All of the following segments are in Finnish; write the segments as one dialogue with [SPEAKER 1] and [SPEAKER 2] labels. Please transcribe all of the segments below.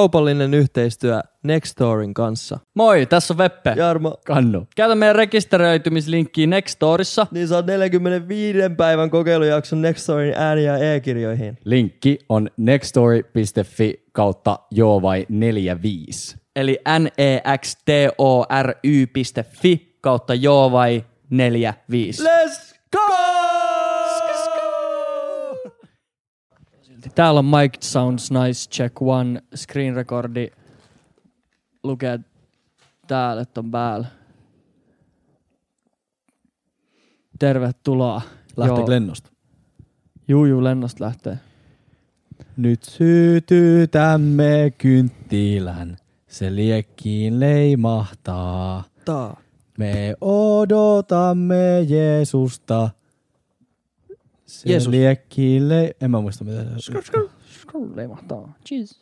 [SPEAKER 1] Kaupallinen yhteistyö Nextorin kanssa.
[SPEAKER 2] Moi, tässä on Veppe.
[SPEAKER 1] Jarmo,
[SPEAKER 3] Kannu.
[SPEAKER 2] Käytä meidän rekisteröitymislinkkiä Nextorissa.
[SPEAKER 1] niin saa 45 päivän kokeilujakson Nextorin ääni- ja e-kirjoihin.
[SPEAKER 3] Linkki on nextstory.fi kautta joo vai 45.
[SPEAKER 2] Eli E nextory.fi kautta joo vai 45.
[SPEAKER 1] Let's go!
[SPEAKER 2] Täällä on Mic Sounds Nice Check One screen recordi. Lukee täällä, että on päällä. Tervetuloa.
[SPEAKER 3] Lähteekö
[SPEAKER 2] Joo.
[SPEAKER 3] lennosta?
[SPEAKER 2] Juu, juu, lennosta lähtee.
[SPEAKER 3] Nyt sytytämme kynttilän, se liekkiin leimahtaa.
[SPEAKER 1] Tää.
[SPEAKER 3] Me odotamme Jeesusta. Se
[SPEAKER 1] Jeesus.
[SPEAKER 3] liekkiin le... En mä muista mitä se on.
[SPEAKER 2] Skrrr, Leimahtaa. Cheese.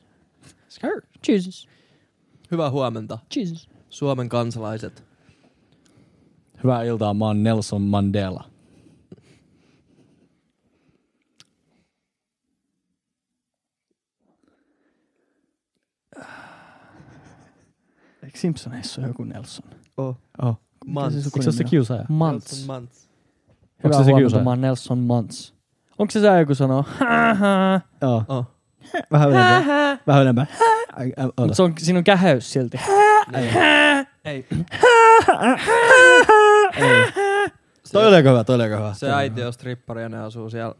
[SPEAKER 2] Skrrr. Jesus.
[SPEAKER 1] Hyvää huomenta,
[SPEAKER 2] Jesus.
[SPEAKER 1] Suomen kansalaiset.
[SPEAKER 3] Hyvää iltaa, mä oon Nelson Mandela.
[SPEAKER 2] Eikö Simpsoneissa ole joku Nelson?
[SPEAKER 1] Oh.
[SPEAKER 3] Oh.
[SPEAKER 1] Mans.
[SPEAKER 2] Mikä se
[SPEAKER 3] Eikö se ole se kiusaaja?
[SPEAKER 2] Mans.
[SPEAKER 1] Mans.
[SPEAKER 3] Onko
[SPEAKER 2] Hyvää
[SPEAKER 3] se se
[SPEAKER 2] huomenta,
[SPEAKER 3] kiusaaja?
[SPEAKER 2] mä oon Nelson Mans. Onko se se joku sanoo? Haha.
[SPEAKER 3] Joo.
[SPEAKER 1] Oh.
[SPEAKER 3] Vähän ylempää. Vähän ylempää. Ai, ai, oota.
[SPEAKER 2] Mut se on, siinä on käheys silti.
[SPEAKER 1] Ei,
[SPEAKER 3] Toi oli aika hyvä, toi oli aika hyvä.
[SPEAKER 1] se äiti on strippari ja ne asuu siellä.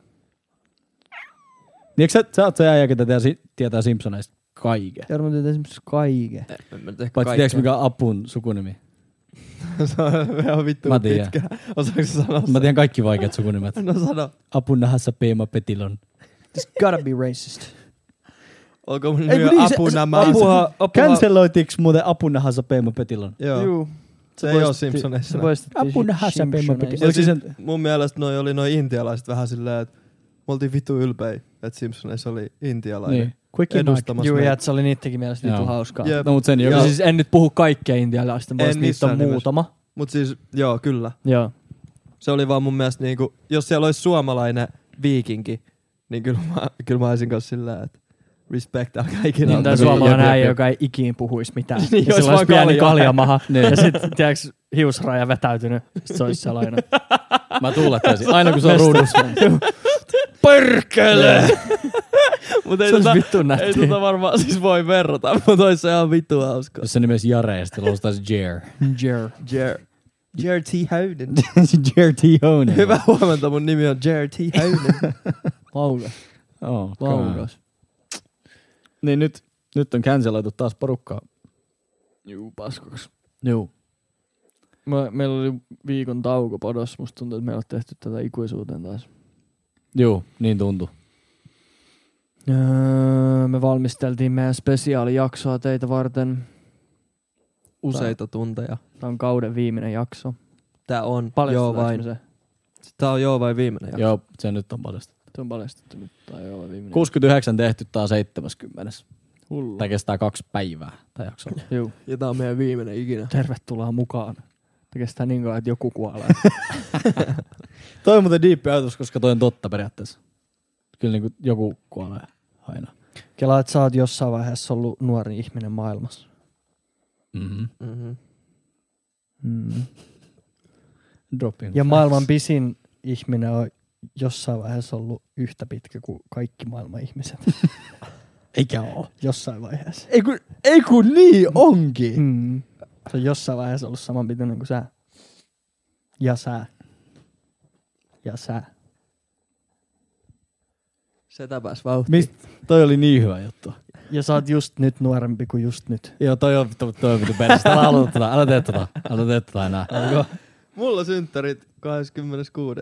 [SPEAKER 3] Niin eikö sä, sä oot se äijä, ketä tietää, tietää Simpsoneista kaiken?
[SPEAKER 2] Jarmo tietää esimerkiksi kaiken.
[SPEAKER 1] En mä nyt ehkä
[SPEAKER 3] Paitsi
[SPEAKER 1] kaikkea.
[SPEAKER 3] tiedätkö mikä on Apun sukunimi?
[SPEAKER 1] se on ihan vittu
[SPEAKER 3] Mä tiedän.
[SPEAKER 1] pitkä. Osaatko sä sanoa
[SPEAKER 3] Mä tiedän kaikki vaikeat sukunimet.
[SPEAKER 1] sen? No sano.
[SPEAKER 3] Apun nahassa Peima Petilon.
[SPEAKER 2] This gotta be racist.
[SPEAKER 1] Olko mun
[SPEAKER 3] Ei,
[SPEAKER 1] nimi
[SPEAKER 3] kun niin, se-
[SPEAKER 1] apuna
[SPEAKER 3] se-
[SPEAKER 1] mä
[SPEAKER 3] apua- Canceloitiks muuten Apun nahassa Peima Petilon?
[SPEAKER 1] Joo. Se ei oo Simpsoneissa.
[SPEAKER 3] Apun nahassa Peima Petilon.
[SPEAKER 1] Mut
[SPEAKER 3] Oliko se
[SPEAKER 1] siis
[SPEAKER 3] sen?
[SPEAKER 1] mun mielestä noi oli noi intialaiset vähän silleen, että me oltiin vitu ylpeä, että Simpsoneissa oli intialainen.
[SPEAKER 3] Niin. Quick and
[SPEAKER 1] Edustamassa
[SPEAKER 2] Juu,
[SPEAKER 1] meitä.
[SPEAKER 2] ja se oli niittenkin mielestä
[SPEAKER 3] Joo.
[SPEAKER 2] vittu hauskaa.
[SPEAKER 1] Jep.
[SPEAKER 3] No mut sen
[SPEAKER 2] Ja
[SPEAKER 3] joku siis...
[SPEAKER 2] siis en nyt puhu kaikkia intialaisten
[SPEAKER 1] En
[SPEAKER 2] puolesta, niitä
[SPEAKER 1] missään
[SPEAKER 2] on
[SPEAKER 1] nimessä.
[SPEAKER 2] muutama.
[SPEAKER 1] Mut siis, joo, kyllä.
[SPEAKER 2] Joo.
[SPEAKER 1] Se oli vaan mun mielestä niinku, jos siellä olisi suomalainen viikinki, niin kyllä mä, kyllä mä olisin kanssa sillä, että respect alkaa ikinä.
[SPEAKER 2] Niin,
[SPEAKER 3] on
[SPEAKER 2] tai
[SPEAKER 3] tosi-
[SPEAKER 2] suomalainen
[SPEAKER 3] jep, jep,
[SPEAKER 2] äijä,
[SPEAKER 3] jep.
[SPEAKER 2] joka ei ikin puhuisi mitään.
[SPEAKER 1] Niin,
[SPEAKER 2] ja
[SPEAKER 1] olisi
[SPEAKER 2] sillä olisi
[SPEAKER 1] vaan
[SPEAKER 2] pieni
[SPEAKER 1] kalja.
[SPEAKER 2] kaljamaha.
[SPEAKER 3] Niin.
[SPEAKER 2] ja sitten, tiedätkö, hiusraja vetäytynyt. Sitten se olisi sellainen.
[SPEAKER 3] Mä tuulettaisin aina kun se on ruudussa. niin
[SPEAKER 1] Pörkele! Mut ei
[SPEAKER 2] Se olisi
[SPEAKER 1] tota,
[SPEAKER 2] vittu
[SPEAKER 1] ei
[SPEAKER 2] nätti.
[SPEAKER 1] tota varmaan siis voi verrata, mutta olisi se ihan vittu hauska.
[SPEAKER 3] Jos se nimesi Jare ja sitten lausutaan Jer.
[SPEAKER 2] Jer.
[SPEAKER 1] Jer. Jer T. Howden.
[SPEAKER 3] Jer T. Honen.
[SPEAKER 1] Hyvää huomenta, mun nimi on Jer T. Howden.
[SPEAKER 2] Laukas.
[SPEAKER 3] Oh,
[SPEAKER 2] Laukas.
[SPEAKER 3] Niin nyt, nyt on canceloitu taas porukkaa.
[SPEAKER 2] Juu, paskoks.
[SPEAKER 3] Joo.
[SPEAKER 2] Mä, meillä oli viikon tauko podossa. Musta tuntuu, että me ei ole tehty tätä ikuisuuteen taas.
[SPEAKER 3] Joo, niin tuntuu.
[SPEAKER 2] Öö, me valmisteltiin meidän spesiaalijaksoa teitä varten.
[SPEAKER 1] Useita tunteja.
[SPEAKER 2] Tämä on kauden viimeinen jakso.
[SPEAKER 1] Tää on joo
[SPEAKER 2] Paljastetaanko
[SPEAKER 1] vain.
[SPEAKER 2] me se?
[SPEAKER 1] Tää on joo vai viimeinen jakso.
[SPEAKER 3] Joo, Niin. se nyt on paljastettu.
[SPEAKER 2] Se on paljastettu nyt. Tai joo, viimeinen.
[SPEAKER 3] 69 tehty, tää on 70.
[SPEAKER 2] Hullu.
[SPEAKER 3] Tämä kestää kaksi päivää, tämä jakso.
[SPEAKER 2] Juu.
[SPEAKER 1] Ja tää on meidän viimeinen ikinä.
[SPEAKER 2] Tervetuloa mukaan. Se kestää niin kauan, että joku kuolee.
[SPEAKER 3] toi on muuten diippi ajatus, koska toi on totta periaatteessa. Kyllä niin kuin joku kuolee aina.
[SPEAKER 2] Kela, että sä oot jossain vaiheessa ollut nuori ihminen maailmassa.
[SPEAKER 3] Mm-hmm.
[SPEAKER 1] Mm-hmm.
[SPEAKER 2] Mm.
[SPEAKER 3] Dropping.
[SPEAKER 2] Ja maailman pisin ihminen on jossain vaiheessa ollut yhtä pitkä kuin kaikki maailman ihmiset.
[SPEAKER 3] Eikä oo.
[SPEAKER 2] Jossain vaiheessa.
[SPEAKER 3] Ei kun, ei kun niin onkin.
[SPEAKER 2] Mm. Se on jossain vaiheessa ollut saman pituinen kuin sä. Ja sä. Ja sä.
[SPEAKER 1] Setä pääs vauhtiin.
[SPEAKER 3] Mist, toi oli niin hyvä juttu.
[SPEAKER 2] Ja sä oot just nyt nuorempi kuin just nyt.
[SPEAKER 3] Joo, toi on vittu, toi on vittu perästä. Älä aloita tota, älä tee tota, älä tee tota enää.
[SPEAKER 1] Mulla synttärit 26.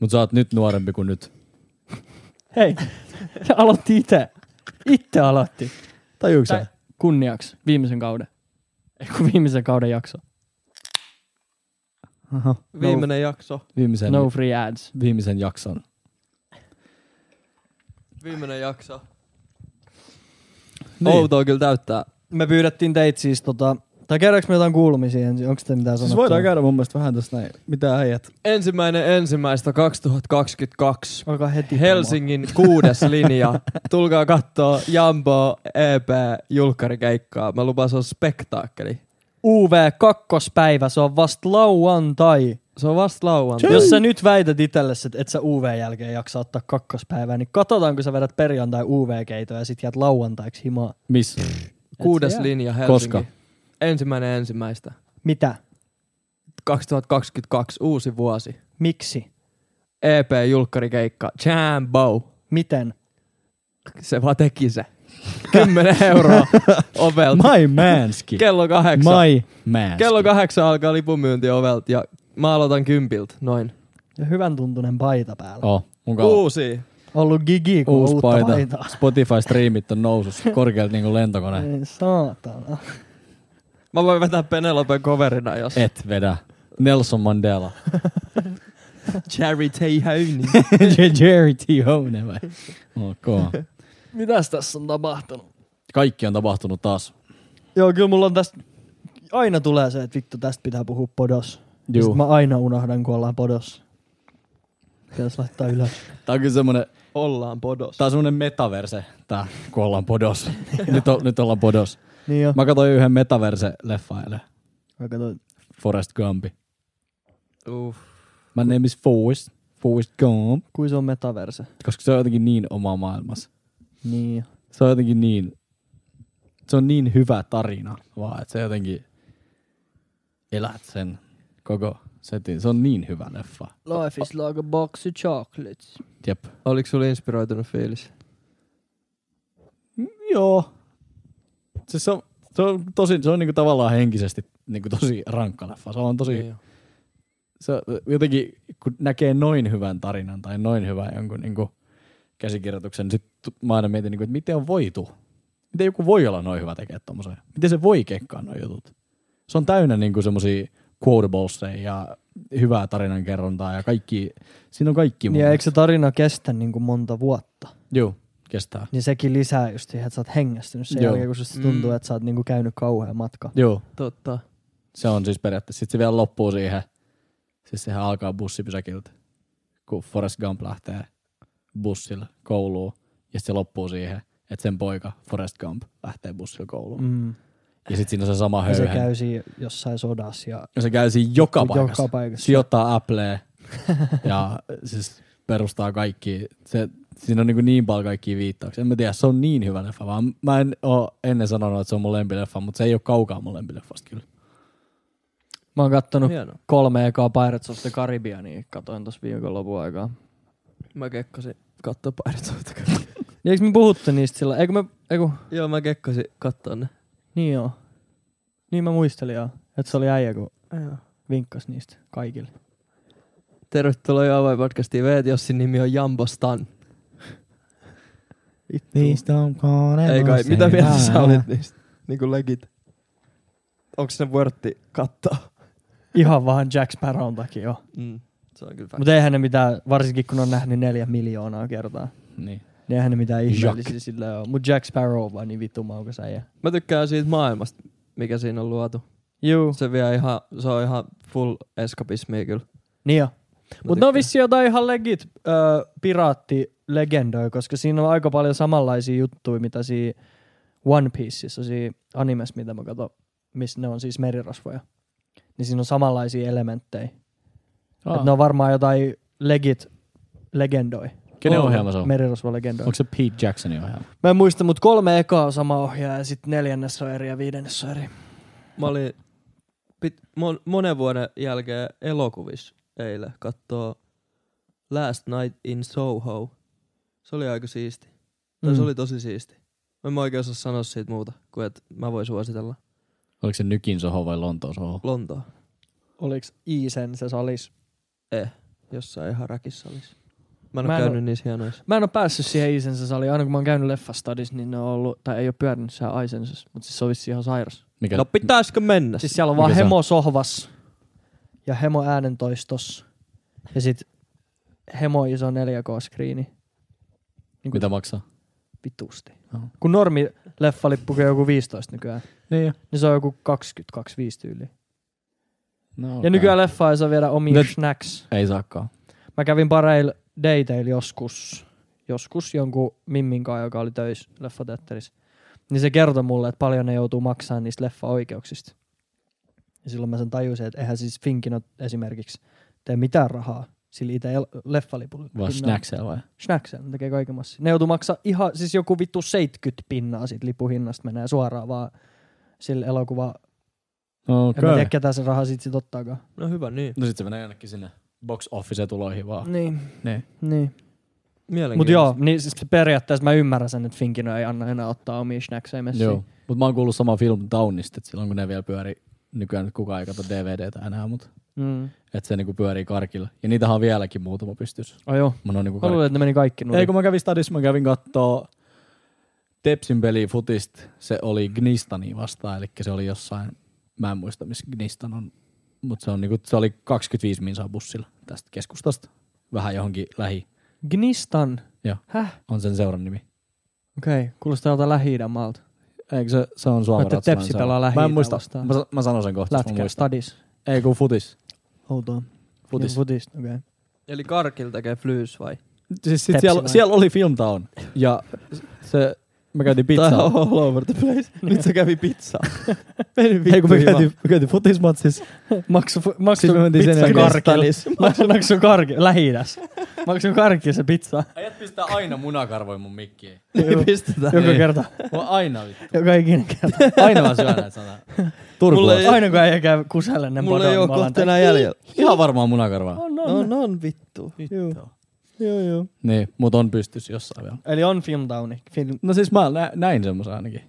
[SPEAKER 3] Mut sä oot nyt nuorempi kuin nyt.
[SPEAKER 2] Hei, se aloitti itse. Itse aloitti.
[SPEAKER 3] Tajuuks
[SPEAKER 2] Tai-
[SPEAKER 3] sä?
[SPEAKER 2] Kunniaksi viimeisen kauden. Eiku viimeisen kauden jakso.
[SPEAKER 3] Aha.
[SPEAKER 1] Viimeinen jakso.
[SPEAKER 3] Viimeisen,
[SPEAKER 2] No
[SPEAKER 3] no.
[SPEAKER 2] free ads.
[SPEAKER 3] viimeisen jakson.
[SPEAKER 1] Viimeinen jakso.
[SPEAKER 3] Niin.
[SPEAKER 1] Outoa kyllä täyttää.
[SPEAKER 2] Me pyydettiin teitä siis tota, Tai käydäänkö me jotain kuulumisia ensin? Onko te mitään
[SPEAKER 3] Siis
[SPEAKER 2] sanottavaa?
[SPEAKER 3] voidaan käydä mun mielestä vähän tässä näin. Mitä äijät?
[SPEAKER 1] Ensimmäinen ensimmäistä 2022.
[SPEAKER 2] Alkaa heti.
[SPEAKER 1] Helsingin kuudes linja. Tulkaa kattoo Jambo EP julkkarikeikkaa. Mä lupaan, se on spektaakkeli.
[SPEAKER 2] UV kakkospäivä, se on vasta lauantai.
[SPEAKER 1] Se on vasta lauantai.
[SPEAKER 2] Jos sä nyt väität itsellesi, että et sä UV jälkeen jaksa ottaa kakkospäivää, niin katsotaan, kun sä vedät perjantai UV-keitoa ja sit jäät lauantaiksi himaa.
[SPEAKER 3] Missä?
[SPEAKER 1] Kuudes
[SPEAKER 2] jää.
[SPEAKER 1] linja Helsinki.
[SPEAKER 3] Koska?
[SPEAKER 1] Ensimmäinen ensimmäistä.
[SPEAKER 2] Mitä?
[SPEAKER 1] 2022, uusi vuosi.
[SPEAKER 2] Miksi?
[SPEAKER 1] EP julkkarikeikka. Jambo.
[SPEAKER 2] Miten?
[SPEAKER 1] Se vaan teki se. 10 euroa ovelta.
[SPEAKER 3] My manski.
[SPEAKER 1] Kello kahdeksan.
[SPEAKER 3] My manski.
[SPEAKER 1] Kello kahdeksan alkaa lipunmyynti ovelta ja mä aloitan kympiltä, noin.
[SPEAKER 2] Ja hyvän tuntunen paita päällä.
[SPEAKER 3] Oh, mukava.
[SPEAKER 1] Uusi.
[SPEAKER 2] Ollut gigi, kun
[SPEAKER 3] Uusi
[SPEAKER 2] on uutta
[SPEAKER 3] paita.
[SPEAKER 2] paitaa.
[SPEAKER 3] Spotify-striimit on nousussa korkealta niin kuin lentokone.
[SPEAKER 2] Ei saatana.
[SPEAKER 1] Mä voin vetää Penelopen coverina, jos...
[SPEAKER 3] Et vedä. Nelson Mandela.
[SPEAKER 1] Cherry Tayhoni.
[SPEAKER 3] Jerry T. Hone vai? Ok.
[SPEAKER 4] Mitäs tässä on tapahtunut?
[SPEAKER 3] Kaikki on tapahtunut taas.
[SPEAKER 2] Joo, kyllä mulla on tästä... Aina tulee se, että vittu, tästä pitää puhua podos. Juu.
[SPEAKER 3] Juu.
[SPEAKER 2] Sitten mä aina unohdan, kun ollaan podos. Pitäis laittaa ylös.
[SPEAKER 3] Tää on kyllä semmonen,
[SPEAKER 1] Ollaan podos.
[SPEAKER 3] tää on semmonen metaverse, tää, kun ollaan podos. nyt, o, nyt ollaan podos.
[SPEAKER 2] Niin joo. Mä...
[SPEAKER 3] Mä katsoin yhden metaverse-leffa eilen.
[SPEAKER 2] katsoin.
[SPEAKER 3] Forrest Gumpi.
[SPEAKER 1] Uff.
[SPEAKER 3] My name is Forrest. Forrest Gump.
[SPEAKER 2] Kuin se on metaverse.
[SPEAKER 3] Koska se on jotenkin niin oma maailmassa.
[SPEAKER 2] Niin.
[SPEAKER 3] Se on jotenkin niin, se on niin hyvä tarina vaan, että se jotenkin elät sen koko setin. Se on niin hyvä leffa.
[SPEAKER 4] Life is like a box of chocolates.
[SPEAKER 3] Jep.
[SPEAKER 1] Oliko sulla inspiroitunut fiilis?
[SPEAKER 3] Mm, Joo. Siis se on, se on, tosi, se on niinku tavallaan henkisesti niinku tosi rankka leffa. Se on
[SPEAKER 2] Niin.
[SPEAKER 3] tosi, se on jotenkin, kun näkee noin hyvän tarinan tai noin hyvän jonkun niinku käsikirjoituksen, sit tu- mä aina mietin, niinku, että miten on voitu. Miten joku voi olla noin hyvä tekemään tommosen? Miten se voi kekkaa noin jutut? Se on täynnä niinku semmosia quotablesia ja hyvää tarinankerrontaa ja kaikki, siinä on kaikki. mun
[SPEAKER 2] Niin, ja eikö
[SPEAKER 3] mielestä.
[SPEAKER 2] se tarina kestä niin kuin monta vuotta?
[SPEAKER 3] Joo, kestää.
[SPEAKER 2] Niin sekin lisää just siihen, että sä oot hengästynyt sen
[SPEAKER 3] Joo.
[SPEAKER 2] Joo. jälkeen, kun susta tuntuu,
[SPEAKER 1] Mm.
[SPEAKER 2] että sä oot niin kuin käynyt kauhean matka.
[SPEAKER 3] Joo,
[SPEAKER 1] Totta.
[SPEAKER 3] Se on siis periaatteessa. Sitten se vielä loppuu siihen. Siis sehän alkaa bussipysäkiltä, kun Forrest Gump lähtee bussilla kouluun. Ja sitten se loppuu siihen, että sen poika Forrest Gump lähtee bussilla kouluun. Mm.
[SPEAKER 2] Mm.
[SPEAKER 3] Ja sitten siinä on se sama
[SPEAKER 2] Ja se
[SPEAKER 3] höyhen.
[SPEAKER 2] käy siinä jossain sodassa ja
[SPEAKER 3] ja se käy siinä joka paikassa.
[SPEAKER 2] joka paikassa.
[SPEAKER 3] Sijoittaa Applea ja siis perustaa kaikki. Se, siinä on niin, niin paljon kaikkia viittauksia. En mä tiedä, se on niin hyvä leffa. Vaan mä en ole ennen sanonut, että se on mun lempileffa, mutta se ei ole kaukaa mun lempileffasta kyllä.
[SPEAKER 4] Mä oon
[SPEAKER 3] No.
[SPEAKER 4] kattonut
[SPEAKER 1] Hieno.
[SPEAKER 4] kolme ekaa Pirates of the Caribbeania, katoin tossa viikonlopun aikaa.
[SPEAKER 1] Mä kekkasin katsoa Pirates of the
[SPEAKER 2] Niin, eikö me puhuttu niistä sillä? Eikö me, eikö,
[SPEAKER 1] Joo, mä kekkasin katsoa ne.
[SPEAKER 2] niin joo. Niin mä muistelin joo, että se oli äijä, kun vinkkas niistä kaikille.
[SPEAKER 1] Tervetuloa jo avainpodcastiin. Veet Jossin nimi on Jambo Stan. Ei kai, mitä mieltä sä olit niistä? Niinku legit. Onks se vörtti kattaa?
[SPEAKER 2] Ihan vaan Jack Sparrown takia joo.
[SPEAKER 1] Mm. Se on kyllä
[SPEAKER 2] Mutta eihän ne mitään, varsinkin kun on nähnyt neljä miljoonaa kertaa,
[SPEAKER 3] Niin.
[SPEAKER 2] niin eihän ne mitään
[SPEAKER 3] Jack.
[SPEAKER 2] ihmeellisiä sillä ole. Mut Jack Sparrow on vaan niin vittu maukas äijä.
[SPEAKER 1] Mä tykkään siitä maailmasta, mikä siinä on luotu.
[SPEAKER 2] Juu.
[SPEAKER 1] Se, vie ihan, se on ihan full eskapismia kyllä. Mä
[SPEAKER 2] Niin joo. Mutta ne
[SPEAKER 1] tykkään.
[SPEAKER 2] on vissiin jotain ihan legit ö, piraattilegendoja, koska siinä on aika paljon samanlaisia juttuja, mitä siinä One Pieceissa, siinä animessa, mitä mä katson, missä ne on siis merirasvoja. Niin siinä on samanlaisia elementtejä. Et ne on varmaan jotain legit legendoja.
[SPEAKER 3] Kenen ohjaama se on?
[SPEAKER 2] Merirosvolegendoja.
[SPEAKER 3] Onko se Pete Jacksonin ohjaama?
[SPEAKER 2] Mä en muista, mutta kolme ekaa on sama ohjaaja ja sitten neljännes on eri ja viidennes on eri.
[SPEAKER 1] Mä olin pit, mon, monen vuoden jälkeen elokuvis eilen kattoo Last Night in Soho. Se oli aika siisti. Tai se
[SPEAKER 2] Mm.
[SPEAKER 1] oli tosi siisti. Mä en mä oikein osaa sanoa siitä muuta, kuin että mä voin suositella
[SPEAKER 3] Oliko se Nykin soho vai Lontoon soho?
[SPEAKER 1] Lontoa
[SPEAKER 2] Oliks Iisen se salis?
[SPEAKER 1] jossain ihan räkissä olisi. Mä en
[SPEAKER 2] Mä
[SPEAKER 1] oo
[SPEAKER 2] en oo-
[SPEAKER 1] käynyt niissä hienoissa.
[SPEAKER 4] Mä en oo päässyt siihen Isensa saliin, aina kun mä oon käynyt leffastadissa, niin ne on ollut, tai ei oo pyörinyt siellä Aisensassa, mutta siis se on vissiin ihan sairas.
[SPEAKER 3] Mikä?
[SPEAKER 1] No pitäisikö mennä?
[SPEAKER 2] Siis siellä on vaan
[SPEAKER 3] Mikä se on?
[SPEAKER 2] hemo sohvas ja hemo äänentoistos ja sit hemo iso 4K-skriini.
[SPEAKER 3] Mitä maksaa?
[SPEAKER 2] Vitusti.
[SPEAKER 3] Oho.
[SPEAKER 2] Kun normi leffalippukin on joku 15 nykyään.
[SPEAKER 3] Niin jo.
[SPEAKER 2] niin se on joku 22-5 tyyli.
[SPEAKER 3] No,
[SPEAKER 2] Ja
[SPEAKER 3] okei.
[SPEAKER 2] nykyään leffa ei saa viedä omiin
[SPEAKER 3] Nyt-
[SPEAKER 2] snacks.
[SPEAKER 3] Ei saakaan.
[SPEAKER 2] Mä kävin pareilla dateilla joskus, joskus jonkun Mimmin kanssa, joka oli töissä leffateatterissa. Niin se kertoi mulle, että paljon ne joutuu maksamaan niistä leffa-oikeuksista. Ja silloin mä sen tajusin, että eihän siis Finkinot esimerkiksi tee mitään rahaa sillä itse el- leffalipulla.
[SPEAKER 3] Vaan snacksella vai?
[SPEAKER 2] Snacksel, ne tekee kaiken massin. Ne joutuu maksaa ihan, siis joku vittu 70 pinnaa siitä lipuhinnasta menee suoraan vaan sille elokuva.
[SPEAKER 3] No
[SPEAKER 2] En
[SPEAKER 3] Okei.
[SPEAKER 2] mä
[SPEAKER 3] Okay.
[SPEAKER 2] tiedä, ketä se raha sit sit ottaakaan.
[SPEAKER 1] No hyvä, niin.
[SPEAKER 3] No sit se menee jonnekin sinne box office tuloihin vaan.
[SPEAKER 2] Niin.
[SPEAKER 3] Niin.
[SPEAKER 2] niin. Mut
[SPEAKER 1] Mielenkiintoista.
[SPEAKER 2] joo, niin siis periaatteessa mä ymmärrän sen, että Finkino ei anna enää ottaa omia snackseja messiin.
[SPEAKER 3] Joo. Mut mä oon kuullut saman film Downista, että silloin kun ne vielä pyöri, nykyään nyt kukaan ei kato DVDtä enää, mut
[SPEAKER 2] Mm.
[SPEAKER 3] että se niinku pyörii karkilla. Ja niitähän on vieläkin muutama pystys.
[SPEAKER 2] Oh, joo.
[SPEAKER 3] Mun on niinku
[SPEAKER 2] Mä
[SPEAKER 3] karkilla.
[SPEAKER 2] luulen, että ne meni kaikki nurin.
[SPEAKER 3] Ei kun mä kävin stadissa, mä kävin kattoo Tepsin peli futist, se oli Gnistani vastaan, eli se oli jossain, mä en muista missä Gnistan on, mutta se, on niinku, se oli 25 minsaa bussilla tästä keskustasta, vähän johonkin lähi,
[SPEAKER 2] Gnistan.
[SPEAKER 3] on sen seuran nimi.
[SPEAKER 2] Okei, okay. kuulostaa jolta lähi maalta.
[SPEAKER 3] Eikö se, se on Suomen
[SPEAKER 2] Mä ajattelin, että
[SPEAKER 3] ratsalainen
[SPEAKER 2] Tepsi
[SPEAKER 3] seura.
[SPEAKER 2] pelaa
[SPEAKER 3] Mä en
[SPEAKER 2] Lähi-Itää
[SPEAKER 3] muista,
[SPEAKER 2] vastaan.
[SPEAKER 3] mä, sa- mä sanon sen kohta, jos mä
[SPEAKER 2] Lätkä,
[SPEAKER 3] muistan.
[SPEAKER 2] stadis. Niin,
[SPEAKER 3] Ei kun futis.
[SPEAKER 2] Hold on.
[SPEAKER 3] futis.
[SPEAKER 2] Joo, Futis, okei. Okay.
[SPEAKER 1] Eli Karkil tekee flyys vai?
[SPEAKER 3] Siis sit
[SPEAKER 2] Tepsi
[SPEAKER 3] siellä,
[SPEAKER 2] vai?
[SPEAKER 3] siellä oli Film Town. Ja se, me käytiin
[SPEAKER 1] Tää
[SPEAKER 3] pizzaa.
[SPEAKER 1] on all over the place.
[SPEAKER 2] Niin.
[SPEAKER 1] Nyt se kävi pizzaa. Meni
[SPEAKER 3] Ei
[SPEAKER 1] vittu
[SPEAKER 3] kun me
[SPEAKER 1] hyvä.
[SPEAKER 3] käytiin, me käytiin futismatsissa.
[SPEAKER 2] Maksu, maksu
[SPEAKER 3] Siis me mentiin sen
[SPEAKER 2] pizza
[SPEAKER 3] jälkeen
[SPEAKER 2] karkille. Maksu, maksu karki, lähi-idässä. Maksu karkki se pizza.
[SPEAKER 3] Äijät pistää aina munakarvoja mun mikkiin.
[SPEAKER 1] Niin pistetään.
[SPEAKER 2] Joka
[SPEAKER 3] Niin.
[SPEAKER 2] kerta.
[SPEAKER 3] Mä aina vittu.
[SPEAKER 2] Joka ikinen kerta.
[SPEAKER 3] Aina mä syön näitä sanoja.
[SPEAKER 1] Mulla
[SPEAKER 3] Turkuun.
[SPEAKER 1] ei-
[SPEAKER 2] Aina kun ei käy kuselle ne
[SPEAKER 1] Mulla
[SPEAKER 2] padon,
[SPEAKER 1] ei oo
[SPEAKER 2] mä alan
[SPEAKER 1] kohta enää jäljellä.
[SPEAKER 3] Ihan varmaan munakarvaa.
[SPEAKER 2] On, on.
[SPEAKER 1] On, on vittu.
[SPEAKER 2] Niin.
[SPEAKER 1] Joo. Joo, joo.
[SPEAKER 3] Niin, mut on pystys jossain vielä.
[SPEAKER 2] Eli on filmtowni. Film.
[SPEAKER 3] No siis mä nä- näin semmoisen ainakin.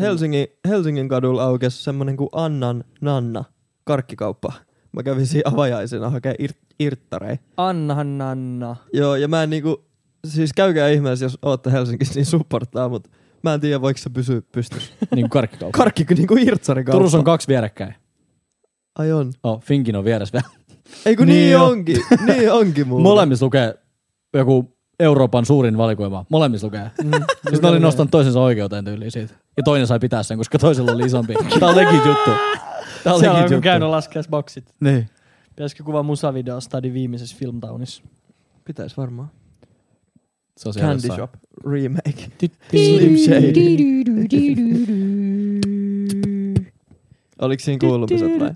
[SPEAKER 1] Helsingin, Helsingin kadulla aukesi semmonen kuin Annan Nanna karkkikauppa. Mä kävin siinä avajaisena hakee ir- irttarei.
[SPEAKER 2] Annahan Nanna.
[SPEAKER 1] Joo, ja mä en niinku, siis käykää ihmeessä, jos ootte Helsingissä, niin supporttaa, mut mä en tiedä, voiko se pysyä pystyssä.
[SPEAKER 3] Niin kuin karkkikauppa.
[SPEAKER 1] Karkki niinku irtsarikauppa.
[SPEAKER 3] Turussa on kaksi vierekkäin.
[SPEAKER 1] Ai on.
[SPEAKER 3] Oh, Finkin on vieressä vielä.
[SPEAKER 1] Ei kun niin,
[SPEAKER 3] Niin
[SPEAKER 1] niin
[SPEAKER 3] jo.
[SPEAKER 1] onkin, niin onkin mulla.
[SPEAKER 3] Molemmissa lukee joku Euroopan suurin valikoima. Molemmissa lukee. Siis ne oli nostanut toisensa oikeuteen tyyliin siitä. Ja toinen sai pitää sen, koska toisella oli isompi. Tää on legit juttu. Tää
[SPEAKER 2] Siellä on
[SPEAKER 3] on legit
[SPEAKER 2] joku
[SPEAKER 3] juttu.
[SPEAKER 2] käynyt laskeessa boksit.
[SPEAKER 3] Niin.
[SPEAKER 2] Pitäisikö kuvaa musavideo Stadin viimeisessä filmtownissa?
[SPEAKER 1] Pitäis varmaan.
[SPEAKER 3] Se on siellä
[SPEAKER 1] Candy
[SPEAKER 3] jossain.
[SPEAKER 1] Shop remake.
[SPEAKER 3] Slim
[SPEAKER 1] Shady.
[SPEAKER 5] Shady.
[SPEAKER 1] Oliko siinä kuulumiset vai?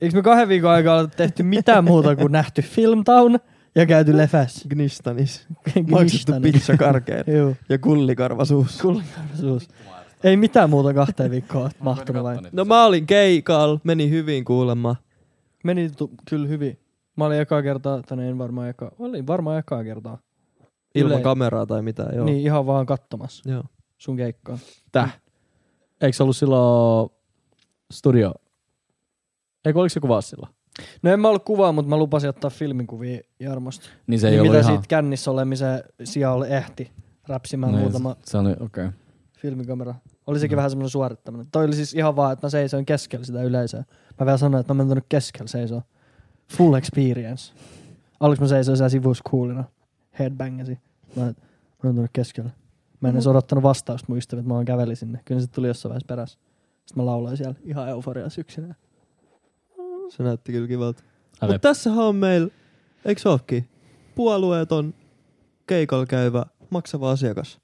[SPEAKER 2] Eikö me kahden viikon aikaa ole tehty mitään muuta kuin nähty filmtown ja käyty lefässä?
[SPEAKER 1] Gnistanis. Maksettu
[SPEAKER 2] Gnistanin.
[SPEAKER 1] pizza karkeen.
[SPEAKER 2] Joo.
[SPEAKER 1] Ja kullikarvasuus.
[SPEAKER 2] Suus. Ei mitään muuta kahteen viikkoon ole mahtunut vain.
[SPEAKER 1] No mä olin keikalla, meni hyvin kuulemma.
[SPEAKER 2] Meni tu- kyllä hyvin. Mä olin ekaa kertaa, tai en varmaan ekaa, olin varmaan ekaa kertaa.
[SPEAKER 1] Ilman
[SPEAKER 2] Yle-
[SPEAKER 1] kameraa tai mitään, joo.
[SPEAKER 2] Niin ihan vaan katsomassa
[SPEAKER 1] Joo.
[SPEAKER 2] sun keikkaa.
[SPEAKER 3] Eikö se ollut silloin studio? Eikö oliko se kuvaus silloin?
[SPEAKER 2] No en mä ollut kuvaa, mutta mä lupasin ottaa filminkuvia Jarmosta.
[SPEAKER 3] Niin se ei
[SPEAKER 2] niin
[SPEAKER 3] ollut
[SPEAKER 2] mitä
[SPEAKER 3] ihan...
[SPEAKER 2] siitä kännissä olemisen sijalle ehti räpsimään
[SPEAKER 3] No ei,
[SPEAKER 2] muutama
[SPEAKER 3] Se oli, okei. Okay.
[SPEAKER 2] filmikamera. Oli
[SPEAKER 3] No.
[SPEAKER 2] sekin vähän semmoinen suorittaminen. Toi oli siis ihan vaan, että mä seisoin keskellä sitä yleisöä. Mä vielä sanoin, että mä menen tonne keskellä seisoon. Full experience. Aluksi mä seisoin siellä sivussa coolina. Headbangasi. Mä, mä menen tonne keskellä. Mä en edes odottanut vastausta mun ystävät, mä vaan kävelin sinne. Kyllä se tuli jossain vaiheessa perässä. Sitten mä lauloin siellä ihan euforiaa syksynä.
[SPEAKER 1] Se näytti kyllä kivalta.
[SPEAKER 3] Älä-
[SPEAKER 1] Mutta tässähän on meillä, eikö se ookin, puolueeton keikalla käyvä maksava asiakas.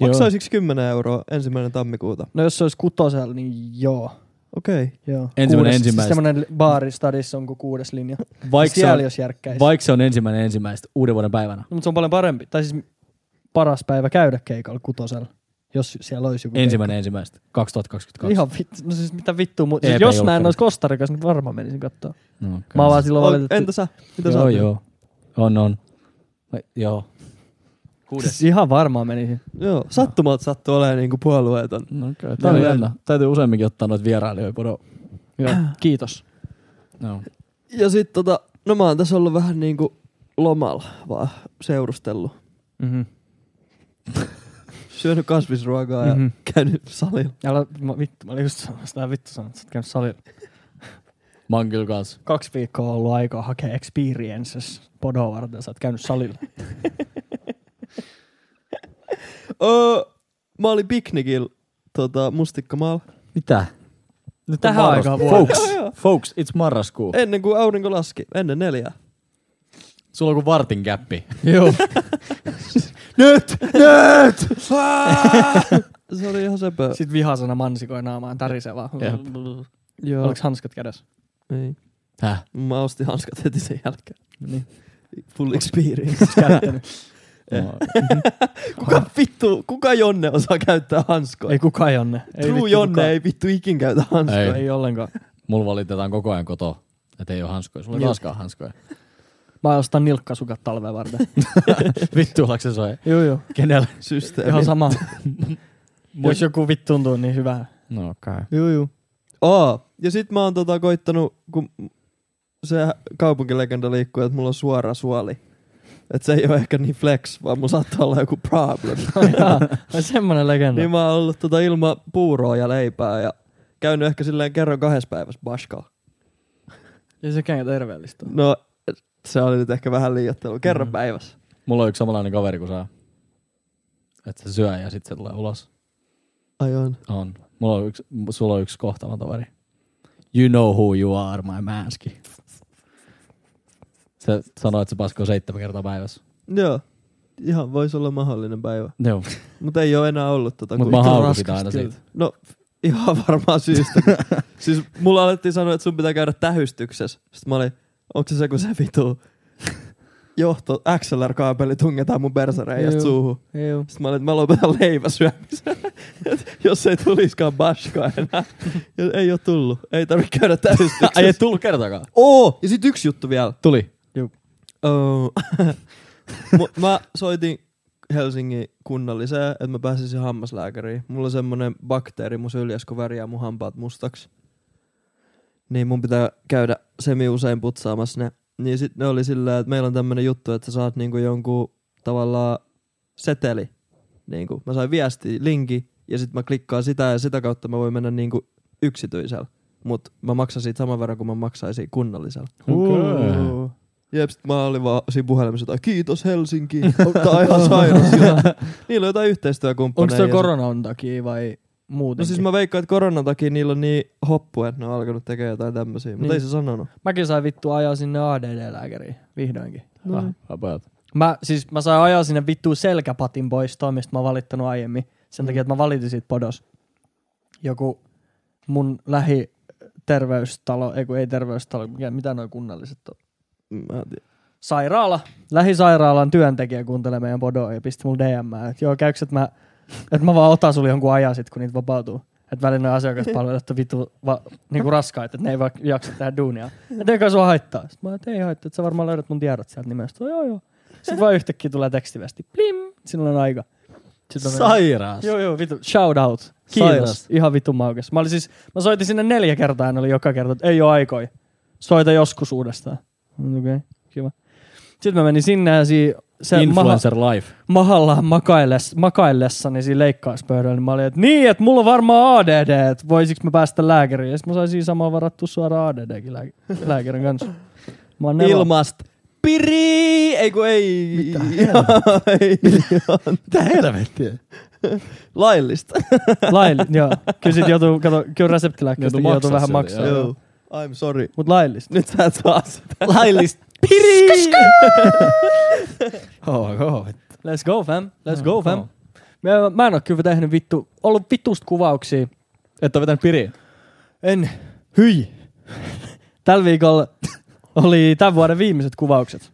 [SPEAKER 3] Joo.
[SPEAKER 1] Maksaisiko 10 euroa ensimmäinen tammikuuta?
[SPEAKER 2] No jos se olisi kutosella, niin joo.
[SPEAKER 1] Okei. Okay.
[SPEAKER 2] joo.
[SPEAKER 3] Ensimmäinen
[SPEAKER 2] Kuudes- Siis
[SPEAKER 3] ensimmäistä.
[SPEAKER 2] semmoinen baaristadissa on kuin kuudes linja. Siis
[SPEAKER 3] Vaikka, se on,
[SPEAKER 2] siellä jos järkkäisi.
[SPEAKER 3] vaikka se on ensimmäinen ensimmäistä uuden vuoden päivänä.
[SPEAKER 2] No, mutta se on paljon parempi. Tai siis paras päivä käydä keikalla kutosella, jos siellä olisi joku
[SPEAKER 3] Ensimmäinen ensimmäistä 2022.
[SPEAKER 2] keikka. Ihan vittu. No siis mitä vittu. Mu- siis
[SPEAKER 3] Eepä ei
[SPEAKER 2] jos mä en
[SPEAKER 3] ollutkaan.
[SPEAKER 2] olisi Kostarikassa, niin varmaan menisin katsoa.
[SPEAKER 3] No, okay.
[SPEAKER 2] Mä oon vaan silloin
[SPEAKER 1] On,
[SPEAKER 2] valitettu.
[SPEAKER 1] entä sä? Mitä sä
[SPEAKER 3] Joo,
[SPEAKER 1] oot
[SPEAKER 3] joo. On, on. Vai- Joo.
[SPEAKER 2] Siis ihan varmaan menisin.
[SPEAKER 1] tehnyt? joo. Sattumat sattuu olemaan niinku puolueeton.
[SPEAKER 3] No, okay. Tämä oli
[SPEAKER 1] Joo.
[SPEAKER 3] jännä. Täytyy useamminkin ottaa noita vierailijoita. Podo.
[SPEAKER 2] Joo. Kiitos.
[SPEAKER 3] No.
[SPEAKER 1] Ja sit tota, no mä oon tässä ollut vähän niinku lomalla vaan seurustellut.
[SPEAKER 2] Mm-hmm.
[SPEAKER 1] Syönyt kasvisruokaa ja
[SPEAKER 2] Mhm.
[SPEAKER 1] käynyt salilla.
[SPEAKER 2] Älä, mä, vittu, mä olin just sanomassa, älä vittu sanonut, että sä oot käynyt salilla.
[SPEAKER 3] Mä oon kyllä kans.
[SPEAKER 2] Kaksi viikkoa on ollut aikaa hakea experiences podoa varten, sä oot käynyt salilla.
[SPEAKER 1] Öö, mä olin piknikillä tota, Mustikkamaalla.
[SPEAKER 3] Mitä? Nyt
[SPEAKER 2] Tähän
[SPEAKER 3] marras-
[SPEAKER 2] aikaan vuodesta.
[SPEAKER 3] Folks, folks, it's marraskuu.
[SPEAKER 1] Ennen kuin aurinko laski, ennen neljää.
[SPEAKER 3] Sulla on kuin vartin käppi. Joo. nyt! Nyt!
[SPEAKER 1] Se oli ihan sepö.
[SPEAKER 2] Sitten vihasena mansikoi naamaan tärisee vaan.
[SPEAKER 3] Jep.
[SPEAKER 1] Joo.
[SPEAKER 2] Oliko hanskat kädessä?
[SPEAKER 1] Ei.
[SPEAKER 3] Häh?
[SPEAKER 1] Mä ostin hanskat heti sen jälkeen.
[SPEAKER 2] Niin.
[SPEAKER 1] Full experience. kuka vittu, kuka Jonne osaa käyttää hanskoja?
[SPEAKER 2] Ei kukaan Jonne.
[SPEAKER 1] Ei
[SPEAKER 2] Ei
[SPEAKER 1] True
[SPEAKER 2] vittu
[SPEAKER 1] Jonne
[SPEAKER 2] kukaan.
[SPEAKER 1] ei vittu ikin käytä hanskoja.
[SPEAKER 3] Ei.
[SPEAKER 2] Ei. ei ollenkaan.
[SPEAKER 3] Mulla valitetaan koko ajan kotoa, että ei ole hanskoja. Sulla ei
[SPEAKER 2] Joo.
[SPEAKER 3] taaskaan hanskoja.
[SPEAKER 2] Mä ostan nilkkasukat talveen varten.
[SPEAKER 3] Vittu, ollaanko se soi?
[SPEAKER 2] joo, joo.
[SPEAKER 3] Kenellä?
[SPEAKER 1] Systeemi.
[SPEAKER 2] Ihan sama. Jos joku vittuun tuntuu, niin hyvä.
[SPEAKER 3] No okei. Okay.
[SPEAKER 2] Joo, joo.
[SPEAKER 1] Aa, ja sit mä oon tota koittanut, kun se kaupunkilegenda liikkuu, että mulla on suora suoli. Että se ei ole ehkä niin flex, vaan mulla saattaa olla joku problem.
[SPEAKER 2] No. Ai semmonen legenda.
[SPEAKER 1] niin mä oon ollut tota ilman puuroa ja leipää ja käynyt ehkä silleen kerran kahdessa päivässä baskalla.
[SPEAKER 2] Ei sekään terveellistä.
[SPEAKER 1] No, se oli nyt ehkä vähän liioittelu. Kerran
[SPEAKER 3] Mm.
[SPEAKER 1] mm. päivässä.
[SPEAKER 3] Mulla on yksi samanlainen kaveri kuin sä. Että se syö ja sitten se tulee ulos.
[SPEAKER 1] Ai on.
[SPEAKER 3] On. Mulla on yksi, sulla on yksi kohtalon toveri. You know who you are, my manski. Se sanoi, että se paskoo seitsemän kertaa päivässä.
[SPEAKER 1] Joo. Ihan voisi olla mahdollinen päivä.
[SPEAKER 3] Joo.
[SPEAKER 1] Mutta ei ole enää ollut tota.
[SPEAKER 3] Mut
[SPEAKER 1] kun-
[SPEAKER 3] mä
[SPEAKER 1] Vittu
[SPEAKER 3] haukun
[SPEAKER 1] raskas
[SPEAKER 3] sitä aina
[SPEAKER 1] kyllä.
[SPEAKER 3] siitä.
[SPEAKER 1] No ihan varmaan syystä. kun- siis mulla alettiin sanoa, että sun pitää käydä tähystyksessä. Sitten mä olin, onko se se kun se vitu johto, XLR-kaapeli tungetaan mun persareijasta
[SPEAKER 2] Joo.
[SPEAKER 1] suuhun.
[SPEAKER 2] Joo.
[SPEAKER 1] Sitten mä olin, että mä lopetan leiväsyömisen. Et jos ei tuliskaan baskaa enää. Ja ei ole tullut. Ei tarvitse käydä tähystyksessä.
[SPEAKER 3] Ai ei tullut kertaakaan.
[SPEAKER 1] Oo! Ja sit yksi juttu vielä.
[SPEAKER 3] Tuli.
[SPEAKER 1] Oh. Mu- mä soitin Helsingin kunnalliseen, että mä pääsisin hammaslääkäriin. Mulla on semmonen bakteeri mun syljäs, kun värjää mun hampaat mustaksi. Niin mun pitää käydä semi usein putsaamassa ne. Niin sit ne oli sillä, että meillä on tämmönen juttu, että sä saat niinku jonkun tavallaan seteli. Niinku. Mä sain viesti, linki, ja sit mä klikkaan sitä ja sitä kautta mä voin mennä niinku yksityisellä. Mut mä maksan siitä saman verran, kuin mä maksaisin kunnallisella.
[SPEAKER 2] Okei.
[SPEAKER 1] Jep, sit mä olin vaan siinä puhelimessa jotain, kiitos Helsinki, tää on ihan sairas. Ja Niillä on jotain yhteistyökumppaneita.
[SPEAKER 2] Onko se koronan takia vai muuten?
[SPEAKER 1] No siis mä veikkaan, että koronan takia niillä on niin hoppu, että ne on alkanut tekemään jotain tämmösiä, niin.
[SPEAKER 2] Niin.
[SPEAKER 1] mutta ei se sanonut.
[SPEAKER 2] Mäkin sain vittu ajaa sinne ADD-lääkäriin, vihdoinkin.
[SPEAKER 1] No.
[SPEAKER 3] Ah, about.
[SPEAKER 2] Mä, siis mä sain ajaa sinne vittu selkäpatin poistoon, mistä mä oon valittanut aiemmin. Sen takia, että mä valitin siitä podos. Joku mun lähi terveystalo, ei kun ei terveystalo, mikä, mitä noin kunnalliset on.
[SPEAKER 1] Mm, Mä en tiedä.
[SPEAKER 2] Sairaala, lähisairaalan työntekijä kuuntelee meidän podoa ja pisti mulle DM, että joo, käyks, että mä, että mä vaan otan sulle jonkun ajan sit, kun niitä vapautuu. Että välillä noin asiakaspalvelut on vittu va, niinku raskaita, että ne ei vaan jaksa tehdä duunia. Että eikä sua haittaa. Sitten mä oon, että ei haittaa, että sä varmaan löydät mun tiedot sieltä nimestä. Joo, joo. Sitten vaan yhtäkkiä tulee tekstiviesti. Plim! Sinulla on aika. Sitten mä menen-
[SPEAKER 3] Sairaas.
[SPEAKER 2] Joo, joo, vitu. Shout out. Kiitos.
[SPEAKER 3] Sairas.
[SPEAKER 2] Ihan vitun maukas. Mä, olin siis, mä soitin sinne neljä kertaa ja ne oli joka kerta, että ei ole aikoi. Soita joskus uudestaan. Okei, okay, kiva. Sitten mä menin sinne ja si se maha,
[SPEAKER 3] Influencer life.
[SPEAKER 2] mahallaan makailles, makaillessani siinä leikkauspöydällä, niin mä olin, että niin, että mulla on varmaan ADD, että voisiko mä päästä lääkäriin. Ja sit mä sain siinä samaa varattua suoraan ADDkin lää- lääkärin kanssa. Mä oon nelonen.
[SPEAKER 1] Ilmast. Piri! Ei kun ei.
[SPEAKER 2] Mitä
[SPEAKER 1] Ei.
[SPEAKER 3] Mitä helvettiä?
[SPEAKER 1] Laillista.
[SPEAKER 2] Lail, joo. Kyllä sit joutuu, kato, kyllä reseptilääkkeestä
[SPEAKER 3] Joutuu
[SPEAKER 2] joutuu
[SPEAKER 3] maksaa
[SPEAKER 2] vähän
[SPEAKER 3] siitä,
[SPEAKER 2] maksaa.
[SPEAKER 3] joo.
[SPEAKER 1] Joo. I'm sorry.
[SPEAKER 2] Mut laillista.
[SPEAKER 1] Nyt sä et saa sitä.
[SPEAKER 3] Laillista.
[SPEAKER 1] Piri!
[SPEAKER 3] Oh, oh.
[SPEAKER 2] Let's go fam, let's go fam. Mä, mä en ole kyllä tehnyt vittu, ollut vitusta kuvauksia.
[SPEAKER 3] Et ole vetänyt piriin.
[SPEAKER 2] En. Hyi. Tällä viikolla oli tämän vuoden viimeiset kuvaukset.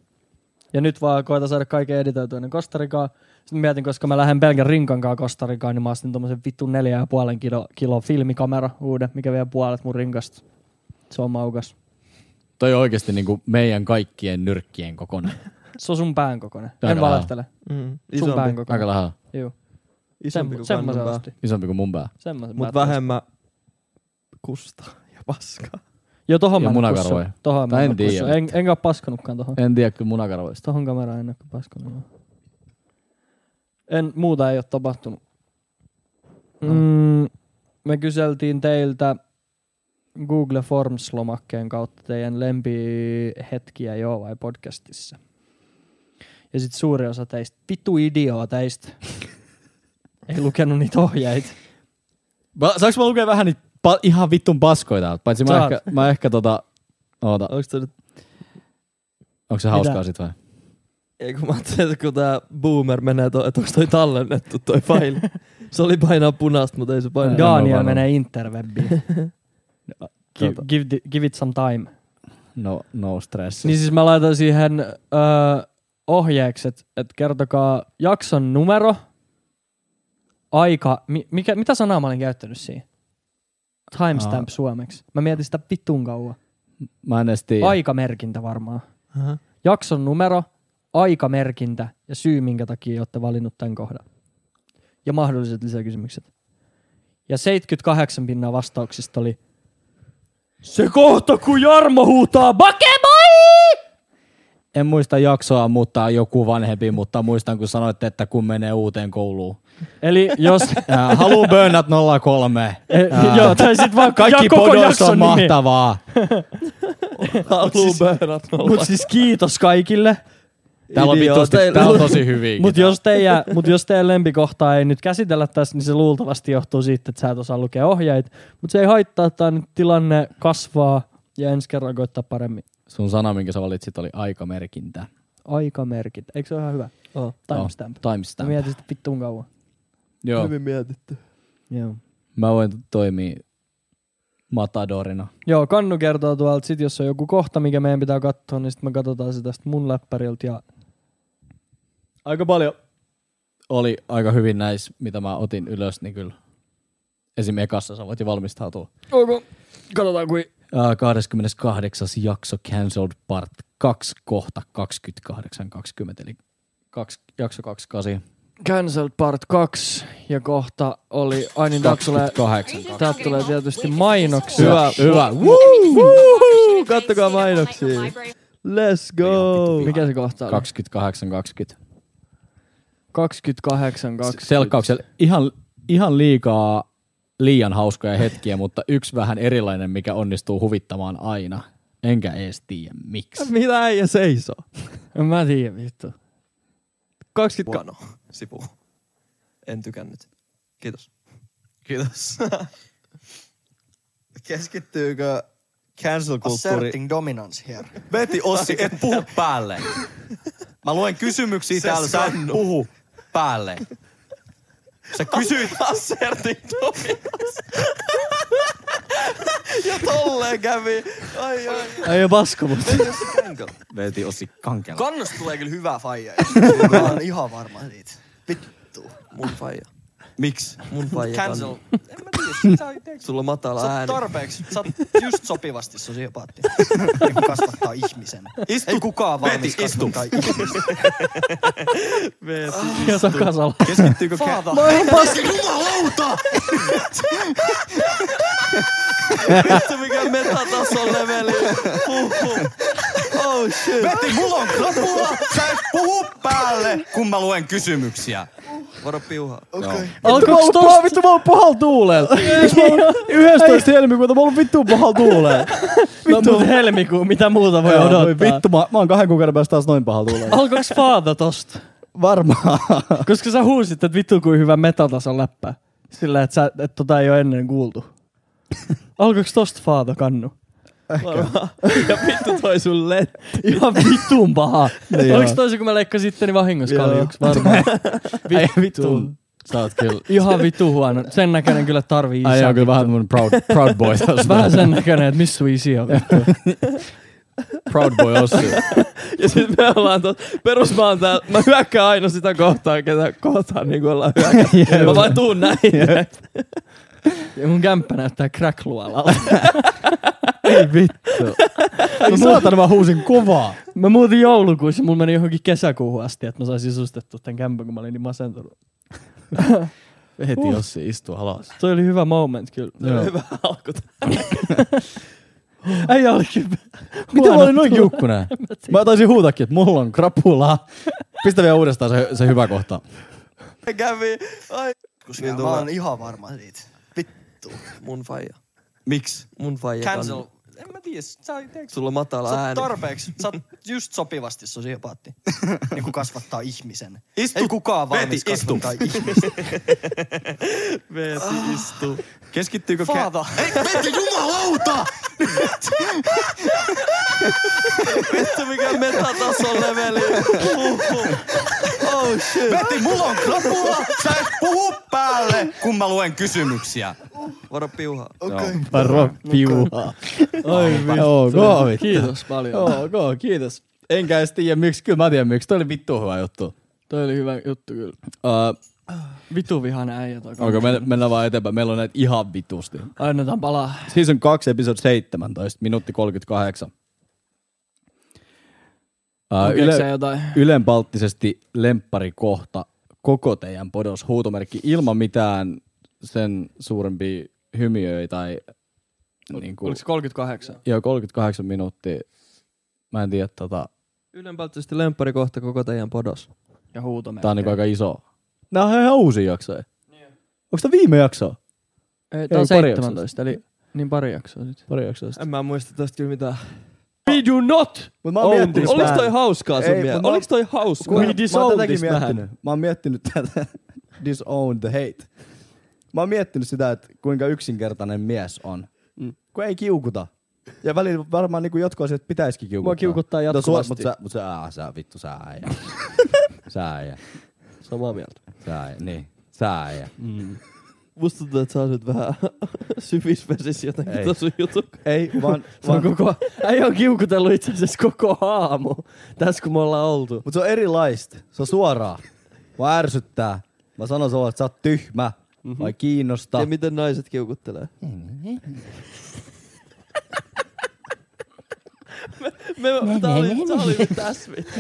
[SPEAKER 2] Ja nyt vaan koitan saada kaiken editoitua ennen Kostarikaa. Sitten mä mietin, koska mä lähden pelkän rinkan kanssa Kostarikaan, niin mä ostin tommosen vittu neljä ja puolen kilo, kilo filmikamera uuden, mikä vie puolet mun rinkasta. Se on maukas.
[SPEAKER 3] Toi on oikeesti niinku meidän kaikkien nyrkkien kokonen.
[SPEAKER 2] Se on sun pään kokoinen. En
[SPEAKER 3] Aika
[SPEAKER 2] valehtele.
[SPEAKER 1] Mm,
[SPEAKER 2] Sun pään
[SPEAKER 1] isompi.
[SPEAKER 2] kokoinen.
[SPEAKER 3] Aika lahaa.
[SPEAKER 2] Juu.
[SPEAKER 1] Isompi
[SPEAKER 2] Semmo-
[SPEAKER 1] kuin
[SPEAKER 2] Semmoisen
[SPEAKER 1] kannanpää.
[SPEAKER 2] ostin.
[SPEAKER 3] Isompi kuin mun pää.
[SPEAKER 2] Semmoisen mä
[SPEAKER 1] Mut
[SPEAKER 2] ostin.
[SPEAKER 1] vähemmän kustaa ja paskaa.
[SPEAKER 2] Joo, tohon
[SPEAKER 3] Ja
[SPEAKER 2] mä en oo
[SPEAKER 3] munakarvoja.
[SPEAKER 2] kussu. Tohon mä en,
[SPEAKER 3] Tai en
[SPEAKER 2] oo
[SPEAKER 3] tiedä.
[SPEAKER 2] kussu. en, enkä oo paskanutkaan tohon.
[SPEAKER 3] En tiedä kyllä munakarvoista.
[SPEAKER 2] Tohon kameraan en oo kyllä paskanut. joo. En, muuta ei oo tapahtunut.
[SPEAKER 3] No.
[SPEAKER 2] Mm, me kyseltiin teiltä Google Forms-lomakkeen kautta teidän lempihetkiä joo vai podcastissa. Ja sit suuri osa teistä, vittu idiooteista, ei lukenut niitä ohjeita.
[SPEAKER 3] Mä, saanko mä lukea vähän niitä pa- ihan vittun paskoja täältä? Paitsi mä
[SPEAKER 2] Saat.
[SPEAKER 3] ehkä, mä ehkä tota... Oota,
[SPEAKER 1] Onks tää nyt...
[SPEAKER 3] onko se hauskaa sit vai?
[SPEAKER 1] Ei kun mä ajattelin, että kun tää boomer menee, to, että onks toi tallennettu toi faili. se oli painaa punaista, mutta ei se painaa.
[SPEAKER 3] Joo. en oo
[SPEAKER 2] Daniel
[SPEAKER 3] varma.
[SPEAKER 2] menee interwebbiin. give,
[SPEAKER 3] Tota.
[SPEAKER 2] give, the- give it some time.
[SPEAKER 3] No, no stress.
[SPEAKER 2] Niin siis mä laitan siihen öö, ohjeeksi, että et kertokaa jakson numero, aika, mi, mikä, mitä sanaa mä olin käyttänyt siihen? Timestamp
[SPEAKER 3] Aa.
[SPEAKER 2] suomeksi. Mä mietin sitä vitun kauan.
[SPEAKER 3] Mä en edes tiedä.
[SPEAKER 2] Aikamerkintä varmaan.
[SPEAKER 1] Aha.
[SPEAKER 2] Jakson numero, aikamerkintä ja syy, minkä takia olette valinnut tämän kohdan. Ja mahdolliset lisäkysymykset. Ja 78 pinnaa vastauksista oli Se kohta, kun Jarmo huutaa Bakemoi!
[SPEAKER 3] En muista jaksoa, mutta joku vanhempi, mutta muistan, kun sanoitte, että kun menee uuteen kouluun.
[SPEAKER 2] Eli jos...
[SPEAKER 3] Äh, haluu Burnout 03.
[SPEAKER 2] eh,
[SPEAKER 3] Ää,
[SPEAKER 2] joo, tai sit vaan
[SPEAKER 3] Äh, Kaikki
[SPEAKER 2] ja koko
[SPEAKER 3] podos
[SPEAKER 2] jakson
[SPEAKER 3] on
[SPEAKER 2] nimi.
[SPEAKER 3] mahtavaa.
[SPEAKER 1] Haluun böhnät
[SPEAKER 2] Mut siis kiitos kaikille.
[SPEAKER 3] Täällä on, vittusti, täällä on tosi hyviä.
[SPEAKER 2] Mut jos, teidän, mut jos teidän lempikohtaa ei nyt käsitellä tässä, niin se luultavasti johtuu siitä, että sä et osaa lukea ohjeet. Mut se ei haittaa, että nyt tilanne kasvaa ja ensi kerran koittaa paremmin.
[SPEAKER 3] Sun sana, minkä sä valitsit, oli aikamerkintä.
[SPEAKER 2] Aikamerkit. Eikö se ole ihan hyvä?
[SPEAKER 1] Oh,
[SPEAKER 2] Timestamp.
[SPEAKER 3] No,
[SPEAKER 2] Mä
[SPEAKER 3] timestamp.
[SPEAKER 2] mietin sitä vittuun kauan.
[SPEAKER 3] Joo.
[SPEAKER 1] Hyvin mietitty.
[SPEAKER 2] Joo.
[SPEAKER 3] Mä voin toimia matadorina.
[SPEAKER 2] Joo, Kannu kertoo tuolta, sit jos on joku kohta, mikä meidän pitää katsoa, niin sitten me katsotaan se tästä mun läppäriltä ja
[SPEAKER 3] Aika paljon. Oli aika hyvin näissä, mitä mä otin ylös, niin kyllä. Esim. ekassa sä voit jo valmistautua.
[SPEAKER 2] okay. katsotaan kuin
[SPEAKER 3] Äh, 28. jakso Cancelled Part 2 kohta 28.20, eli kaksi, jakso 28.
[SPEAKER 2] Cancelled Part 2 ja kohta oli, ai niin täältä tulee,
[SPEAKER 3] 28.
[SPEAKER 2] täältä tulee tietysti mainoksia.
[SPEAKER 1] Hyvä,
[SPEAKER 3] Hyvä.
[SPEAKER 1] Woo! Kattokaa mainoksia. Let's go.
[SPEAKER 2] Mikä se kohta oli?
[SPEAKER 3] 28, 20.
[SPEAKER 2] 28, 2.
[SPEAKER 3] Selkkauksella ihan, ihan liikaa liian hauskoja hetkiä, mutta yksi vähän erilainen, mikä onnistuu huvittamaan aina. Enkä ees tiedä miksi.
[SPEAKER 1] Mitä äijä seisoo?
[SPEAKER 2] En mä tiedä vittu.
[SPEAKER 1] 20
[SPEAKER 6] Huono sivu. En tykännyt. Kiitos. Kiitos.
[SPEAKER 7] Keskittyykö cancel-kulttuuri?
[SPEAKER 6] Asserting dominance here.
[SPEAKER 7] Veti Ossi, et puhu päälle. Mä luen kysymyksiä
[SPEAKER 6] Se
[SPEAKER 7] täällä, sä et
[SPEAKER 6] sanoo.
[SPEAKER 7] puhu päälle. Sä kysyit...
[SPEAKER 6] Asserting dominance.
[SPEAKER 7] Ja tolleen kävi. Ai ai.
[SPEAKER 1] Äijä paska mut.
[SPEAKER 7] Veti Ossi kankella.
[SPEAKER 6] Kannosta tulee kyllä hyvä faija.
[SPEAKER 7] Ka-
[SPEAKER 6] Mä oon ihan varma siitä.
[SPEAKER 7] Vittu. Mun faija. Miksi?
[SPEAKER 6] Mun faija. Cancel.
[SPEAKER 7] Cancel.
[SPEAKER 6] En mä tiedä. Sä oot-
[SPEAKER 7] Sulla on matala
[SPEAKER 6] Sä oot
[SPEAKER 7] ääni.
[SPEAKER 6] tarpeeksi. Sä oot just sopivasti sosiopaatti. Joku kasvattaa ihmisen.
[SPEAKER 7] Istu.
[SPEAKER 6] Ei kukaan valmis
[SPEAKER 7] Veti, istu.
[SPEAKER 6] kasvattaa ihmisen.
[SPEAKER 2] Ja takasalla.
[SPEAKER 7] Keskittyykö ca-
[SPEAKER 6] Faava.
[SPEAKER 7] Vittu mikä metatason leveli. Huhhuh. Oh shit. Veti, mulla on krapula. Sä et puhu päälle, kun mä luen kysymyksiä. Varo piuhaa.
[SPEAKER 2] Alkoiko tosta? Vittu mä oon pahal tuulella.
[SPEAKER 3] 11. helmikuuta mä oon vittu pahalla tuuleen.
[SPEAKER 2] Vittu No, mut helmikuu, mitä muuta voi odottaa?
[SPEAKER 3] Vittu, mä, mä oon kahden kuukauden päästä taas noin pahalla tuuleen.
[SPEAKER 2] Alkoiks faata tosta?
[SPEAKER 3] Varmaan.
[SPEAKER 2] Koska sä huusit, että vittu kuin hyvä metatason läppä. Sillä, että, sä, että tota ei ole ennen kuultu. Alkoiks tosta faata kannu?
[SPEAKER 1] Ja vittu toi sun let.
[SPEAKER 2] Ihan vittuun paha.
[SPEAKER 3] Niin
[SPEAKER 2] Oliko
[SPEAKER 3] joo.
[SPEAKER 2] toisin, kun mä leikkasin itteni vahingossa
[SPEAKER 1] Joo.
[SPEAKER 2] kaljuksi? Varmaan.
[SPEAKER 3] Ei vittu. Sä oot kyllä.
[SPEAKER 2] Ihan vittu huono. Sen näköinen kyllä tarvii
[SPEAKER 3] Ai
[SPEAKER 2] isä.
[SPEAKER 3] on kyllä vähän mun proud, proud boy. tossa.
[SPEAKER 2] Vähän sen näköinen, että missä sun isi on.
[SPEAKER 3] proud boy Ossi.
[SPEAKER 1] Ja sit me ollaan tos, perus mä oon täällä, mä hyökkään aina sitä kohtaa, ketä kohtaan niinku ollaan hyökkää. mä vaan tuun näin.
[SPEAKER 2] Ja mun kämppä näyttää crack luolalta.
[SPEAKER 3] Ei vittu. Ei saatana mä huusin kovaa.
[SPEAKER 2] Mä muutin joulukuussa, mulla meni johonkin kesäkuuhun asti, että mä saisin sisustettua tämän kämpän, kun mä olin niin masentunut.
[SPEAKER 3] Heti Ossi istuu alas.
[SPEAKER 2] Toi oli hyvä moment kyllä.
[SPEAKER 3] Joo.
[SPEAKER 1] Hyvä alku.
[SPEAKER 2] Äijä oli kyllä.
[SPEAKER 3] Miten mä
[SPEAKER 2] Huono
[SPEAKER 3] olin noin kiukkunen? Mä taisin huutakin, että mulla on krapulaa. Pistä vielä uudestaan se, se hyvä kohta.
[SPEAKER 7] Kävi. Ai.
[SPEAKER 6] Ja
[SPEAKER 7] Niin
[SPEAKER 6] Mä
[SPEAKER 7] tulee.
[SPEAKER 6] oon ihan varma siitä. Vittu.
[SPEAKER 7] Mun faija. Miksi?
[SPEAKER 6] Mun faija. Cancel.
[SPEAKER 8] en mä tiedä. Sä, teekö,
[SPEAKER 1] Sulla on matala
[SPEAKER 8] sä oot
[SPEAKER 1] ääni.
[SPEAKER 8] tarpeeksi. Sä oot just sopivasti sosiopaatti. niin kuin kasvattaa ihmisen.
[SPEAKER 7] Istu.
[SPEAKER 8] Ei kukaan
[SPEAKER 7] Veti,
[SPEAKER 8] valmis
[SPEAKER 7] istu.
[SPEAKER 8] kasvattaa ihmistä.
[SPEAKER 1] Veeti istuu.
[SPEAKER 7] Keskittyykö kä-
[SPEAKER 8] Faata.
[SPEAKER 7] Ei, Petti, jumalauta!
[SPEAKER 1] Vittu mikä metatason leveli. Huhhuh. Oh shit.
[SPEAKER 7] Petti, mulla on krapula! Sä et puhu päälle, kun mä luen kysymyksiä.
[SPEAKER 1] Varo piuhaa.
[SPEAKER 7] Okay.
[SPEAKER 3] Varo piuhaa. Oi vittu. vittu.
[SPEAKER 2] Kiitos paljon.
[SPEAKER 3] Ok, kiitos. Enkä edes tiedä miksi. Kyllä mä tiedän miksi. Toi oli vittu hyvä juttu.
[SPEAKER 2] Toi oli hyvä juttu kyllä.
[SPEAKER 3] Uh,
[SPEAKER 2] Vitu vihainen äijä toi.
[SPEAKER 3] Okei, okay, mennään vaan eteenpäin. Meillä on näitä ihan vitusti.
[SPEAKER 2] Annetaan palaa.
[SPEAKER 3] Season 2, episode 17, minuutti 38. Uh,
[SPEAKER 2] Lukeeko sä jotain?
[SPEAKER 3] ylenpalttisesti lempparikohta koko teidän podos huutomerkki ilman mitään sen suurempia hymiöitä tai niin kuin,
[SPEAKER 2] Oliko se 38?
[SPEAKER 3] joo, 38 minuuttia. Mä en tiedä, tota,
[SPEAKER 1] Ylenpalttisesti lempparikohta koko teidän podos.
[SPEAKER 2] Ja huutomerkki.
[SPEAKER 3] tää on niinku aika iso. Nää on ihan uusi jakso. Yeah. Onko tää viime jakso?
[SPEAKER 2] Ei, tää on
[SPEAKER 3] Ei, pari
[SPEAKER 2] 17, eli niin pari jaksoa nyt.
[SPEAKER 3] Pari jaksoa sitten.
[SPEAKER 1] En mä muista tästä kyllä mitään.
[SPEAKER 2] We do not!
[SPEAKER 3] Mut mä oon miettinyt
[SPEAKER 1] Olis
[SPEAKER 3] tää-
[SPEAKER 1] toi hauskaa sun
[SPEAKER 3] Ei,
[SPEAKER 1] mielestä?
[SPEAKER 3] mut mä-
[SPEAKER 1] Oliks toi hauskaa?
[SPEAKER 3] Kun- mä oon tätäkin
[SPEAKER 1] vähän.
[SPEAKER 3] miettinyt. Mä oon miettinyt tätä disown the hate. Mä oon miettinyt sitä, että kuinka yksinkertainen mies on. Mm. Kun ei kiukuta. Ja välillä varmaan niinku jotkut asiat pitäisikin kiukuttaa.
[SPEAKER 9] Mua kiukuttaa
[SPEAKER 3] No, sua,
[SPEAKER 9] jatkuvasti.
[SPEAKER 3] mut sä, mut sä, ää, sä vittu, sä äijä. sä äijä.
[SPEAKER 1] Samaa mieltä.
[SPEAKER 3] Sä äijä. Niin. Sä äijä.
[SPEAKER 1] Musta tuntuu, että sä oot vähän syvisvesissä jotenkin
[SPEAKER 3] Ei.
[SPEAKER 1] tossa sun jutu.
[SPEAKER 3] Ei, vaan...
[SPEAKER 9] Se on
[SPEAKER 3] vaan
[SPEAKER 9] koko, äijä on kiukutellut itse asiassa koko aamu, tässä kun me ollaan oltu.
[SPEAKER 3] mut se on erilaista. Se on suoraa. Mä ärsyttää. Mä sanon sulle, että sä oot tyhmä. Mm-hmm. Vai kiinnosta.
[SPEAKER 1] Ja miten naiset kiukuttelee? me, me, tää oli, tää oli tässä vittu.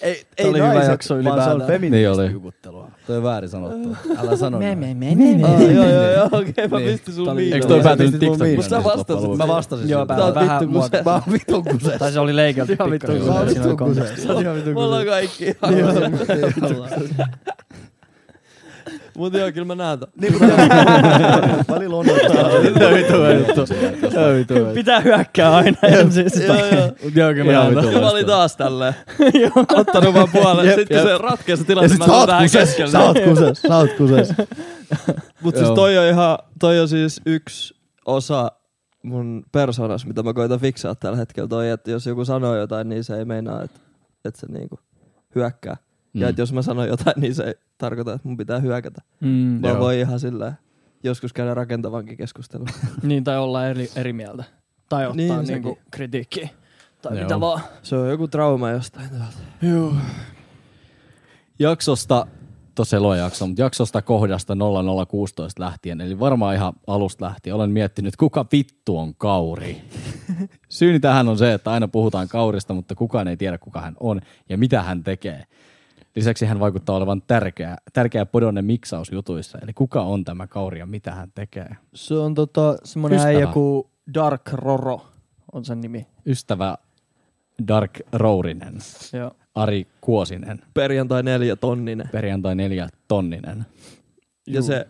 [SPEAKER 3] Ei,
[SPEAKER 9] ei oli hyvä naiset, jakso vaan se on ylipäätään.
[SPEAKER 3] feminististä niin juttelua. Toi on väärin sanottu. Älä sano me, me, me,
[SPEAKER 1] Ah, joo, joo, joo, okei, mä pistin sun
[SPEAKER 2] oli-
[SPEAKER 1] miin.
[SPEAKER 3] Eikö toi päätynyt TikTokiin?
[SPEAKER 1] Mut sä vastasit.
[SPEAKER 3] Mä vastasin.
[SPEAKER 9] Joo,
[SPEAKER 3] siitä.
[SPEAKER 9] päätän vähän
[SPEAKER 1] vittu
[SPEAKER 9] mua.
[SPEAKER 1] kusessa.
[SPEAKER 3] Mä oon vitun kusessa.
[SPEAKER 9] Tai se oli leikelty
[SPEAKER 2] Ihan vittu
[SPEAKER 9] pikkasen.
[SPEAKER 3] Mä oon
[SPEAKER 9] Siinä oli
[SPEAKER 3] vitun
[SPEAKER 9] konteksti.
[SPEAKER 3] kusessa. Mä oon vitun
[SPEAKER 1] Me ollaan
[SPEAKER 3] kusessa.
[SPEAKER 1] kaikki. Mut joo, kyllä mä näen ton.
[SPEAKER 3] Niin, mutta välillä on. Tää on vittu hyvä juttu. Tää on vittu hyvä juttu.
[SPEAKER 9] Pitää hyökkää aina ensin.
[SPEAKER 1] Joo, joo. no.
[SPEAKER 3] Joo, kyllä mä oon vittu
[SPEAKER 1] Mä olin taas tälleen. Ottanut vaan puolen.
[SPEAKER 3] Jep,
[SPEAKER 1] Sitten kun se
[SPEAKER 3] jep.
[SPEAKER 1] ratkesi
[SPEAKER 3] Ja
[SPEAKER 1] tilanne,
[SPEAKER 3] sit
[SPEAKER 1] mä
[SPEAKER 3] sä
[SPEAKER 1] tulen
[SPEAKER 3] oot
[SPEAKER 1] tähän
[SPEAKER 3] kusessa. Sä
[SPEAKER 1] keskelle.
[SPEAKER 3] oot kusessa. Sä oot kusessa.
[SPEAKER 1] Mut siis
[SPEAKER 3] Joo.
[SPEAKER 1] toi on ihan, toi on siis yksi osa mun persoonas, mitä mä koitan fiksaa tällä hetkellä toi, että jos joku sanoo jotain, niin se ei meinaa, että, että se niinku hyökkää. Mm. Ja
[SPEAKER 3] Mm.
[SPEAKER 1] että jos mä sanon jotain, niin se ei tarkoita, että mun pitää hyökätä.
[SPEAKER 2] Mm,
[SPEAKER 1] Vaan
[SPEAKER 3] Joo.
[SPEAKER 1] voi ihan silleen joskus käydä rakentavankin keskustelun.
[SPEAKER 2] niin, tai olla eri, eri mieltä. Tai ottaa
[SPEAKER 1] Niin,
[SPEAKER 2] niin, niinku
[SPEAKER 1] sekin.
[SPEAKER 2] kritiikkiä. Tai
[SPEAKER 3] Joo.
[SPEAKER 2] mitä vaan.
[SPEAKER 1] se on joku trauma jostain.
[SPEAKER 2] Joo.
[SPEAKER 3] jaksosta, tosi eloa jakso, mutta jaksosta kohdasta 0016 lähtien, eli varmaan ihan alusta lähtien, olen miettinyt, kuka vittu on Kauri? Syyni tähän on se, että aina puhutaan Kaurista, mutta kukaan ei tiedä, kuka hän on ja mitä hän tekee. Lisäksi hän vaikuttaa olevan tärkeä, tärkeä podonne miksausjutuissa, eli kuka on tämä Kauri ja mitä hän tekee.
[SPEAKER 9] Se on tota, semmonen
[SPEAKER 3] Ystävä.
[SPEAKER 9] äijä kuin Dark Roro on sen nimi.
[SPEAKER 3] Ystävä Dark Rourinen,
[SPEAKER 9] Joo.
[SPEAKER 3] Ari Kuosinen,
[SPEAKER 1] Perjantai neljä tonninen.
[SPEAKER 3] perjantai neljä tonninen.
[SPEAKER 1] Ja se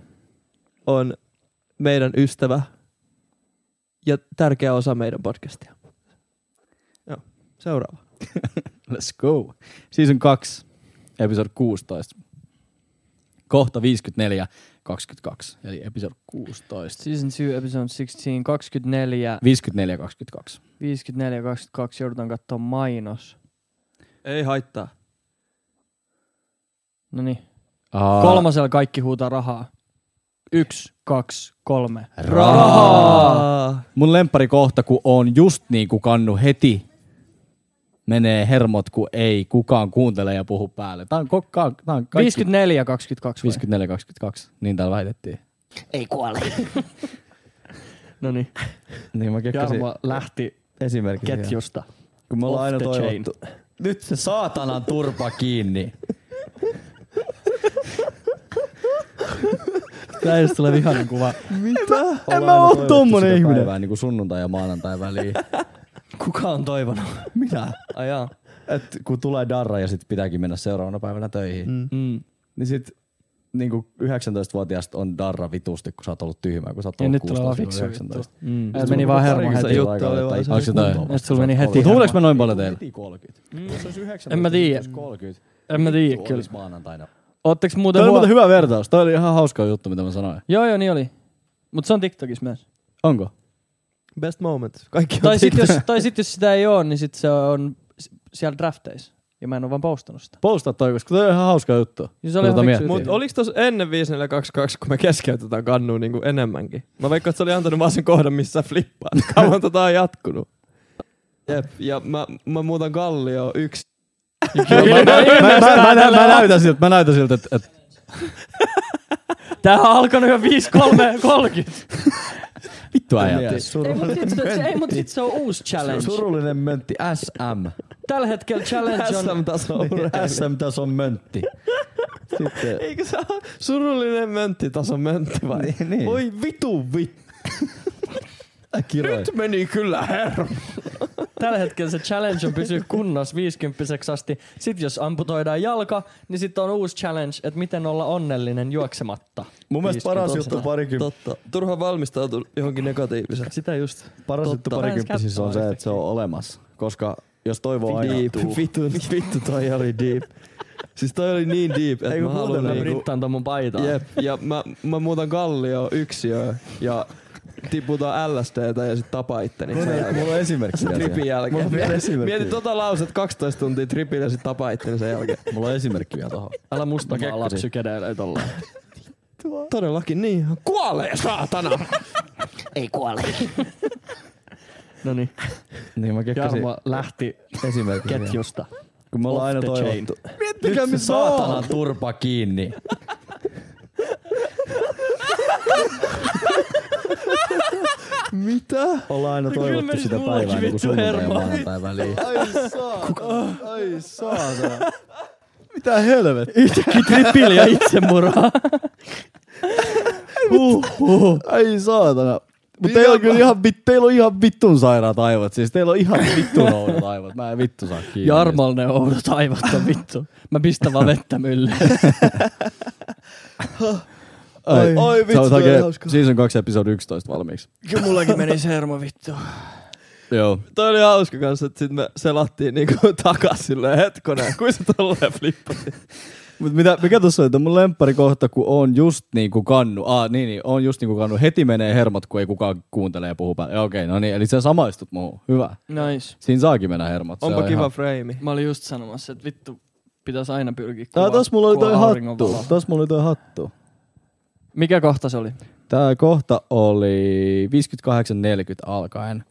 [SPEAKER 1] on meidän ystävä ja tärkeä osa meidän podcastia. Joo, seuraava.
[SPEAKER 3] Let's go. Season 2, episode 16. Kohta 54, 22. Eli episode 16.
[SPEAKER 2] Season 2, episode 16, 24,
[SPEAKER 3] 54, 22.
[SPEAKER 2] 54, 22. Joudutaan katsoa mainos.
[SPEAKER 1] Ei haittaa.
[SPEAKER 2] No niin.
[SPEAKER 3] Aa,
[SPEAKER 2] Kolmasella kaikki huutaa rahaa. Yksi, kaksi, kolme.
[SPEAKER 1] Rahaa!
[SPEAKER 3] Mun lempari kohta, kun on just niin kuin kannu heti menee hermot, kun ei kukaan kuuntele ja puhu päälle. Tää on, kokka, tää on kaikki
[SPEAKER 2] 54, 22.
[SPEAKER 3] 54, 22. Niin täällä väitettiin.
[SPEAKER 2] No niin.
[SPEAKER 3] Niin mä kekkasin
[SPEAKER 2] Jarmo lähti
[SPEAKER 3] esimerkiksi. ihan.
[SPEAKER 2] ketjusta.
[SPEAKER 3] Kun me ollaan
[SPEAKER 2] Off
[SPEAKER 3] aina
[SPEAKER 2] the chain.
[SPEAKER 3] toivottu. Nyt se saatanan turpa kiinni.
[SPEAKER 9] Tää just tulee vihainen kuva.
[SPEAKER 3] En mä oo tommonen ihminen. Päivää, niin kuin sunnuntai ja maanantai väliin.
[SPEAKER 9] Kuka on toivonut?
[SPEAKER 3] Minä.
[SPEAKER 9] Ajaa.
[SPEAKER 3] Et kun tulee darra ja sit pitääkin mennä seuraavana päivänä töihin, mm.
[SPEAKER 2] Mm.
[SPEAKER 3] niin sit niin kuin 19-vuotiaasta on darra vitusti, kun sä oot ollut tyhmä, kun sä oot
[SPEAKER 9] Ja
[SPEAKER 3] ollut
[SPEAKER 9] nyt tulee vaan fiksu
[SPEAKER 3] 16-19.
[SPEAKER 2] Mm.
[SPEAKER 9] Se
[SPEAKER 3] niinku
[SPEAKER 9] meni vaan hermo
[SPEAKER 1] Se
[SPEAKER 9] heti.
[SPEAKER 1] juttu oli vaan se-
[SPEAKER 3] Onko se toi?
[SPEAKER 9] Ja sit sulla meni heti
[SPEAKER 3] Mutta luuleeko
[SPEAKER 9] hermo.
[SPEAKER 3] mä noin paljon teille? Heti 30.
[SPEAKER 2] Mm.
[SPEAKER 3] Jos olisi 19,
[SPEAKER 2] En mä tiedä.
[SPEAKER 3] jos 30.
[SPEAKER 2] En mä tiedä
[SPEAKER 3] Tuo
[SPEAKER 2] kyllä.
[SPEAKER 3] olisi maanantaina.
[SPEAKER 2] Ootteks muuten
[SPEAKER 3] Toi oli
[SPEAKER 2] huo-
[SPEAKER 3] muuten hyvä vertaus. Toi oli ihan hauska juttu, mitä mä sanoin.
[SPEAKER 2] Joo joo, niin oli. Mut se on TikTokissa myös.
[SPEAKER 3] Onko?
[SPEAKER 1] Best moment. Kaikki on
[SPEAKER 2] Tai sit, jos, tai sit jos sitä ei oo, niin sit se on s- siellä drafteissa. Ja mä en oo vaan postannut sitä.
[SPEAKER 3] Postaa toi, koska toi on ihan hauska juttu.
[SPEAKER 2] Ja se Siis oli
[SPEAKER 3] Tota
[SPEAKER 2] ihan
[SPEAKER 3] miet-
[SPEAKER 2] fiksu
[SPEAKER 1] Mutta
[SPEAKER 2] juttu.
[SPEAKER 1] oliks tos ennen 5422, kun me keskeytetään kannuun niinku enemmänkin? Mä veikkaan, että se oli antanut vaan sen kohdan, missä flippaa. Kauan tota on jatkunut. Jep, ja mä, mä muutan kallio yksi.
[SPEAKER 3] Mä, mä, mä, mä, mä, nä- mä näytän siltä, mä näytän siltä, että, että
[SPEAKER 2] Tää on alkanut jo 5.30.
[SPEAKER 3] vittu äijät.
[SPEAKER 1] Mietti.
[SPEAKER 2] ei, mut sit, se, ei, mut sit se on uusi challenge.
[SPEAKER 3] Surullinen möntti, SM.
[SPEAKER 2] Tällä hetkellä challenge on...
[SPEAKER 1] SM-taso
[SPEAKER 3] SM-tason möntti. Sitten,
[SPEAKER 1] Eikö se ole surullinen mönttitaso möntti vai?
[SPEAKER 3] Niin, niin.
[SPEAKER 1] Voi vitu vittu.
[SPEAKER 3] kirjoin.
[SPEAKER 1] meni kyllä herra.
[SPEAKER 2] Tällä hetkellä se challenge on pysyä kunnossa 50 asti. Sitten jos amputoidaan jalka, niin sitten on uusi challenge, että miten olla onnellinen juoksematta.
[SPEAKER 3] Mun mielestä paras juttu parikymppisissä,
[SPEAKER 1] Totta. Turha valmistautua johonkin negatiiviseen.
[SPEAKER 2] Sitä just.
[SPEAKER 3] paras juttu
[SPEAKER 2] Totta.
[SPEAKER 3] parikymppisissä on se, että se on olemassa. Koska jos toivoo aina...
[SPEAKER 1] Vittu, vittu toi oli deep. Siis toi oli niin deep, että
[SPEAKER 2] Ei
[SPEAKER 1] mä
[SPEAKER 2] kun
[SPEAKER 1] haluan
[SPEAKER 2] kuuntele
[SPEAKER 1] niinku...
[SPEAKER 2] Brittaan ton mun paitaa.
[SPEAKER 1] Jep, ja mä, mä muutan kallio yksiöön ja tiputaan LSDtä ja sit tapa itteni. sen
[SPEAKER 3] Kuuntele,
[SPEAKER 1] jälkeen.
[SPEAKER 3] Mulla on esimerkki
[SPEAKER 1] Sen
[SPEAKER 3] vielä
[SPEAKER 1] tripin
[SPEAKER 3] siihen.
[SPEAKER 1] jälkeen.
[SPEAKER 3] Mulla on vielä esimerkki.
[SPEAKER 1] Mieti tota lauset 12 tuntia tripillä ja sit tapa itteni sen jälkeen.
[SPEAKER 3] Mulla on esimerkki vielä tohon.
[SPEAKER 2] Älä musta
[SPEAKER 3] Mä
[SPEAKER 2] vaan lapsi
[SPEAKER 3] kekkasin.
[SPEAKER 2] kädellä tollaan.
[SPEAKER 1] Todellakin niin. Kuolee saatana!
[SPEAKER 10] Ei kuole.
[SPEAKER 2] Noniin,
[SPEAKER 3] Niin mä kekkasin
[SPEAKER 2] Jarmo lähti
[SPEAKER 3] esimerkki. siihen.
[SPEAKER 2] ketjusta.
[SPEAKER 3] Kun me ollaan aina
[SPEAKER 2] Off the chain.
[SPEAKER 3] toivottu. Miettikää, missä saatanan turpa kiinni.
[SPEAKER 1] Mitä?
[SPEAKER 3] Ollaan aina
[SPEAKER 2] kyllä
[SPEAKER 3] toivottu
[SPEAKER 2] menis
[SPEAKER 3] sitä
[SPEAKER 2] mullakin
[SPEAKER 3] päivää, niin kuin
[SPEAKER 2] vittu
[SPEAKER 3] sunnuntai ja
[SPEAKER 2] hermo.
[SPEAKER 3] maanantai väliin.
[SPEAKER 1] Ai saatana. Ai saatana.
[SPEAKER 3] Mitä helvettiä?
[SPEAKER 2] Yhtäkkiä tripil ja itsemurhaa.
[SPEAKER 3] Ai saatana. Mut teillä on kyllä ihan, vit- teillä on ihan vittun sairaat aivot. Siis teillä on ihan vittun oudot aivot. Mä en vittu saa kiinni.
[SPEAKER 2] Jarmal ne oudot aivot on vittu. Mä pistän vaan vettä myllyyn.
[SPEAKER 3] Ai,
[SPEAKER 1] Ai,
[SPEAKER 3] ai
[SPEAKER 1] vittu,
[SPEAKER 3] vittu, se
[SPEAKER 1] toi oli
[SPEAKER 3] on
[SPEAKER 1] hauska.
[SPEAKER 3] season 2 episode 11 valmiiksi.
[SPEAKER 2] Kyllä mullakin meni hermo vittu.
[SPEAKER 3] Joo.
[SPEAKER 1] Toi oli hauska kanssa, että sit me selattiin niinku takas silleen hetkonen, kuin se tolleen flippasi.
[SPEAKER 3] Mut mitä, mikä tuossa on, että mun lemppari kohta, kun on just niinku kannu, aa niin, niin on just niinku kannu, heti menee hermot, kun ei kukaan kuuntele ja puhu päälle. Ja Okei, no niin, eli sä samaistut muuhun. Hyvä.
[SPEAKER 2] Nice.
[SPEAKER 3] Siinä saakin mennä hermot. se
[SPEAKER 1] Onpa
[SPEAKER 3] on
[SPEAKER 1] kiva
[SPEAKER 3] ihan-
[SPEAKER 1] freimi.
[SPEAKER 2] Mä olin just sanomassa, että vittu pitäis aina pyrkiä
[SPEAKER 3] Tää, tos mulla oli toi
[SPEAKER 2] kuvaa auringonvaloa.
[SPEAKER 3] hattu. Tos mulla oli toi hattu.
[SPEAKER 2] Mikä kohta se oli?
[SPEAKER 3] Tää kohta oli 58.40 alkaen.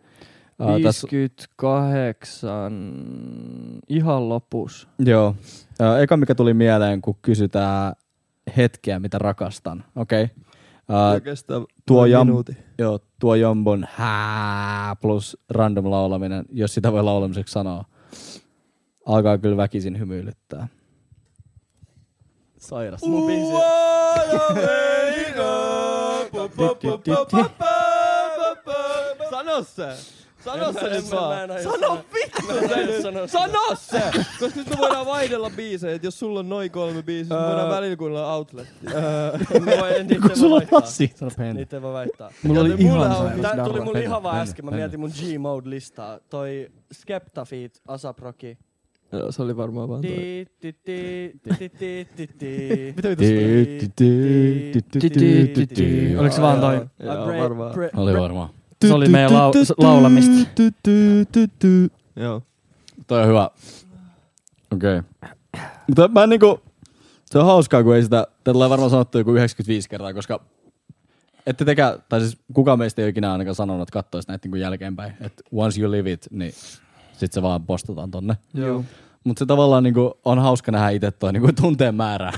[SPEAKER 3] Ää, tässä-
[SPEAKER 2] 58, ihan lopus.
[SPEAKER 3] Joo. Ö, Eka mikä tuli mieleen, kun kysytään hetkeä, mitä rakastan. Okei. Okay.
[SPEAKER 1] Ja kestää
[SPEAKER 3] Tuo,
[SPEAKER 1] noin
[SPEAKER 3] jam,
[SPEAKER 1] minuutin.
[SPEAKER 3] joo, tuo Jombon hää plus random laulaminen, jos sitä voi laulamiseksi sanoa, alkaa kyllä väkisin hymyilyttää. Sairas.
[SPEAKER 1] Sano se! Sano se nyt vaan!
[SPEAKER 2] Sano vittu!
[SPEAKER 1] Sano se! Koska nyt me voidaan vaihdella biisejä, et jos sulla on noin kolme biisiä, me voidaan välillä kuunnella outlettia.
[SPEAKER 3] Kun sulla on lasi.
[SPEAKER 10] Niitä ei voi väittää.
[SPEAKER 2] Mulla oli ihan
[SPEAKER 1] sairas
[SPEAKER 10] Tää tuli
[SPEAKER 2] darra.
[SPEAKER 10] mulle ihan vaan
[SPEAKER 3] Penne,
[SPEAKER 10] äsken, mä
[SPEAKER 3] penne.
[SPEAKER 10] mietin mun G-Mode-listaa. Toi Skepta feat, Asap Rocky.
[SPEAKER 1] Joo, se oli varmaan vaan toi.
[SPEAKER 10] Ti, ti, ti, ti, ti, ti, ti, ti.
[SPEAKER 3] Mitä
[SPEAKER 1] Niin.
[SPEAKER 3] vitus? Ti- ti- ti- ti- ti- ti- ti- ti-
[SPEAKER 2] Oliko se vaan toi?
[SPEAKER 10] I
[SPEAKER 1] Joo,
[SPEAKER 10] pray-
[SPEAKER 1] varmaan.
[SPEAKER 10] pray-
[SPEAKER 3] Oli varmaan.
[SPEAKER 2] Se oli meidän lau- s- laulamista.
[SPEAKER 1] Joo.
[SPEAKER 3] Toi on hyvä. Okei. Okay. Mutta mä en niinku, se on hauskaa, kun ei sitä, tätä on varmaan sanottu joku 95 kertaa, koska ette tekään, tai siis kukaan meistä ei ole ikinä ainakaan sanonut, että kattois näitä niinku jälkeenpäin. Että once you live it, niin sit se vaan postataan tonne.
[SPEAKER 2] Joo.
[SPEAKER 3] Mutta se tavallaan niinku on hauska nähdä itse toi niinku tunteen määrää.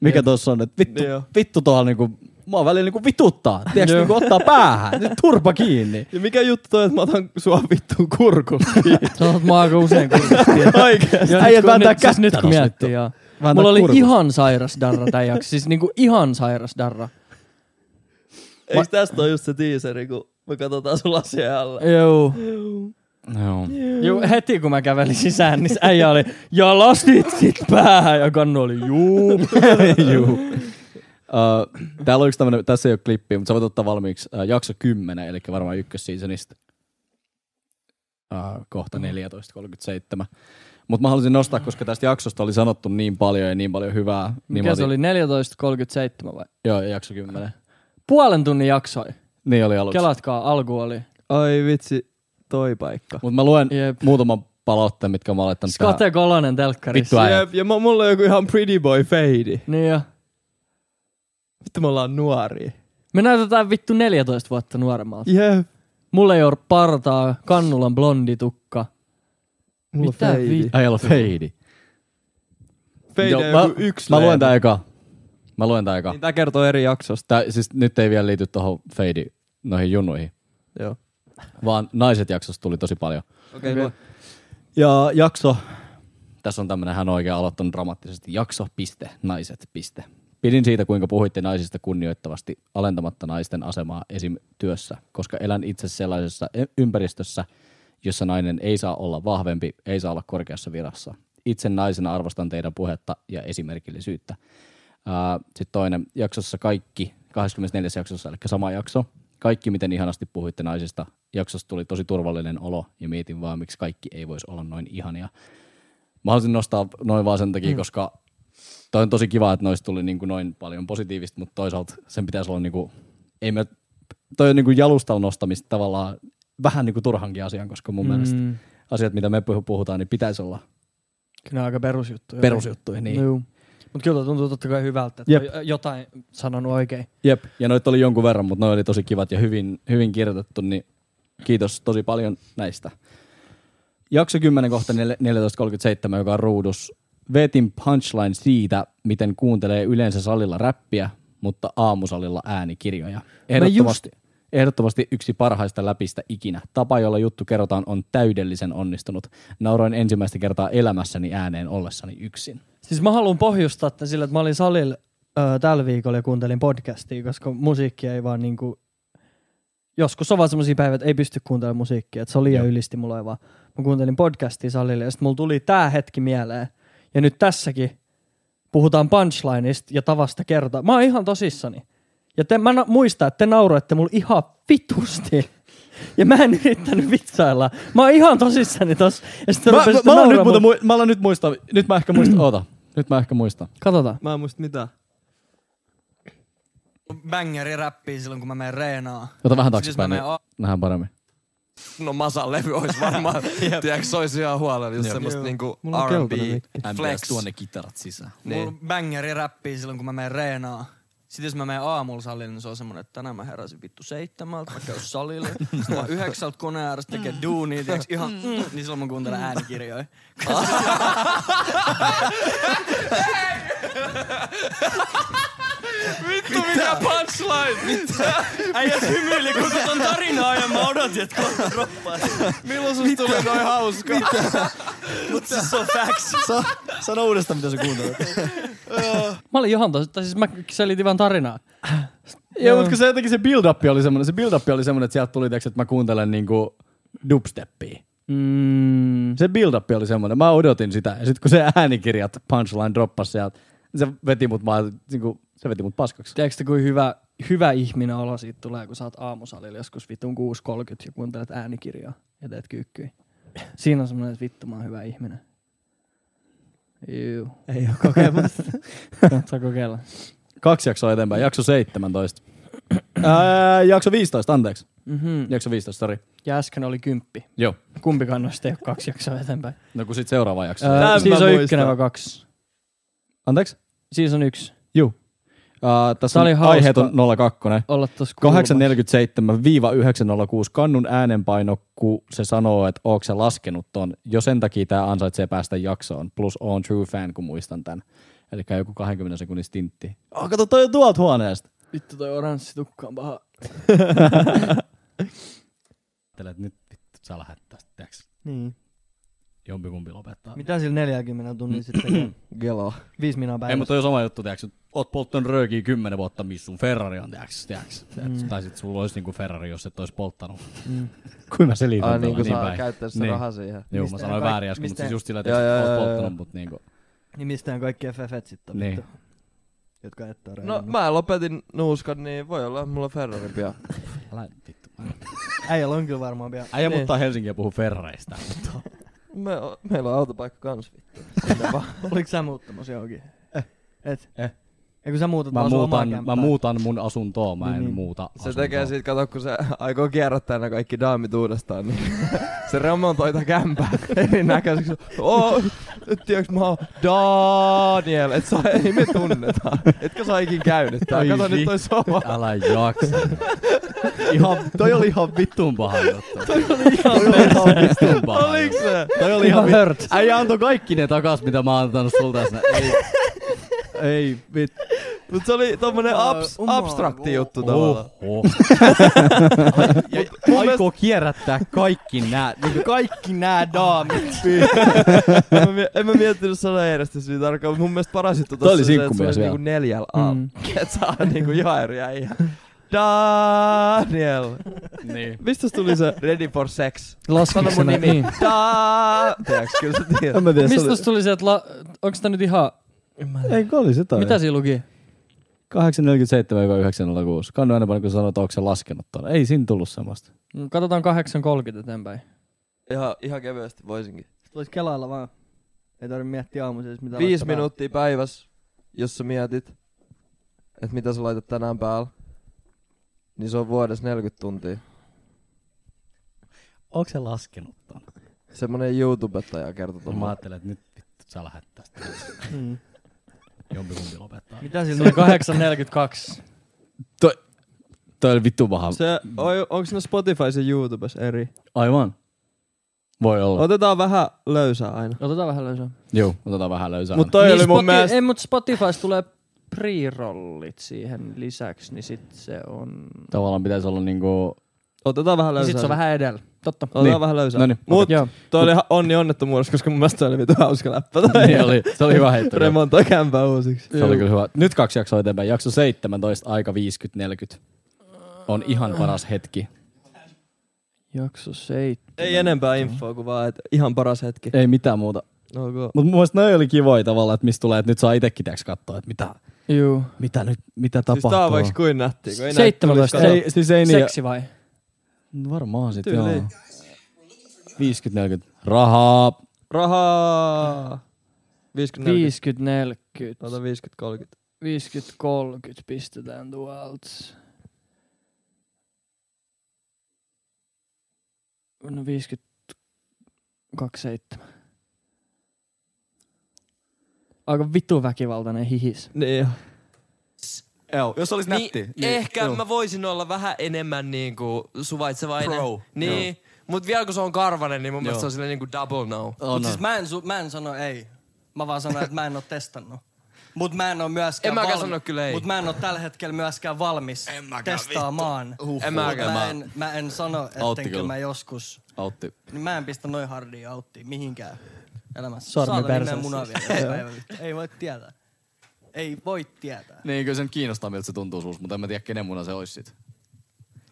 [SPEAKER 3] Mikä tuossa on, että vittu,
[SPEAKER 1] Niin Joo.
[SPEAKER 3] vittu tuolla niinku, mua välillä niinku vituttaa. Tiedätkö,
[SPEAKER 2] Joo.
[SPEAKER 3] niinku ottaa päähän. Nyt turpa kiinni.
[SPEAKER 1] Ja mikä juttu toi, että mä otan sua vittuun kurkun?
[SPEAKER 2] Sä oot mua aika usein kurkusti.
[SPEAKER 1] Oikeesti.
[SPEAKER 2] Joo,
[SPEAKER 3] Äijät
[SPEAKER 2] nyt kun-
[SPEAKER 3] vääntää
[SPEAKER 2] nyt- siis
[SPEAKER 3] kättä
[SPEAKER 2] nyt kun
[SPEAKER 3] tossa
[SPEAKER 2] miettii,
[SPEAKER 3] nyt.
[SPEAKER 2] joo.
[SPEAKER 3] Vääntää
[SPEAKER 2] Mulla oli
[SPEAKER 3] kurkusta.
[SPEAKER 2] ihan sairas darra tän jakso. Siis niinku ihan sairas darra.
[SPEAKER 1] Eiks tästä on just se teaseri, kun me katsotaan sun lasia alla?
[SPEAKER 2] Joo.
[SPEAKER 3] Joo.
[SPEAKER 2] Joo,
[SPEAKER 3] Mm.
[SPEAKER 2] heti kun mä kävelin sisään, niin se
[SPEAKER 3] Niin
[SPEAKER 2] äijä oli, ja lasit sit päähän, ja kannu oli, juu.
[SPEAKER 3] Juu. Uh, täällä on yksi tämmönen, tässä ei ole klippiä, mutta sä voit ottaa valmiiksi uh, jakso 10, eli varmaan ykkösseasonista. Uh,
[SPEAKER 2] Mm.
[SPEAKER 3] kohta 14.37. Mutta mä halusin nostaa, koska tästä jaksosta oli sanottu niin paljon ja niin paljon hyvää. Niin mä
[SPEAKER 2] Mikä se Ah.
[SPEAKER 3] otin-
[SPEAKER 2] oli? 14.37 vai?
[SPEAKER 3] Joo, jakso 10.
[SPEAKER 2] Puolen tunnin jaksoi.
[SPEAKER 3] Niin oli aluksi.
[SPEAKER 2] Kelatkaa, alku oli.
[SPEAKER 1] Ai vitsi, toi paikka.
[SPEAKER 3] Mutta mä luen
[SPEAKER 2] Jep.
[SPEAKER 3] muutaman palautteen, mitkä mä oon laittanut tähän.
[SPEAKER 2] Skate Kolonen telkkarissa.
[SPEAKER 3] Vittu äijä.
[SPEAKER 1] Jep, ja mu- mulla on joku ihan pretty boy feidi.
[SPEAKER 2] Niin jo.
[SPEAKER 1] Vittu me ollaan nuoria.
[SPEAKER 2] Me näytetään vittu 14 vuotta nuoremmalta.
[SPEAKER 1] Jep,
[SPEAKER 2] Mulla ei ole partaa, kannulan blonditukka.
[SPEAKER 1] mulla
[SPEAKER 2] Mitä
[SPEAKER 1] Mitä feidi.
[SPEAKER 2] vi-
[SPEAKER 3] Ai olla feidi.
[SPEAKER 1] Feidi on
[SPEAKER 3] mä,
[SPEAKER 1] joku yksi
[SPEAKER 3] mä luen
[SPEAKER 1] leena.
[SPEAKER 3] tää eka. Mä luen tää eka.
[SPEAKER 1] Niin tää kertoo eri jaksosta.
[SPEAKER 3] Tää, siis nyt ei vielä liity tohon feidi noihin junuihin,
[SPEAKER 1] Joo.
[SPEAKER 3] vaan naiset jaksossa tuli tosi paljon.
[SPEAKER 1] Okei, okay, okay.
[SPEAKER 3] Ja jakso, tässä on tämmönen hän on oikein aloittanut dramaattisesti, jakso, piste, naiset, piste. Pidin siitä, kuinka puhuitte naisista kunnioittavasti, alentamatta naisten asemaa esim. työssä, koska elän itse sellaisessa y- ympäristössä, jossa nainen ei saa olla vahvempi, ei saa olla korkeassa virassa. Itse naisena arvostan teidän puhetta ja esimerkillisyyttä. Sitten toinen, jaksossa kaikki, 24. jaksossa, eli sama jakso, kaikki miten ihanasti puhuitte naisista. Jaksossa tuli tosi turvallinen olo ja mietin vaan, miksi kaikki ei voisi olla noin ihania. Mä haluaisin nostaa noin vaan sen takia, mm. koska toi on tosi kiva, että noista tuli niin kuin noin paljon positiivista, mutta toisaalta sen pitäisi olla niin kuin, ei me, toi on niin kuin jalustan nostamista tavallaan vähän niin kuin turhankin asian, koska mun mm. mielestä asiat, mitä me puhu- puhutaan, niin pitäisi olla
[SPEAKER 9] Kyllä aika perusjuttuja.
[SPEAKER 3] perusjuttuja. Niin.
[SPEAKER 9] Juu. Mut kyllä tuntuu totta kai hyvältä, että
[SPEAKER 3] Jep.
[SPEAKER 9] Jep. jotain sanonut oikein.
[SPEAKER 3] Jep, ja noita oli jonkun verran, mutta ne oli tosi kivat ja hyvin, hyvin kirjoitettu, niin kiitos tosi paljon näistä. Jakso 10 kohta nel- 14.37, joka on ruudus. Vetin punchline siitä, miten kuuntelee yleensä salilla räppiä, mutta aamusalilla äänikirjoja. Ehdottomasti, ehdottomasti yksi parhaista läpistä ikinä. Tapa, jolla juttu kerrotaan, on täydellisen onnistunut. Nauroin ensimmäistä kertaa elämässäni ääneen ollessani yksin.
[SPEAKER 9] Siis mä haluan pohjustaa tämän sillä, että mä olin salilla öö, tällä viikolla ja kuuntelin podcastia, koska musiikki ei vaan niinku... Joskus on vaan semmosia päivät, että ei pysty kuuntelemaan musiikkia, että se oli liian
[SPEAKER 3] Joo.
[SPEAKER 9] ylisti mulla ei vaan. Mä kuuntelin podcastia salilla ja sitten mulla tuli tää hetki mieleen. Ja nyt tässäkin puhutaan punchlineista ja tavasta kertoa. Mä oon ihan tosissani. Ja te, mä na- muistan, että te nauroitte mulla ihan vitusti. Ja mä en yrittänyt vitsailla. Mä oon ihan tosissani tos. Ja sitten
[SPEAKER 3] Mä, mä, mä, alan nyt, muuta, mui- mä alan nyt muistaa, nyt mä ehkä muistan, oota, nyt mä ehkä muistan.
[SPEAKER 9] Katsotaan.
[SPEAKER 1] Mä en muista mitä.
[SPEAKER 8] Bangeri räppii silloin, kun mä menen reenaan.
[SPEAKER 3] Ota vähän
[SPEAKER 7] Siis mä
[SPEAKER 3] taaksepäin, niin
[SPEAKER 7] menen a-
[SPEAKER 3] nähdään paremmin.
[SPEAKER 7] No Masan levy olisi varmaan, tiedätkö, se olisi ihan huolella, jos semmoista niinku R&B, flex.
[SPEAKER 3] kitarat sisään.
[SPEAKER 8] Niin. Mulla bangeri räppii silloin, kun mä menen reenaan. Sitten jos mä menen aamulla salille, niin se on semmonen, että tänään mä heräsin vittu seitsemältä, mä käyn salille. Sitten mä oon yhdeksältä koneen ääressä tekee duunia, tiiäks, ihan mm, niin silloin mä kuuntelen äänikirjoja.
[SPEAKER 7] Vittu mikä punchline!
[SPEAKER 8] Äijä hymyili koko ton tarinaa ja mä odotin, että kohta droppaa.
[SPEAKER 7] Milloin susta tuli noin hauska?
[SPEAKER 8] Mut siis se on facts.
[SPEAKER 3] Sa, sano uudestaan, mitä sä kuuntelet.
[SPEAKER 2] Mä olin ihan tos, tai siis mä selitin vaan tarinaa.
[SPEAKER 3] Joo, mutta kun se jotenkin se build-up oli semmoinen, se build-up oli semmoinen, että sieltä tuli, tiiäks, että mä kuuntelen niinku dubsteppia.
[SPEAKER 2] Mm,
[SPEAKER 3] Se build-up oli semmoinen, mä odotin sitä. Ja sitten kun se äänikirjat punchline droppasi sieltä, niin se veti mut vaan, niinku, se veti mut paskaksi.
[SPEAKER 2] tiedätkö kuin hyvä, hyvä ihminen olo siitä tulee, kun sä oot aamusalilla joskus vitun 6.30 ja kuuntelet äänikirjaa ja teet kyykkyä. Siinä on semmoinen, että vittu mä oon hyvä ihminen. Juu.
[SPEAKER 1] Ei oo kokemusta.
[SPEAKER 2] Kannattaa kokeilla.
[SPEAKER 3] Kaksi jaksoa eteenpäin, jakso 17. Ää, jakso 15, anteeksi.
[SPEAKER 2] Mm-hmm.
[SPEAKER 3] Jakso 15, sori.
[SPEAKER 2] Ja äsken oli kymppi.
[SPEAKER 3] Joo.
[SPEAKER 2] Kumpikaan noista ei ole kaksi jaksoa eteenpäin.
[SPEAKER 3] No kun sit seuraava jakso.
[SPEAKER 2] Öö,
[SPEAKER 1] mä
[SPEAKER 2] siis on
[SPEAKER 1] muistan.
[SPEAKER 2] ykkönen vai kaksi?
[SPEAKER 3] Anteeksi?
[SPEAKER 2] Siis on yksi.
[SPEAKER 3] Juu. Uh, tässä
[SPEAKER 2] Tää oli
[SPEAKER 3] on
[SPEAKER 2] hauska.
[SPEAKER 3] aiheet on 02.
[SPEAKER 2] Olla tuossa
[SPEAKER 3] 847-906 kannun äänenpaino, kun se sanoo, että ootko sä laskenut ton. Jo sen takia tämä ansaitsee päästä jaksoon. Plus on true fan, kun muistan tämän. Eli joku 20 sekunnin stintti. Oh, kato, toi on tuolta huoneesta.
[SPEAKER 2] Vittu toi oranssi tukka on paha.
[SPEAKER 3] Ajattelin, että nyt vittu, sä lähdet tästä. tiiäks.
[SPEAKER 9] Niin.
[SPEAKER 3] Jompikumpi lopettaa.
[SPEAKER 9] Mitä sillä 40 tunnin sitten tekee?
[SPEAKER 1] Gelo.
[SPEAKER 3] Niin,
[SPEAKER 9] Viisi minaa päivässä.
[SPEAKER 3] Ei, mutta toi on sama juttu, tiiäks. Oot polttanut röökiä kymmenen vuotta, missä sun Ferrari on, tiiäks. tiiäks. Mm. Tai sit sulla olisi niinku Ferrari, jos et olisi polttanut.
[SPEAKER 9] Mm.
[SPEAKER 3] Kuinka mä selitän
[SPEAKER 1] Ai
[SPEAKER 3] tuolla?
[SPEAKER 1] niinku saa
[SPEAKER 3] päin.
[SPEAKER 1] käyttää sitä
[SPEAKER 3] Niin.
[SPEAKER 1] rahaa siihen.
[SPEAKER 3] Joo, mä
[SPEAKER 9] Mistä
[SPEAKER 3] sanoin
[SPEAKER 9] kaik-
[SPEAKER 3] väärin äsken, mutta
[SPEAKER 9] mistä-
[SPEAKER 3] siis just sillä,
[SPEAKER 1] Joo,
[SPEAKER 3] että
[SPEAKER 1] joo,
[SPEAKER 3] oot
[SPEAKER 1] joo,
[SPEAKER 3] polttanut,
[SPEAKER 1] joo.
[SPEAKER 3] mutta niinku.
[SPEAKER 9] Niin mistään kaikki FFet sitten on
[SPEAKER 3] Niin.
[SPEAKER 9] vittu.
[SPEAKER 11] jotka et ole
[SPEAKER 1] No mä lopetin nuuskan, niin voi olla mulla Ferrari pian.
[SPEAKER 3] Älä vittu.
[SPEAKER 2] Äijällä on kyllä varmaan vielä.
[SPEAKER 3] Äijä
[SPEAKER 1] Niin.
[SPEAKER 3] muuttaa Helsinkiä puhuu Ferreista.
[SPEAKER 1] Me, meillä on autopaikka kans vittu. Sinne vaan.
[SPEAKER 2] Oliko sä muuttamassa johonkin? Et?
[SPEAKER 3] Eh.
[SPEAKER 2] Eikö sä muutat
[SPEAKER 3] Mä
[SPEAKER 2] vaan sun omaa
[SPEAKER 3] muutan, mä
[SPEAKER 2] kämppää?
[SPEAKER 3] muutan mun asuntoa, mä en
[SPEAKER 2] Niin, niin.
[SPEAKER 3] muuta
[SPEAKER 1] Se
[SPEAKER 3] asuntoa.
[SPEAKER 1] tekee siitä, kato kun se aikoo kierrättää nämä kaikki daamit uudestaan, niin se remontoi tätä kämpää erinäköiseksi. Oo, et tiiäks mä oon Daniel, et sä, ei me tunnetaan. Etkö sä ikin käynyt tää?
[SPEAKER 3] Ai
[SPEAKER 1] Kato nyt toi sova.
[SPEAKER 3] Älä jaksa. ihan, toi oli ihan vittun paha juttu. toi oli ihan vittun paha juttu.
[SPEAKER 1] se?
[SPEAKER 3] Toi oli ihan vittu.
[SPEAKER 2] Hört.
[SPEAKER 3] Äijä antoi kaikki ne takas, mitä mä oon antanut sulta. sinne. Ei, ei vittu.
[SPEAKER 1] Mut se oli tommonen abs, abstrakti juttu
[SPEAKER 3] Uh.
[SPEAKER 1] tavallaan.
[SPEAKER 3] Oho. ja, aikoo kierrättää kaikki nää. Niin
[SPEAKER 2] Kaikki nää daamit.
[SPEAKER 1] En mä, mie- en mä miettinyt sanaa järjestys niin tarkkaan, mut mun mielestä paras juttu
[SPEAKER 3] Toi oli
[SPEAKER 1] tossa on se, että se
[SPEAKER 3] sinkkumies
[SPEAKER 1] oli
[SPEAKER 3] vielä.
[SPEAKER 1] niinku neljällä
[SPEAKER 2] Mm.
[SPEAKER 1] aamu. Et saa niinku ihan eri äijä. Daniel.
[SPEAKER 3] niin.
[SPEAKER 1] Mistä tuli se Ready for Sex?
[SPEAKER 2] Laskiko se nimi? Niin.
[SPEAKER 1] Daa! Tiedäks, kyllä sä tiedät.
[SPEAKER 11] En mä tiedä,
[SPEAKER 2] Mistä tuli se, että la... onks tää nyt ihan...
[SPEAKER 11] Eikö oli se toi?
[SPEAKER 2] Mitä siinä luki?
[SPEAKER 3] 847-906. Kannu aina paljon, kun sanoit, että onko se laskenut tuonne. Ei siinä tullut semmoista.
[SPEAKER 2] Mm, Katsotaan 8.30 eteenpäin.
[SPEAKER 1] Ihan, ihan kevyesti voisinkin.
[SPEAKER 12] Voisi kelailla vaan. Ei tarvitse miettiä aamuisin, edes mitä
[SPEAKER 1] Viisi
[SPEAKER 12] laittaa
[SPEAKER 1] minuuttia päivässä, jos sä mietit, että mitä sä laitat tänään päällä, niin se on vuodessa 40 tuntia.
[SPEAKER 3] Onko se laskenut tuonne?
[SPEAKER 1] Semmonen YouTubettaja kertoo
[SPEAKER 3] No Mä
[SPEAKER 1] tuolla.
[SPEAKER 3] ajattelin, että nyt vittu, sä lähdet tästä. Mm. Jompikumpi lopettaa.
[SPEAKER 2] Mitä siinä luki? 8.42.
[SPEAKER 3] Toi oli vittu paha.
[SPEAKER 1] Se, oi- onks ne Spotify ja YouTubes eri?
[SPEAKER 3] Aivan. Voi olla. Ot-
[SPEAKER 1] Otetaan vähän löysää aina.
[SPEAKER 2] Otetaan vähän löysää.
[SPEAKER 3] Joo, otetaan vähän löysää.
[SPEAKER 1] Mut
[SPEAKER 2] Niin,
[SPEAKER 1] toi oli mun mielestä...
[SPEAKER 2] Ei, mutta Spotifys tulee pre-rollit siihen lisäksi, niin sit se on...
[SPEAKER 3] Tavallaan pitäisi olla niinku...
[SPEAKER 1] Otetaan vähän
[SPEAKER 2] Niin
[SPEAKER 1] löysää.
[SPEAKER 2] sit se on vähän edellä. Totta.
[SPEAKER 1] Otetaan
[SPEAKER 3] Niin.
[SPEAKER 1] vähän löysää.
[SPEAKER 3] Noniin.
[SPEAKER 1] Mut
[SPEAKER 2] Joo.
[SPEAKER 1] toi oli ihan onni onnettomuudessa, koska mun mielestä se oli vitu hauska läppä.
[SPEAKER 3] niin oli, se oli hyvä heitto. joo.
[SPEAKER 1] Remontoi kämpää uusiksi.
[SPEAKER 3] se oli kyllä hyvä. Nyt kaksi jaksoa eteenpäin. Jakso 17, aika 50-40. On ihan paras hetki.
[SPEAKER 2] Jakso 7.
[SPEAKER 1] Ei enempää infoa kuin vaan, että ihan paras hetki. No
[SPEAKER 3] Ei mitään muuta.
[SPEAKER 1] Okay.
[SPEAKER 3] Mutta mun mielestä noi oli kivoja tavallaan, että mistä tulee, että nyt saa itsekin tiiäks katsoa, että mitä,
[SPEAKER 2] Juu.
[SPEAKER 3] mitä nyt, mitä
[SPEAKER 1] Siis tää on
[SPEAKER 3] tapahtuu.
[SPEAKER 1] vaikka kuin nätti, kun ei näitä
[SPEAKER 2] 17.
[SPEAKER 1] tulisi
[SPEAKER 2] Ei,
[SPEAKER 3] ei, siis ei niin.
[SPEAKER 2] seksi vai?
[SPEAKER 3] No Varmaan sit
[SPEAKER 1] Tyyli.
[SPEAKER 3] joo. 50-40. Rahaa.
[SPEAKER 1] kato- Rahaa! 50-40.
[SPEAKER 2] 50-40.
[SPEAKER 1] Ota 50-30.
[SPEAKER 2] 50-30 pistetään tuolta. No 52-7. Aika vitu väkivaltainen hihis.
[SPEAKER 1] Niin joo.
[SPEAKER 7] Joo, jos olisi nätti.
[SPEAKER 13] Niin, ehkä mä voisin olla vähän enemmän niinku suvaitsevainen.
[SPEAKER 7] Pro.
[SPEAKER 13] Niin, mut vielä kun se on karvanen, niin mun mielestä
[SPEAKER 7] Joo.
[SPEAKER 13] se on silleen niinku double no.
[SPEAKER 7] On,
[SPEAKER 6] Mut siis mä en, su- mä en sano ei. Mä vaan sanon, että mä en oo testannut. Mut mä en oo
[SPEAKER 13] En
[SPEAKER 6] myöskään
[SPEAKER 13] mäkään sano kyllä ei.
[SPEAKER 6] Mut mä en oo tällä hetkellä myöskään valmis testaamaan. Mut
[SPEAKER 13] En mäkään.
[SPEAKER 6] Mä en, mä en sano, ettenkö
[SPEAKER 7] kyllä.
[SPEAKER 6] mä joskus...
[SPEAKER 7] Autti.
[SPEAKER 6] Niin mä en pistä noin hardia auttiin mihinkään elämässä.
[SPEAKER 2] Sormi
[SPEAKER 6] Saatana, niin mä en
[SPEAKER 2] perseessä.
[SPEAKER 6] munaa vielä tässä päivässä. Ei voi tietää. Ei voi tietää.
[SPEAKER 7] Niin, kyllä sen kiinnostaa, miltä se tuntuu sus, mutta en mä tiedä, kenen muna se olisi sit.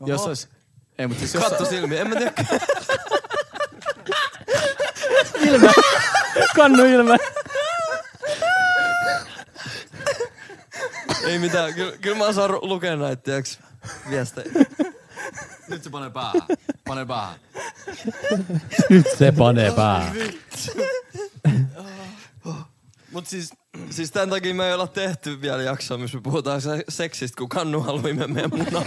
[SPEAKER 7] Jos olisi... Ei, mutta siis jos...
[SPEAKER 13] Katso silmiä, en mä tiedä.
[SPEAKER 2] Kannu ilme.
[SPEAKER 1] Ei mitään, kyllä, kyllä mä osaan ru- lukea näitä, tiiäks, viestejä.
[SPEAKER 7] Nyt se panee päähän. Pane päähän.
[SPEAKER 3] Nyt se panee päähän.
[SPEAKER 1] Mut siis, siis tän takia me ei olla tehty vielä jaksoa, missä me puhutaan se- seksistä, kun kannu haluaa imee meidän munaa.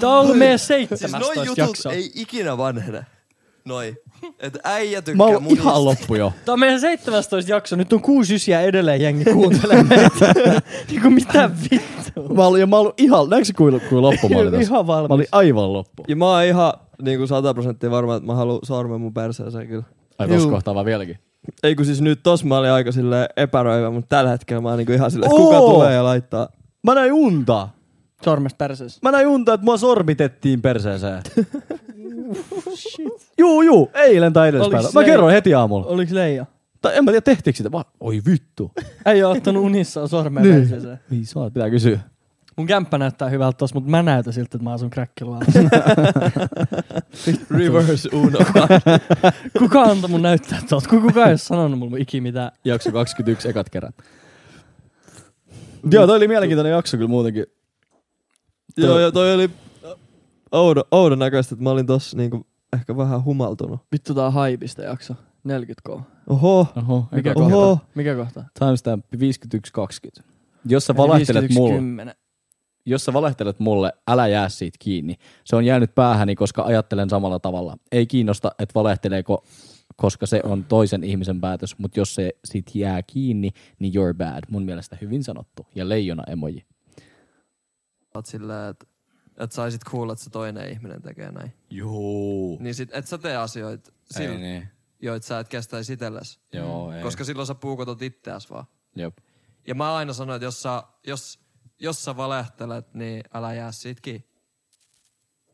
[SPEAKER 2] Tää on ollut meidän
[SPEAKER 1] Siis
[SPEAKER 2] 17
[SPEAKER 1] noi jutut
[SPEAKER 2] jakso.
[SPEAKER 1] ei ikinä vanhene. Noi. Et äijä
[SPEAKER 3] Mä
[SPEAKER 1] tykkää
[SPEAKER 3] oon
[SPEAKER 1] munista.
[SPEAKER 3] ihan loppu jo.
[SPEAKER 2] Tää on meidän 17 jakso. Nyt on kuusi ysiä edelleen jengi kuuntelee meitä. niinku mitä vittua.
[SPEAKER 3] Mä olin, ja mä olin ihan, näetkö kuin, kuin loppu mä olin tässä?
[SPEAKER 2] Ihan
[SPEAKER 3] Mä olin
[SPEAKER 2] valmis.
[SPEAKER 3] aivan loppu.
[SPEAKER 1] Ja mä oon ihan niinku 100 prosenttia varma, että mä haluan sormen mun perseeseen kyllä.
[SPEAKER 3] Ai tuossa kohtaa vaan vieläkin.
[SPEAKER 1] Ei kun siis nyt tos mä olin aika silleen epäröivä, mutta tällä hetkellä mä oon niinku ihan silleen, että kuka
[SPEAKER 3] Oo!
[SPEAKER 1] tulee ja laittaa.
[SPEAKER 3] Mä näin unta.
[SPEAKER 2] Sormesta perseessä.
[SPEAKER 3] Mä näin unta, että mua sormitettiin perseeseen. Juu, juu, eilen tai edellispäivä.
[SPEAKER 2] Oliks
[SPEAKER 3] Mä
[SPEAKER 2] se-
[SPEAKER 3] kerroin heti aamulla.
[SPEAKER 2] Oliks leija?
[SPEAKER 3] Tai en mä tiedä, tehtiinkö sitä. Mä, oi vittu.
[SPEAKER 2] Ei oo ottanut unissaan sormea
[SPEAKER 3] Niin.
[SPEAKER 2] perseeseen.
[SPEAKER 3] Ei saa, pitää kysyä.
[SPEAKER 2] Mun kämppä näyttää hyvältä tossa, mutta mä näytän siltä, että mä asun kräkkiluvalla.
[SPEAKER 1] Reverse Uno.
[SPEAKER 2] kuka antoi mun näyttää tuolta? Kun kuka ei ole sanonut mulle iki mitään.
[SPEAKER 3] Jakso 21 ekat kerrat. Joo, toi oli mielenkiintoinen jakso kyllä muutenkin.
[SPEAKER 1] Joo, ja toi oli oudon, oudon näköistä, että mä olin tossa niinku ehkä vähän humaltunut.
[SPEAKER 2] Vittu tää on haipista jakso. 40k.
[SPEAKER 1] Oho,
[SPEAKER 3] Oho,
[SPEAKER 2] Mikä
[SPEAKER 3] eka
[SPEAKER 2] kohta?
[SPEAKER 3] kerta.
[SPEAKER 1] oho.
[SPEAKER 2] Mikä kohta?
[SPEAKER 3] Timestamp 51.20. Jos sä valehtelet mulle,
[SPEAKER 2] 51.10.
[SPEAKER 3] jos sä valehtelet mulle, älä jää siitä kiinni. Se on jäänyt päähäni, koska ajattelen samalla tavalla. Ei kiinnosta, että valehteleeko, koska se on toisen ihmisen päätös, mutta jos se siitä jää kiinni, niin you're bad. Mun mielestä hyvin sanottu. Ja leijona emoji.
[SPEAKER 6] Oot sillä, että et saisit kuulla, että se toinen ihminen tekee näin.
[SPEAKER 7] Juu.
[SPEAKER 6] Niin sit et sä tee asioita,
[SPEAKER 7] Ei
[SPEAKER 6] sil,
[SPEAKER 7] niin.
[SPEAKER 6] joita sä et kestäisi itelles.
[SPEAKER 7] Joo, ei.
[SPEAKER 6] Koska silloin sä puukotat itteäs vaan.
[SPEAKER 7] Jep.
[SPEAKER 6] Ja mä aina sanon, että jos sä, jos, jos sä valehtelet, niin älä jää siitä kiinni.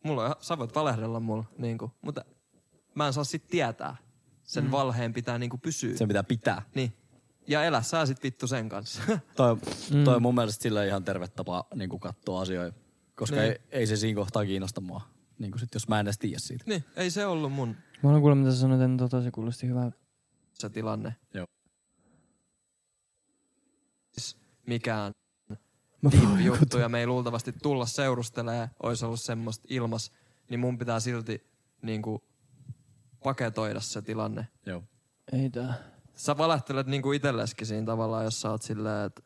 [SPEAKER 6] Mulla on, ihan- sä voit valehdella mulla, niin kuin, mutta mä en saa sit tietää. Sen mm. valheen pitää niin kuin pysyä.
[SPEAKER 7] Sen pitää pitää.
[SPEAKER 6] Niin. Ja elä sä sit vittu sen kanssa.
[SPEAKER 7] Toi,
[SPEAKER 3] Mm.
[SPEAKER 7] toi on mun mielestä sillä ihan terve tapa niin katsoa asioita, koska
[SPEAKER 3] Niin.
[SPEAKER 7] ei, ei, se siinä kohtaa kiinnosta mua. Niin kuin sit, jos mä en edes tiedä siitä.
[SPEAKER 6] niin, ei se ollut mun
[SPEAKER 2] Mä olen kuullut, mitä sä sanoit, että tota se kuulosti hyvältä.
[SPEAKER 6] se tilanne.
[SPEAKER 7] Joo.
[SPEAKER 6] Siis Mikään deep juttu ja me ei luultavasti tulla seurustelee, olisi ollut semmoista ilmas, niin mun pitää silti niin kuin, paketoida se tilanne.
[SPEAKER 7] Joo.
[SPEAKER 2] Ei tää.
[SPEAKER 6] Sä valehtelet niin kuin itselleskin siinä tavallaan, jos sä oot silleen, että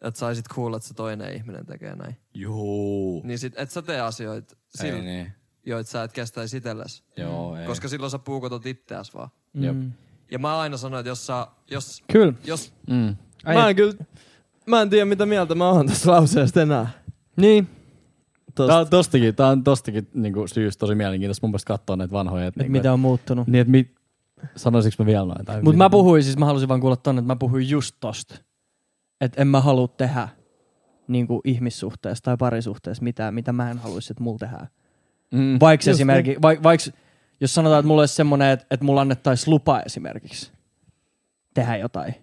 [SPEAKER 6] et saisit kuulla, että se toinen ihminen tekee näin.
[SPEAKER 7] Juu.
[SPEAKER 6] Niin sit et sä tee asioita,
[SPEAKER 7] Ei
[SPEAKER 6] sil,
[SPEAKER 7] niin.
[SPEAKER 6] joita sä et kestäisi itsellesi.
[SPEAKER 7] Joo, ei.
[SPEAKER 6] Koska silloin sä puukotat itteäs vaan.
[SPEAKER 3] Mm.
[SPEAKER 7] Jep.
[SPEAKER 6] Ja mä aina sanon, että jos sä, jos,
[SPEAKER 2] Kyllä.
[SPEAKER 6] jos,
[SPEAKER 3] Mm.
[SPEAKER 2] Ai-
[SPEAKER 1] Mä en kyllä, mä en tiedä mitä mieltä mä oon tästä lauseesta enää.
[SPEAKER 2] Niin.
[SPEAKER 3] Tää on tostakin, tää on tostakin niin kuin syystä tosi mielenkiintoista mun mielestä katsoa näitä vanhoja. Et,
[SPEAKER 2] Et
[SPEAKER 3] niin
[SPEAKER 2] mitä on muuttunut.
[SPEAKER 3] Niin, että mit, sanoisinko mä vielä noin? tai
[SPEAKER 2] Mut
[SPEAKER 3] mitä?
[SPEAKER 2] mä puhuin, siis mä halusin vaan kuulla tonne, että mä puhuin just tosta. Että en mä halua tehdä niin kuin ihmissuhteessa tai parisuhteessa mitään, mitä mä en haluaisi, että mulla tehdään.
[SPEAKER 3] Mm.
[SPEAKER 2] Vaikka esimerkiksi, vaik, vaiks, jos sanotaan, että mulla olisi semmoinen, että, että mulla annettaisiin lupa esimerkiksi tehdä jotain,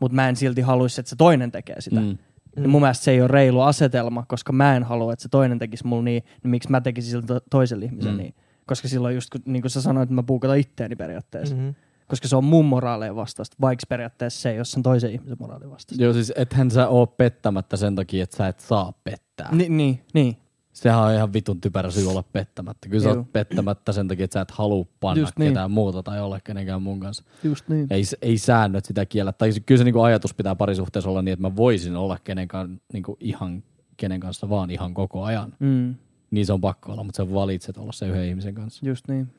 [SPEAKER 2] mutta mä en silti haluaisi, että se toinen tekee sitä. Mm.
[SPEAKER 3] Mm.
[SPEAKER 2] Niin mun mielestä se ei ole reilu asetelma, koska mä en halua, että se toinen tekisi mulla niin, niin miksi mä tekisin siltä to- toiselle ihmiselle
[SPEAKER 3] Mm.
[SPEAKER 2] mm. niin. Koska silloin just kun, niin kuin sä sanoit, että mä puukotan itteeni periaatteessa.
[SPEAKER 6] Mhm.
[SPEAKER 2] Mm.
[SPEAKER 1] Mm-hmm.
[SPEAKER 2] Koska se on mun moraaleen vastaista, vaikka periaatteessa se ei ole sen toisen ihmisen moraaleen vastaista.
[SPEAKER 3] Joo, siis ethän sä oo pettämättä sen takia, että sä et saa pettää.
[SPEAKER 2] Ni, niin, niin.
[SPEAKER 3] Sehän on ihan vitun typerä syy olla pettämättä. Kyllä sä
[SPEAKER 2] Juu.
[SPEAKER 3] oot pettämättä sen takia, että sä et halua panna
[SPEAKER 2] Just
[SPEAKER 3] Just
[SPEAKER 2] niin.
[SPEAKER 3] ketään muuta tai olla kenenkään mun kanssa.
[SPEAKER 2] Just niin.
[SPEAKER 3] Ei, s- ei säännöt sitä kiellä. Tai se- kyllä se niinku ajatus pitää parisuhteessa olla niin, että mä voisin olla kenenkään, niinku ihan kenen kanssa vaan ihan koko ajan.
[SPEAKER 2] Mm,
[SPEAKER 3] Niin se on pakko olla, mutta sä valitset olla se yhden ihmisen kanssa.
[SPEAKER 2] just niin.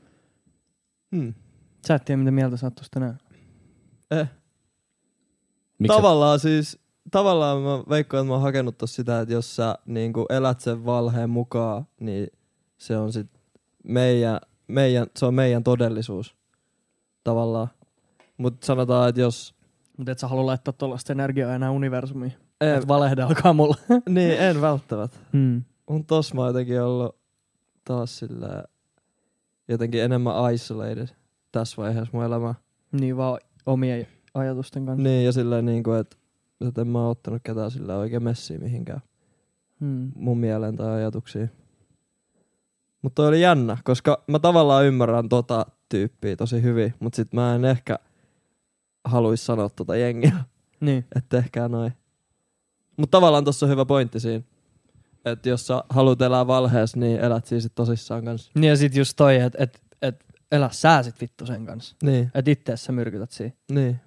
[SPEAKER 1] Hmm.
[SPEAKER 2] Sä et tiedä, mitä mieltä sä oot tosta tänään.
[SPEAKER 3] Miksi sä-
[SPEAKER 1] Tavallaan siis, tavallaan mä veikkaan, että mä oon hakenut tossa sitä, että jos sä niin elät sen valheen mukaan, niin se on sit meidän, meidän, se on meidän todellisuus tavallaan. Mutta sanotaan, että jos...
[SPEAKER 2] Mutta et sä halua laittaa tuollaista energiaa enää universumiin.
[SPEAKER 1] Ei,
[SPEAKER 2] Et valehde alkaa mulla.
[SPEAKER 1] niin, en välttämättä.
[SPEAKER 2] Mm.
[SPEAKER 1] On tossa mä jotenkin ollut taas sillä jotenkin enemmän isolated tässä vaiheessa mun elämää.
[SPEAKER 2] Niin vaan omien ajatusten kanssa.
[SPEAKER 1] Niin, ja sillä niin kuin, että et en mä oo ottanut ketään sillä oikein messiin mihinkään.
[SPEAKER 2] Mm.
[SPEAKER 1] mun mieleen tai ajatuksiin. Mutta toi oli jännä, koska mä tavallaan ymmärrän tota tyyppiä tosi hyvin, mutta sit mä en ehkä haluaisi sanoa tota jengiä,
[SPEAKER 2] Niin.
[SPEAKER 1] että tehkää noin. Mutta tavallaan tossa on hyvä pointti siinä, että jos sä haluat elää valheessa, niin elät siis sit tosissaan kanssa.
[SPEAKER 2] niin. ja sit just toi, että et, et, elä sä sit vittu sen kanssa.
[SPEAKER 1] Niin,
[SPEAKER 2] Että itse sä myrkytät siihen.
[SPEAKER 1] niin.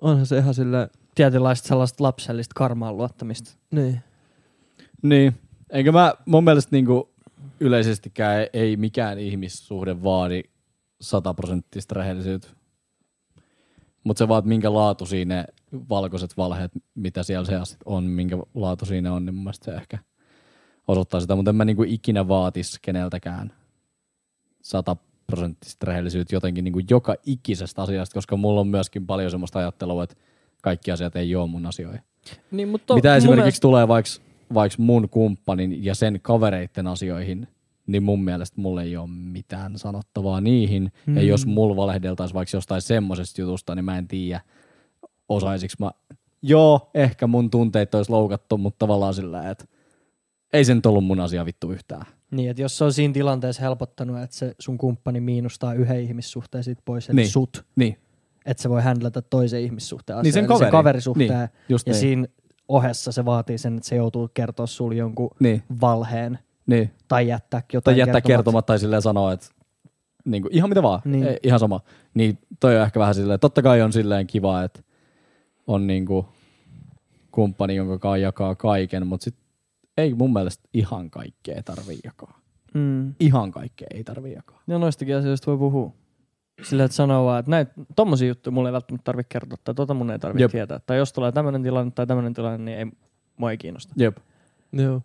[SPEAKER 1] Onhan se ihan silleen,
[SPEAKER 2] Tietynlaista sellaista lapsellista karmaan luottamista.
[SPEAKER 1] niin.
[SPEAKER 3] Niin. Enkä mä, mun mielestä niinku yleisestikään ei, ei mikään ihmissuhde vaadi sataprosenttista rehellisyyttä. Mutta se vaan, että minkä laatu siinä ne valkoiset valheet, mitä siellä seassa sit on, minkä laatu siinä on, niin mun mielestä se ehkä osoittaa sitä. Mutta en mä niinku ikinä vaatis keneltäkään sataprosenttista rehellisyyttä jotenkin niinku joka ikisestä asiasta, koska mulla on myöskin paljon semmoista ajattelua, että kaikki asiat ei ole mun asioihin.
[SPEAKER 2] Niin,
[SPEAKER 3] To,
[SPEAKER 2] mutta
[SPEAKER 3] mitä esimerkiksi tulee vaikka vaikka mun kumppanin ja sen kavereitten asioihin, niin mun mielestä mulla ei ole mitään sanottavaa niihin. Mm. Ja jos mulla valehdeltaisiin vaikka jostain semmoisesta jutusta, niin mä en tiedä, osaisiko mä... Joo, ehkä mun tunteet olisi loukattu, mutta tavallaan sillä, että ei sen ollut mun asia vittu yhtään.
[SPEAKER 2] Niin, että jos se on siinä tilanteessa helpottanut, että se sun kumppani miinustaa yhden ihmissuhteen sit pois, eli
[SPEAKER 3] Niin.
[SPEAKER 2] sut,
[SPEAKER 3] Niin.
[SPEAKER 2] että se voi handlata toisen ihmissuhteen asian,
[SPEAKER 3] Niin, sen
[SPEAKER 2] eli
[SPEAKER 3] kaverin.
[SPEAKER 2] sen kaverisuhteen.
[SPEAKER 3] Niin, just
[SPEAKER 2] ja
[SPEAKER 3] niin.
[SPEAKER 2] siinä ohessa se vaatii sen, että se joutuu kertoa sulle jonkun
[SPEAKER 3] Niin.
[SPEAKER 2] valheen
[SPEAKER 3] Niin.
[SPEAKER 2] tai jättää jotain
[SPEAKER 3] Tai jättää kertomatta tai silleen sanoa, että niin kuin, ihan mitä vaan,
[SPEAKER 2] Niin.
[SPEAKER 3] niin. ei, ihan sama. Niin toi on ehkä vähän silleen, totta kai on silleen kiva, että on niin kuin kumppani, jonka kanssa jakaa kaiken, mutta sit ei mun mielestä ihan kaikkea tarvii jakaa.
[SPEAKER 2] Mm.
[SPEAKER 3] Ihan kaikkea ei tarvii jakaa.
[SPEAKER 2] Ja noistakin asioista voi puhua. Sillä että sanoo vaan, että näin, tommosia juttuja mulle ei välttämättä tarvitse kertoa, tai tota mun ei tarvitse
[SPEAKER 3] Jep.
[SPEAKER 2] tietää. Tai jos tulee tämmöinen tilanne tai tämmöinen tilanne, niin ei, mua ei kiinnosta.
[SPEAKER 3] Jep.
[SPEAKER 1] Joo.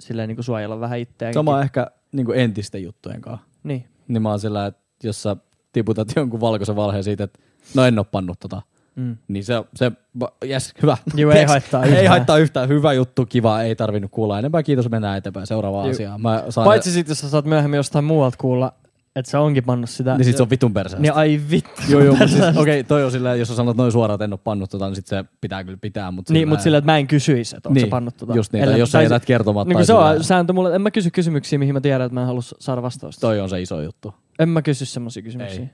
[SPEAKER 2] Silleen niin kuin suojella vähän itseäänkin.
[SPEAKER 3] Sama ehkä niin kuin entisten juttujen kanssa.
[SPEAKER 2] Niin.
[SPEAKER 3] Niin mä oon sillä, että jos sä tiputat jonkun valkoisen valheen siitä, että no en oo pannut tota,
[SPEAKER 2] Mm.
[SPEAKER 3] niin se, se yes, hyvä.
[SPEAKER 2] Joo, ei
[SPEAKER 3] Yes.
[SPEAKER 2] haittaa
[SPEAKER 3] Ei
[SPEAKER 2] yhtään.
[SPEAKER 3] haittaa yhtään. Hyvä juttu, kiva, ei tarvinnut kuulla enempää. Kiitos, mennään eteenpäin seuraavaan
[SPEAKER 2] Juu.
[SPEAKER 3] asiaan. Mä saan,
[SPEAKER 2] Paitsi sitten, jos sä saat myöhemmin jostain muualta kuulla, että se onkin pannut sitä.
[SPEAKER 3] niin sit se on vitun perseestä.
[SPEAKER 2] Niin ai vittu.
[SPEAKER 3] Joo, joo, mutta siis, okei, okay, toi on silleen, jos sä sanot noin suoraan, että en oo pannut tota, niin sit se pitää kyllä pitää, mutta
[SPEAKER 2] Niin, mutta sillä, että mä en kysyisi, että onko
[SPEAKER 3] niin,
[SPEAKER 2] niin, se pannut tota.
[SPEAKER 3] Just niin,
[SPEAKER 2] Ellei-
[SPEAKER 3] tai jos sä
[SPEAKER 2] tai
[SPEAKER 3] jätät kertomatta.
[SPEAKER 2] Niin
[SPEAKER 3] tai
[SPEAKER 2] kuin se on
[SPEAKER 3] silleen,
[SPEAKER 2] sääntö mulle, että en mä kysy kysymyksiä, mihin mä tiedän, että mä en halua saada vastausta.
[SPEAKER 3] Toi on se iso juttu.
[SPEAKER 2] En mä kysy semmoisia kysymyksiä.
[SPEAKER 3] Ei.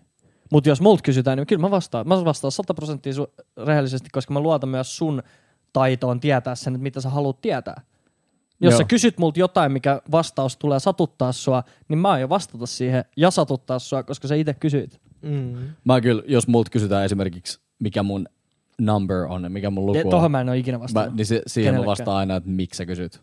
[SPEAKER 2] Mutta jos multa kysytään, niin kyllä mä vastaan. Mä vastaan 100 prosenttia rehellisesti, koska mä luotan myös sun taitoon tietää sen, että mitä sä haluat tietää. Jos Joo.
[SPEAKER 3] Joo.
[SPEAKER 2] sä kysyt multa jotain, mikä vastaus tulee satuttaa sua, niin mä aion vastata siihen ja satuttaa sua, koska sä itse kysyit.
[SPEAKER 1] Mm.
[SPEAKER 3] Mä kyllä, jos multa kysytään esimerkiksi, mikä mun number on, mikä mun
[SPEAKER 2] Ja
[SPEAKER 3] luku on.
[SPEAKER 2] Tohon mä en ole ikinä
[SPEAKER 3] Mä,
[SPEAKER 2] vastannut.
[SPEAKER 3] niin se, siihen mä
[SPEAKER 2] Kenellekään.
[SPEAKER 3] vastaan aina, että miksi sä kysyt.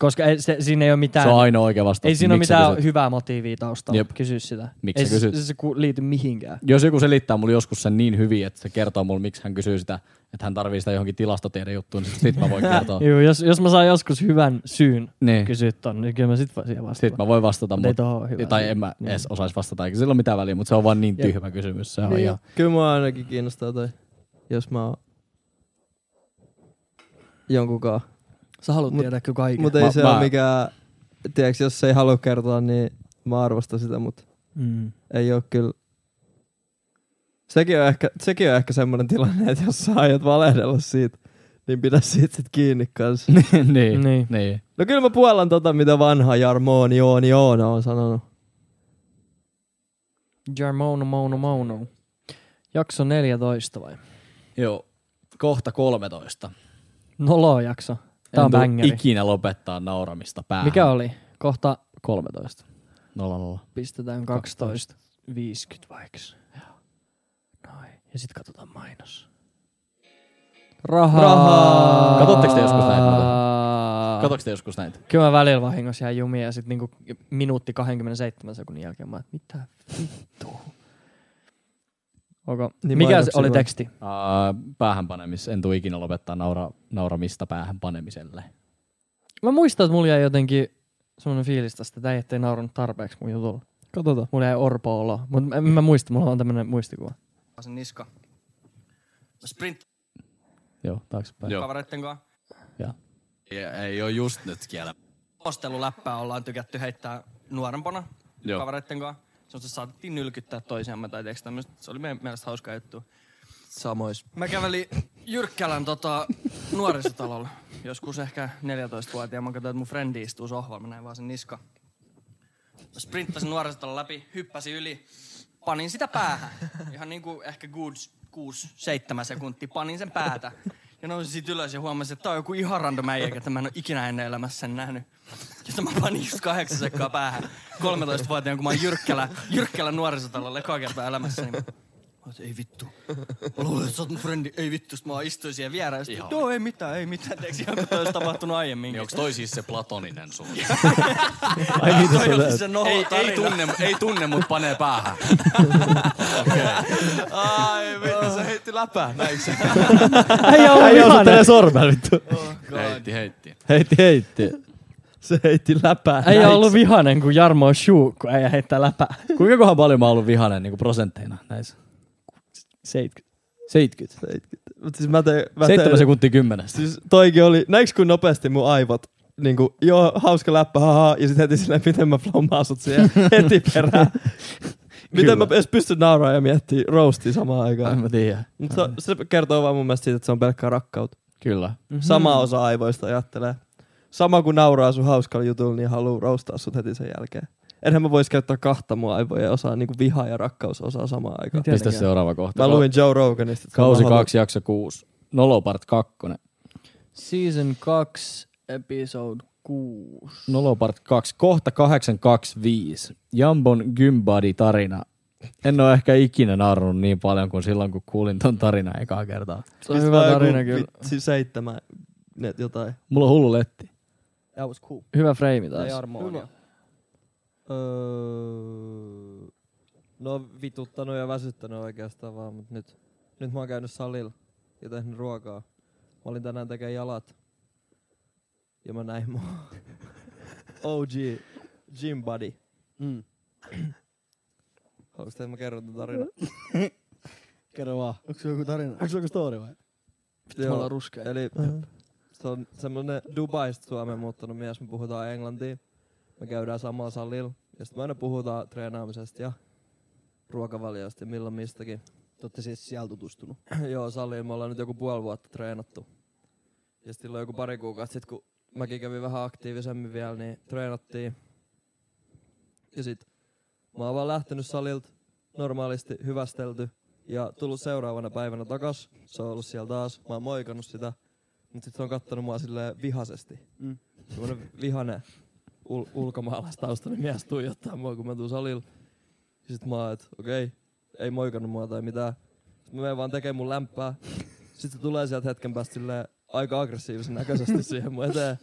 [SPEAKER 2] Koska ei, se, siinä ei ole mitään,
[SPEAKER 3] Se on ainoa oikea vastaus.
[SPEAKER 2] ei siinä ole
[SPEAKER 3] miksi sä
[SPEAKER 2] mitään
[SPEAKER 3] kysyt.
[SPEAKER 2] hyvää motiivia taustalla
[SPEAKER 3] Jep.
[SPEAKER 2] kysyä sitä.
[SPEAKER 3] Miksi
[SPEAKER 2] ei
[SPEAKER 3] sä
[SPEAKER 2] se,
[SPEAKER 3] kysyt?
[SPEAKER 2] Se, se ku- liity mihinkään.
[SPEAKER 3] jos joku selittää mulle joskus sen niin hyvin, että se kertoo mulle, miksi hän kysyy sitä, että hän tarvii sitä johonkin tilastotiedejuttuun, niin sit- sit mä voin kertoa.
[SPEAKER 2] Joo, jos, jos mä saan joskus hyvän syyn
[SPEAKER 3] niin.
[SPEAKER 2] kysyä ton, niin kyllä mä sit voin siihen vastata.
[SPEAKER 3] Sitten mä voin vastata,
[SPEAKER 2] Mut ei
[SPEAKER 3] mutta
[SPEAKER 2] tohon ole hyvä.
[SPEAKER 3] tai en mä
[SPEAKER 2] Niin.
[SPEAKER 3] edes osaisi vastata, eikä sillä ole mitään väliä, mutta se on vaan niin
[SPEAKER 1] Jep.
[SPEAKER 3] tyhmä kysymys. Se on
[SPEAKER 1] Niin.
[SPEAKER 3] ihan,
[SPEAKER 1] Kyllä mua ainakin kiinnostaa toi, jos mä oon jonkunkaan.
[SPEAKER 2] Sä haluat
[SPEAKER 1] Mut-
[SPEAKER 2] tiedä kyllä kaiken.
[SPEAKER 1] Mutta ei
[SPEAKER 3] Mä-
[SPEAKER 1] se
[SPEAKER 3] mä-
[SPEAKER 1] ole mikään, tiedätkö, jos ei halua kertoa, niin mä arvostan sitä, mutta
[SPEAKER 2] mm.
[SPEAKER 1] ei ole kyllä. Sekin on ehkä, sekin on ehkä semmoinen tilanne, että jos sä aiot valehdella siitä, niin pidä siitä sit kiinni kanssa.
[SPEAKER 3] niin,
[SPEAKER 2] Niin.
[SPEAKER 3] niin. niin.
[SPEAKER 1] No kyllä mä puolan tota, mitä vanha Jarmoon Jooni Joona on sanonut.
[SPEAKER 2] Jarmono Mono Mono. Jakso 14 vai?
[SPEAKER 3] Joo, kohta 13.
[SPEAKER 2] Nolo jakso. Tää on
[SPEAKER 3] en tuu
[SPEAKER 2] bängeri.
[SPEAKER 3] ikinä lopettaa nauramista päähän.
[SPEAKER 2] Mikä oli? Kohta
[SPEAKER 3] 13. 0 0.
[SPEAKER 2] pistetään 12. 50 vaikka. Noin. Ja sit katsotaan mainos. Rahaa. Rahaa.
[SPEAKER 3] Katsotteko te joskus näitä muuten? Katsoks te joskus näitä?
[SPEAKER 2] Kyllä mä välillä vahingossa jää jumiin ja sitten niinku minuutti 27 sekunnin jälkeen mä oon, että mitä vittua. Okay.
[SPEAKER 1] Niin
[SPEAKER 2] Mikä se
[SPEAKER 1] mainoksia
[SPEAKER 2] oli
[SPEAKER 1] vai?
[SPEAKER 2] teksti?
[SPEAKER 3] Uh, päähän panemis. En tule ikinä lopettaa naura, nauramista päähän panemiselle.
[SPEAKER 2] Mä muistan, että mulla jäi jotenkin semmoinen fiilis tästä, että ei ettei naurannut tarpeeksi mun jutulla.
[SPEAKER 1] Katsotaan.
[SPEAKER 2] Mulla jäi orpo olo, mutta mä, mä muistan, mulla on tämmönen muistikuva.
[SPEAKER 6] Sen niska. Mä sprint
[SPEAKER 3] Joo, taaksepäin.
[SPEAKER 14] Joo.
[SPEAKER 6] kavereitten kanssa.
[SPEAKER 14] Ja ei ole just nyt kielä.
[SPEAKER 6] Posteluläppää ollaan tykätty heittää nuorempana
[SPEAKER 14] Joo.
[SPEAKER 6] kavereitten kanssa. Semmoista saatettiin nylkyttää toisiamme tai tiiäks tämmöistä. Se oli meidän mielestä hauska juttu.
[SPEAKER 15] Samois.
[SPEAKER 6] Mä kävelin Jyrkkälän tota, nuorisotalolla. Joskus ehkä 14-vuotiaan. Mä katsoin, että mun frendi istuu sohvalla. Mä näin vaan sen niska. Mä sprinttasin nuorisotalon läpi, hyppäsin yli, panin sitä päähän. Ihan niinku ehkä good 6-7 sekuntia panin sen päätä. Ja nousin siitä ylös ja huomasin, että tää on joku ihan random äijä, että mä en ole ikinä ennen elämässä sen nähnyt. Josta mä panin just kahdeksan sekkaa päähän. 13-vuotiaan, kun mä oon Jyrkkälä, Jyrkkälä nuorisotalolla eka kertaa elämässä. Niin mä oon, että ei vittu. Mä luulen, että sä oot mun frendi. Ei vittu, sit mä istuin siihen vieressä. Joo, ei mitään, ei mitään. Teekö ihan kun toi olisi tapahtunut aiemmin?
[SPEAKER 14] Niin onko toi siis se platoninen sun?
[SPEAKER 6] Toi oli se nolla
[SPEAKER 14] ei, ei,
[SPEAKER 6] tarina.
[SPEAKER 14] tunne, ei tunne, mut panee päähän.
[SPEAKER 15] Ai vittu, se heitti läpää. Näin se.
[SPEAKER 2] Ei ole
[SPEAKER 3] Ei osu tänne sormella vittu.
[SPEAKER 14] Heitti, heitti.
[SPEAKER 3] Heitti, heitti.
[SPEAKER 1] Se heitti läpää.
[SPEAKER 2] Ei
[SPEAKER 1] Näin.
[SPEAKER 2] ole ollut vihanen, kun Jarmo on shuu, kun äijä heittää läpää.
[SPEAKER 3] Kuinka kohan paljon mä oon ollut vihainen niin prosentteina näissä?
[SPEAKER 2] 70.
[SPEAKER 3] 70.
[SPEAKER 1] Mut siis mä tein, mä tein,
[SPEAKER 3] 7 sekuntia kymmenestä.
[SPEAKER 1] siis toikin oli, näiks kun nopeasti mun aivot, niinku, joo, hauska läppä, haha, ja sit heti silleen, miten mä flommaan sut siihen heti perään.
[SPEAKER 3] Kyllä.
[SPEAKER 1] miten mä edes pystyn nauraa ja miettimään roastia samaan aikaan.
[SPEAKER 3] mä tiedä.
[SPEAKER 1] Mut se,
[SPEAKER 2] Mhm.
[SPEAKER 1] se kertoo vaan mun mielestä siitä, että se on pelkkää rakkautta.
[SPEAKER 3] Kyllä.
[SPEAKER 1] Sama osa aivoista ajattelee. sama kuin nauraa sun hauskalla jutulla, niin haluu roustaa sut heti sen jälkeen. Enhän mä vois käyttää kahta mun aivoja osaa, niinku viha ja rakkaus osaa samaan aikaan.
[SPEAKER 3] Pistä seuraava kohta.
[SPEAKER 1] Mä luin Joe Roganista. että
[SPEAKER 3] Kausi
[SPEAKER 1] mä haluan-
[SPEAKER 3] 2, jakso 6. Nolopart 2.
[SPEAKER 2] Season 2, episode 6.
[SPEAKER 3] Nolopart 2. Kohta 825. Jambon Gymbadi tarina. En ole ehkä ikinä naurunut niin paljon kuin silloin, kun kuulin ton tarina ekaa kertaa.
[SPEAKER 2] Se on hyvä
[SPEAKER 1] Joku
[SPEAKER 2] tarina kyllä.
[SPEAKER 1] Vitsi seitsemän, ne, jotain.
[SPEAKER 3] Mulla on hullu letti.
[SPEAKER 1] That was cool.
[SPEAKER 2] Hyvä freimi taas.
[SPEAKER 1] Hyvä. Öö, no vituttanut ja väsyttänyt oikeastaan vaan, mutta nyt, nyt mä oon käynyt salilla ja tehnyt ruokaa. Mä olin tänään tekemään jalat. Ja mä näin mun OG gym buddy.
[SPEAKER 2] Mm.
[SPEAKER 1] Haluaisit, että mä kerron tän tarinan?
[SPEAKER 2] Kerro vaan. Onko se joku tarina? Onko se joku story vai? Pitää
[SPEAKER 1] Joo.
[SPEAKER 2] olla ruskea.
[SPEAKER 1] Eli se on semmonen Dubaista Suomeen muuttanut mies, me puhutaan englantia. Me käydään samalla salilla. Ja sitten me aina puhutaan treenaamisesta ja ruokavaliosta ja milloin mistäkin.
[SPEAKER 2] Te olette siis siellä tutustunut.
[SPEAKER 1] Joo, salilla me ollaan nyt joku puoli vuotta treenattu. Ja sitten silloin joku pari kuukautta sitten, kun mäkin kävin vähän aktiivisemmin vielä, niin treenattiin. Ja sit mä oon vaan lähtenyt salilta normaalisti hyvästelty ja tullut seuraavana päivänä takas. Se on ollut siellä taas. Mä oon moikannut sitä. Mut sit se on kattonut mua silleen vihasesti.
[SPEAKER 2] Mm.
[SPEAKER 1] Mm. Semmonen vihane ul- ulkomaalaistaustainen mies tuijottaa mua, kun mä tuun salilla. Ja sit mä oon, et okei, okay, ei moikannut mua tai mitään. Sit mä menen vaan tekemään mun lämpää. Sitten se tulee sieltä hetken päästä silleen aika aggressiivisen näköisesti siihen mun eteen.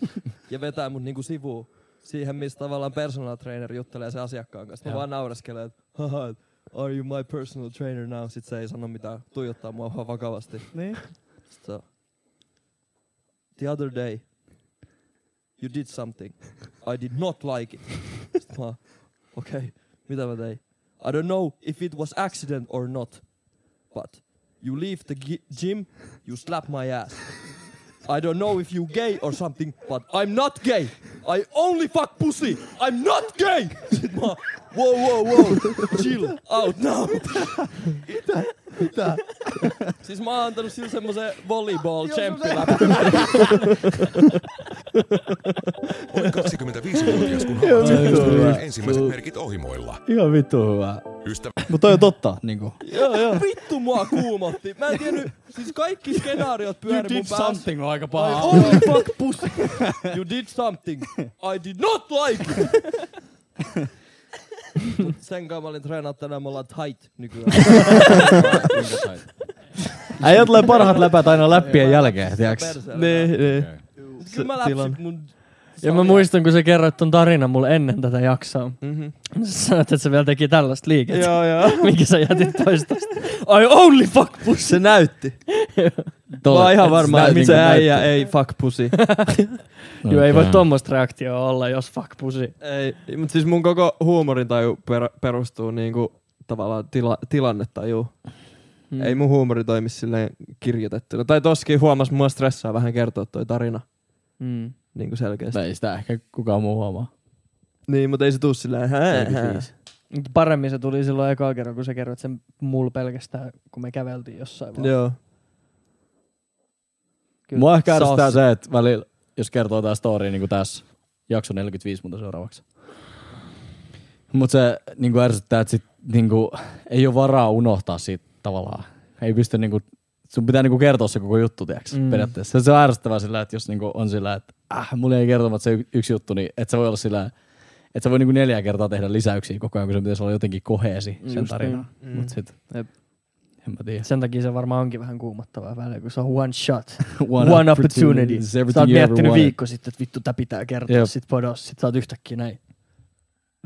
[SPEAKER 1] Ja vetää mut niinku sivuun. Siihen, missä tavallaan personal trainer juttelee se asiakkaan kanssa. Mä vaan naureskelen, että haha, et are you my personal trainer now? Sit se ei sano mitään, tuijottaa mua vaan vakavasti.
[SPEAKER 2] Niin.
[SPEAKER 1] Sit se on, the other day, you did something. I did not like it. Sit mä oon, okei, okay, mitä mä tein? I don't know if it was accident or not, but you leave the gi- gym, you slap my ass. I don't know if you gay or something, but I'm not gay. I only fuck pussy. I'm not gay. Sit mä, oon, wow, wow, wow, chill out now.
[SPEAKER 2] Mitä?
[SPEAKER 1] Siis mä oon antanut sille semmosen volleyball
[SPEAKER 2] Joo,
[SPEAKER 1] tsemppi
[SPEAKER 2] semmosen-
[SPEAKER 1] läpi.
[SPEAKER 16] Olet 25-vuotias, kun havaitset ystävän ensimmäiset merkit ohimoilla.
[SPEAKER 3] Ihan vittu hyvä.
[SPEAKER 16] Ystävä
[SPEAKER 3] Mutta toi on totta. Niin kuin.
[SPEAKER 1] Joo, joo. Vittu mua kuumotti. Mä en tiennyt, siis kaikki skenaariot pyöri mun päässä.
[SPEAKER 3] on aika
[SPEAKER 1] I only fuck pussy. You did something. I did not like it. Mut sen kanssa mä olin treenannut tänään, me ollaan tight nykyään.
[SPEAKER 3] Äijä tulee parhaat läpät aina läppien jälkeen, tiiäks?
[SPEAKER 1] Perseellä.
[SPEAKER 2] niin.
[SPEAKER 1] Kyllä mä läpsin mun...
[SPEAKER 2] Ja mä muistan, kun sä kerroit ton tarinan mulle ennen tätä jaksoa.
[SPEAKER 1] Mhm.
[SPEAKER 2] Sä sanoit, että sä vielä teki tällaista liikettä,
[SPEAKER 1] Joo, joo.
[SPEAKER 2] minkä sä jätit pois tosta. I only fuck pussy.
[SPEAKER 1] Se näytti. Mä oon ihan varma,
[SPEAKER 3] niinku
[SPEAKER 1] että se äijä ei fuck pussy.
[SPEAKER 2] Joo, ei voi tommoista reaktioa olla, jos fuck pussy.
[SPEAKER 1] Ei, mutta siis mun koko huumorintaju per, perustuu niinku tavallaan tila, tilannetajuun. Mm. Ei mun huumori toimi silleen kirjoitettuna. Tai tossakin huomas, mua stressaa vähän kertoa toi tarina
[SPEAKER 2] Mm.
[SPEAKER 1] niinku selkeästi.
[SPEAKER 3] Ei sitä ehkä kukaan muu huomaa.
[SPEAKER 1] Niin, mutta ei se tuu silleen. Hää, hää.
[SPEAKER 3] 45.
[SPEAKER 2] Mut Paremmin se tuli silloin eka kerran, kun sä kerroit sen mulle pelkästään, kun me käveltiin jossain vaan.
[SPEAKER 1] Joo.
[SPEAKER 2] Kyllä.
[SPEAKER 3] Mua ehkä ärsyttää
[SPEAKER 1] Sas.
[SPEAKER 3] se, että välillä, jos kertoo tää story niin kuin tässä, jakso 45 mutta seuraavaksi. Mutta se niin kuin ärsyttää, että sit, niin kuin, ei ole varaa unohtaa siitä tavallaan. Ei pysty niin kuin, sun pitää niin kuin kertoa se koko juttu, tiiäks,
[SPEAKER 2] Mm.
[SPEAKER 3] mm. periaatteessa. Se on ärsyttävää sillä, että jos niin kuin on sillä, että äh, mulle ei kertomat se y- yksi juttu, niin et sä voi olla sillä, että sä voi niin kuin neljä kertaa tehdä lisäyksiä koko ajan, kun se pitäisi olla jotenkin koheesi sen
[SPEAKER 2] Just
[SPEAKER 3] tarinan.
[SPEAKER 1] niin.
[SPEAKER 3] Mm. Mut sit,
[SPEAKER 2] Jep.
[SPEAKER 3] en mä tiedä.
[SPEAKER 2] Sen takia se varmaan onkin vähän kuumottavaa välillä, kun se on one shot,
[SPEAKER 3] One,
[SPEAKER 2] one, one opportunity.
[SPEAKER 3] is
[SPEAKER 2] Sä oot
[SPEAKER 3] everything you ever
[SPEAKER 2] miettinyt
[SPEAKER 3] wanted.
[SPEAKER 2] viikko sitten, että vittu tää pitää kertoa,
[SPEAKER 3] Jep.
[SPEAKER 2] sit podos, sit sä oot yhtäkkiä näin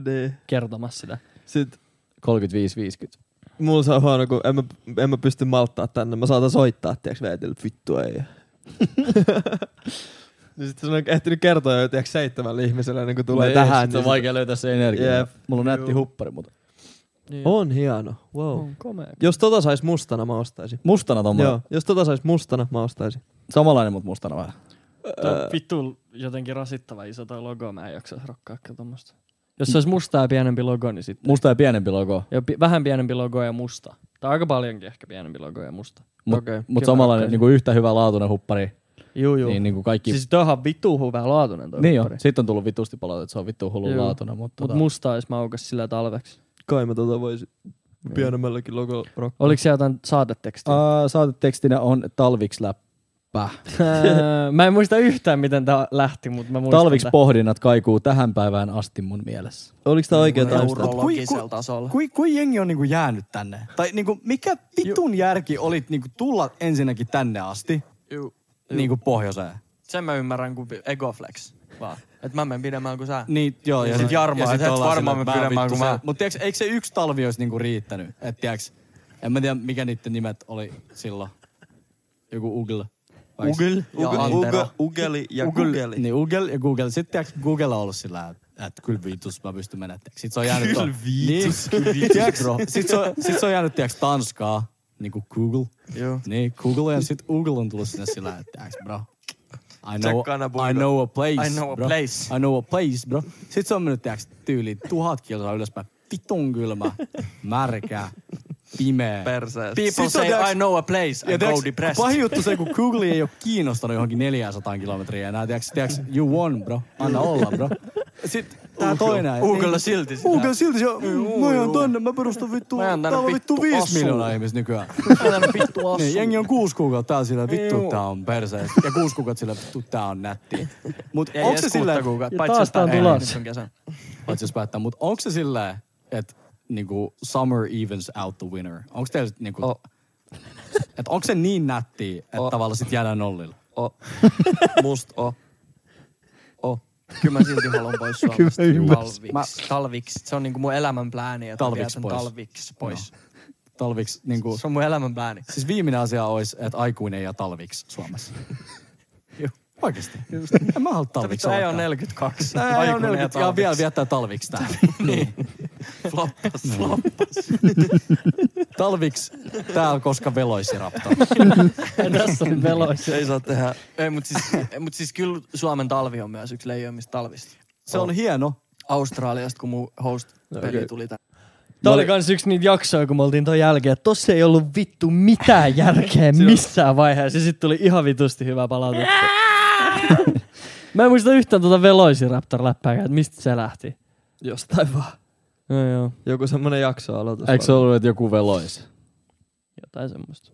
[SPEAKER 1] Niin.
[SPEAKER 2] kertomassa sitä.
[SPEAKER 1] Sit
[SPEAKER 3] 35-50.
[SPEAKER 1] mulla se on huono, kun en mä, en mä pysty malttaa tänne. Mä saatan soittaa, tiiäks, veitille, että vittu ei. niin sit se on ehtinyt kertoa jo, tiiäks, seitsemälle ihmiselle, ennen kuin tulee
[SPEAKER 3] Niin,
[SPEAKER 1] tähän.
[SPEAKER 3] sit on
[SPEAKER 1] niin
[SPEAKER 3] vaikea löytää se energia.
[SPEAKER 1] Jep.
[SPEAKER 3] Mulla on nätti
[SPEAKER 1] Juu.
[SPEAKER 3] huppari, mutta
[SPEAKER 1] sit- On hieno. Wow.
[SPEAKER 2] On komea.
[SPEAKER 1] Jos tota sais mustana, mä ostaisin.
[SPEAKER 3] mustana tommonen.
[SPEAKER 1] Joo, jos tota sais mustana, mä ostaisin.
[SPEAKER 3] Samanlainen, mutta mustana vähän.
[SPEAKER 2] Tuo on vittu jotenkin rasittava iso toi logo, mä en jaksa rokkaa tommosta.
[SPEAKER 3] Mm.
[SPEAKER 2] Jos se olisi mustaa ja pienempi logo, niin sitten...
[SPEAKER 3] Musta ja pienempi logo,
[SPEAKER 2] Ja pi- vähän pienempi logo ja musta. Tai aika paljonkin ehkä pienempi logo ja musta.
[SPEAKER 3] mutta
[SPEAKER 1] Okei.
[SPEAKER 3] mut
[SPEAKER 2] Kyllä
[SPEAKER 3] samanlainen
[SPEAKER 2] ratkaisu.
[SPEAKER 3] niinku yhtä hyvä laatuinen huppari.
[SPEAKER 2] Juu, juu.
[SPEAKER 3] Niin, niin kuin kaikki...
[SPEAKER 2] Siis toihan on vittu hyvää laatunen toi
[SPEAKER 3] niin on.
[SPEAKER 2] peppari.
[SPEAKER 3] Sitten on tullut vitusti palautetta, että se on vittu hullun
[SPEAKER 2] Juu.
[SPEAKER 3] laatuna. Mutta
[SPEAKER 2] Mut
[SPEAKER 3] tota,
[SPEAKER 2] musta olisi maukas sillä talveksi.
[SPEAKER 1] Kai mä tota voisin
[SPEAKER 2] Niin.
[SPEAKER 1] pienemmälläkin logo rock.
[SPEAKER 2] Oliko siellä jotain saatetekstiä?
[SPEAKER 3] aa, saatetekstinä on talviksi läppä.
[SPEAKER 2] Ää, mä en muista yhtään, miten tää lähti, mutta mä muistan.
[SPEAKER 3] Talviksi
[SPEAKER 2] tän.
[SPEAKER 3] pohdinnat kaikuu tähän päivään asti mun mielessä.
[SPEAKER 1] Oliko tää oikea timestamp?
[SPEAKER 7] Neurologisella tasolla. Kui, kui jengi on niinku jäänyt tänne? Tai niinku, mikä vitun järki olit niinku tulla ensinnäkin tänne asti?
[SPEAKER 8] Juu.
[SPEAKER 7] Niinku pohjoiseen.
[SPEAKER 8] Sen mä ymmärrän kuin egoflex vaan. Et mä menen pidemmään kuin sä.
[SPEAKER 7] Niin, joo. Ja,
[SPEAKER 8] sit Jarmo, et et varmaan me pidemmän kuin mä.
[SPEAKER 7] Mutta tiiäks, eikö se yksi talvi olisi niinku riittänyt? Et tiiäks, en mä tiedä mikä niiden nimet oli silloin. Joku Ugl. vai-
[SPEAKER 8] Ugel,
[SPEAKER 7] Ja
[SPEAKER 8] ugel,
[SPEAKER 7] Antero.
[SPEAKER 8] ugel, ugeli ja
[SPEAKER 7] Google.
[SPEAKER 8] kugeli.
[SPEAKER 7] Niin Google ja Google. Sitten tiiäks, Google on ollut sillä, että et, kyllä viitus mä pystyn menemään. tiiäks. Sit se on jäänyt... Kyllä viitus. Niin, tiiäks, sit, se on, sit se on jäänyt tiiäks, Tanskaa. Niinku Google.
[SPEAKER 8] Joo.
[SPEAKER 7] Niin, Google ja sit Google on tullut sinne sillä, että tiiäks, bro. I know,
[SPEAKER 8] Tsekkaana
[SPEAKER 7] I
[SPEAKER 8] Google.
[SPEAKER 7] know a place,
[SPEAKER 8] I know a
[SPEAKER 7] bro.
[SPEAKER 8] place.
[SPEAKER 7] I know a place, bro. Sitten se on mennyt, tiiäks, tyyli tuhat kilsaa ylöspäin. Vitun kylmä, märkä, pimeä.
[SPEAKER 8] Perseestä.
[SPEAKER 7] Sit
[SPEAKER 8] People
[SPEAKER 7] on,
[SPEAKER 8] say
[SPEAKER 7] tiiäks-
[SPEAKER 8] Siis I know a place, I
[SPEAKER 7] ja
[SPEAKER 8] go
[SPEAKER 7] tiiäks,
[SPEAKER 8] depressed.
[SPEAKER 7] pahin juttu se, kun Google ei ole kiinnostanut johonkin 400 kilometriä enää. Tiiäks, tiiäks, you won, bro. Anna olla, bro. Sitten tää toinen.
[SPEAKER 8] Uukalla silti sitä.
[SPEAKER 7] Uukalla silti. se on, Mä jään tänne, mä perustan vittu.
[SPEAKER 8] Mä jään tänne
[SPEAKER 7] Täällä on vittu
[SPEAKER 8] vittu
[SPEAKER 7] 5
[SPEAKER 8] asuun.
[SPEAKER 7] miljoonaa ihmistä nykyään.
[SPEAKER 8] vittu
[SPEAKER 7] Niin, jengi on kuusi kuukautta täällä sillä, vittu tää on perse. Ja kuusi kuukautta sillä, vittu tää on nätti. Mut
[SPEAKER 8] Ei
[SPEAKER 7] onks se
[SPEAKER 8] edes
[SPEAKER 7] sillä,
[SPEAKER 8] kuutta kuukautta,
[SPEAKER 2] Ja
[SPEAKER 8] paitsi
[SPEAKER 2] taas
[SPEAKER 8] jos
[SPEAKER 2] tää on
[SPEAKER 8] päättää
[SPEAKER 2] tulossa.
[SPEAKER 8] nyt sun kesän.
[SPEAKER 7] paitsi jos päättää, mut onks se sillä, että niinku summer evens out the winner? Onks teillä niinku,
[SPEAKER 8] Oh.
[SPEAKER 7] et onks se niin nätti, että
[SPEAKER 8] Oh.
[SPEAKER 7] tavallaan sit jäädään nollilla?
[SPEAKER 8] O. Must o. O. Kyllä mä silti haluan pois Suomesta. talviksi. Mä... talviksi. Se on niinku mun elämän plääni, että
[SPEAKER 7] Talviksi
[SPEAKER 8] talviksi pois.
[SPEAKER 7] pois.
[SPEAKER 8] talviksi pois.
[SPEAKER 7] Talviksi
[SPEAKER 8] No.
[SPEAKER 7] niinku,
[SPEAKER 8] Se on mun elämän plääni.
[SPEAKER 7] siis viimeinen asia olisi, että aikuinen ja talviksi Suomessa. Oikeesti. En mä halua talviksi
[SPEAKER 8] niin. Vittu, ei
[SPEAKER 7] olla
[SPEAKER 8] on
[SPEAKER 7] täällä.
[SPEAKER 8] 42.
[SPEAKER 7] Tää ei ole
[SPEAKER 8] Aikuinen
[SPEAKER 7] 40 ja
[SPEAKER 8] talviksi.
[SPEAKER 7] vielä viettää talviksi täällä. niin.
[SPEAKER 8] Floppas, floppas.
[SPEAKER 7] Talviksi täällä, koska veloisi rapta.
[SPEAKER 2] Tässä on veloissa.
[SPEAKER 8] Ei saa tehdä. Ei, mut siis, mut siis kyllä Suomen talvi on myös yksi leijoimmista talvista.
[SPEAKER 7] Se on hieno.
[SPEAKER 8] Australiasta, kun mun host-peli
[SPEAKER 1] Okei.
[SPEAKER 8] tuli tänne.
[SPEAKER 2] Tää oli kans yksi niitä jaksoja, kun me oltiin ton jälkeen, että tossa ei ollut vittu mitään järkeä missään vaiheessa. Ja sit tuli ihan vitusti hyvä palautetta. Mä en muista yhtään tuota Velociraptor-läppääkään, että mistä se lähti.
[SPEAKER 1] Jostain vaan.
[SPEAKER 2] No joo,
[SPEAKER 1] Joku semmonen jakso aloitus.
[SPEAKER 3] Eikö se ollut, että joku velois?
[SPEAKER 2] jotain semmoista.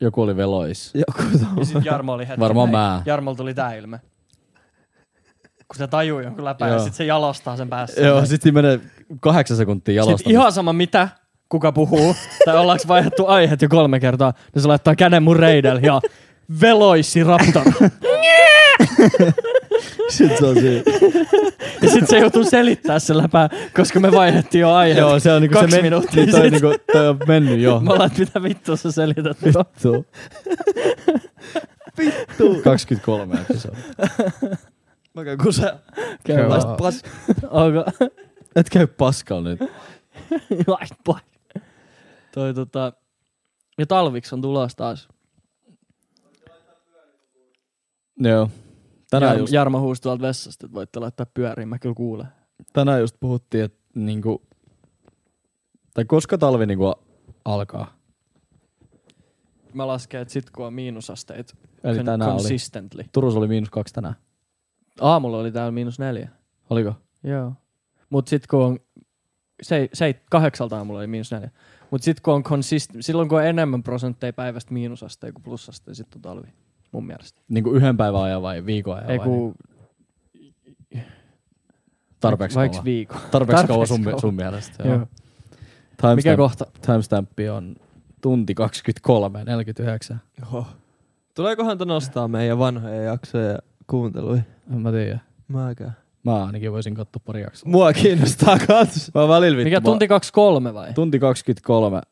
[SPEAKER 3] Joku oli velois.
[SPEAKER 1] Joku
[SPEAKER 2] Ja
[SPEAKER 1] tommonen.
[SPEAKER 2] sit Jarmo oli hetki.
[SPEAKER 3] Varmaan
[SPEAKER 2] näin.
[SPEAKER 3] mä.
[SPEAKER 2] Jarmolla tuli tää ilme. Kun se tajuu jonkun läpää ja
[SPEAKER 3] Joo.
[SPEAKER 2] sit se jalostaa sen päässä.
[SPEAKER 3] Joo, sit siinä menee kahdeksan sekuntia
[SPEAKER 2] Sitten
[SPEAKER 3] jalostamista.
[SPEAKER 2] ihan sama mitä, kuka puhuu, tai ollaanko vaihdettu aiheet jo kolme kertaa, niin se laittaa käden mun reidel ja veloisi raptor.
[SPEAKER 1] Sitten se on siinä.
[SPEAKER 2] Ja sit se joutuu selittää sen läpää, koska me vaihdettiin jo aiheet.
[SPEAKER 3] Joo, se on niinku
[SPEAKER 2] Kaksi
[SPEAKER 3] se men...
[SPEAKER 2] minuuttia
[SPEAKER 3] niin, toi,
[SPEAKER 2] sit.
[SPEAKER 3] niinku, toi on mennyt jo.
[SPEAKER 2] Mä ollaan, että mitä vittua sä selität. tuo?
[SPEAKER 3] Vittu. Vittu. 23 episodi.
[SPEAKER 1] Mä käyn kusea.
[SPEAKER 2] Käy
[SPEAKER 1] Lait
[SPEAKER 2] vaan.
[SPEAKER 1] pas-
[SPEAKER 2] Onko?
[SPEAKER 3] Et käy paskalla nyt.
[SPEAKER 2] Lait pois. Toi tota... Ja talviksi on tulossa taas.
[SPEAKER 3] Joo. Tänään,
[SPEAKER 2] Jar-
[SPEAKER 3] just,
[SPEAKER 2] Jarmo huusi tuolta vessasta, että voitte laittaa pyöriin, mä kyllä kuulen.
[SPEAKER 3] tänään just puhuttiin, että niinku... Tai koska talvi niinku a- alkaa?
[SPEAKER 2] Mä lasken, että sit kun on miinusasteet,
[SPEAKER 3] Eli
[SPEAKER 2] con-
[SPEAKER 3] tänään oli.
[SPEAKER 2] consistently.
[SPEAKER 3] Turussa oli miinus kaksi tänään.
[SPEAKER 2] Aamulla oli täällä miinus neljä.
[SPEAKER 3] Oliko?
[SPEAKER 2] Joo. Mut sit kun on, se, se, kahdeksalta aamulla oli miinus neljä. Mut sit kun on consist, silloin kun on enemmän prosentteja päivästä miinusasteja kuin plussasteja, sit on talvi. Mun mielestä.
[SPEAKER 3] Niinku yhden päivän ajan vai viikon ajan
[SPEAKER 2] Ei
[SPEAKER 3] vai? Niin,
[SPEAKER 2] kun
[SPEAKER 3] tarpeeksi
[SPEAKER 2] vaikka
[SPEAKER 3] kauan.
[SPEAKER 2] viikon.
[SPEAKER 3] Tarpeeksi kauan sun,
[SPEAKER 2] tarpeeksi
[SPEAKER 3] sun mielestä.
[SPEAKER 2] Joo.
[SPEAKER 3] Joo.
[SPEAKER 2] Mikä
[SPEAKER 3] Timestamp,
[SPEAKER 2] kohta?
[SPEAKER 3] timestamp on tunti 23, 49.
[SPEAKER 1] Oho. Tuleekohan to nostaa meidän vanhoja jaksoja ja kuunteluja?
[SPEAKER 3] En mä tiedä.
[SPEAKER 1] Mäkään.
[SPEAKER 3] Mä ainakin voisin katsoa pari jaksoa.
[SPEAKER 1] Mua kiinnostaa kans.
[SPEAKER 3] Mä oon välillä vittu.
[SPEAKER 2] Mikä
[SPEAKER 3] mä-
[SPEAKER 2] tunti 23 vai?
[SPEAKER 3] Tunti 23.
[SPEAKER 2] Ja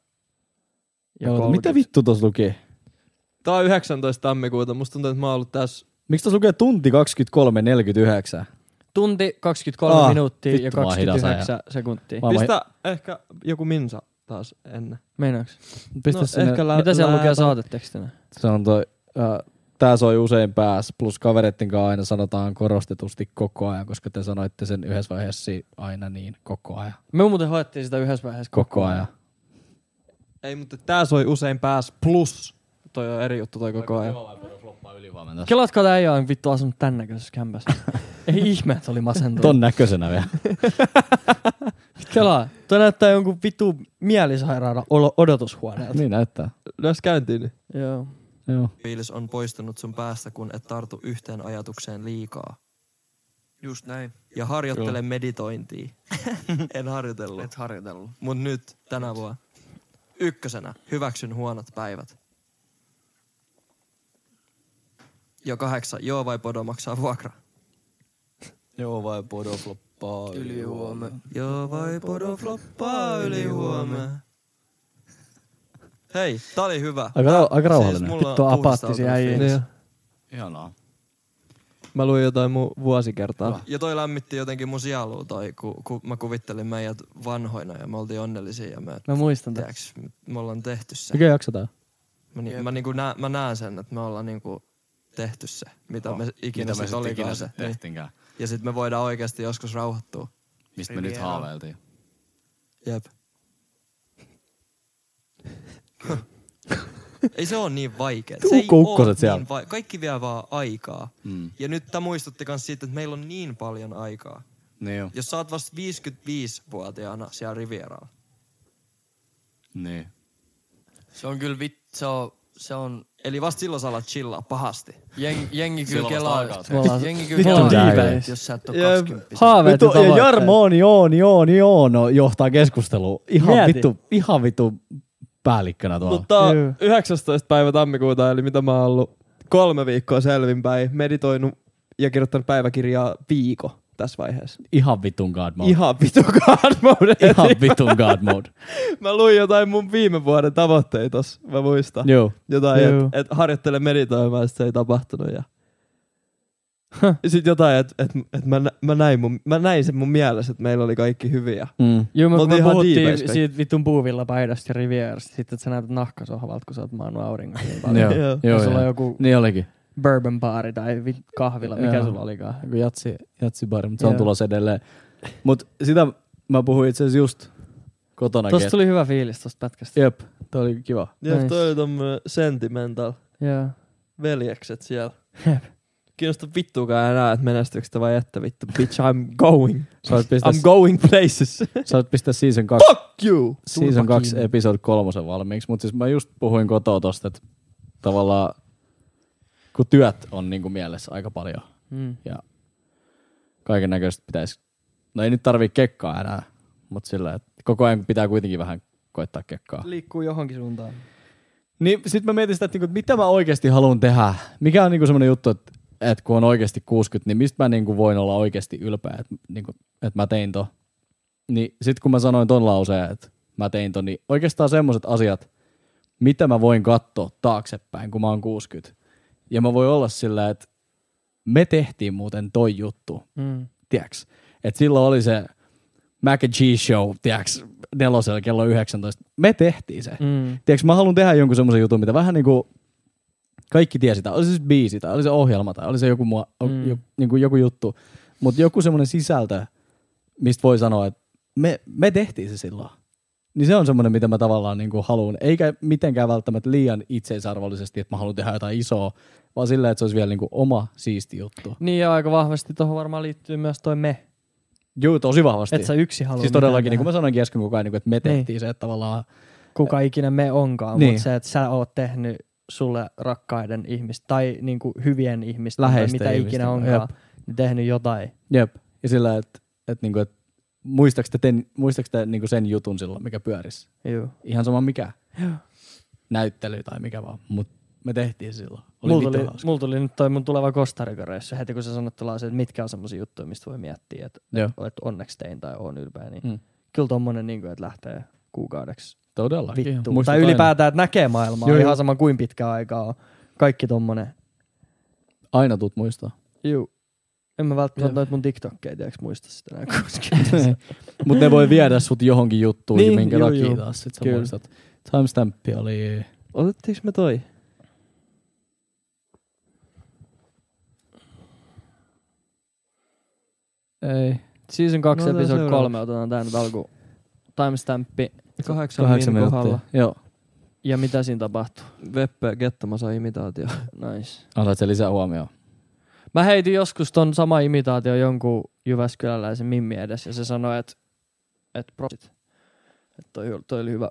[SPEAKER 3] Joo,
[SPEAKER 2] 30.
[SPEAKER 3] mitä vittu tuossa lukee?
[SPEAKER 1] Tää on 19. tammikuuta. Musta tuntuu, että mä oon ollut tässä.
[SPEAKER 3] Miksi tuossa lukee tunti 23.49?
[SPEAKER 2] Tunti 23
[SPEAKER 3] Ah,
[SPEAKER 2] minuuttia ja
[SPEAKER 3] vittu, mä oon hidas
[SPEAKER 2] 29 sekuntia.
[SPEAKER 3] Mä- Aivan.
[SPEAKER 1] Pistä ehkä joku minsa taas ennen.
[SPEAKER 2] Meinaaks?
[SPEAKER 3] Pistä
[SPEAKER 1] no,
[SPEAKER 3] sinne.
[SPEAKER 1] ehkä lä-
[SPEAKER 2] Mitä siellä
[SPEAKER 1] lä-
[SPEAKER 2] lukee saatetekstinä?
[SPEAKER 3] Se on toi, äh, tää soi usein pääs, plus kavereitten kanssa aina sanotaan korostetusti koko ajan, koska te sanoitte sen yhdessä vaiheessa si- aina niin koko ajan.
[SPEAKER 2] Me muuten hoettiin sitä yhdessä vaiheessa
[SPEAKER 3] Koko ajan.
[SPEAKER 1] Ei, mutta tää soi usein pääs plus. Toi on eri juttu toi koko ajan.
[SPEAKER 3] yli huomenta.
[SPEAKER 2] Kelatko, että äijä on vittu asunut tän näköisessä kämpässä? Ei ihme, että oli masentunut.
[SPEAKER 3] Ton näköisenä vielä.
[SPEAKER 2] Kelaa. Tuo näyttää jonkun vitu mielisairaana olo- odotushuoneelta.
[SPEAKER 3] Niin näyttää.
[SPEAKER 1] Läs käyntiin. niin-
[SPEAKER 2] Joo.
[SPEAKER 3] Joo.
[SPEAKER 6] Fiilis on poistunut sun päästä, kun et tartu yhteen ajatukseen liikaa.
[SPEAKER 8] Just näin.
[SPEAKER 6] Ja harjoittele Joo. meditointia. en harjoitellut.
[SPEAKER 8] Et harjoitellut.
[SPEAKER 6] Mut nyt, tänä vuonna. Ykkösenä, hyväksyn huonot päivät. Ja kahdeksan, joo vai podo maksaa vuokra.
[SPEAKER 7] Joo vai podo floppaa
[SPEAKER 8] Yli huome.
[SPEAKER 6] Joo vai podo floppaa yli huome. Hei, tää oli hyvä. Siis
[SPEAKER 3] Aika, rau- aika rauhallinen.
[SPEAKER 6] mulla on
[SPEAKER 2] Vittu apaattisia
[SPEAKER 6] puhdistautunut
[SPEAKER 2] äijä.
[SPEAKER 3] Ihanaa.
[SPEAKER 1] Mä luin jotain mun vuosikertaa.
[SPEAKER 6] Ja toi lämmitti jotenkin mun sielua toi, kun ku mä kuvittelin meidät vanhoina ja me oltiin onnellisia ja me,
[SPEAKER 1] No,
[SPEAKER 2] Mä muistan tämän.
[SPEAKER 6] tiiäks, me ollaan tehty se.
[SPEAKER 3] Mikä jakso tää?
[SPEAKER 6] Mä, ni, mä, niinku nä, mä näen sen, että me ollaan niinku tehty se, mitä me ikinä
[SPEAKER 3] Oh, Mitä me
[SPEAKER 6] sit
[SPEAKER 3] sitten ikinä
[SPEAKER 6] olikaan
[SPEAKER 3] se
[SPEAKER 6] se. Niin.
[SPEAKER 3] tehtiinkään?
[SPEAKER 6] Ja sit me voidaan oikeasti joskus rauhoittua.
[SPEAKER 3] Mistä me nyt haaveiltiin?
[SPEAKER 6] Jep. ei se ole niin vaikea. Se ei
[SPEAKER 3] ukkoset
[SPEAKER 6] oo
[SPEAKER 3] siellä.
[SPEAKER 6] Niin vai- Kaikki vie vaan aikaa.
[SPEAKER 3] Mm.
[SPEAKER 6] Ja nyt tämä muistutti myös siitä, että meillä on niin paljon aikaa.
[SPEAKER 3] Niin joo.
[SPEAKER 6] Jos sä oot vasta 55-vuotiaana siellä Rivieralla.
[SPEAKER 3] Niin.
[SPEAKER 8] Se on kyllä vit... Se on... Se on...
[SPEAKER 6] Eli vasta silloin sä alat chillaa pahasti.
[SPEAKER 8] Jeng, jengi kyllä
[SPEAKER 3] Silloin
[SPEAKER 8] kelaa.
[SPEAKER 3] vasta alkaa
[SPEAKER 2] Me ollaan-
[SPEAKER 8] Jengi
[SPEAKER 2] Vittu
[SPEAKER 8] kyllä kelaa.
[SPEAKER 2] diiveis.
[SPEAKER 8] Jos sä et oo
[SPEAKER 1] Jep.
[SPEAKER 8] 20.
[SPEAKER 2] Haaveet
[SPEAKER 3] Vittu, ja
[SPEAKER 2] tavoitteet.
[SPEAKER 3] Jarmo on joo, niin joo, niin joo, no, johtaa keskustelua. Ihan
[SPEAKER 2] Mieti.
[SPEAKER 3] vittu, ihan vittu päällikkönä tuolla.
[SPEAKER 1] Mutta
[SPEAKER 2] Joo.
[SPEAKER 1] 19. päivä tammikuuta, eli mitä mä oon ollut kolme viikkoa selvinpäin, meditoinut ja kirjoittanut päiväkirjaa viiko tässä vaiheessa.
[SPEAKER 3] ihan vitun god mode.
[SPEAKER 1] Ihan vitu god mode.
[SPEAKER 3] ihan vitun god mode.
[SPEAKER 1] Mä luin jotain mun viime vuoden tavoitteita tossa, mä muistan.
[SPEAKER 3] joo.
[SPEAKER 1] Jotain,
[SPEAKER 2] Joo.
[SPEAKER 1] että et harjoittele meditoimaan, sit se ei tapahtunut. Ja... Sitten jotain, että et, et mä, nä- mä, näin mun, mä näin sen mun mielessä, että meillä oli kaikki hyviä.
[SPEAKER 3] Mm.
[SPEAKER 2] Joo, me,
[SPEAKER 1] Me oltiin
[SPEAKER 2] me
[SPEAKER 1] ihan
[SPEAKER 2] puhuttiin
[SPEAKER 1] diiveissä.
[SPEAKER 2] siitä vitun puuvilla paidasta ja rivierasta. Sitten, että sä näytät nahkasohvalta, kun sä oot maannut auringossa. niin paljon.
[SPEAKER 3] Joo,
[SPEAKER 1] Joo.
[SPEAKER 3] joo,
[SPEAKER 2] Ja sulla on
[SPEAKER 3] joo.
[SPEAKER 2] joku
[SPEAKER 3] Niin olikin.
[SPEAKER 2] bourbon baari tai vi- kahvila, mikä
[SPEAKER 3] Joo.
[SPEAKER 2] sulla olikaan.
[SPEAKER 3] Joku jatsi, jatsibari, mutta se on
[SPEAKER 2] Joo.
[SPEAKER 3] tulossa edelleen. Mut sitä mä puhuin itse asiassa just kotona.
[SPEAKER 2] Tosta tuli hyvä fiilis tosta pätkästä.
[SPEAKER 3] Jep, tää oli kiva.
[SPEAKER 1] Ja
[SPEAKER 2] Nice.
[SPEAKER 1] toi oli tommonen sentimental
[SPEAKER 2] Joo.
[SPEAKER 1] veljekset siellä. Kiinnosta vittuakaan enää, että menestyykö sitä vai että vittu. Bitch, I'm going.
[SPEAKER 3] Sä oot pistää,
[SPEAKER 1] I'm going places.
[SPEAKER 3] sä oot pistää season 2
[SPEAKER 1] Fuck you!
[SPEAKER 3] season 2 episode kolmosen valmiiksi, mutta siis mä just puhuin kotoa tosta, että tavallaan kun työt on niinku mielessä aika paljon
[SPEAKER 2] Mm.
[SPEAKER 3] ja kaiken näköistä pitäisi, no ei nyt tarvii kekkaa enää, mutta sillä, että koko ajan pitää kuitenkin vähän koittaa kekkaa.
[SPEAKER 2] Liikkuu johonkin suuntaan.
[SPEAKER 3] Niin sit mä mietin sitä, että niinku, että mitä mä oikeasti haluan tehdä, mikä on niinku semmoinen juttu, että, että kun on oikeasti 60, niin mistä mä niinku voin olla oikeasti ylpeä, että, niinku, että mä tein to. Niin sit kun mä sanoin ton lauseen, että mä tein ton, niin oikeastaan semmoiset asiat, mitä mä voin katsoa taaksepäin, kun mä oon 60. Ja mä voin olla sillä, että me tehtiin muuten toi juttu,
[SPEAKER 2] Mm.
[SPEAKER 3] tiiäks. Että silloin oli se Mac and Cheese Show, tiiäks, nelosella kello 19. Me tehtiin se
[SPEAKER 2] Mm.
[SPEAKER 3] tiedätkö, mä haluan tehdä jonkun semmoisen jutun, mitä vähän niinku kaikki tiesi, tai oli se siis biisi, tai oli se ohjelma, tai oli se joku, mua,
[SPEAKER 2] Mm.
[SPEAKER 3] mm. jo, niinku joku juttu. Mutta joku semmoinen sisältö, mistä voi sanoa, että me, me tehtiin se silloin. Niin se on semmoinen, mitä mä tavallaan niinku haluan. Eikä mitenkään välttämättä liian itseisarvollisesti, että mä haluan tehdä jotain isoa, vaan sillä, että se olisi vielä niinku oma siisti juttu.
[SPEAKER 2] Niin ja aika vahvasti tuohon varmaan liittyy myös toi me.
[SPEAKER 3] Joo, tosi vahvasti.
[SPEAKER 2] Että sä yksin haluat
[SPEAKER 3] siis todellakin, niin kuin mä sanoinkin äsken koko ajan, niinku, että me
[SPEAKER 2] Niin.
[SPEAKER 3] tehtiin se, että tavallaan
[SPEAKER 2] kuka ikinä me onkaan, niin.
[SPEAKER 3] Niin.
[SPEAKER 2] mutta se, että sä oot tehnyt sulle rakkaiden ihmisten tai niin kuin hyvien ihmisten
[SPEAKER 3] Läheisten
[SPEAKER 2] tai mitä
[SPEAKER 3] ihmisten,
[SPEAKER 2] ikinä onkaan, niin tehnyt jotain.
[SPEAKER 3] Jep. Ja sillä, että et, niinku, et, muistaaks te, ten, muistaaks te niinku sen jutun silloin, mikä pyöris?
[SPEAKER 2] Joo.
[SPEAKER 3] Ihan sama mikä. Näyttely tai mikä vaan. Mut me tehtiin silloin. Oli
[SPEAKER 2] Mulla
[SPEAKER 3] vittu
[SPEAKER 2] tuli,
[SPEAKER 3] hauska.
[SPEAKER 2] mulla tuli nyt toi mun tuleva Kostarikareissu heti, kun sä sanot tuollaisen, että mitkä on semmoisia juttuja, mistä voi miettiä, että,
[SPEAKER 3] Joo.
[SPEAKER 2] että onneksi tein tai on ylpeä. Niin
[SPEAKER 3] Mm.
[SPEAKER 2] Kyllä tommonen, niin kuin, että lähtee kuukaudeksi
[SPEAKER 3] Todellakin.
[SPEAKER 2] vittuun.
[SPEAKER 3] Muistutan
[SPEAKER 2] tai ylipäätään, että näkee maailmaa,
[SPEAKER 3] Joo,
[SPEAKER 2] joo,
[SPEAKER 3] joo.
[SPEAKER 2] ihan sama kuin pitkä aikaa on. Kaikki tommonen.
[SPEAKER 3] Aina, aina tuut muistaa.
[SPEAKER 2] Juu. En mä välttämättä
[SPEAKER 3] Joo.
[SPEAKER 2] noita mun TikTokkeja, tiedäks muista sitä enää koskaan.
[SPEAKER 3] Mut ne voi viedä sut johonkin juttuun,
[SPEAKER 2] Niin,
[SPEAKER 3] niin, minkä
[SPEAKER 2] juu,
[SPEAKER 3] takia
[SPEAKER 2] juu.
[SPEAKER 3] taas sit sä
[SPEAKER 2] Kyllä.
[SPEAKER 3] muistat. Timestampi oli...
[SPEAKER 1] Otettiinko me toi?
[SPEAKER 2] Ei. Season 2
[SPEAKER 1] No,
[SPEAKER 2] no,
[SPEAKER 1] otetaan
[SPEAKER 2] episode
[SPEAKER 1] seuraavaksi.
[SPEAKER 2] 3 otetaan tämän alku timestampi.
[SPEAKER 1] Kahdeksan,
[SPEAKER 3] Kahdeksan
[SPEAKER 1] min
[SPEAKER 3] minuuttia.
[SPEAKER 1] kohdalla.
[SPEAKER 3] Joo.
[SPEAKER 2] Ja mitä siinä tapahtuu?
[SPEAKER 1] Veppe Gettamasa imitaatio.
[SPEAKER 2] Nice.
[SPEAKER 3] Annat se lisää huomioon.
[SPEAKER 2] Mä heitin joskus ton sama imitaatio jonkun Jyväskyläläisen mimmi edes ja se sanoi, että et prosit. Että toi, oli- toi oli hyvä.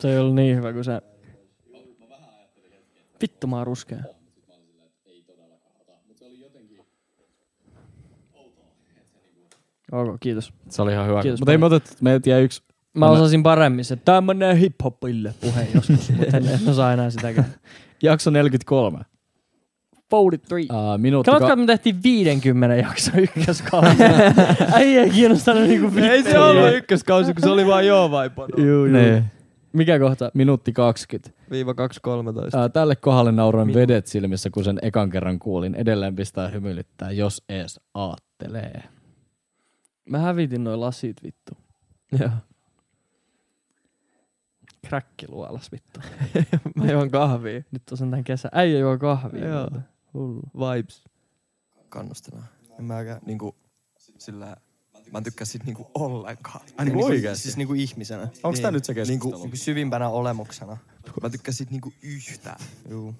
[SPEAKER 2] Se ei ollut niin hyvä kuin se. Vittu mä oon ruskea. Ok, kiitos.
[SPEAKER 3] Se oli ihan hyvä.
[SPEAKER 2] Kiitos
[SPEAKER 3] Mutta ei me
[SPEAKER 2] paljon.
[SPEAKER 3] otettu, meiltä jäi yksi.
[SPEAKER 2] Mä osasin paremmin se, tää menee hiphopille puheen joskus, mutta en, en osaa enää sitäkään.
[SPEAKER 3] Jakso 43.
[SPEAKER 2] 43.
[SPEAKER 3] Uh, minuutti
[SPEAKER 2] Katsotkaa, että me tehtiin 50 jakso ykköskausi. Äijä ei kiinnostanut niinku vittu.
[SPEAKER 1] Ei se ollut ykköskausi, kun se oli vaan joo vai pano. Niin.
[SPEAKER 3] Juu, juu.
[SPEAKER 2] Mikä kohta?
[SPEAKER 3] Niin. Minuutti 20.
[SPEAKER 1] Viiva 2.13.
[SPEAKER 3] Ää, tälle kohdalle nauroin vedet silmissä, kun sen ekan kerran kuulin. Edelleen pistää hymyilyttää, jos ees aattelee.
[SPEAKER 2] Mä hävitin noi lasit vittu.
[SPEAKER 1] Joo.
[SPEAKER 2] Kräkkiluolas vittu.
[SPEAKER 1] Mä juon kahvia.
[SPEAKER 2] Nyt on tän kesä. Äijä juo kahvia.
[SPEAKER 1] Joo.
[SPEAKER 2] muuten. Hullu.
[SPEAKER 1] Vibes.
[SPEAKER 6] kannustana. En mäkään niinku sillä... Mä en tykkää siitä niinku ollenkaan. Ai niinku
[SPEAKER 7] Oikeesti? Siis niinku ihmisenä.
[SPEAKER 3] Onks tää nyt se
[SPEAKER 6] Niinku,
[SPEAKER 3] keskustelu?
[SPEAKER 7] Niinku syvimpänä olemuksena.
[SPEAKER 6] mä tykkään siitä niinku yhtään.
[SPEAKER 7] Juu.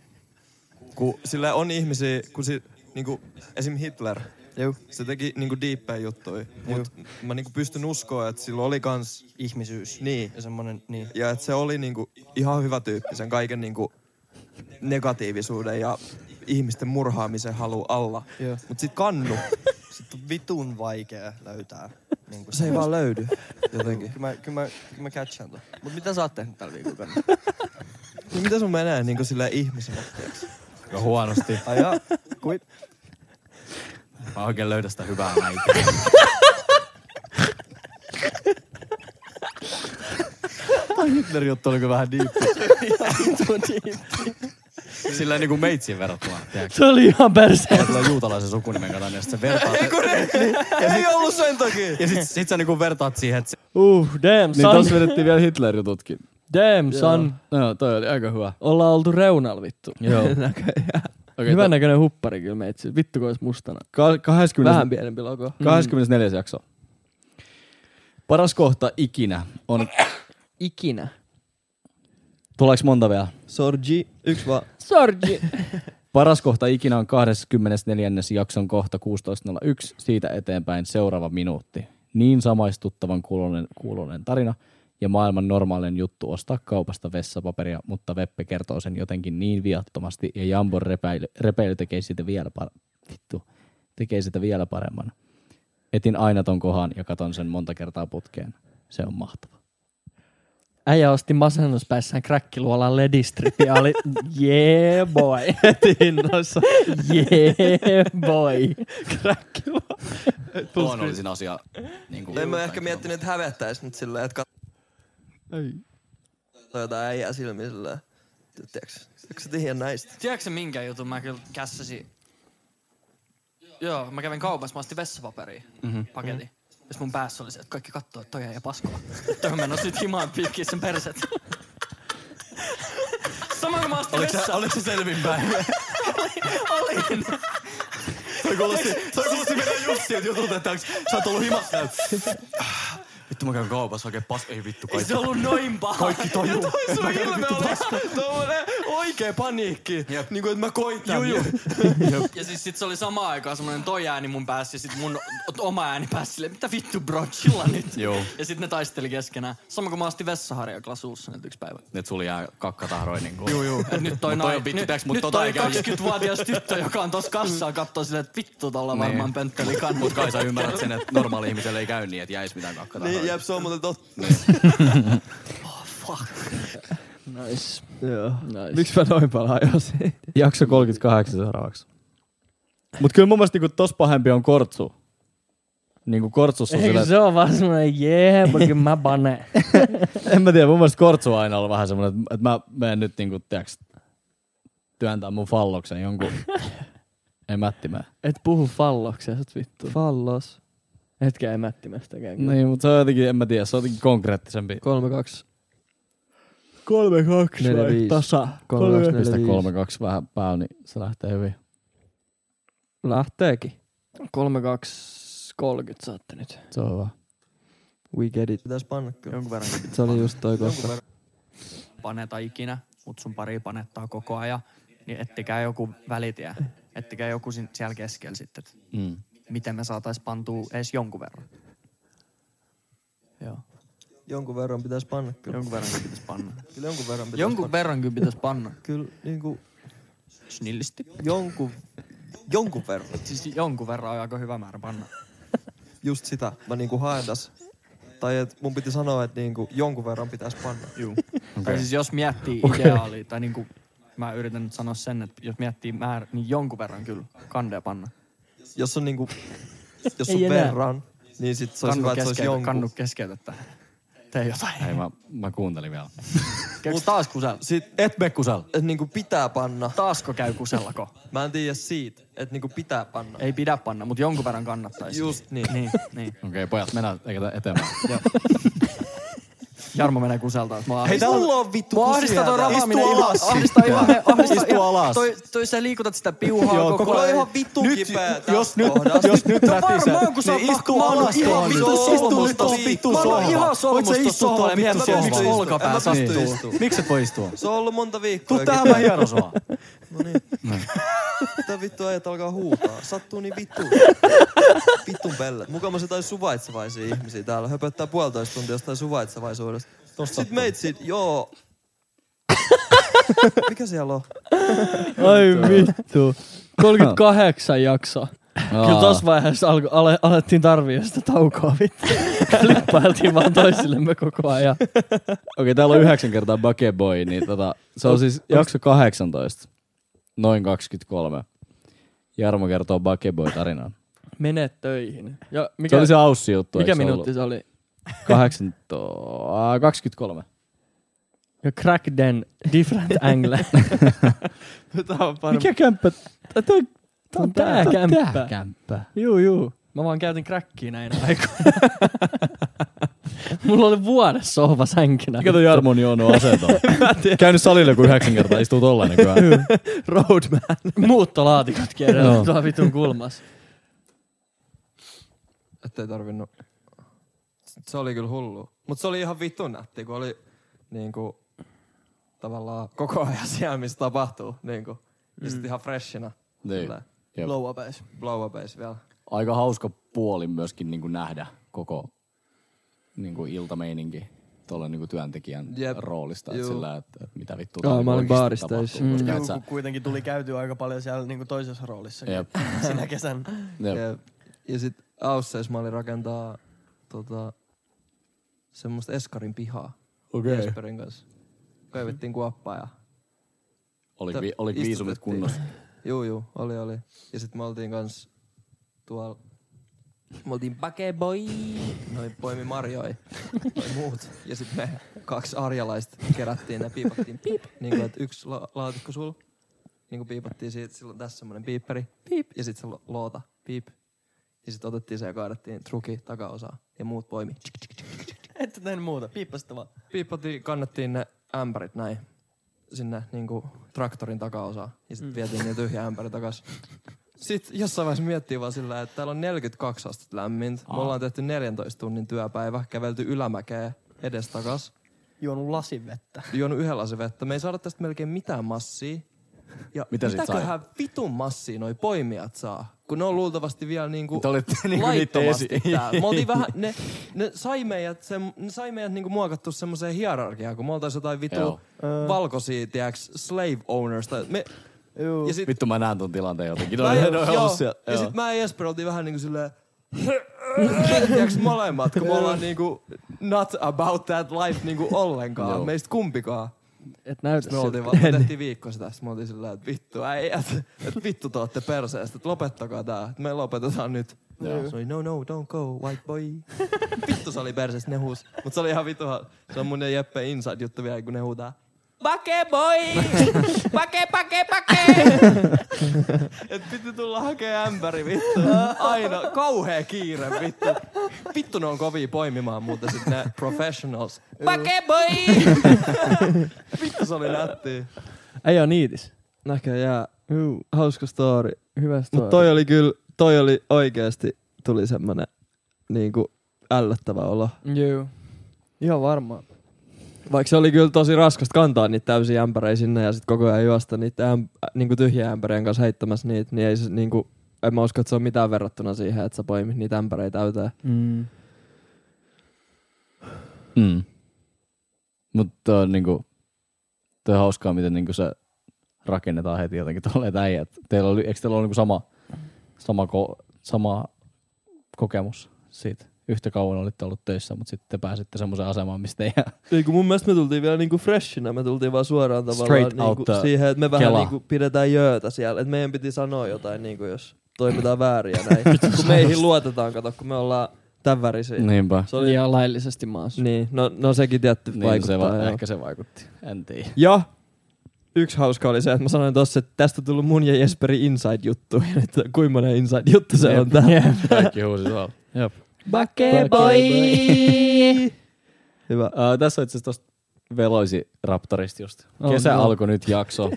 [SPEAKER 6] Kun sillä on ihmisiä, kun si, niinku, esim. Hitler,
[SPEAKER 7] Juu.
[SPEAKER 6] se teki niinku diippejä juttuja. Mut mä niinku pystyn uskoa, että sillä oli kans,
[SPEAKER 7] Ihmisyys.
[SPEAKER 6] Niin.
[SPEAKER 7] Ja semmonen, niin.
[SPEAKER 6] ja että se oli niinku ihan hyvä tyyppi sen kaiken niinku negatiivisuuden ja ihmisten murhaamisen halu alla.
[SPEAKER 7] Joo.
[SPEAKER 6] Mut sit kannu,
[SPEAKER 7] Sitten on vitun vaikea löytää. Niinku
[SPEAKER 6] se ei vaan löydy jotenkin.
[SPEAKER 7] Kyllä mä, kyllä mä, kyllä mä catchaan ton. Mut mitä sä oot tehnyt tällä viikolla?
[SPEAKER 6] Niin mitä sun menee niinku sillä ihmisenä?
[SPEAKER 3] No huonosti.
[SPEAKER 7] Ai jaa, kuit.
[SPEAKER 3] Mä oikein löydä sitä hyvää näitä. Toi Hitlerin juttu oli kyllä vähän diippi. Sillä niinku meitsiin verrattuna. tiedätkö?
[SPEAKER 2] Se oli ihan perse.
[SPEAKER 3] Sulla on juutalaisen sukunimen kato,
[SPEAKER 6] niin
[SPEAKER 3] ja sit sä vertaat... Ei kun
[SPEAKER 6] Ei ollut sen takia!
[SPEAKER 3] Ja sit, sit sä niinku vertaat siihen, että...
[SPEAKER 2] Uh, damn
[SPEAKER 3] Niin
[SPEAKER 2] son.
[SPEAKER 3] tossa vedettiin vielä Hitler-jututkin.
[SPEAKER 2] Damn son.
[SPEAKER 3] No toi oli aika hyvä.
[SPEAKER 2] Ollaan oltu reunalla vittu.
[SPEAKER 3] Joo.
[SPEAKER 2] Okay, Hyvän näköinen huppari kyllä meitsi. Vittu kun olisi mustana.
[SPEAKER 3] 20...
[SPEAKER 2] Vähän pienempi logo.
[SPEAKER 3] Mm. 24. jakso. Paras kohta ikinä on...
[SPEAKER 2] Ikinä.
[SPEAKER 3] Tuleeko monta vielä?
[SPEAKER 1] Sorgi, yksi vaan.
[SPEAKER 2] Sorgi.
[SPEAKER 3] Paras kohta ikinä on 24. jakson kohta 16.01. Siitä eteenpäin seuraava minuutti. Niin samaistuttavan kuulonen, kuulonen tarina ja maailman normaalinen juttu ostaa kaupasta vessapaperia, mutta Veppe kertoo sen jotenkin niin viattomasti ja Jambon repäily, repäily tekee siitä vielä par- vittu, tekee sitä vielä paremman. Etin aina ton kohan ja katon sen monta kertaa putkeen. Se on mahtava.
[SPEAKER 2] Äijä osti masennuspäissään kräkkiluolan ledistripiä. Oli yeah boy. Tinnossa. yeah boy.
[SPEAKER 3] Luonnollisin asia. Niin kuin
[SPEAKER 6] En mä ehkä miettinyt, että hävettäis nyt silleen, että katsoo jotain äijää silmiin silleen. Tiedätkö, tiedätkö sä tiedä näistä?
[SPEAKER 10] Tiedätkö sä minkä jutun mä kyllä kässäsin? Joo, mä kävin kaupassa, mä ostin vessapaperia, mm-hmm. paketin. Mm-hmm. Jos mun päässä oli se, että kaikki kattoo, että toi ei paskoa. toi on menossa nyt himaan piikkiin sen perset. Sama kun mä ostin
[SPEAKER 6] Oliko
[SPEAKER 10] vessaa.
[SPEAKER 6] se, oliko se selvinpäin?
[SPEAKER 10] Olin.
[SPEAKER 6] Toi kuulosti, toi kuulosti meidän Jussilta jutut, että onks, sä oot ollut himassa. ja- Vittu mä käyn kaupassa oikein pas, ei vittu
[SPEAKER 10] Ei
[SPEAKER 6] kaikki.
[SPEAKER 10] se ollut noin paha.
[SPEAKER 6] Kaikki tajuu.
[SPEAKER 10] Ja toi sun ilme oli ihan tommonen
[SPEAKER 6] Oikee paniikki. Jep. Niinku et mä koitan.
[SPEAKER 10] Juu, juu. Ja siis sit se oli samaan aikaan semmonen toi ääni mun päässä ja sit mun o- oma ääni päässä silleen, mitä vittu bro, chilla nyt.
[SPEAKER 3] Joo.
[SPEAKER 10] Ja sit ne taisteli keskenään. Sama kun mä ostin vessaharjakla suussa nyt yksi päivä.
[SPEAKER 3] Nyt suli jää kakkatahroin. Niin kuin.
[SPEAKER 10] niinku. Et nyt toi,
[SPEAKER 3] Mut toi
[SPEAKER 10] nai-
[SPEAKER 3] on vittu,
[SPEAKER 10] nyt,
[SPEAKER 3] tiiäks, mut
[SPEAKER 10] nyt
[SPEAKER 3] tota
[SPEAKER 10] toi
[SPEAKER 3] ei käy.
[SPEAKER 10] 20-vuotias tyttö, joka on tossa kassaa kattoo silleen, että vittu tolla varmaan pöntteli kannut.
[SPEAKER 3] Niin. Mut kai sä ymmärrät sen, että normaali ihmiselle ei käy niin, että jäisi mitään Niin. kakkataa.
[SPEAKER 6] Niin, jep, se on muuten totta.
[SPEAKER 10] Oh,
[SPEAKER 2] Nice.
[SPEAKER 1] Joo.
[SPEAKER 2] Nice.
[SPEAKER 1] Miksi mä noin palaan jo siitä?
[SPEAKER 3] Jakso 38 seuraavaksi. Mut kyllä mun mielestä niinku tos pahempi on kortsu. Niinku kortsussa on sillä,
[SPEAKER 2] Eikö se on vaan semmonen jee, yeah, mä pane.
[SPEAKER 3] en mä tiedä, mun mielestä kortsu on aina ollut vähän semmonen, että mä menen nyt niinku, tiiäks, työntää mun falloksen jonkun, ei mättimään.
[SPEAKER 2] Et puhu falloksesta vittu.
[SPEAKER 1] Fallos.
[SPEAKER 2] Hetken
[SPEAKER 3] No
[SPEAKER 2] emättimestäkään.
[SPEAKER 3] Niin, mutta se on jotenkin, en mä tiedä, se on jotenkin konkreettisempi.
[SPEAKER 1] 3-2.
[SPEAKER 3] Kolme kaksi
[SPEAKER 6] Neljä,
[SPEAKER 3] vai
[SPEAKER 6] viisi.
[SPEAKER 3] tasa?
[SPEAKER 6] Kolme, kaksi, neljä,
[SPEAKER 3] Pistä
[SPEAKER 6] viisi.
[SPEAKER 3] kolme kaksi vähän päälle, niin se lähtee hyvin.
[SPEAKER 6] Lähteekin.
[SPEAKER 2] 3230 saatte nyt.
[SPEAKER 3] Se on hyvä.
[SPEAKER 6] We get it.
[SPEAKER 7] Pitäis panna kyllä. Jonkun verran.
[SPEAKER 6] Se oli just toi kohta.
[SPEAKER 7] Paneta ikinä, mut sun pari panettaa koko ajan. Niin ettikää joku välitie. Ettikää joku sin- siellä keskellä sitten. et
[SPEAKER 3] Mm.
[SPEAKER 7] Miten me saatais pantua edes jonkun verran. Joo.
[SPEAKER 6] Jonkun verran pitäis panna kyllä.
[SPEAKER 7] Jonkun verran pitäis panna.
[SPEAKER 6] Kyllä jonkun verran pitäis
[SPEAKER 7] Jonkun verran kyllä pitäis panna.
[SPEAKER 6] Kyllä niinku
[SPEAKER 7] Snillisti.
[SPEAKER 6] jonkun, jonkun verran.
[SPEAKER 7] Siis jonkun verran on aika hyvä määrä panna.
[SPEAKER 6] Just sitä mä niinku haen tässä. Tai et mun piti sanoa, että niinku jonkun verran pitäis panna.
[SPEAKER 7] Juu. Okay. Tai siis jos miettii ideaalia, tai niinku, mä yritän nyt sanoa sen, että jos miettii määrä, niin jonkun verran kyllä kandea panna.
[SPEAKER 6] Jos on niinku, jos
[SPEAKER 2] Ei
[SPEAKER 6] on
[SPEAKER 2] enää.
[SPEAKER 6] verran, niin sit se olisi
[SPEAKER 7] Kannu
[SPEAKER 6] hyvä, että se olisi
[SPEAKER 7] keskeytä,
[SPEAKER 6] jonkun.
[SPEAKER 7] kannu keskeytä, että tee jotain.
[SPEAKER 3] Ei, mä, mä kuuntelin vielä.
[SPEAKER 7] Käykö taas kusella?
[SPEAKER 6] Sit
[SPEAKER 3] Et me kusel.
[SPEAKER 6] et niinku pitää panna.
[SPEAKER 7] Taasko käy kusellako?
[SPEAKER 6] Mä en tiedä siitä, että niinku pitää panna.
[SPEAKER 7] Ei pidä panna, mutta jonkun verran kannattaisi.
[SPEAKER 6] Just niin.
[SPEAKER 7] Niin, niin.
[SPEAKER 3] Okei, okay, pojat, mennään eikä eteenpäin.
[SPEAKER 7] Jarmo menee kuseltaan. Mä
[SPEAKER 6] Hei,
[SPEAKER 7] ahdistan,
[SPEAKER 6] mulla on vittu
[SPEAKER 7] Mua ahdistaa
[SPEAKER 6] kusia
[SPEAKER 7] toi
[SPEAKER 6] täällä.
[SPEAKER 7] ravaaminen.
[SPEAKER 6] Istu
[SPEAKER 7] ihan-
[SPEAKER 6] alas.
[SPEAKER 7] Ahdistaa ihan. Ahdistaa
[SPEAKER 3] Istu
[SPEAKER 7] ihan-
[SPEAKER 3] alas.
[SPEAKER 7] Toi, toi sä liikutat sitä piuhaa
[SPEAKER 3] Joo,
[SPEAKER 7] koko,
[SPEAKER 6] Mulla on
[SPEAKER 7] ajan.
[SPEAKER 6] ihan vittu kipää
[SPEAKER 3] jos nyt, jos nyt
[SPEAKER 7] No varmaan, kun sä oot
[SPEAKER 3] niin istu
[SPEAKER 7] nahkumaan
[SPEAKER 3] alas
[SPEAKER 7] ihan
[SPEAKER 3] tuohon nyt.
[SPEAKER 7] vittu
[SPEAKER 3] Istu
[SPEAKER 7] solmusta
[SPEAKER 3] nyt tuohon
[SPEAKER 7] viikkoon.
[SPEAKER 3] vittu
[SPEAKER 7] Mä oon
[SPEAKER 3] sohvaan.
[SPEAKER 7] ihan
[SPEAKER 3] Voit sä
[SPEAKER 7] solmusta
[SPEAKER 3] istua
[SPEAKER 7] sohvalle,
[SPEAKER 3] tuohon
[SPEAKER 7] mietin,
[SPEAKER 3] vittu
[SPEAKER 7] että miksi
[SPEAKER 3] sohvaan?
[SPEAKER 7] olkapää
[SPEAKER 3] En mä
[SPEAKER 7] sattuu.
[SPEAKER 3] pysty istumaan. Miksi et voi istua?
[SPEAKER 6] Se on ollut monta viikkoa.
[SPEAKER 3] Tuu tähän mä hieron sua.
[SPEAKER 6] Mitä vittu ajat alkaa huutaa? Sattuu niin vittu. Vittun pellet. Mukaan mä jotain suvaitsevaisia ihmisiä täällä. Höpöttää puolitoista tuntia jostain suvaitsevaisuudesta. Sitten meitsit, joo. Mikä siellä on?
[SPEAKER 2] Ai vittu. 38 jaksoa. Kyllä
[SPEAKER 3] tos...
[SPEAKER 2] tossa vaiheessa alko, ale, alettiin tarvii jo sitä taukoa vittu. Flippailtiin vaan toisillemme koko ajan.
[SPEAKER 3] Okei, täällä on yhdeksän kertaa Bakeboy, niin tota, se on siis jakso 18. Noin 23. Jarmo kertoo Bakeboy-tarinan.
[SPEAKER 2] Mene töihin. Ja mikä,
[SPEAKER 3] Se oli se Aussi-juttu,
[SPEAKER 2] mikä
[SPEAKER 3] eikö se
[SPEAKER 2] minuutti se oli?
[SPEAKER 3] ollut? 18, äh, 23.
[SPEAKER 2] Ja crack den different angle.
[SPEAKER 3] Mikä kämppä? Tää on,
[SPEAKER 2] Tää on tää kämppä.
[SPEAKER 3] kämppä.
[SPEAKER 2] Juu, juu. Mä vaan käytin crackia näinä aikoina. Mulla oli vuodessa sohva sänkinä.
[SPEAKER 3] Mikä toi Jarmon joono asento? Käynyt salilla joku yhdeksän kertaa, istuu tolla nykyään.
[SPEAKER 2] Roadman. Muuttolaatikot
[SPEAKER 3] Joo.
[SPEAKER 2] kierrellä tuolla vitun kulmassa.
[SPEAKER 1] Ettei tarvinnut. Se oli kyllä hullu. Mutta se oli ihan vittu nätti, kun oli niinku tavallaan koko ajan siellä, missä tapahtuu. Niinku. Ja
[SPEAKER 7] Mm.
[SPEAKER 1] sit ihan freshina.
[SPEAKER 3] niin. Jep.
[SPEAKER 2] Low upeis.
[SPEAKER 1] Blow vielä.
[SPEAKER 3] Aika hauska puoli myöskin niin kuin nähdä koko niin kuin iltameininki tuolla niin kuin työntekijän
[SPEAKER 1] Jep.
[SPEAKER 3] Jep. roolista, että
[SPEAKER 1] Juu.
[SPEAKER 3] sillä, että että mitä vittua
[SPEAKER 6] Joo,
[SPEAKER 3] täällä
[SPEAKER 6] mä olin
[SPEAKER 3] oikeesti
[SPEAKER 6] baarissa
[SPEAKER 3] tapahtuu,
[SPEAKER 6] töissä.
[SPEAKER 3] koska
[SPEAKER 17] Juu,
[SPEAKER 3] et sä-
[SPEAKER 17] kun kuitenkin tuli käytyä aika paljon siellä niinku toisessa roolissa
[SPEAKER 3] Jep.
[SPEAKER 17] sinä kesän.
[SPEAKER 3] Jep.
[SPEAKER 1] Ja, ja sit Ausseis mä olin rakentaa tota, semmoista Eskarin pihaa.
[SPEAKER 3] Okei.
[SPEAKER 1] Jesperin kanssa. Kaivettiin kuoppaa ja...
[SPEAKER 3] Oli,
[SPEAKER 1] Tä-
[SPEAKER 3] vi, oli
[SPEAKER 1] istutettiin.
[SPEAKER 3] viisumit kunnossa.
[SPEAKER 1] Juu, juu, oli, oli. Ja sit me oltiin kans tuolla... Me oltiin pakeboi. Noi poimi marjoi. Noi muut. Ja sit me kaksi arjalaista kerättiin ja piipattiin piip. Niinku et yksi la- laatikko sul. Niinku piipattiin siitä, silloin tässä semmonen piipperi. Piip. Ja sit se lo- loota. Piip. Ja sit otettiin se ja kaadettiin truki takaosaa. Ja muut poimi.
[SPEAKER 17] Ette tehnyt muuta, piippasitte vaan.
[SPEAKER 1] Piippattiin, kannettiin ne ämpärit näin sinne niinku traktorin takaosaan. Ja sitten vietiin ne tyhjä ämpäri takas. Sitten jossain vaiheessa miettii vaan sillä, että täällä on 42 astetta lämmintä. Me ollaan tehty 14 tunnin työpäivä, kävelty ylämäkeä edestakas.
[SPEAKER 17] Juonut lasin vettä.
[SPEAKER 1] Juonut yhden lasin vettä. Me ei saada tästä melkein mitään massia. Ja
[SPEAKER 3] Mitä sit sai?
[SPEAKER 1] mitäköhän vitun massia noi poimijat saa? Kun ne on luultavasti vielä niinku
[SPEAKER 3] Te olitte niinku niitten
[SPEAKER 1] laittomasti
[SPEAKER 3] esi-
[SPEAKER 1] täällä. Me oltiin vähän, ne, ne sai meidät, sem, ne sai meidät niinku muokattu semmoiseen hierarkiaan, kun me oltais jotain vitu
[SPEAKER 3] Joo.
[SPEAKER 1] valkoisia, tiiäks, slave owners. Tai me, ja sit,
[SPEAKER 3] Vittu mä näen ton tilanteen jotenkin.
[SPEAKER 1] mä,
[SPEAKER 3] Toi, ne on
[SPEAKER 1] joo,
[SPEAKER 3] ollut siellä.
[SPEAKER 1] ja sit mä ja Jesper oltiin vähän niinku silleen, tiiäks, molemmat, kun me ollaan niinku not about that life niinku ollenkaan.
[SPEAKER 3] Joo.
[SPEAKER 1] Meistä kumpikaan.
[SPEAKER 2] Et näytä
[SPEAKER 1] Sit me oltiin vaan, me tehtiin viikko sitä, sit me oltiin sillä, että vittu äijät, että vittu te ootte perseestä, että lopettakaa tää, että me lopetetaan nyt.
[SPEAKER 3] Joo.
[SPEAKER 1] Se oli no no, don't go, white boy. vittu se oli perseestä, ne huus. Mut se oli ihan vittu, ha- se on mun ja Jeppe inside juttu vielä, kun ne huutaa.
[SPEAKER 8] Pake boy! Pake, pake, pake! Et piti tulla hakea ämpäri vittu. Aina kauhea kiire vittu.
[SPEAKER 6] Vittu ne on kovia poimimaan muuten sit ne professionals.
[SPEAKER 8] Pake boy!
[SPEAKER 6] Vittu se oli nätti.
[SPEAKER 1] Ei oo niitis. Näköjään. Juu. Hauska story. Hyvä story. Mut toi oli kyllä, toi oli oikeesti tuli semmonen niinku ällöttävä olo.
[SPEAKER 2] Joo. Ihan varmaan.
[SPEAKER 1] Vaikka se oli kyllä tosi raskasta kantaa niitä täysiä ämpäreitä sinne ja sitten koko ajan juosta niitä äm, niin tyhjiä ämpärien kanssa heittämässä niitä, niin ei se niin kuin, en mä usko, että se on mitään verrattuna siihen, että sä poimit niitä ämpäreitä täyteen. Mm.
[SPEAKER 3] Mm. Mutta on niinku, toi on hauskaa, miten niinku se rakennetaan heti jotenkin tolleen äijät. Teillä oli, eikö teillä ole niinku sama, sama, ko, sama kokemus siitä? yhtä kauan olitte ollut töissä, mutta sitten te pääsitte semmoiseen asemaan, mistä ei
[SPEAKER 1] Ei kun mun mielestä me tultiin vielä niinku freshina, me tultiin vaan suoraan tavallaan
[SPEAKER 3] Straight out
[SPEAKER 1] niinku
[SPEAKER 3] the
[SPEAKER 1] siihen, että me vähän
[SPEAKER 3] Kela.
[SPEAKER 1] niinku pidetään jöötä siellä, että meidän piti sanoa jotain, niinku jos toimitaan väärin ja näin. kun meihin luotetaan, kato, kun me ollaan tämän värisiä.
[SPEAKER 3] Niinpä.
[SPEAKER 1] Se oli,
[SPEAKER 2] Ja laillisesti maassa.
[SPEAKER 1] niin, no, no sekin tietty
[SPEAKER 3] Niin,
[SPEAKER 1] vaikuttaa.
[SPEAKER 3] se va-
[SPEAKER 1] joo.
[SPEAKER 3] ehkä se vaikutti. En tiedä.
[SPEAKER 1] Ja yksi hauska oli se, että mä sanoin tossa, että tästä on tullut mun ja Jesperi inside-juttu. Ja nyt kuinka monen inside-juttu se on tää.
[SPEAKER 3] Kaikki huusi tuolla. Jep.
[SPEAKER 2] Bake boy!
[SPEAKER 1] Hyvä.
[SPEAKER 3] Uh, tässä on itse asiassa tosta veloisi raptorista just.
[SPEAKER 2] Oh,
[SPEAKER 3] Kesä
[SPEAKER 2] no.
[SPEAKER 3] alkoi nyt jakso,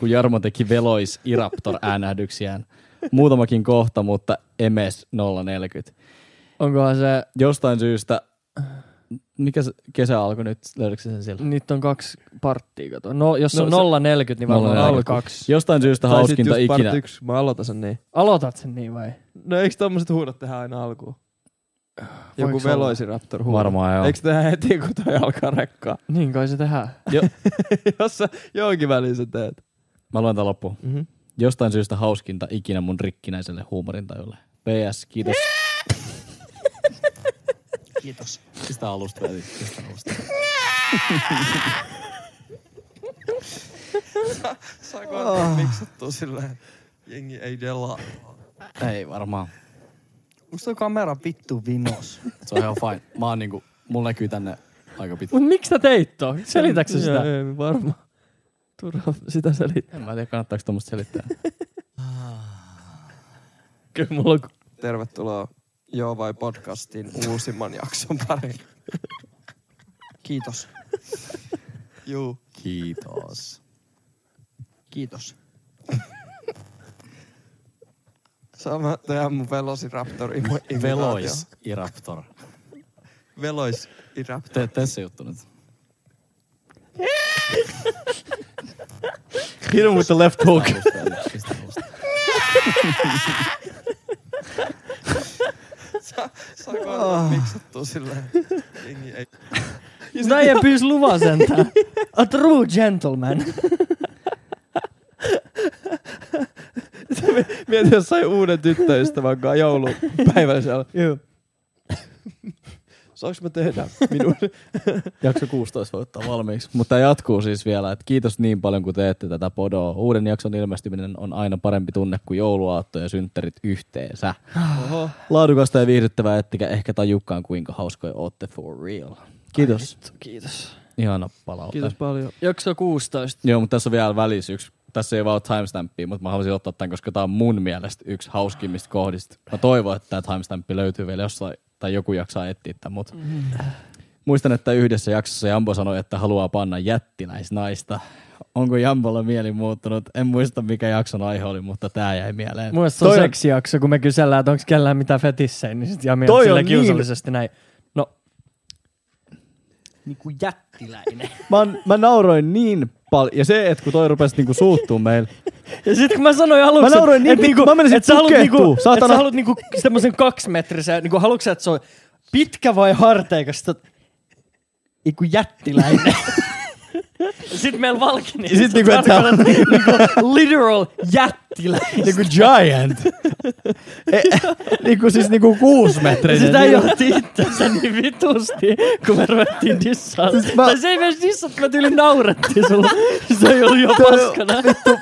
[SPEAKER 3] kun Jarmo teki velois iraptor äänähdyksiään. Muutamakin kohta, mutta MS 040.
[SPEAKER 2] Onkohan se,
[SPEAKER 3] Jostain syystä, mikä se kesä alkoi nyt, löydätkö sä sen sieltä?
[SPEAKER 2] niitä on kaksi parttia kato. No, jos
[SPEAKER 3] No
[SPEAKER 2] on
[SPEAKER 3] se-
[SPEAKER 2] 040, niin varmaan
[SPEAKER 3] 0,40.
[SPEAKER 2] alku kaksi.
[SPEAKER 3] Jostain syystä
[SPEAKER 1] Tai sit
[SPEAKER 3] hauskinta
[SPEAKER 1] just
[SPEAKER 3] ikinä.
[SPEAKER 1] part yksi, mä aloitan sen niin.
[SPEAKER 2] Aloitat sen niin vai?
[SPEAKER 1] No eikö tommoset huudot tehdä aina alkuun? Joku
[SPEAKER 2] olla?
[SPEAKER 1] veloisiraptor huudo.
[SPEAKER 3] Varmaan joo.
[SPEAKER 1] Eikö tehdä heti, kun toi alkaa rekkaa?
[SPEAKER 2] Niin kai se tehdään.
[SPEAKER 1] Jos sä johonkin väliin sä teet.
[SPEAKER 3] Mä luen tän loppuun.
[SPEAKER 1] Mhm.
[SPEAKER 3] Jostain syystä hauskinta ikinä mun rikkinäiselle huumorintajulle. PS, kiitos.
[SPEAKER 7] Kiitos.
[SPEAKER 3] Mistä alusta? eli Mistä alusta?
[SPEAKER 6] Saako
[SPEAKER 3] Ah.
[SPEAKER 6] oh. miksattua silleen? Jengi ei delaa.
[SPEAKER 3] Ei varmaan.
[SPEAKER 8] Musta on kamera vittu vinos.
[SPEAKER 3] Se on ihan fine. Mä oon niinku, mulla näkyy tänne aika pitkä.
[SPEAKER 2] Mut miksi sä teit toi? Selitätkö sä sitä?
[SPEAKER 1] Joo, ei varmaan. Turha sitä selittää.
[SPEAKER 3] En mä tiedä, kannattaako tuommoista selittää.
[SPEAKER 1] Kyllä mulla on...
[SPEAKER 6] Tervetuloa Joo vai podcastin uusimman jakson pariin.
[SPEAKER 8] Kiitos.
[SPEAKER 6] Juu.
[SPEAKER 3] Kiitos.
[SPEAKER 8] Kiitos.
[SPEAKER 6] Saa mä tehdä mun Velociraptor imo-
[SPEAKER 3] Velois Iraptor.
[SPEAKER 6] Velois Iraptor.
[SPEAKER 3] Tee tässä juttu nyt.
[SPEAKER 1] Hit him with the left hook.
[SPEAKER 3] Alusta, eli mistä alusta?
[SPEAKER 6] Saako oh. miksattua silleen? Jengi ei.
[SPEAKER 2] Näin pyys luvan sentään. A true gentleman.
[SPEAKER 1] Mieti, jos sai uuden tyttöystävän kanssa joulupäivällä siellä.
[SPEAKER 2] Joo.
[SPEAKER 1] Saanko mä tehdä minun?
[SPEAKER 3] Jakso 16 voi ottaa valmiiksi. Mutta jatkuu siis vielä, että kiitos niin paljon kun teette tätä podoa. Uuden jakson ilmestyminen on aina parempi tunne kuin jouluaatto ja synttärit yhteensä. Oho. Laadukasta ja viihdyttävää, ettekä ehkä tajukaan kuinka hauskoja ootte for real. Kiitos.
[SPEAKER 2] Kiitos.
[SPEAKER 3] Ihana palaute.
[SPEAKER 1] Kiitos paljon.
[SPEAKER 2] Jakso 16.
[SPEAKER 3] Joo, mutta tässä on vielä välissä yksi. Tässä ei vaan ole timestampia, mutta mä haluaisin ottaa tämän, koska tämä on mun mielestä yksi hauskimmista kohdista. Mä toivon, että tämä timestampi löytyy vielä jossain, tai joku jaksaa etsiä tämän, mutta muistan, että yhdessä jaksossa Jambo sanoi, että haluaa panna jättiläisnaista. Onko Jambolla mieli muuttunut? En muista, mikä jakson aihe oli, mutta tämä jäi mieleen.
[SPEAKER 2] Mun mielestä se on
[SPEAKER 3] Toi on-
[SPEAKER 2] seksijakso, kun me kysellään, että onko kellään mitään fetissejä, niin sit Jami
[SPEAKER 1] Toi
[SPEAKER 2] on
[SPEAKER 1] on
[SPEAKER 2] sille
[SPEAKER 1] niin-
[SPEAKER 2] kiusallisesti näin. No,
[SPEAKER 3] Mä, oon- mä nauroin niin paljon. Ja se, että kun toi rupesi niinku suuttuu meillä.
[SPEAKER 2] ja sit kun mä sanoin aluksi,
[SPEAKER 3] Mä nauroin niin,
[SPEAKER 2] että niinku,
[SPEAKER 3] mä menisin
[SPEAKER 2] et sä haluat,
[SPEAKER 3] tukehtuu,
[SPEAKER 2] niinku, et
[SPEAKER 3] saatana.
[SPEAKER 2] sä haluat niinku semmosen kaksimetrisen, niinku haluatko sä, että se on pitkä vai harteikas? Sit oot, iku jättiläinen. Sitten meillä valkeni.
[SPEAKER 3] Ja sit
[SPEAKER 2] sä
[SPEAKER 3] niinku, että-
[SPEAKER 2] tarkoitat niinku literal jättiläinen.
[SPEAKER 3] Niinku giant. E, niinku siis niinku kuusmetrinen.
[SPEAKER 2] Sitä johti itsensä niin vitusti, kun me ruvettiin dissaa. Siis mä... Tai se ei myös dissaa, kun me tyyli naurettiin sulla. Se ei ollut jo paskana.
[SPEAKER 3] Niinku Vittu.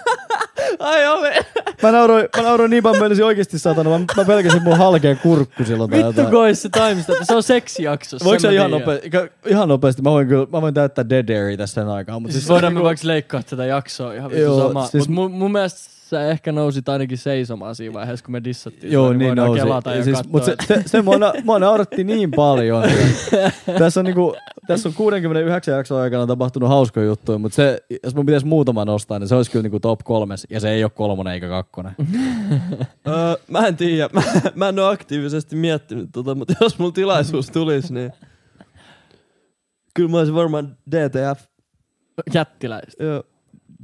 [SPEAKER 2] Ai ole.
[SPEAKER 3] Mä nauroin, mä nauroin niin paljon, mä menisin oikeesti satana. Mä, mä pelkäsin mun halkeen kurkku silloin. tai
[SPEAKER 2] Vittu
[SPEAKER 3] jotain.
[SPEAKER 2] kois se timestamp. Se on seksijakso.
[SPEAKER 3] Voiko se ihan, nopeasti, ihan nopeasti? Mä voin, kyllä, mä voin täyttää dead airia tässä sen aikaa. Mutta
[SPEAKER 2] Siis, siis voidaan me vaikka leikkaa tätä jaksoa ihan vittu
[SPEAKER 3] Joo,
[SPEAKER 2] samaa.
[SPEAKER 3] siis-
[SPEAKER 2] Siis... Mut mun, mun mielestä sä ehkä nousit ainakin seisomaan siinä vaiheessa, kun me dissattiin.
[SPEAKER 3] Joo,
[SPEAKER 2] sua,
[SPEAKER 3] niin
[SPEAKER 2] voidaan
[SPEAKER 3] nousi.
[SPEAKER 2] kelata ja
[SPEAKER 3] siis,
[SPEAKER 2] katsoa,
[SPEAKER 3] mut se,
[SPEAKER 2] että-
[SPEAKER 3] se, se mua, na, mua nauratti niin paljon. tässä, on niinku, tässä on 69 jakson aikana tapahtunut hauskoja juttuja, mutta se, jos mun pitäisi muutama nostaa, niin se olisi kyllä niinku top kolmes. Ja se ei ole kolmonen eikä kakkonen.
[SPEAKER 2] Mm-hmm.
[SPEAKER 1] Öö, mä en tiedä. Mä, mä en ole aktiivisesti miettinyt tota, mutta jos mulla tilaisuus tulisi, niin... Kyllä mä olisin varmaan DTF.
[SPEAKER 2] Jättiläistä.
[SPEAKER 1] Joo.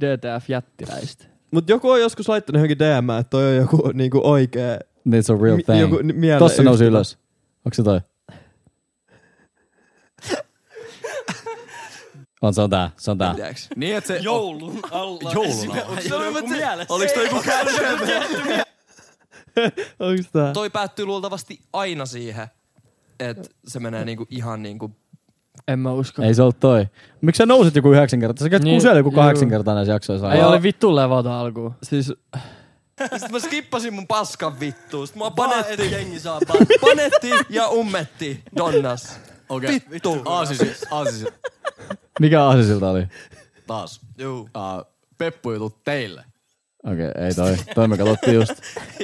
[SPEAKER 2] DTF jättiläistä.
[SPEAKER 1] Mut joku on joskus laittanut johonkin DM, että toi on joku niinku oikea...
[SPEAKER 3] Niin se on real
[SPEAKER 1] mi-
[SPEAKER 3] thing.
[SPEAKER 1] Joku ni- mieleen
[SPEAKER 3] Tossa nousi
[SPEAKER 1] ystävä.
[SPEAKER 3] ylös. Onko se toi? on, se on tää, se on tää.
[SPEAKER 7] Tiedäks? Niin, että se...
[SPEAKER 10] Joulun alla.
[SPEAKER 1] Siis
[SPEAKER 7] Joulun alla.
[SPEAKER 10] Onko se ollut joku mielessä?
[SPEAKER 7] Oliks toi joku käynyt?
[SPEAKER 1] Onks tää?
[SPEAKER 6] Toi päättyy luultavasti aina siihen, että se menee niinku ihan niinku...
[SPEAKER 2] En mä usko.
[SPEAKER 3] Ei se ollut toi. Miksi sä nousit joku yhdeksän kertaa? Sä käyt
[SPEAKER 2] Niin,
[SPEAKER 3] niin, usein joku
[SPEAKER 2] juu.
[SPEAKER 3] kahdeksan kertaa näissä jaksoissa.
[SPEAKER 2] Ei ole vittu levota alkuun.
[SPEAKER 1] Siis
[SPEAKER 6] Sitten mä skippasin mun paskan vittuun. Sitten mua panetti. jengi saa panetti ja ummetti. Donnas.
[SPEAKER 7] Okei. Vittu. Aasisi. Aasisi.
[SPEAKER 3] Mikä aasisilta oli?
[SPEAKER 7] Taas. Juu. Uh, peppujutut teille.
[SPEAKER 3] Okei, ei toi. Toi me katsottiin just.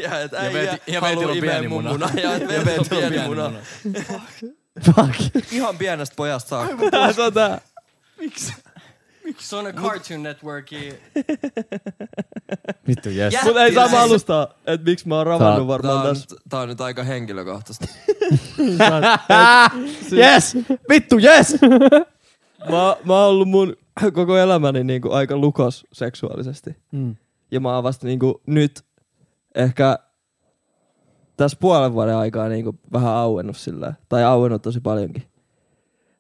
[SPEAKER 6] Ja et
[SPEAKER 7] Ja
[SPEAKER 6] äijä
[SPEAKER 7] Veeti- ja Veetillä
[SPEAKER 6] haluu
[SPEAKER 7] on
[SPEAKER 6] imeä
[SPEAKER 7] pieni
[SPEAKER 6] mun
[SPEAKER 7] muna.
[SPEAKER 6] muna. Ja et
[SPEAKER 7] Ja
[SPEAKER 6] Veetillä on
[SPEAKER 7] Veetillä on
[SPEAKER 6] pieni
[SPEAKER 7] pieni
[SPEAKER 6] muna.
[SPEAKER 7] muna.
[SPEAKER 3] Fuck.
[SPEAKER 6] Ihan pienestä pojasta saakka.
[SPEAKER 1] tää on tota- tää.
[SPEAKER 10] Se on Cartoon Networkin
[SPEAKER 3] Vittu, yes.
[SPEAKER 1] Mut ei saa
[SPEAKER 6] Jättiläis-
[SPEAKER 1] mä alustaa, että miksi mä oon ravannut
[SPEAKER 3] Tää-
[SPEAKER 6] Tää
[SPEAKER 1] varmaan
[SPEAKER 6] on,
[SPEAKER 1] tässä.
[SPEAKER 6] tää on nyt aika henkilökohtaista. Siis-
[SPEAKER 3] Yes! Vittu, yes!
[SPEAKER 1] Mä, mä oon ollut mun koko elämäni niinku aika lukos seksuaalisesti.
[SPEAKER 2] Mm.
[SPEAKER 1] Ja mä oon vasta niinku nyt ehkä tässä puolen vuoden aikaa niinku vähän auennut sillä Tai auennut tosi paljonkin.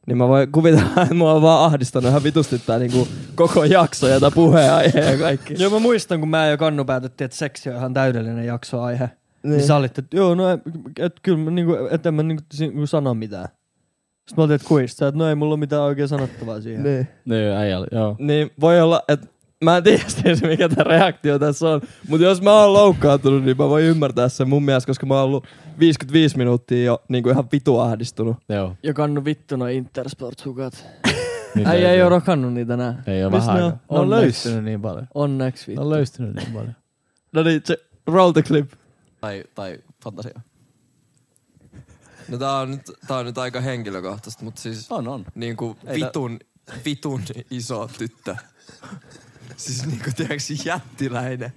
[SPEAKER 1] Niin mä voin kuvitella, että mua on vaan ahdistanut ihan vitusti tää niinku koko jakso ja tää puheenaihe ja kaikki.
[SPEAKER 2] Joo, mä muistan, kun mä ja Kannu päätettiin, että seksi on ihan täydellinen jaksoaihe. Niin.
[SPEAKER 1] Niin.
[SPEAKER 2] niin sä olit, että joo, no et, et kyllä mä niinku, et en mä niinku, niinku sano mitään. Sitten mä oltiin, että kuista, sä, että no ei mulla ole mitään oikein sanottavaa siihen.
[SPEAKER 1] Niin.
[SPEAKER 3] Niin, äijä oli, joo.
[SPEAKER 1] niin voi olla, että mä en tiedä siis mikä tämä reaktio tässä on, mutta jos mä oon loukkaantunut, niin mä voin ymmärtää sen mun mielestä, koska mä oon ollut 55 minuuttia jo niin kuin ihan vitu ahdistunut.
[SPEAKER 3] Joo.
[SPEAKER 2] Ja kannu vittu no noi Intersport-hukat.
[SPEAKER 3] Niin
[SPEAKER 2] Äijä
[SPEAKER 3] täytyy.
[SPEAKER 2] ei oo rokannut niitä nää.
[SPEAKER 3] Ei oo
[SPEAKER 1] Missä
[SPEAKER 3] vähän
[SPEAKER 1] ne on?
[SPEAKER 3] aikaa.
[SPEAKER 2] Ne on
[SPEAKER 3] On
[SPEAKER 2] löystynyt
[SPEAKER 3] löystynyt niin paljon.
[SPEAKER 2] Onneksi vittu.
[SPEAKER 3] On löystynyt niin paljon.
[SPEAKER 1] No niin, se, roll the clip.
[SPEAKER 7] Tai, tai fantasia.
[SPEAKER 6] No tää on nyt, tää on nyt aika henkilökohtaista, mut siis
[SPEAKER 1] Oh.
[SPEAKER 3] On, on.
[SPEAKER 6] niinku vitun, vitun iso tyttö. siis niinku tiiäks jättiläinen.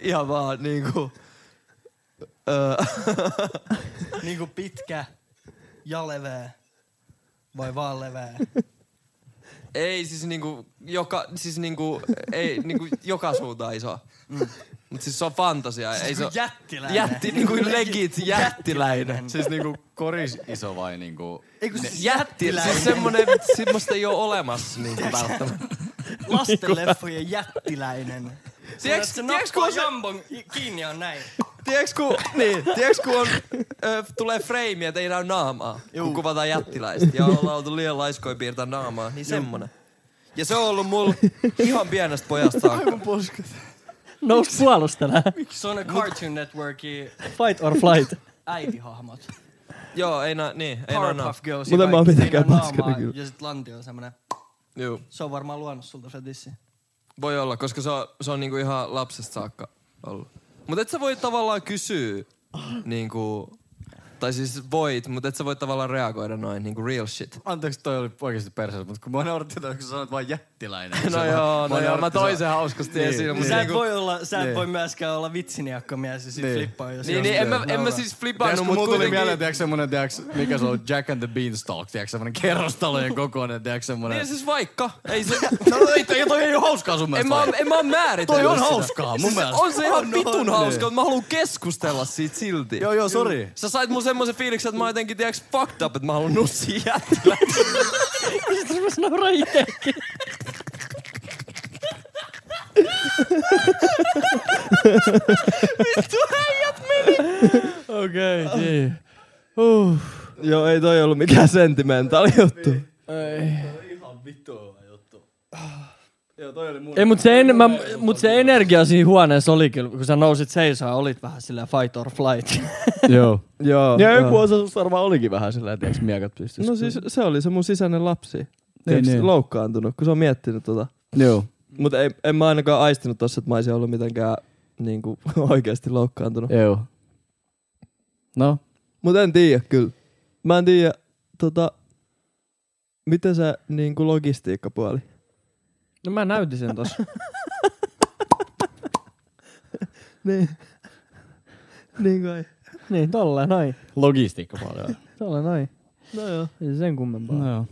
[SPEAKER 6] Ihan vaan niinku... Öö,
[SPEAKER 10] niinku pitkä ja leveä. Vai vaan leveä.
[SPEAKER 6] ei siis niinku, joka, siis niinku, ei niinku joka suuntaan iso.
[SPEAKER 1] Mm.
[SPEAKER 6] Mut siis se on fantasia, ei se oo-
[SPEAKER 10] Jättiläinen.
[SPEAKER 6] Jätti, niinku legit jättiläinen.
[SPEAKER 7] Siis niinku koris iso vai niinku...
[SPEAKER 10] Eiku siis
[SPEAKER 6] Jättiläinen. Siis semmonen, semmoista ei ole olemassa niinku välttämättä.
[SPEAKER 10] lastenleffojen jättiläinen.
[SPEAKER 6] Tiedätkö,
[SPEAKER 10] Se
[SPEAKER 6] tiedätkö,
[SPEAKER 10] nappaa
[SPEAKER 6] kun on se,
[SPEAKER 10] jambon kiinni ja on näin.
[SPEAKER 6] tiedätkö, kun, niin, tiedätkö, kun on, ö, tulee freimi, että ei näy naamaa, Juu. kun kuvataan jättiläistä ja ollaan oltu liian laiskoja piirtää naamaa, niin semmonen. Ja se on ollut mulla ihan pienestä pojasta saakka.
[SPEAKER 2] Nous puolustele.
[SPEAKER 10] Se on Cartoon Networkin
[SPEAKER 2] Fight or flight.
[SPEAKER 10] äitihahmot.
[SPEAKER 6] Joo, ei nää, niin, ei nää naa.
[SPEAKER 10] Powerpuff Girls.
[SPEAKER 1] Mutta en mä oo
[SPEAKER 10] kaikki.
[SPEAKER 1] mitenkään
[SPEAKER 10] Siinä on
[SPEAKER 1] paskana
[SPEAKER 10] naamaa
[SPEAKER 1] kyllä.
[SPEAKER 10] Ja sit Lanti on semmonen.
[SPEAKER 6] Juu,
[SPEAKER 10] Se on varmaan luonut sulta se dissi.
[SPEAKER 6] voi olla, koska se on, se on niinku ihan lapsesta saakka ollut. Mut et sä voi tavallaan kysyä, niinku, tai siis voit, mut et sä voi tavallaan reagoida noin, niinku real shit.
[SPEAKER 7] Anteeksi, toi oli oikeesti perseessä, mutta kun mä nauratti tätä, kun sä sanoit vaan jättiläinen.
[SPEAKER 6] No
[SPEAKER 7] Se-
[SPEAKER 6] joo, no joo,
[SPEAKER 7] nauratti
[SPEAKER 6] mä toin
[SPEAKER 7] sitä.
[SPEAKER 6] sen hauskasti
[SPEAKER 7] Niin,
[SPEAKER 6] esiin, mut
[SPEAKER 10] Sä et
[SPEAKER 6] niinku-
[SPEAKER 10] voi olla, sä et voi myöskään olla vitsiniakko mies ja sit flippaa jos
[SPEAKER 6] Niin,
[SPEAKER 10] jos-
[SPEAKER 6] niin en, mä, en mä siis
[SPEAKER 7] Tiedätkö,
[SPEAKER 6] flipannut,
[SPEAKER 7] kun
[SPEAKER 6] mut
[SPEAKER 7] mulla tuli mieleen,
[SPEAKER 6] kuitenkin...
[SPEAKER 7] tiedätkö semmonen, tiedätkö, mikä se on Jack and the Beanstalk, tiedätkö, semmonen kerrostalojen kokoinen, tiedätkö, semmonen...
[SPEAKER 6] Niin siis vaikka. Ei se,
[SPEAKER 7] No ei, toi, toi ei oo hauskaa sun
[SPEAKER 6] en,
[SPEAKER 7] mielestä.
[SPEAKER 6] mä,
[SPEAKER 7] vai?
[SPEAKER 6] en mä oo määritellyt
[SPEAKER 7] Toi on
[SPEAKER 6] sitä.
[SPEAKER 7] hauskaa, mun
[SPEAKER 6] Siis
[SPEAKER 7] mielestä.
[SPEAKER 6] On se ihan vitun hauskaa, mutta mä haluan keskustella siitä silti.
[SPEAKER 7] Joo, joo, sori.
[SPEAKER 6] Sä sait mun semmosen fiiliksen, että mä oon jotenkin, tiiäks, fucked up, että mä haluan nussia jättilä.
[SPEAKER 2] Mä nauroin ite.
[SPEAKER 1] Okei, okay, uh. Joo, ei toi ollut mikään sentimentaali juttu.
[SPEAKER 2] Ei. Joo, toi oli Ei, mut se, en, mä, mut se energia siinä huoneessa oli kyllä, kun sä nousit seisoa, olit vähän sillä fight or flight.
[SPEAKER 3] Joo.
[SPEAKER 1] Joo.
[SPEAKER 3] Ja joku osa susta varmaan olikin vähän sillä, että tiiäks, miekat pystyisi.
[SPEAKER 1] No siis se oli se mun sisäinen lapsi. Niin,
[SPEAKER 3] niin.
[SPEAKER 1] niin. Loukkaantunut, kun se on miettinyt tota.
[SPEAKER 3] Joo.
[SPEAKER 1] Mutta en, en mä ainakaan aistinut tossa, että mä olisin ollut mitenkään niinku, oikeasti loukkaantunut.
[SPEAKER 3] Joo. No.
[SPEAKER 1] Mut en tiedä kyllä. Mä en tiedä, tota, miten se niinku logistiikkapuoli.
[SPEAKER 2] No mä näytin sen tossa.
[SPEAKER 1] Niin. niin kai.
[SPEAKER 2] niin, tolla noin.
[SPEAKER 3] Logistiikka paljon.
[SPEAKER 2] Tolla noin.
[SPEAKER 1] No joo.
[SPEAKER 2] Ei se sen kummempaa.
[SPEAKER 3] No joo.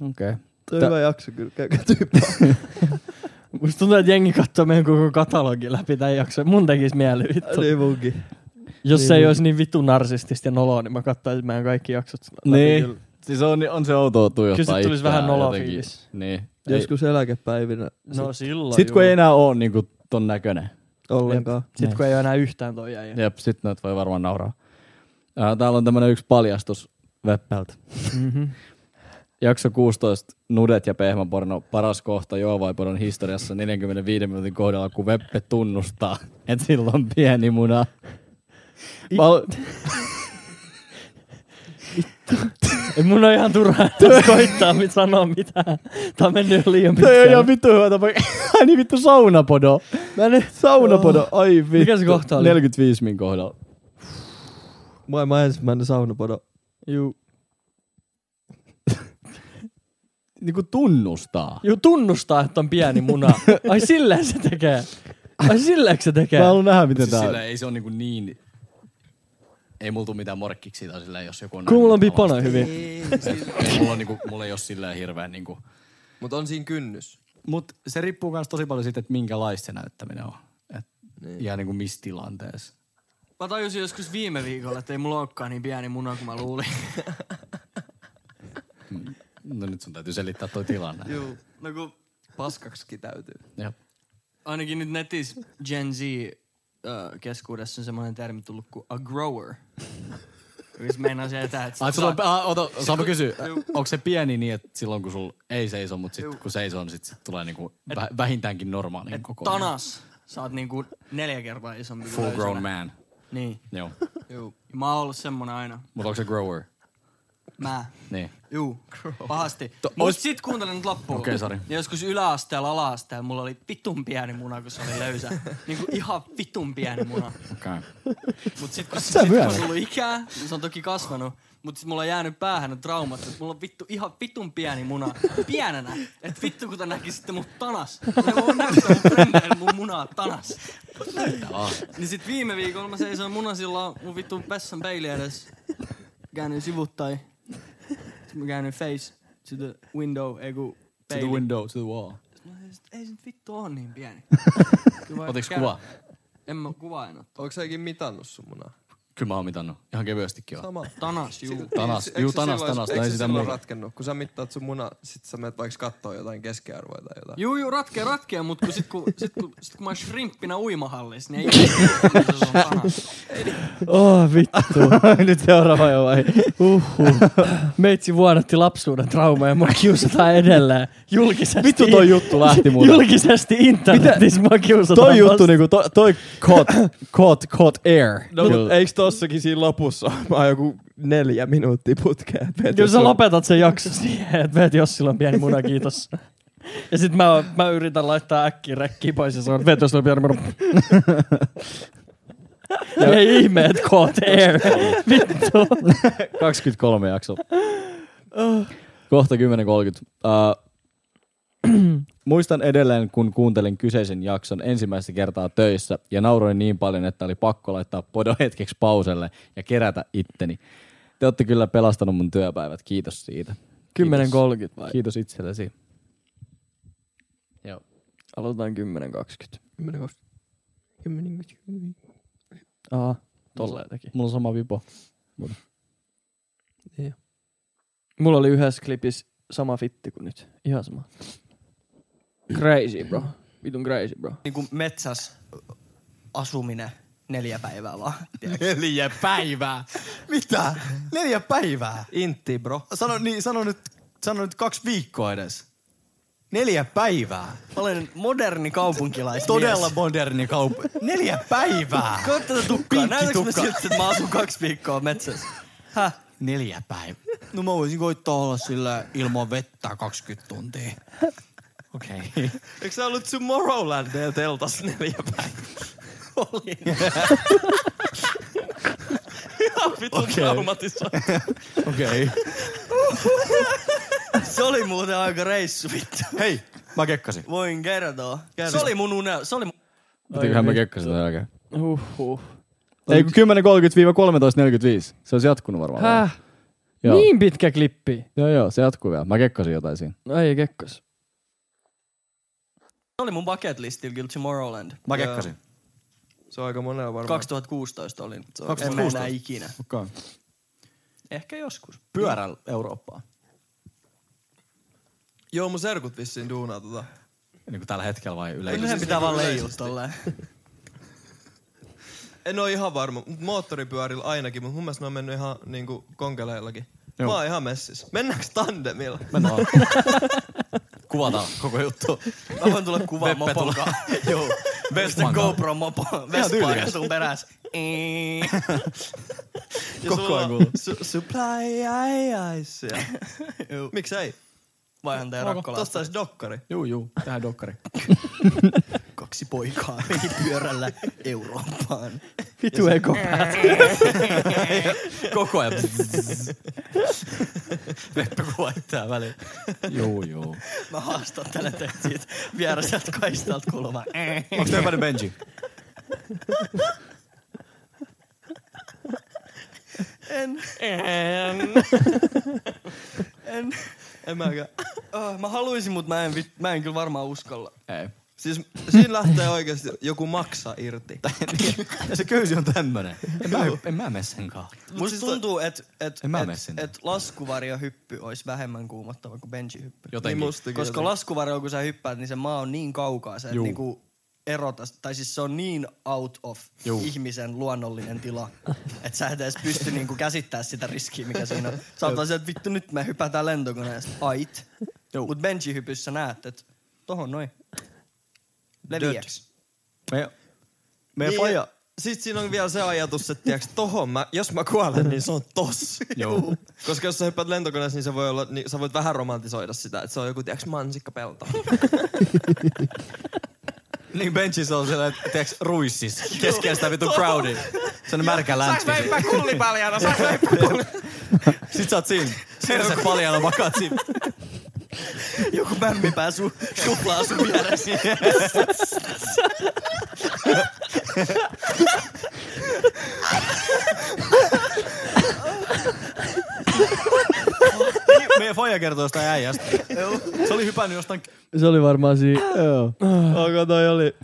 [SPEAKER 3] Okei. Okay.
[SPEAKER 1] Toi
[SPEAKER 3] Tä-
[SPEAKER 1] on hyvä jakso kyllä, käykää tyyppi.
[SPEAKER 2] Musta tuntuu, että jengi katsoo meidän koko katalogi läpi tämän jakson. Mun tekis mieli vittu.
[SPEAKER 1] niin munkin.
[SPEAKER 2] Jos
[SPEAKER 1] niin,
[SPEAKER 2] se ei
[SPEAKER 1] niin.
[SPEAKER 2] olisi niin vittu narsistista ja noloa, niin mä katsoisin meidän kaikki jaksot. läpi kyllä.
[SPEAKER 3] Niin. Siis on, on se outoa tuijottaa
[SPEAKER 2] Kyllä sit tulisi vähän
[SPEAKER 3] itseään
[SPEAKER 2] nolo
[SPEAKER 3] jotenkin.
[SPEAKER 2] fiilis.
[SPEAKER 3] Niin. Ei,
[SPEAKER 1] Joskus eläkepäivinä.
[SPEAKER 2] No silloin
[SPEAKER 3] sit kun
[SPEAKER 2] juu.
[SPEAKER 3] ei enää oo niinku ton näköinen.
[SPEAKER 1] Ollenkaan.
[SPEAKER 2] Sit kun ei ole enää yhtään toi jäi.
[SPEAKER 3] Jep, sit noit voi varmaan nauraa. Äh, täällä on tämmönen yksi paljastus Veppeltä. Jakso 16, Nudet ja pehmäporno, paras kohta Joovaiporon historiassa 45 minuutin kohdalla, kun Veppe tunnustaa, että sillä on pieni muna. Mä ol-
[SPEAKER 2] Ei mun on ihan turhaa tässä koittaa mit sanoa mitään. Tää on mennyt jo liian
[SPEAKER 3] Toi on
[SPEAKER 2] pitkään.
[SPEAKER 3] ihan vittu hyvä tapa. Ai niin vittu saunapodo.
[SPEAKER 2] Mä nyt...
[SPEAKER 3] Saunapodo, ai vittu.
[SPEAKER 2] Mikä se kohta oli?
[SPEAKER 3] 45 min kohdalla.
[SPEAKER 1] Maailman ensimmäinen saunapodo.
[SPEAKER 2] Juu.
[SPEAKER 3] Niinku tunnustaa.
[SPEAKER 2] Juu, tunnustaa, että on pieni muna. Ai silleen se tekee. Ai silleen se tekee.
[SPEAKER 3] Mä haluan nähdä, miten
[SPEAKER 7] Siis
[SPEAKER 3] tää on.
[SPEAKER 7] sillä ei se on niinku niin... Ei mulla tuu mitään morkkiksi siitä sillä jos joku on...
[SPEAKER 2] Kun mulla on
[SPEAKER 7] nähnyt
[SPEAKER 2] pipana
[SPEAKER 7] alasti.
[SPEAKER 2] hyvin.
[SPEAKER 7] Ei, mulla, on niinku, mulla ei oo silleen hirveän niinku...
[SPEAKER 8] Mut on siinä kynnys.
[SPEAKER 7] Mut se riippuu myös tosi paljon siitä, että minkälaista se näyttäminen on. Et niin. Ja niinku missä tilanteessa.
[SPEAKER 10] niin.
[SPEAKER 6] Mä tajusin joskus viime viikolla, että ei mulla olekaan niin pieni muna kuin mä luulin.
[SPEAKER 7] No nyt sun täytyy selittää toi tilanne.
[SPEAKER 8] Juu. No kun... Paskaksikin täytyy.
[SPEAKER 7] Ja.
[SPEAKER 6] Ainakin nyt netissä Gen Z ö, keskuudessa on semmoinen termi tullut kuin a grower. Jos meinaa se, että et
[SPEAKER 7] Ai,
[SPEAKER 6] sä
[SPEAKER 7] sulla on,
[SPEAKER 6] saat-
[SPEAKER 7] ah, ota, saanpa kysyä. Onko se pieni niin, että silloin kun sul ei seiso, mutta sit, kun seiso, niin sit, sit tulee niinku vä- vähintäänkin normaalin koko.
[SPEAKER 6] tanas. Sä oot niinku neljä kertaa isompi kuin
[SPEAKER 7] Full
[SPEAKER 6] löysänä.
[SPEAKER 7] grown man.
[SPEAKER 6] Niin.
[SPEAKER 7] Joo.
[SPEAKER 6] Juu. Ja Mä oon ollut semmonen aina.
[SPEAKER 7] Mutta onko se grower?
[SPEAKER 6] Mä.
[SPEAKER 7] Niin.
[SPEAKER 6] Juu, pahasti.
[SPEAKER 7] To-
[SPEAKER 6] Mut
[SPEAKER 7] ois-
[SPEAKER 6] sit kuuntelen nyt loppuun.
[SPEAKER 7] Okei, sori.
[SPEAKER 6] Ja joskus yläasteella, ala-asteella mulla oli vitun pieni muna, kun se oli löysä. niinku ihan vitun pieni muna.
[SPEAKER 7] Okei. Okay.
[SPEAKER 6] Mut sit kun, sit, kun on tullut ikää, niin se on toki kasvanut. Mut sit mulla on jäänyt päähän ne traumat, että mulla on vittu ihan vitun pieni muna. Pienenä. Et vittu kun tän näki sitten mun tanas. Ne voi näyttää mun frendeille mun munaa tanas. Niin sit viime viikolla mä seisoin munasilla mun vittu vessan peili edes. Käännyin sivuttain. Sit mä käännyin face to the window, ei ku
[SPEAKER 7] To the
[SPEAKER 6] peili.
[SPEAKER 7] window, to the wall.
[SPEAKER 6] No ei sit- ei se nyt vittu oo niin pieni. Kyllä mä
[SPEAKER 7] Otiks
[SPEAKER 6] käyn-
[SPEAKER 7] kuva?
[SPEAKER 6] En mä kuvaa en oo.
[SPEAKER 8] Onko säkin mitannut sun munaa?
[SPEAKER 7] Kyllä mä oon mitannut. Ihan kevyestikin oon.
[SPEAKER 8] Sama.
[SPEAKER 6] Tanas, juu.
[SPEAKER 7] Tanas.
[SPEAKER 8] Eikö se
[SPEAKER 7] Juu,
[SPEAKER 8] silloin-
[SPEAKER 7] tanas, tanas.
[SPEAKER 8] Eikö
[SPEAKER 7] Ei
[SPEAKER 8] se
[SPEAKER 7] sitä
[SPEAKER 8] silloin
[SPEAKER 7] muuta.
[SPEAKER 8] ratkennut? Kun sä mittaat sun muna, sit sä menet vaikka kattoo jotain keskiarvoa tai jotain.
[SPEAKER 6] Juu, juu, ratkee, ratkee, mut kun sit kun, sit kun, sit kun mä oon shrimppinä uimahallissa, niin ei se on paras.
[SPEAKER 2] Oh vittu.
[SPEAKER 3] Nyt seuraava jo vai?
[SPEAKER 2] Meitsi vuodatti lapsuuden trauma ja mua kiusataan edelleen. Julkisesti.
[SPEAKER 3] Vittu toi juttu lähti mulle.
[SPEAKER 2] Julkisesti internetissä mua kiusataan.
[SPEAKER 3] Toi juttu
[SPEAKER 2] vasta-
[SPEAKER 3] niinku, toi, toi caught, caught, caught air.
[SPEAKER 1] No, mut eiks tossakin siinä lopussa ole joku neljä minuuttia putkeen?
[SPEAKER 2] Kyllä sä lopetat sen jakson siihen, että veet Jossilla on pieni muna, kiitos. Ja sit mä, oon- mä yritän laittaa äkkiä rekkiä pois ja sanon, että veet Jossilla on pieni muna. Ja ei ihme, että caught air.
[SPEAKER 3] 23 jakso. Kohta 10.30. Uh, muistan edelleen, kun kuuntelin kyseisen jakson ensimmäistä kertaa töissä ja nauroin niin paljon, että oli pakko laittaa podo hetkeksi pauselle ja kerätä itteni. Te olette kyllä pelastanut mun työpäivät, kiitos siitä.
[SPEAKER 2] 10.30 vai?
[SPEAKER 3] Kiitos itsellesi. Joo.
[SPEAKER 2] Aloitetaan 10.20. 10.20. Aha, tolleen teki.
[SPEAKER 3] Mulla on sama vipo.
[SPEAKER 2] Mulla oli yhdessä klipissä sama fitti kuin nyt. Ihan sama. Crazy bro. Vitun crazy bro.
[SPEAKER 18] Niinku metsäs asuminen neljä päivää vaan.
[SPEAKER 7] Neljä päivää.
[SPEAKER 18] Mitä? Neljä päivää?
[SPEAKER 8] Intti, bro.
[SPEAKER 7] Sano, niin, sano, nyt, sano nyt kaksi viikkoa edes. Neljä päivää.
[SPEAKER 8] Olen moderni kaupunkilaismies.
[SPEAKER 7] Todella moderni kaupunki. Neljä päivää.
[SPEAKER 8] Katso tätä tukkaa. Näytäks mä siltä, että mä asun kaksi viikkoa metsässä? Häh?
[SPEAKER 7] Neljä päivää. No mä voisin koittaa olla sillä ilman vettä 20 tuntia. Okei. Okay.
[SPEAKER 6] Eikö sä ollut Tomorrowlandeja teltas neljä päivää? Olin. Ihan vitun okay. traumatisoitu.
[SPEAKER 7] Okei. Okay.
[SPEAKER 8] Se oli muuten aika reissu vittu.
[SPEAKER 7] Hei, mä kekkasin.
[SPEAKER 8] Voin kertoa. Se oli mun unel... Se oli mun...
[SPEAKER 3] Pitikköhän mä kekkasin tämän jälkeen?
[SPEAKER 2] Huhhuh.
[SPEAKER 3] Ei kun 10.30-13.45. Se olisi jatkunut varmaan.
[SPEAKER 2] Häh? Joo. Äh, Niin pitkä klippi.
[SPEAKER 3] Joo joo, se jatkuu vielä. Mä kekkasin jotain siinä.
[SPEAKER 2] No ei kekkas.
[SPEAKER 8] Se oli mun bucket listillä kyllä Tomorrowland.
[SPEAKER 7] Mä kekkasin.
[SPEAKER 6] Se on aika monella varmaan.
[SPEAKER 8] 2016 olin. Se on- En mä
[SPEAKER 7] 2016.
[SPEAKER 8] enää ikinä.
[SPEAKER 3] Okay.
[SPEAKER 8] Ehkä joskus.
[SPEAKER 7] Pyörällä Eurooppaan.
[SPEAKER 6] Joo, mun serkut vissiin duunaa tota.
[SPEAKER 7] Niin kuin tällä hetkellä vai
[SPEAKER 8] Yhden
[SPEAKER 7] yleisesti.
[SPEAKER 8] pitää vaan leijua
[SPEAKER 6] Yleisesti.
[SPEAKER 8] tolleen.
[SPEAKER 6] En oo ihan varma, mut moottoripyörillä ainakin, mut mun mielestä ne on mennyt ihan niinku konkeleillakin.
[SPEAKER 7] Joo.
[SPEAKER 6] Joo. Mä oon ihan messis. Mennäänkö tandemilla?
[SPEAKER 7] Mennään. Kuvataan koko juttu.
[SPEAKER 8] Mä voin tulla kuvaan
[SPEAKER 7] Veppe
[SPEAKER 8] mopon
[SPEAKER 7] tulee. Joo.
[SPEAKER 8] Vesten
[SPEAKER 7] Manga.
[SPEAKER 8] GoPro mopo. Vespaa ja
[SPEAKER 7] tyylikäs.
[SPEAKER 8] sun peräs.
[SPEAKER 6] Ja
[SPEAKER 7] Koko
[SPEAKER 6] sulla
[SPEAKER 7] ajan
[SPEAKER 6] on
[SPEAKER 7] kuuluu.
[SPEAKER 6] su- supply ai ice. Miksi ei?
[SPEAKER 8] Vaihan tää rakkola.
[SPEAKER 6] Tosta olisi dokkari.
[SPEAKER 7] Juu, juu. Tähän dokkari.
[SPEAKER 8] Kaksi poikaa meni pyörällä Eurooppaan.
[SPEAKER 2] Vitu eko.
[SPEAKER 7] Koko ajan. Veppe kuvaittaa väliin. Joo, joo.
[SPEAKER 8] Mä haastattelen teitä siitä vierestä kaistalta kuuluvaa.
[SPEAKER 7] Onko tämä jokainen Benji?
[SPEAKER 8] En. En.
[SPEAKER 6] En mäkään.
[SPEAKER 8] Oh, mä haluaisin, mut mä en, vit- mä en kyllä varmaan uskalla.
[SPEAKER 7] Ei.
[SPEAKER 6] Siis siinä lähtee oikeesti joku maksa irti.
[SPEAKER 7] Ja se köysi on tämmönen. En mä, en mä mene senkaan.
[SPEAKER 6] siis
[SPEAKER 8] Musta tuntuu, että et,
[SPEAKER 7] En mä mene
[SPEAKER 8] et,
[SPEAKER 7] sinne.
[SPEAKER 8] et laskuvarjohyppy olisi vähemmän kuumottava kuin benchihyppy.
[SPEAKER 7] Jotenkin.
[SPEAKER 6] Niin mustakin
[SPEAKER 8] Koska
[SPEAKER 6] jotenkin.
[SPEAKER 8] laskuvarjo, kun sä hyppäät, niin se maa on niin kaukaa, se et
[SPEAKER 7] Juu.
[SPEAKER 8] niinku erota, tai siis se on niin out of
[SPEAKER 7] Juu.
[SPEAKER 8] ihmisen luonnollinen tila, että sä et edes pysty niinku käsittää sitä riskiä, mikä siinä on. Sä oot vaan se, että vittu nyt me hypätään lentokoneesta, ait. Mut benchihypyssä näet, että tohon noin. Leviäks.
[SPEAKER 7] Me, me
[SPEAKER 6] Niin,
[SPEAKER 7] faija.
[SPEAKER 6] ja Sit siinä on vielä se ajatus, että tiiäks, tohon mä, jos mä kuolen, niin se on tossa.
[SPEAKER 7] Joo.
[SPEAKER 6] Koska jos sä hyppäät lentokoneessa, niin, se voi olla, niin sä voit vähän romantisoida sitä, että se on joku tiiäks mansikkapelto.
[SPEAKER 7] Niin Benjissä on siellä, tiiäks, ruissis. Keskellä sitä vitun crowdia. Se on niin märkä läntti.
[SPEAKER 8] kullipaljana, saaks
[SPEAKER 7] Sit sä oot siinä. Perse paljalla makaat siinä.
[SPEAKER 8] Joku mämmipää sun suplaa sun vieressä.
[SPEAKER 7] Meidän faija kertoo jostain äijästä. Se oli hypännyt jostain...
[SPEAKER 2] Se oli varmaan siinä. Joo.
[SPEAKER 1] Onko toi oli?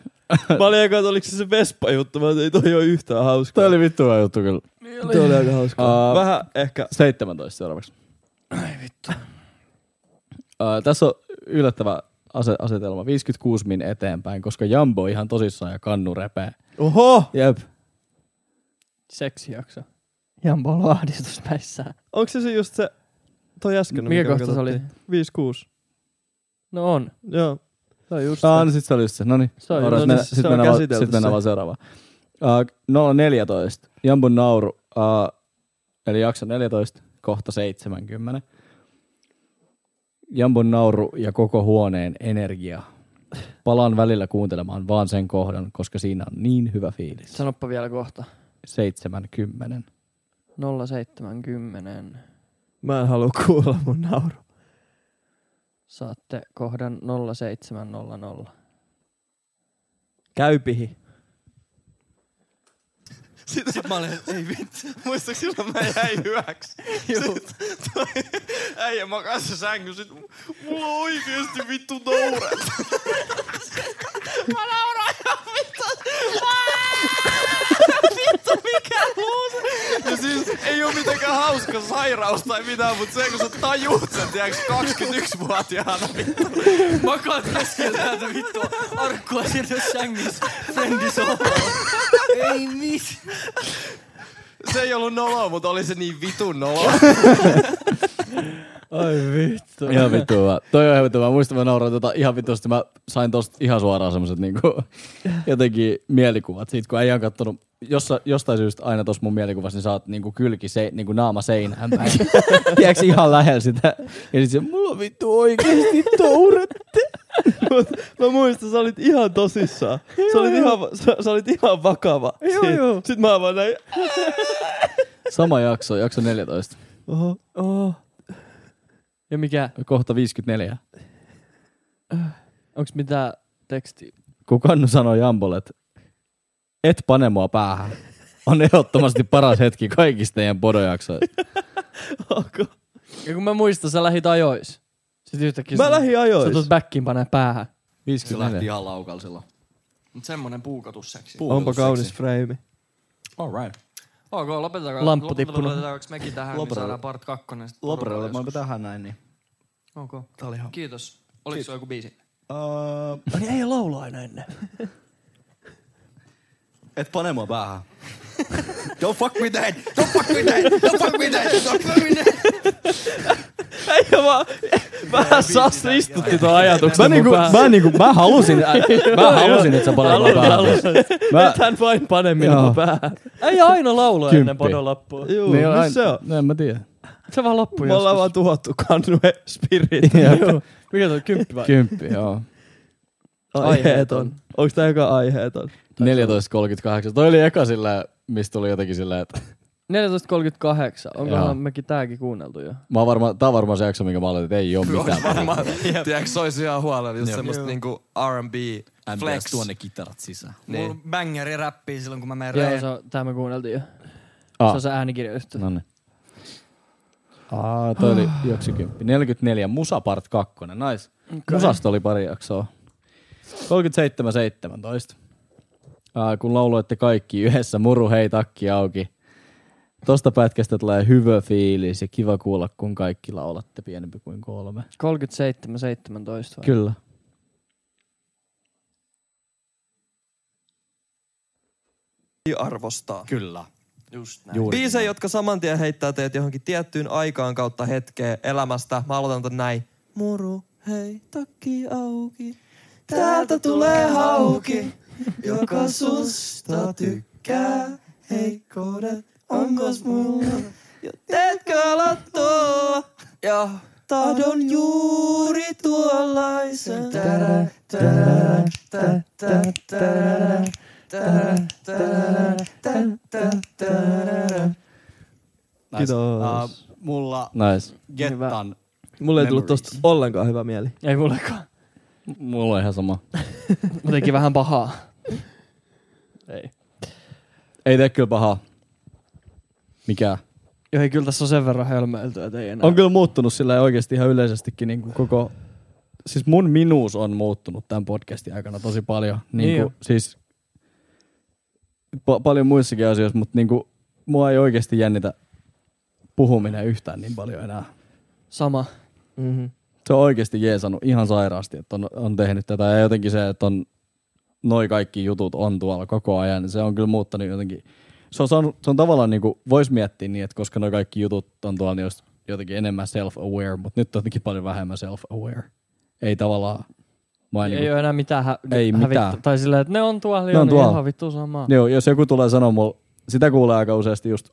[SPEAKER 1] Mä olin eka, että oliko se se Vespa-juttu, mä ei toi ole yhtään hauskaa.
[SPEAKER 3] Toi oli vittu hyvä juttu kyllä.
[SPEAKER 1] Toi oli aika hauska.
[SPEAKER 3] Uh,
[SPEAKER 1] Vähän ehkä.
[SPEAKER 3] 17 seuraavaksi. Ai vittu. Uh, tässä on yllättävä ase- asetelma. 56 min eteenpäin, koska Jambo ihan tosissaan ja kannu repää.
[SPEAKER 1] Oho!
[SPEAKER 3] Jep.
[SPEAKER 2] Seksijakso. Jambo on ahdistuspäissään.
[SPEAKER 1] Onko se se just se, toi äsken?
[SPEAKER 2] Mikä kohta se oli?
[SPEAKER 1] 5-6.
[SPEAKER 2] No on.
[SPEAKER 1] Joo.
[SPEAKER 2] Se on just
[SPEAKER 3] Ah,
[SPEAKER 2] se.
[SPEAKER 3] no sit se oli just se. Noniin.
[SPEAKER 2] Se on
[SPEAKER 1] no
[SPEAKER 2] just
[SPEAKER 3] Alright,
[SPEAKER 1] niin,
[SPEAKER 3] mennään-
[SPEAKER 1] se
[SPEAKER 3] sit
[SPEAKER 1] on
[SPEAKER 3] mennään, vaan-
[SPEAKER 1] käsitelty
[SPEAKER 3] sit
[SPEAKER 1] se.
[SPEAKER 3] mennään vaan seuraavaan. Uh, 014. Jambun nauru. Uh, eli jakso 14, kohta 70. Jambun nauru ja koko huoneen energia. Palaan välillä kuuntelemaan vaan sen kohdan, koska siinä on niin hyvä fiilis.
[SPEAKER 2] Sanoppa vielä kohta.
[SPEAKER 3] 70.
[SPEAKER 2] 070.
[SPEAKER 1] Mä en halua kuulla mun nauru.
[SPEAKER 2] Saatte kohdan 0700.
[SPEAKER 1] Käypihi.
[SPEAKER 8] Sitten sit mä olin, et, ei vittu.
[SPEAKER 6] Muistatko silloin mä jäin hyväksi? Sit toi äijä makasi sänky, sit mulla on oikeesti vittu nauret. mä nauroin ihan vittu. Vittu mikä luusi. Ja siis ei oo mitenkään hauska sairaus tai mitään, mut se kun sä tajuut sen, tiiäks, 21-vuotiaana vittu.
[SPEAKER 8] Makaat keskellä täältä vittu arkkua sinne sängyssä. Frendi Ei mit.
[SPEAKER 6] niin Se ei ollut noloa, mut oli se niin vitun noloa.
[SPEAKER 2] Ai vittu.
[SPEAKER 3] Ihan vittu hyvä. Toi on ihan vittu hyvä. Muistan, mä nauroin tota ihan vitusti. Mä sain tosta ihan suoraan semmoset niinku, jotenkin mielikuvat siitä, kun äijä on kattonut jossa, jostain syystä aina tuossa mun mielikuvassa, niin sä oot niinku kylki, se, niinku naama seinään päin. Tiedätkö ihan lähellä sitä? Ja sit se, mulla on vittu oikeesti tourette.
[SPEAKER 1] Mä muistan, sä olit ihan tosissaan. Sä olit ihan, sä, sä olit ihan vakava.
[SPEAKER 2] Joo,
[SPEAKER 1] Sit-
[SPEAKER 2] joo.
[SPEAKER 1] Sit mä vaan näin.
[SPEAKER 3] Sama jakso, jakso 14.
[SPEAKER 1] Oho.
[SPEAKER 2] Oho. Ja mikä?
[SPEAKER 3] Kohta 54.
[SPEAKER 2] Onks mitään tekstiä?
[SPEAKER 3] Kun Kannu sanoi Jambolle, että et pane mua päähän. On ehdottomasti paras hetki kaikista teidän podojaksoista.
[SPEAKER 2] Ja kun mä muistan, sä lähit ajois. Sitten yhtäkkiä
[SPEAKER 1] Mä
[SPEAKER 2] sä-
[SPEAKER 1] lähdin ajois.
[SPEAKER 2] Sä tulet backin panee päähän.
[SPEAKER 7] Se lähti ihan laukalla silloin.
[SPEAKER 10] Mut semmonen puukotusseksi.
[SPEAKER 1] Onpa kaunis freimi.
[SPEAKER 7] All right.
[SPEAKER 10] Ok, lopetetaanko?
[SPEAKER 2] Lamppu
[SPEAKER 10] lopetetaanko-
[SPEAKER 2] tippunut.
[SPEAKER 10] Lopetetaanko mekin tähän, niin
[SPEAKER 7] Loprelle.
[SPEAKER 10] saadaan part kakkonen. sit
[SPEAKER 7] Loprelle,
[SPEAKER 10] porukalle
[SPEAKER 7] mä oonko
[SPEAKER 10] joskus.
[SPEAKER 7] tähän näin, niin...
[SPEAKER 10] Ok.
[SPEAKER 7] Tää oli ihan...
[SPEAKER 10] Kiitos. Oliko sulla joku biisi?
[SPEAKER 7] Uh,
[SPEAKER 2] Niin ei laulaa aina ennen.
[SPEAKER 7] et pane mua päähän. Don't fuck with that! Don't fuck with that! Don't fuck with that! Don't fuck with that!
[SPEAKER 2] Ei vaan, vähän sas istutti tuon ajatuksen
[SPEAKER 3] Mä, niinku, mä, niinku, mä halusin, ä, mä halusin, että sä panet mua päähän. Mä,
[SPEAKER 2] Hän vain panee
[SPEAKER 3] Joo.
[SPEAKER 2] minua päähän. Ei aina laulaa
[SPEAKER 3] Kymppi.
[SPEAKER 2] ennen podolappua.
[SPEAKER 1] Juu,
[SPEAKER 3] Niin on
[SPEAKER 1] missä
[SPEAKER 3] aina-
[SPEAKER 1] se on?
[SPEAKER 3] No en mä tiedä.
[SPEAKER 2] Se vaan loppuu
[SPEAKER 1] Me ollaan
[SPEAKER 2] joskus.
[SPEAKER 1] vaan tuhottu kannue spirit.
[SPEAKER 2] Joo. Mikä toi kymppi vai?
[SPEAKER 3] Kymppi, joo.
[SPEAKER 1] Aiheeton. Onks tää joka aiheeton?
[SPEAKER 3] 14.38. Toi oli eka sillä, mistä tuli jotenkin sillä, että
[SPEAKER 2] 14.38.
[SPEAKER 3] Joo.
[SPEAKER 2] Onkohan mekin tääkin kuunneltu jo?
[SPEAKER 3] mä oon varmaan, tää on varmaan se jakso, minkä mä aloitin, että ei oo mitään.
[SPEAKER 6] Varmaan, tiedätkö, se olisi ihan huolella, jos semmoista niinku R&B, flex.
[SPEAKER 7] kitarat sisään.
[SPEAKER 10] Niin. Mulla
[SPEAKER 6] Niin.
[SPEAKER 10] on bängeri räppiä silloin, kun mä menen
[SPEAKER 2] Joo,
[SPEAKER 10] reen.
[SPEAKER 2] se on, tää me kuunneltiin jo. Se
[SPEAKER 3] Ah,
[SPEAKER 2] on se äänikirjoitus.
[SPEAKER 3] nonne. Aa, toi oli joksikymppi. 44. Musa part 2. Nice. Musasta oli pari jaksoa. 37.17. Ää, kun lauloitte kaikki yhdessä, muru hei takki auki. Tosta pätkästä tulee hyvä fiilis ja kiva kuulla, kun kaikki laulatte pienempi kuin kolme.
[SPEAKER 2] 37, 17 vai?
[SPEAKER 3] Kyllä.
[SPEAKER 6] arvostaa.
[SPEAKER 7] Kyllä.
[SPEAKER 10] Just näin.
[SPEAKER 3] Juuri.
[SPEAKER 6] Biisejä, jotka saman tien heittää teet johonkin tiettyyn aikaan kautta hetkeen elämästä. Mä aloitan tän näin. Muru, hei, takki auki. Täältä tulee hauki, joka susta tykkää. Heikkoudet, onkos mulla? Jo teetkö lattoa? Ja tahdon juuri tuollaisen. Tärä, tärä, tä, tä, tärä, tärä, tärä, tä, tä, tärä.
[SPEAKER 1] Kiitos.
[SPEAKER 7] Uh, mulla
[SPEAKER 3] Nice.
[SPEAKER 7] Gettan.
[SPEAKER 1] Mulle ei tullut
[SPEAKER 7] Memories.
[SPEAKER 1] tosta ollenkaan hyvä mieli.
[SPEAKER 2] Ei mullekaan.
[SPEAKER 3] Mulla on ihan sama.
[SPEAKER 2] Mä teki vähän pahaa.
[SPEAKER 3] Ei tee kyllä pahaa. Mikä?
[SPEAKER 2] Joo, ei kyllä tässä on sen verran hölmöilty, että ei enää.
[SPEAKER 3] On kyllä muuttunut sillä oikeasti ihan yleisestikin niin kuin koko... Siis mun minuus on muuttunut tämän podcastin aikana tosi paljon. Niin
[SPEAKER 2] Niin
[SPEAKER 3] kuin, siis pa- paljon muissakin asioissa, mutta niin kuin, mua ei oikeasti jännitä puhuminen yhtään niin paljon enää.
[SPEAKER 2] Sama.
[SPEAKER 3] Se on oikeasti jeesannut ihan sairaasti, että on, on tehnyt tätä. Ja jotenkin se, että on noi kaikki jutut on tuolla koko ajan, niin se on kyllä muuttanut jotenkin. Se on, saanut, se on tavallaan niin kuin, vois miettiä niin, että koska noi kaikki jutut on tuolla, niin olisi jotenkin enemmän self-aware, mutta nyt on jotenkin paljon vähemmän self-aware. Ei tavallaan, mä en
[SPEAKER 2] Ei,
[SPEAKER 3] niin
[SPEAKER 2] ei ole enää mitään hä-
[SPEAKER 3] Ei
[SPEAKER 2] hävittä-
[SPEAKER 3] mitään.
[SPEAKER 2] Tai silleen, että ne on tuolla,
[SPEAKER 3] Ne
[SPEAKER 2] ne
[SPEAKER 3] on
[SPEAKER 2] on niin
[SPEAKER 3] tuolla.
[SPEAKER 2] ihan vittu samaa.
[SPEAKER 3] Joo, jos joku tulee sanoa mulle, sitä kuulee aika useasti just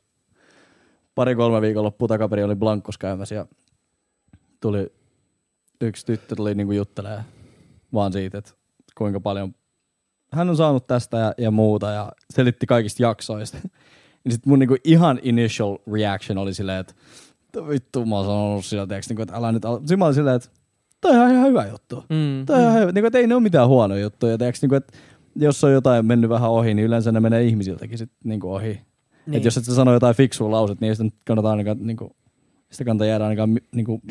[SPEAKER 3] pari-kolme viikonloppua takaperin oli Blankos käymässä ja tuli yksi tyttö tuli niinku juttelee vaan siitä, että kuinka paljon hän on saanut tästä ja, ja muuta ja selitti kaikista jaksoista. Ja sitten mun niinku ihan initial reaction oli silleen, että "Mitä vittu mä oon sanonut sillä tiiäks, niinku, että älä nyt ala. Sitten mä olin silleen, että toi on ihan hyvä juttu.
[SPEAKER 2] Mm.
[SPEAKER 3] Toi on ihan hyvä. Niin kuin, että ei ne ole mitään huonoja juttuja. Tiiäks, niin kuin, että jos on jotain mennyt vähän ohi, niin yleensä ne menee ihmisiltäkin sit, niin kuin ohi. Niin. Että jos et sä sano jotain fiksua lauset, niin ei sitä nyt kannata ainakaan, niin kuin, sitä kannata jäädä ainakaan mi- niin kuin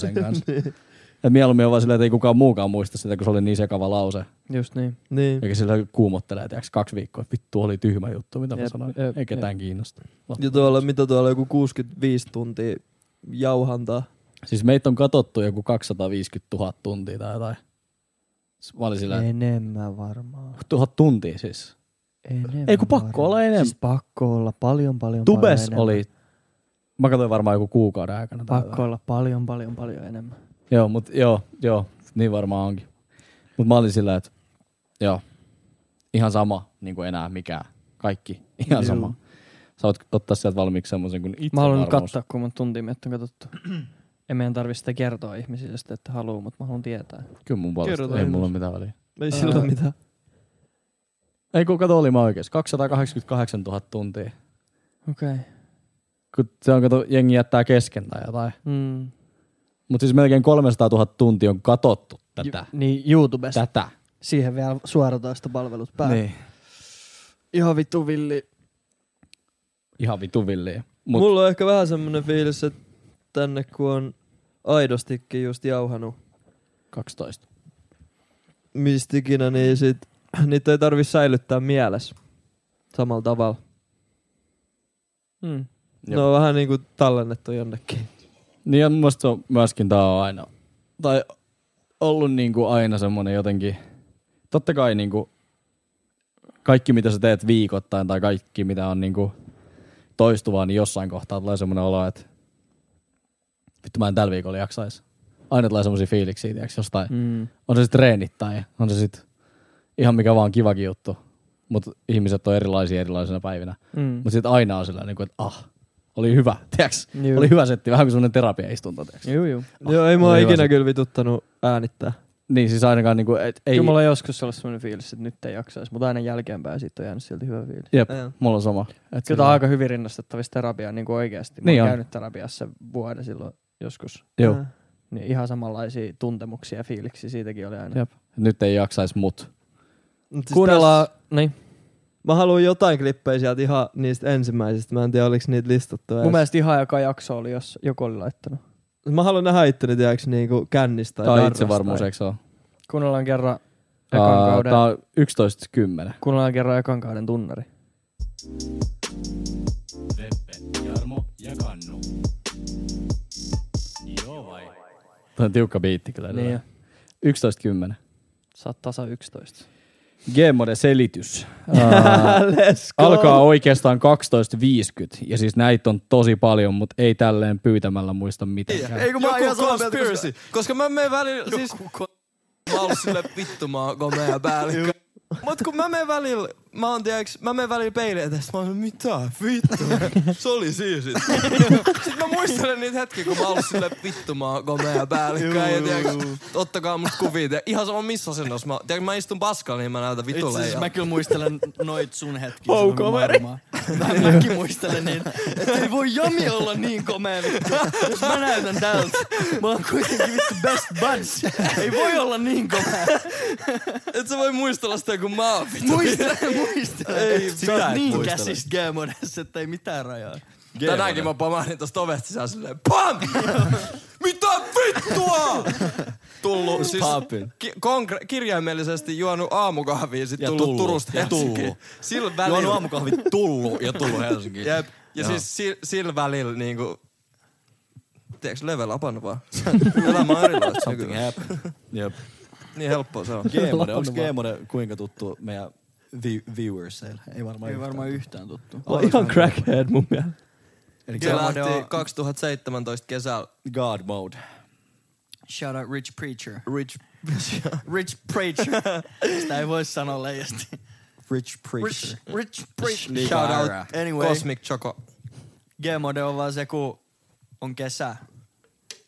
[SPEAKER 3] sen kanssa.
[SPEAKER 2] Niin.
[SPEAKER 3] Et mieluummin on vaan silleen, että ei kukaan muukaan muista sitä, kun se oli niin sekava lause.
[SPEAKER 2] Just niin.
[SPEAKER 1] Niin.
[SPEAKER 3] Eikä sillä kuumottelee, tiiäks, kaksi viikkoa, että vittu oli tyhmä juttu, mitä mä
[SPEAKER 2] Jep,
[SPEAKER 3] sanoin.
[SPEAKER 2] jep,
[SPEAKER 3] Ei ketään kiinnosta.
[SPEAKER 1] Ja tuolla, mitä tuolla joku 65 tuntia jauhantaa.
[SPEAKER 3] Siis meitä on katottu joku 250 000 tuntia tai jotain. Siis Mä olin sillä,
[SPEAKER 2] Niin.
[SPEAKER 9] Enemmän varmaan.
[SPEAKER 3] tuhat tuntia siis.
[SPEAKER 9] Enemmän
[SPEAKER 3] Ei kun pakko olla enemmän.
[SPEAKER 9] Siis pakko olla paljon paljon
[SPEAKER 3] Tubes
[SPEAKER 9] paljon
[SPEAKER 3] oli Mä katsoin varmaan joku kuukauden aikana. tai
[SPEAKER 2] Pakko olla paljon, paljon, paljon enemmän.
[SPEAKER 3] Joo, mut joo, joo, niin varmaan onkin. Mut mä olin sillä, että joo, ihan sama niin kuin enää mikään. Kaikki ihan
[SPEAKER 2] Juu.
[SPEAKER 3] sama. Sä voit ottaa sieltä valmiiksi semmoisen kuin itsevarmuus.
[SPEAKER 2] Mä haluan nyt katsoa, kun mun tuntia miettä on katsottu. Ei meidän tarvitse sitä kertoa ihmisille, sitä, että haluu, mutta mä haluan tietää.
[SPEAKER 3] Kyllä mun puolesta. Ei mulla ole mitään väliä.
[SPEAKER 1] Ei sillä ole mitään.
[SPEAKER 3] Ei kun kato, oli mä oikeassa. 288 000 tuntia.
[SPEAKER 2] Okei. Okay.
[SPEAKER 3] Kun se on, kato, jengi jättää kesken tai jotain.
[SPEAKER 2] Mm.
[SPEAKER 3] Mutta siis melkein 300 000 tuntia on katottu tätä.
[SPEAKER 2] Niin YouTubesta.
[SPEAKER 3] Tätä.
[SPEAKER 2] Siihen vielä suoratoista palvelut päälle. Niin. Ihan vittu villi.
[SPEAKER 3] Ihan vitu villiä.
[SPEAKER 1] Mut.
[SPEAKER 3] Mut-
[SPEAKER 1] Mulla on ehkä vähän semmonen fiilis, että tänne kun on aidostikin just jauhanut
[SPEAKER 3] 12.
[SPEAKER 1] mistä ikinä, niin sit, niitä ei tarvi säilyttää mielessä samalla tavalla.
[SPEAKER 2] Mm.
[SPEAKER 1] Ne on vähän niinku tallennettu jonnekin.
[SPEAKER 3] Niin ja mun mielestä se on myöskin tää on aina, tai ollut niinku aina semmonen jotenkin, totta kai niinku kaikki mitä sä teet viikoittain tai kaikki mitä on niinku toistuvaa, niin jossain kohtaa tulee semmonen olo, että vittu mä en tällä viikolla jaksais. Aina tulee semmosia fiiliksiä, tiiäks, jostain.
[SPEAKER 2] Mm.
[SPEAKER 3] On se sitten treenit tai on se sitten ihan mikä vaan kivakin juttu, mutta ihmiset on erilaisia erilaisena päivinä.
[SPEAKER 2] Mm.
[SPEAKER 3] Mutta sitten aina on sillä niinku, että ah, oli hyvä, tiiäks?
[SPEAKER 2] Juu.
[SPEAKER 3] Oli hyvä setti, vähän kuin semmoinen terapiaistunto, tiiäks?
[SPEAKER 2] Juu, juu.
[SPEAKER 1] Oh, Joo, ei mua
[SPEAKER 3] oli hyvä
[SPEAKER 1] ikinä
[SPEAKER 3] se.
[SPEAKER 1] kyllä vituttanut äänittää.
[SPEAKER 3] Niin, siis ainakaan niinku, et, ei...
[SPEAKER 2] Ei. Kyllä mulla on joskus ollut sellainen fiilis, että nyt ei jaksaisi, mutta aina jälkeenpäin siitä on jäänyt silti hyvä fiilis.
[SPEAKER 3] Jep,
[SPEAKER 1] Joo.
[SPEAKER 3] mulla on sama. Et
[SPEAKER 2] Kyllä
[SPEAKER 3] sillä-
[SPEAKER 2] tämä on aika hyvin rinnastettavissa terapiaan niin kuin oikeasti. Mä
[SPEAKER 3] Niin
[SPEAKER 2] oon
[SPEAKER 3] on.
[SPEAKER 2] käynyt terapiassa vuoden silloin joskus.
[SPEAKER 3] Joo.
[SPEAKER 1] Äh.
[SPEAKER 2] Niin ihan samanlaisia tuntemuksia ja fiiliksiä siitäkin oli aina.
[SPEAKER 3] Jep. Nyt ei jaksais mut.
[SPEAKER 1] Mut siis
[SPEAKER 2] Kuunnellaan, niin.
[SPEAKER 1] Tässä, mä haluan jotain klippejä sieltä ihan niistä ensimmäisistä. Mä en tiedä, oliko niitä listattu edes.
[SPEAKER 2] Mun mielestä ihan joka jakso oli, jos joku oli laittanut.
[SPEAKER 1] Mä haluan nähdä itteni, tiedäks, niinku kännistä
[SPEAKER 3] Tää on
[SPEAKER 1] darrasta
[SPEAKER 3] itsevarmuus, eikö se oo?
[SPEAKER 2] Kuunnellaan kerran ekan,
[SPEAKER 3] Ää,
[SPEAKER 2] kauden,
[SPEAKER 3] Tää on 11.10.
[SPEAKER 2] kuunnellaan kerran ekan kauden tunnari.
[SPEAKER 3] Jarmo ja Kannu. Joo vai? Tää on tiukka biitti kyllä.
[SPEAKER 2] Niin jo.
[SPEAKER 3] Niin 11.10.
[SPEAKER 2] Saat tasa 11.
[SPEAKER 3] Gmoden selitys. Ää, alkaa oikeastaan 12.50 ja siis näitä on tosi paljon, mutta ei tälleen pyytämällä muista mitenkään.
[SPEAKER 8] Eikö mä ihan samaa mieltä,
[SPEAKER 6] Conspiracy. Koska mä menen välillä, siis mä oon sille vittu mä oon komea päällikkö. Mut kun mä menen välillä, mä oon tiiäks, mä menen välillä peiliä tästä, mä oon mitä vittu, se oli siisit. Sitten mä muistelen niitä hetkiä, kun mä oon ollut sille vittu mä oon komea päällikkö. Ja tiiäks, ottakaa mut kuvia, tiiä- ihan sama missä asennossa mä, tiiäks, mä istun paskalla, niin mä näytän
[SPEAKER 8] Itse
[SPEAKER 6] vittu
[SPEAKER 8] asiassa
[SPEAKER 6] leijaa.
[SPEAKER 8] mä kyllä muistelen noit sun hetkiä. silloin, kun mä varmaan- Mä, mäkin muistelen niin, että ei voi Jami olla niin komea vittu, jos mä näytän tältä. Mä oon kuitenkin vittu best buds. Ei voi olla niin komea.
[SPEAKER 6] Et sä voi muistella sitä, kun mä oon vittu.
[SPEAKER 8] Muistele, muistele.
[SPEAKER 6] Ei,
[SPEAKER 8] Sä oot
[SPEAKER 6] sitä et
[SPEAKER 8] niin
[SPEAKER 6] muistele.
[SPEAKER 8] käsistä G-modessa, että ei mitään rajaa.
[SPEAKER 6] Tänäänkin mä pamahdin tosta ovesta sisään silleen PAM! Mitä vittua? Tullut siis ki- konkre- kirjaimellisesti juonut aamukahvia sit
[SPEAKER 7] Ja
[SPEAKER 6] tullut,
[SPEAKER 7] tullut,
[SPEAKER 6] Turusta
[SPEAKER 7] ja
[SPEAKER 6] Helsinkiin.
[SPEAKER 7] tullut.
[SPEAKER 6] Sillä
[SPEAKER 7] Välillä.
[SPEAKER 6] välillä.
[SPEAKER 7] Juonut aamukahvit tullut ja tullut Helsinkiin.
[SPEAKER 6] Jep. Ja siis si- sillä välillä niinku... Tiedätkö, level upannut vaan. Elämä on erilaista
[SPEAKER 7] Something
[SPEAKER 6] nykyään.
[SPEAKER 7] happened. Jep.
[SPEAKER 6] Niin helppoa se on.
[SPEAKER 7] Gmode, onks Gmode kuinka tuttu meidän vi- viewersseille? Ei varmaan
[SPEAKER 8] Ei
[SPEAKER 7] yhtään.
[SPEAKER 8] varmaan yhtään tuttu.
[SPEAKER 1] Mä oon ihan crackhead mun mielestä.
[SPEAKER 7] Eli
[SPEAKER 6] Se
[SPEAKER 7] se on
[SPEAKER 6] lähti 2017 kesällä.
[SPEAKER 7] God mode.
[SPEAKER 8] Shout out Rich Preacher.
[SPEAKER 6] Rich
[SPEAKER 8] Rich Preacher. Sitä ei voi sanoa leijasti.
[SPEAKER 7] Rich
[SPEAKER 8] Rich,
[SPEAKER 7] preacher.
[SPEAKER 8] Rich Preacher.
[SPEAKER 7] Niin
[SPEAKER 8] Shout out.
[SPEAKER 7] väärä.
[SPEAKER 8] Anyway.
[SPEAKER 6] Cosmic Choco.
[SPEAKER 8] G-mode on vaan se, kun on kesä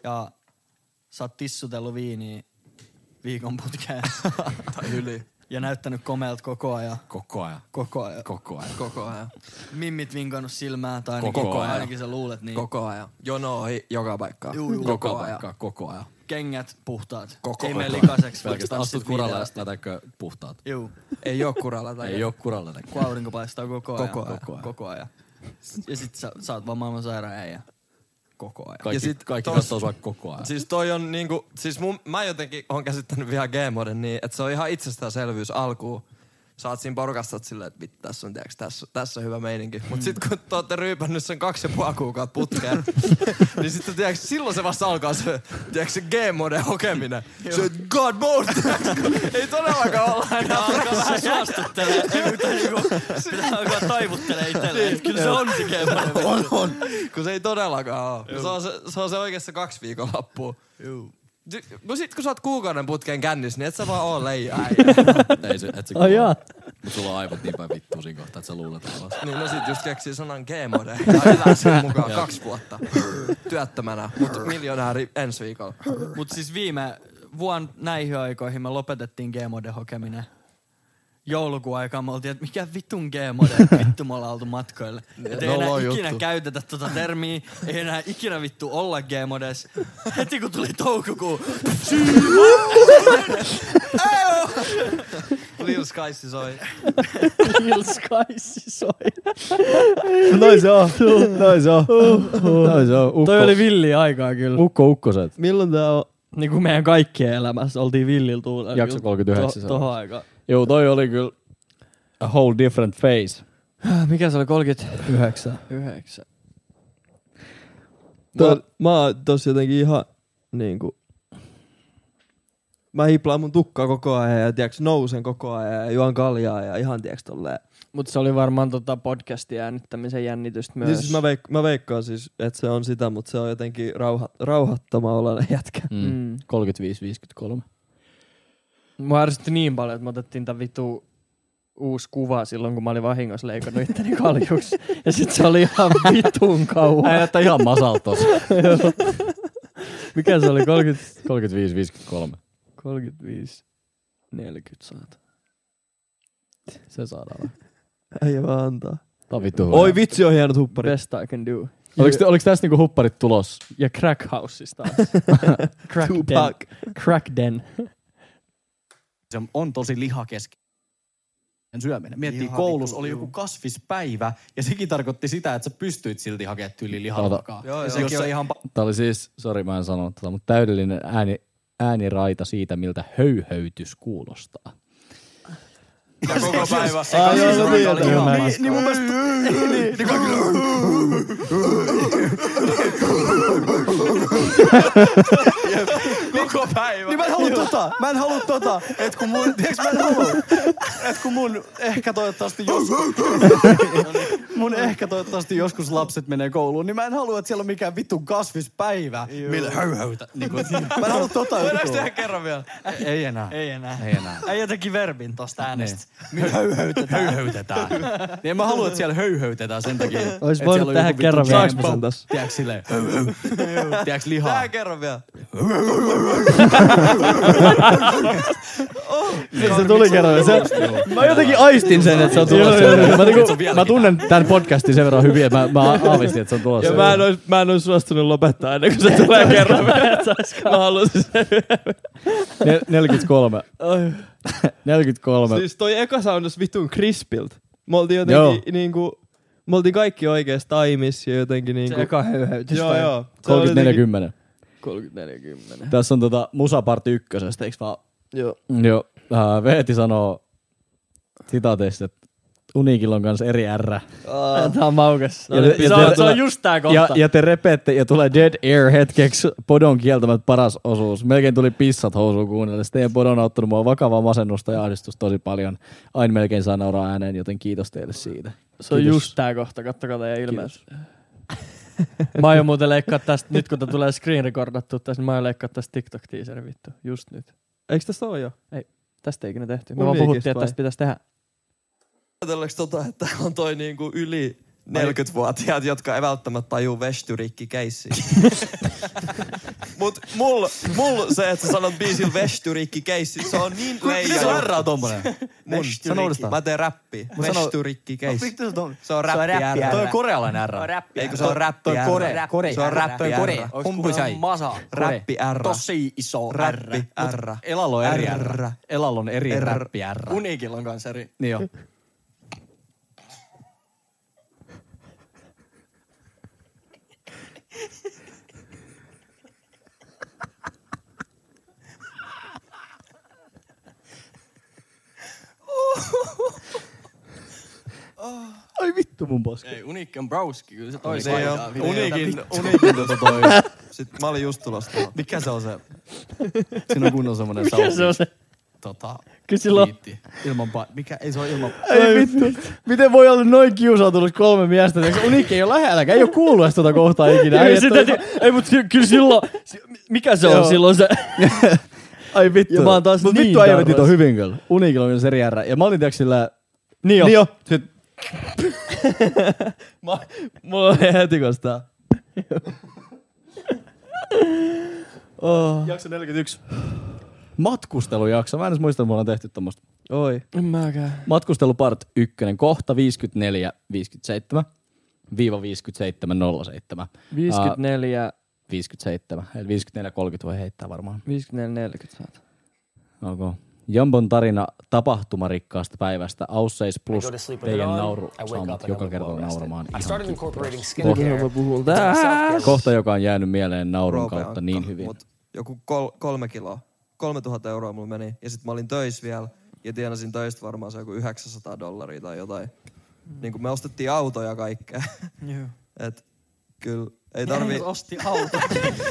[SPEAKER 8] ja sä oot tissutellut viiniä viikon putkeen. tai yli. Ja näyttänyt komeelta koko ajan.
[SPEAKER 7] Koko ajan.
[SPEAKER 8] Koko ajan.
[SPEAKER 7] Koko ajan.
[SPEAKER 6] Koko ajan.
[SPEAKER 8] Mimmit vinkannut silmään, tai ainakin,
[SPEAKER 7] Koko ajan.
[SPEAKER 8] ainakin sä luulet niin.
[SPEAKER 6] Koko ajan. Jono ohi joka paikkaan.
[SPEAKER 8] Juu, juu.
[SPEAKER 6] Koko,
[SPEAKER 7] Koko
[SPEAKER 6] ajan.
[SPEAKER 7] ajan. Koko ajan.
[SPEAKER 8] Kengät puhtaat.
[SPEAKER 7] Koko
[SPEAKER 8] Ei
[SPEAKER 7] ajan.
[SPEAKER 8] mene likaseksi. vaikka
[SPEAKER 7] Pelkästään astut
[SPEAKER 8] tanssit
[SPEAKER 7] kuralle
[SPEAKER 8] viidellä
[SPEAKER 7] ja
[SPEAKER 8] asti.
[SPEAKER 7] lätäkö puhtaat.
[SPEAKER 8] Juu.
[SPEAKER 6] Ei oo kuralla tai
[SPEAKER 7] Ei oo kuralle
[SPEAKER 8] Kun aurinko paistaa koko ajan.
[SPEAKER 6] Koko ajan.
[SPEAKER 8] Koko ajan. Koko ajan. Ja sit sä, sä oot vaan maailman sairaan äijä. Koko ajan.
[SPEAKER 7] Kaikki,
[SPEAKER 6] sit
[SPEAKER 7] kaikki
[SPEAKER 6] tos-
[SPEAKER 7] katsoo sua koko ajan.
[SPEAKER 6] Siis toi on niinku, siis mun, mä jotenkin oon käsittänyt vielä G-moden niin, että se on ihan itsestäänselvyys alkuun. Sä oot siinä porukassa oot silleen, että vittu, tässä on, tiiäks, tässä, tässä on hyvä meininki. Mut sit kun te ootte ryypännyt sen kaksi ja puoli kuukautta putkeen, niin sitten tiiäks, silloin se vasta alkaa se, tiiäks, se G-moden hokeminen. Se on God mode, tiiäks, kun ei todellakaan olla enää
[SPEAKER 8] Alkaa vähän suostuttelee.
[SPEAKER 1] Niin.
[SPEAKER 8] Ei, mutta niinku, pitää alkaa taivuttelee itselleen. Kyllä se on se kemmoinen.
[SPEAKER 7] on, on.
[SPEAKER 6] kun se ei todellakaan ole. Se on se, se on se oikeassa kaksi viikon lappua. Juu. No sit kun sä oot kuukauden putkeen kännissä, niin et sä vaan oo leijää.
[SPEAKER 7] Ei se, et se
[SPEAKER 2] Ai jaa.
[SPEAKER 7] Mut sulla on aivot niin päin vittuun siinä kohtaa, että sä luulet alas.
[SPEAKER 6] Niin no sit just keksii sanan G-mode. Ja elää sen mukaan kaksi vuotta. Työttömänä, mutta miljonääri ensi viikolla.
[SPEAKER 19] Mut siis viime vuonna näihin aikoihin me lopetettiin G-moden hokeminen. Joulukuun aikaan me oltiin, että mikä vitun G-mode, että vittu me ollaan oltu matkoille. Et ei enää
[SPEAKER 7] Nolo juttu.
[SPEAKER 19] ikinä käytetä tota termiä, ei enää ikinä vittu olla G-modes. Heti kun tuli toukokuu,
[SPEAKER 6] Lil Skies soi.
[SPEAKER 2] Lil Skies soi.
[SPEAKER 3] Noin se on. Noin se on. Noin se on. Ukko.
[SPEAKER 2] Toi oli villi aikaa kyllä.
[SPEAKER 3] Ukko ukkoset.
[SPEAKER 2] Milloin tää on? Niin kuin meidän kaikkien elämässä oltiin villillä tuulella.
[SPEAKER 3] Jakso
[SPEAKER 2] kyllä. To-
[SPEAKER 3] 39 se
[SPEAKER 2] tohon
[SPEAKER 3] oli.
[SPEAKER 2] aikaan.
[SPEAKER 3] Joo, toi oli kyllä a whole different face.
[SPEAKER 2] Mikä se oli?
[SPEAKER 20] 39.
[SPEAKER 2] 39.
[SPEAKER 1] Mä, mä oon tossa jotenkin ihan niinku... Mä hiplaan mun tukkaa koko ajan ja tiiäks, nousen koko ajan ja juon kaljaa ja ihan tiiäks tolleen.
[SPEAKER 2] Mutta se oli varmaan tota podcastin äänittämisen jännitystä myös.
[SPEAKER 1] Niin siis mä, veik- mä veikkaan siis, että se on sitä, mutta se on jotenkin rauha- rauhattama olainen jätkä.
[SPEAKER 2] Mm.
[SPEAKER 3] 35-53.
[SPEAKER 2] Mua ärsytti niin paljon, että me otettiin tää vitu uusi kuva silloin, kun mä olin vahingossa leikannut itteni kaljuksi. ja sit se oli ihan vitun kauan.
[SPEAKER 3] Äijä näyttää ihan masalta tossa.
[SPEAKER 2] Joo. Mikä se oli? 30,
[SPEAKER 3] 35-53.
[SPEAKER 2] 35, 40 saat.
[SPEAKER 3] Se saadaan.
[SPEAKER 1] Ei vaan antaa.
[SPEAKER 3] Tää on vittu hyvä.
[SPEAKER 1] Oi vitsi on hienot hupparit.
[SPEAKER 2] Best I can do.
[SPEAKER 3] Oliks, oliks tässä niinku hupparit tulos?
[SPEAKER 2] Ja Crack Houseista. crack den.
[SPEAKER 1] Tupac.
[SPEAKER 2] Crack den.
[SPEAKER 7] Se on tosi lihakeski. syöminen. Miettii,
[SPEAKER 19] Liha
[SPEAKER 7] koulussa
[SPEAKER 19] vittu,
[SPEAKER 7] oli
[SPEAKER 19] juu.
[SPEAKER 7] joku kasvispäivä, ja sekin tarkoitti sitä, että sä pystyit silti hakemaan tyyli lihavakaa.
[SPEAKER 19] Joo, joo.
[SPEAKER 7] Ja
[SPEAKER 19] Sekin
[SPEAKER 7] sekin
[SPEAKER 19] on-
[SPEAKER 7] on ihan pa-
[SPEAKER 3] Tää oli siis, sori mä en sano tätä, mutta täydellinen ääni, ääniraita siitä, miltä höyhöytys kuulostaa.
[SPEAKER 6] Ja koko päivä.
[SPEAKER 1] Ai joo, se tietää.
[SPEAKER 7] Niin, niin mun mielestä... niin, niin,
[SPEAKER 6] Koko päivä.
[SPEAKER 7] Niin mä en halua tota, mä en halua tota, et kun mun, tiiäks mä en halua, et kun mun ehkä toivottavasti joskus, mun ehkä toivottavasti joskus lapset menee kouluun, niin mä en halua, että siellä on mikään vitun kasvispäivä, millä höyhäytä, niin kun, mä en halua tota
[SPEAKER 19] voidaanko
[SPEAKER 7] juttua.
[SPEAKER 19] tehdä kerran vielä?
[SPEAKER 7] Ei enää,
[SPEAKER 19] Ei enää.
[SPEAKER 7] ei enää. Niin.
[SPEAKER 19] Äijä teki verbin tosta
[SPEAKER 6] Niin.
[SPEAKER 19] äänestä.
[SPEAKER 7] Millä höyhäytetään. Höyhäytetään. Niin en mä halua, että siellä höyhäytetään sen takia, että
[SPEAKER 2] Ois
[SPEAKER 7] siellä on
[SPEAKER 2] voinut
[SPEAKER 7] joku
[SPEAKER 2] tehdä
[SPEAKER 7] vitun
[SPEAKER 2] kerran vielä.
[SPEAKER 1] Saanko mä sen tässä?
[SPEAKER 7] Tiedätkö silleen, höyhäy, tiedätkö lihaa.
[SPEAKER 6] Tää kerran vielä.
[SPEAKER 3] Niin se tuli kerran. Se, mä jotenkin aistin sen, että se on tulossa. Mä,
[SPEAKER 7] Että se on
[SPEAKER 3] niinku,
[SPEAKER 7] vieläkin
[SPEAKER 3] mä tunnen tämän podcastin sen verran hyvin, että mä, mä aavistin, että se on tulossa.
[SPEAKER 1] Ja mä en, ois, mä en ois suostunut lopettaa ennen kuin se tulee kerran. mä siis- halusin sen.
[SPEAKER 3] Nel- 43. 43.
[SPEAKER 1] Siis toi eka soundas vitun crispilt. Me oltiin jotenkin
[SPEAKER 3] Joo.
[SPEAKER 1] niinku... Me oltiin kaikki oikeassa taimissa ja jotenkin niinku...
[SPEAKER 2] Se eka siis höyhäytys.
[SPEAKER 1] Joo, joo. Se oli jotenkin-
[SPEAKER 3] 30-40.
[SPEAKER 2] 30-40.
[SPEAKER 3] Tässä on tota musaparti ykkösestä, eiks vaan?
[SPEAKER 2] Joo.
[SPEAKER 3] Joo. Äh, Veeti sanoo sitaateissa, että Uniikilla on kanssa eri R.
[SPEAKER 2] Tää on maukas.
[SPEAKER 1] No,
[SPEAKER 3] Ja- ja
[SPEAKER 2] se, on, se
[SPEAKER 3] tulee-
[SPEAKER 2] on just tää kohta.
[SPEAKER 3] Ja, ja te repette ja tulee dead air hetkeksi podon kieltämät paras osuus. Melkein tuli pissat housuun kuunnellessa. Teidän podon on ottanut mua vakavaa masennusta ja ahdistusta tosi paljon. Aina melkein saa nauraa ääneen, joten kiitos teille siitä.
[SPEAKER 2] Se on
[SPEAKER 3] Kiitos.
[SPEAKER 2] just tää kohta, kattokaa teidän ilmeys. mä aion muuten leikkaa tästä, nyt kun tää tulee screen recordattu tästä, niin mä aion leikkaa tästä TikTok-teaserin vittu, just nyt.
[SPEAKER 1] Eiks tässä oo jo?
[SPEAKER 2] Tästä ei ikinä tehty. Me
[SPEAKER 1] Mun
[SPEAKER 2] vaan
[SPEAKER 1] viikistä
[SPEAKER 2] puhuttiin, että
[SPEAKER 1] vai?
[SPEAKER 2] tästä pitäisi tehdä.
[SPEAKER 6] Ajatellaanko tota, että on toi niinku yli 40-vuotiaat, jotka ei välttämättä tajuu vestyrikki keissiä. Mut mulla mul se, että sä sanot biisillä vestyrikki keissi, se on niin leija.
[SPEAKER 7] Mitä sun R on tommonen?
[SPEAKER 6] Mun.
[SPEAKER 7] Sano uudestaan.
[SPEAKER 6] Mä teen räppiä. Vestyrikki keissi.
[SPEAKER 7] Mitä se on?
[SPEAKER 6] No, Se on räppi R.
[SPEAKER 7] Toi on korealainen R.
[SPEAKER 6] Eikö se on räppi
[SPEAKER 7] Toi
[SPEAKER 6] R?
[SPEAKER 7] kore, kore,
[SPEAKER 6] Se on räppi
[SPEAKER 7] toi
[SPEAKER 6] R.
[SPEAKER 7] kore. Kumpi sai?
[SPEAKER 19] Masa.
[SPEAKER 6] Räppi R.
[SPEAKER 7] Tosi iso
[SPEAKER 6] Räppi R.
[SPEAKER 7] Elalla on eri
[SPEAKER 6] R.
[SPEAKER 7] R. Elalla on eri
[SPEAKER 6] R.
[SPEAKER 7] räppi R.
[SPEAKER 19] Uniikilla on kans eri.
[SPEAKER 7] Niin jo.
[SPEAKER 3] Ai vittu mun poski.
[SPEAKER 19] Ei, Uniikki on Browski, kyllä
[SPEAKER 7] Niin
[SPEAKER 19] se toisi.
[SPEAKER 6] Se on uniikin,
[SPEAKER 7] Uniikin tota toi.
[SPEAKER 6] Sitten mä olin just tulossa tuohon.
[SPEAKER 7] Mikä se on se? Siinä on kunnon semmonen sausi.
[SPEAKER 2] Se on se.
[SPEAKER 21] tota,
[SPEAKER 2] Kyllä silloin-
[SPEAKER 21] kiitti. Ilman pa- Mikä? Ei se ole ilman
[SPEAKER 3] Ei vittu. Miten voi olla noin kiusaantunut kolme miestä? Eikö Uniikki ei ole lähelläkään, ei ole kuullut edes tuota kohtaa ikinä.
[SPEAKER 2] Ei,
[SPEAKER 3] Ai,
[SPEAKER 2] sitä,
[SPEAKER 3] että-
[SPEAKER 2] ei mut si- kyllä silloin, si- mikä se on
[SPEAKER 3] Joo.
[SPEAKER 2] silloin se?
[SPEAKER 3] Ai vittu.
[SPEAKER 2] Ja mä oon taas
[SPEAKER 3] Mut
[SPEAKER 2] niin
[SPEAKER 3] vittu äijä veti
[SPEAKER 2] tarras.
[SPEAKER 3] ton hyvin kyllä. Uniikilla on kyllä se järä. Ja mä olin tiiäks sillä...
[SPEAKER 2] Niin jo.
[SPEAKER 3] Niin jo. Sit
[SPEAKER 2] Mulla oli heti kostaa.
[SPEAKER 3] Oh. Jakso 41. Matkustelujakso. Mä en edes muista, että me ollaan tehty tommosta.
[SPEAKER 1] Oi.
[SPEAKER 2] En mäkään.
[SPEAKER 3] Matkustelu part 1, kohta 54, 57, viiva 57, 07.
[SPEAKER 2] 54,
[SPEAKER 3] 57, Ah, eli 54, 30 voi heittää varmaan.
[SPEAKER 2] 54, 40 saat.
[SPEAKER 3] Okay. Jambon tarina tapahtumarikkaasta pävästä. Ausseis plus
[SPEAKER 22] I go to sleep with
[SPEAKER 3] teidän
[SPEAKER 22] it on.
[SPEAKER 3] nauru
[SPEAKER 22] I wake
[SPEAKER 3] saamat
[SPEAKER 22] up and
[SPEAKER 3] joka
[SPEAKER 22] I'm
[SPEAKER 3] kerta
[SPEAKER 22] well
[SPEAKER 3] nauramaan.
[SPEAKER 22] I
[SPEAKER 3] ihan
[SPEAKER 22] started
[SPEAKER 3] kipeästi.
[SPEAKER 22] incorporating
[SPEAKER 3] Kohta-
[SPEAKER 22] skincare.
[SPEAKER 3] Kohta, joka on jäänyt mieleen naurun
[SPEAKER 6] Roope
[SPEAKER 3] kautta
[SPEAKER 6] Ankka,
[SPEAKER 3] niin hyvin.
[SPEAKER 6] Mut joku kol, kolme kiloa. 3000 euroa mulla meni. Ja sit mä olin töissä vielä. Ja tienasin töistä varmaan se joku 900 dollaria tai jotain. Niin kun me ostettiin autoja kaikkea.
[SPEAKER 8] Mm. Joo.
[SPEAKER 6] Et kyllä ei tarvii...
[SPEAKER 8] osti auto.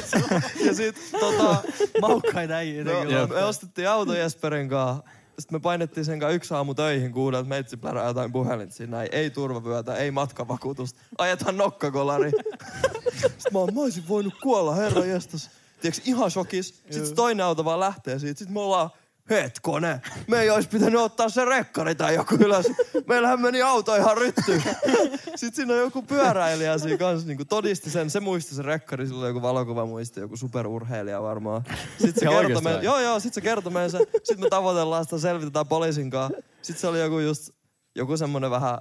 [SPEAKER 6] ja sit tota...
[SPEAKER 8] Maukkaita äijitä kyllä
[SPEAKER 6] No,
[SPEAKER 8] ostaa.
[SPEAKER 6] me ostettiin auto Jesperin kanssa. Sitten me painettiin sen kanssa yksi aamu töihin kuudelta, meitsi plärää jotain puhelinta siinä. Ei, ei turvavyötä, ei matkavakuutusta. Ajetaan nokkakolari. Sitten mä, oon, mä olisin voinut kuolla, herra jestas. Tiedätkö, ihan shokis. Sitten se toinen auto vaan lähtee siitä. Sitten me ollaan, hetkone, me ei olisi pitänyt ottaa se rekkari tai joku ylös. Meillähän meni auto ihan ryttyyn. Sitten siinä on joku pyöräilijä siinä kanssa, niin todisti sen. Se muisti sen rekkari, sillä oli joku valokuva muisti, joku superurheilija varmaan. Sitten se
[SPEAKER 3] Ihan
[SPEAKER 6] kertoi
[SPEAKER 3] oikeesti
[SPEAKER 6] meille,
[SPEAKER 3] vai?
[SPEAKER 6] joo joo, sitten se kertoi meille sen. Sitten me tavoitellaan sitä, selvitetään poliisin kanssa. Sitten se oli joku just, joku semmonen vähän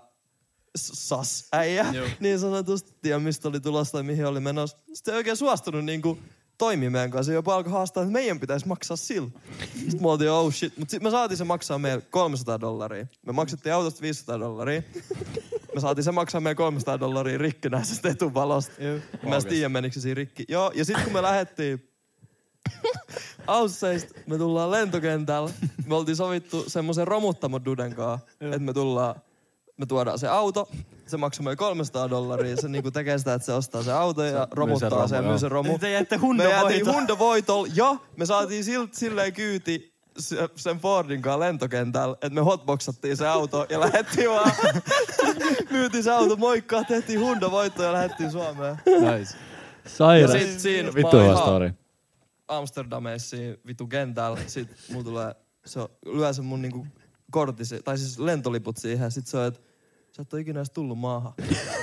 [SPEAKER 6] sas äijä, niin sanotusti, tiedä mistä oli tulossa tai mihin oli menossa. Sitten ei oikein suostunut niinku toimii meidän kanssa, jopa alkoi haastaa, että meidän pitäisi maksaa sillä. Sitten me oltiin, oh shit, mutta sitten me saatiin se maksaa meille 300 dollaria. Me maksettiin autosta 500 dollaria. Me saatiin se maksaa meille 300 dollaria rikkinäisestä etuvalosta. Mä en edes tiedä, menikö se siinä rikki. Joo, ja sitten kun me lähdettiin Ausseista me tullaan lentokentällä. Me oltiin sovittu semmoisen romuttamon duden kanssa, että me tullaan, me tuodaan se auto. Se maksoi meille 300 dollaria. Se niinku tekee sitä, että se ostaa se auto ja romuttaa
[SPEAKER 3] romu,
[SPEAKER 6] sen ja
[SPEAKER 3] joo.
[SPEAKER 6] myy sen romu.
[SPEAKER 8] Eli te jäitte
[SPEAKER 6] Me jäätiin
[SPEAKER 8] hundavoitolle.
[SPEAKER 6] hundavoitolla ja me saatiin silt, silleen kyyti se- sen Fordin kanssa lentokentällä, että me hotboxattiin se auto ja lähettiin vaan. Myytiin se auto, moikka, tehtiin hundavoitto ja lähettiin Suomeen.
[SPEAKER 3] Nice.
[SPEAKER 6] Ja
[SPEAKER 2] Sairaan.
[SPEAKER 6] sit siinä mä
[SPEAKER 3] Vittu
[SPEAKER 6] oon
[SPEAKER 3] hyvä
[SPEAKER 6] ihan-
[SPEAKER 3] story.
[SPEAKER 6] Amsterdamissa vitu kentällä. Sit mulla tulee, se on- lyö sen mun niinku kortisi, tai siis lentoliput siihen. Sit se on, että sä et oo ikinä edes tullut maahan.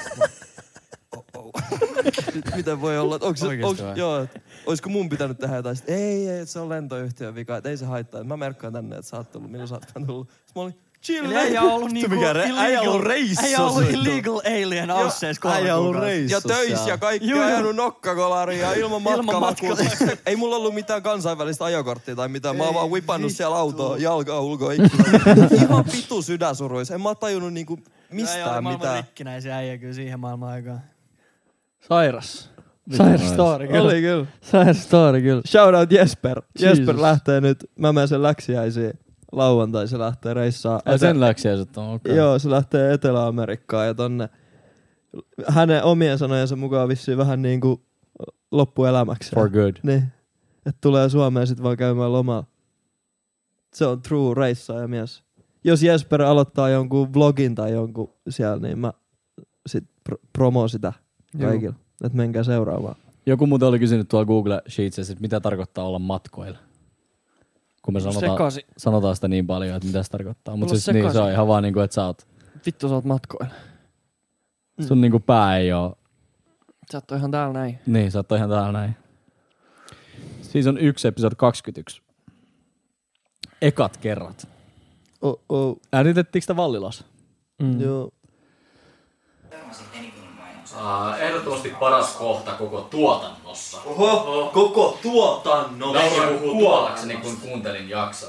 [SPEAKER 6] Nyt Miten voi olla, että onko se,
[SPEAKER 3] Oikeesti
[SPEAKER 6] onks,
[SPEAKER 3] vai?
[SPEAKER 6] joo, et, olisiko mun pitänyt tehdä jotain? Sit, ei, ei, et se on lentoyhtiön vika, et ei se haittaa. Et Mä merkkaan tänne, että sä oot tullut, milloin sä ootkaan tullut. Sit mä olin, chill.
[SPEAKER 8] Eli äijä on ollut
[SPEAKER 6] Vittu,
[SPEAKER 8] niinku
[SPEAKER 6] mikä re-
[SPEAKER 8] illegal-
[SPEAKER 6] äijä on ollut reissussa.
[SPEAKER 8] Äijä on ollut
[SPEAKER 6] vittu.
[SPEAKER 8] illegal alien ausseis kolme
[SPEAKER 6] Äijä on ollut
[SPEAKER 8] kuukautta.
[SPEAKER 6] Ja töissä ja kaikki
[SPEAKER 8] Juu,
[SPEAKER 6] on
[SPEAKER 8] juu.
[SPEAKER 6] ajanut nokkakolaria ilman
[SPEAKER 8] Ilman
[SPEAKER 6] matkavakuutusta. Ei mulla ollut mitään kansainvälistä ajokorttia tai mitään. Mä oon vaan whipannut siellä autoa jalkaa ulkoa ikkunalla. Ihan vitu sydänsuruis. En mä oo tajunnut niinku
[SPEAKER 8] Äijä oli
[SPEAKER 6] mistään
[SPEAKER 8] maailman
[SPEAKER 6] mitään.
[SPEAKER 8] rikkinäisiä äijä kyllä siihen maailman aikaan.
[SPEAKER 2] Sairas.
[SPEAKER 1] Sairas
[SPEAKER 2] Sairas story, kyllä.
[SPEAKER 1] Oli kyllä.
[SPEAKER 2] Sairas story, kyllä.
[SPEAKER 1] Shout out Jesper.
[SPEAKER 2] Jesus.
[SPEAKER 1] Jesper lähtee nyt, mä menen sen läksiäisiin. Lauantai se lähtee reissaan.
[SPEAKER 3] Ai
[SPEAKER 1] Etä-
[SPEAKER 3] sen läksiä sitten on, okei.
[SPEAKER 1] Joo, se lähtee Etelä-Amerikkaan ja tonne hänen omien sanojensa mukaan vissiin vähän niin kuin loppuelämäksi.
[SPEAKER 3] For good.
[SPEAKER 1] Niin. Että tulee Suomeen sitten vaan käymään lomalla. Se on true reissaaja mies. Jos Jesper aloittaa jonkun vlogin tai jonkun siellä, niin mä sit pr- promoon sitä
[SPEAKER 3] Juu.
[SPEAKER 1] kaikilla. Että menkää seuraavaan.
[SPEAKER 3] Joku muuten oli kysynyt tuolla Google Sheetsissä, että mitä tarkoittaa olla matkoilla. Kun me sanotaan,
[SPEAKER 2] Sekasi.
[SPEAKER 3] sanotaan sitä niin paljon, että mitä se tarkoittaa.
[SPEAKER 2] Mulla
[SPEAKER 3] Mutta siis
[SPEAKER 2] sekasi.
[SPEAKER 3] niin, se on ihan vaan niin kuin, että sä oot,
[SPEAKER 2] Vittu sä oot matkoilla. Mm.
[SPEAKER 3] sun niin kuin pää ei oo.
[SPEAKER 2] Sä oot ihan täällä näin.
[SPEAKER 3] Niin, sä oot ihan täällä näin. Siis on yksi episodi 21. Ekat kerrat.
[SPEAKER 1] Oh, oh.
[SPEAKER 3] Äänitettiinkö sitä Vallilassa?
[SPEAKER 1] Mm. Joo.
[SPEAKER 3] Ehdottomasti paras kohta koko tuotannossa.
[SPEAKER 6] Oho, koko
[SPEAKER 3] No,
[SPEAKER 6] tuotanno.
[SPEAKER 3] kuollakseni, niin kun kuuntelin jakson.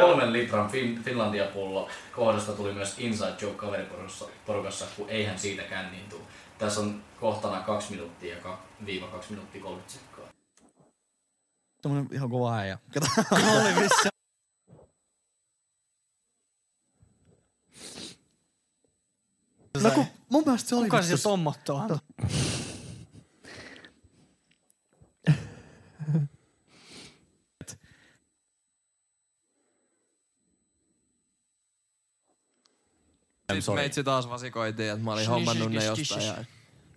[SPEAKER 3] Kolmen litran fin- Finlandia-pullo kohdasta tuli myös Inside Joke kaveriporukassa, porukassa, kun eihän siitäkään niin tuu. Tässä on kohtana 2 minuuttia ja ka- viiva 2 minuuttia 30 sekkaa.
[SPEAKER 21] Tämmönen ihan kova äijä. Kato.
[SPEAKER 8] Oli missä.
[SPEAKER 21] No kun mun mielestä se oli...
[SPEAKER 8] Kuka se
[SPEAKER 21] vittu-
[SPEAKER 8] tommotto on?
[SPEAKER 6] Sitten meitsi taas vasikoitiin, että mä olin hommannut ne jostain. Ja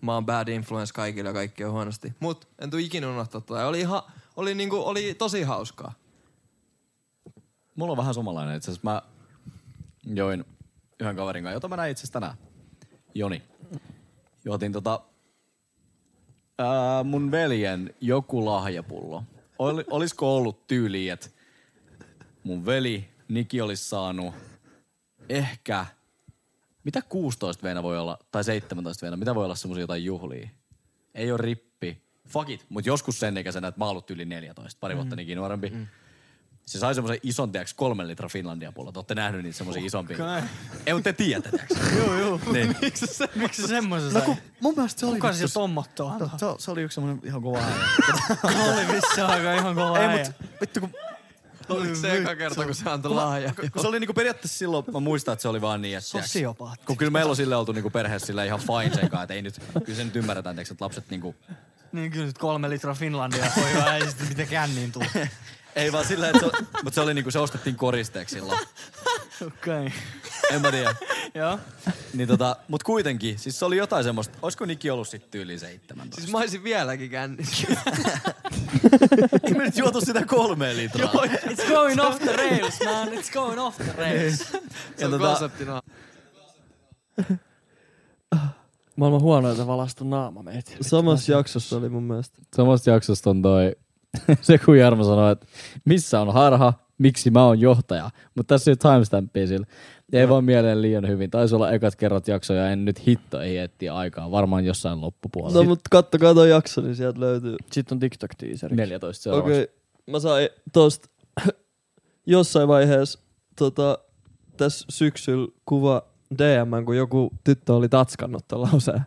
[SPEAKER 6] mä oon bad influence kaikille ja kaikki on huonosti. Mut en tuu ikinä unohtaa tota. Ja Oli, ihan, oli, niinku, oli tosi hauskaa.
[SPEAKER 3] Mulla on vähän samanlainen itse asiassa. Mä join yhden kaverin kanssa, jota mä näin itse asiassa tänään. Joni. Juotin tota ää, mun veljen joku lahjapullo. Oli, olisiko ollut tyyli, että mun veli Niki olisi saanut ehkä, mitä 16 veenä voi olla, tai 17 veenä, mitä voi olla semmoisia jotain juhlia? Ei ole rippi. Fuck it, mutta joskus sen ikäisenä, että mä oon ollut yli 14, pari vuotta Niki nuorempi. Se sai semmoisen ison, tiiäks, kolmen litran Finlandia pullot. Ootte nähnyt niitä semmoisia isompia.
[SPEAKER 8] Kai.
[SPEAKER 3] Ei, mutta te tiedätte, tiiäks.
[SPEAKER 8] Joo, joo.
[SPEAKER 3] Niin.
[SPEAKER 8] Miksi sä, miksi
[SPEAKER 3] No
[SPEAKER 8] sä semmoisen sai?
[SPEAKER 21] mun mielestä se oli...
[SPEAKER 8] Kuka se tommotto antaa?
[SPEAKER 21] Se, se oli yksi semmoinen ihan kova ääni.
[SPEAKER 8] oli vissi aika ihan kova
[SPEAKER 21] Ei,
[SPEAKER 8] äijä.
[SPEAKER 21] mut vittu kun...
[SPEAKER 6] Oliko se eka kerta, kun se antoi lahja?
[SPEAKER 3] Kun se oli niinku periaatteessa silloin, mä muistan, että se oli vaan niin, että... tiiäks,
[SPEAKER 8] Sosiopaatti.
[SPEAKER 3] Kun kyllä meillä on sille oltu niinku perheessä sille ihan fine sen kanssa, että ei nyt, kyllä se nyt ymmärretään, tiiäks, että lapset niinku...
[SPEAKER 8] Niin kyllä nyt kolme litraa Finlandia voi vähän ei sitten miten känniin tuu.
[SPEAKER 3] Ei vaan sillä, että se, mutta se oli niinku, se ostettiin koristeeksi silloin.
[SPEAKER 8] Okei. Okay.
[SPEAKER 3] En mä tiedä.
[SPEAKER 8] Joo.
[SPEAKER 3] Niin tota, mut kuitenkin, siis se oli jotain semmoista, olisiko Niki ollut sit tyyli 17?
[SPEAKER 6] Siis mä olisin vieläkin kännissä.
[SPEAKER 3] Ei me nyt juotu sitä kolmeen litraa.
[SPEAKER 8] It's going off the rails, man. It's going off the rails.
[SPEAKER 6] Se on
[SPEAKER 3] tota-
[SPEAKER 6] konseptina.
[SPEAKER 2] Maailman huonoita valastu naama meitä.
[SPEAKER 1] Samassa jaksossa oli mun mielestä.
[SPEAKER 3] Samasta jaksosta on toi, se kun Jarmo sanoi, että missä on harha, miksi mä oon johtaja. Mutta tässä ei ole timestampia sillä. Ei vaan mieleen liian hyvin. Taisi olla ekat kerrat jaksoja, en nyt hitto ei etsiä aikaa. Varmaan jossain loppupuolella.
[SPEAKER 1] No mutta kattokaa toi jakso, niin sieltä löytyy.
[SPEAKER 2] Sitten on TikTok-tiiseri.
[SPEAKER 3] 14 seuraavaksi.
[SPEAKER 1] Okei, okay, mä sain tosta jossain vaiheessa tota, tässä syksyllä kuva DM, kun joku tyttö oli tatskannut tuon lauseen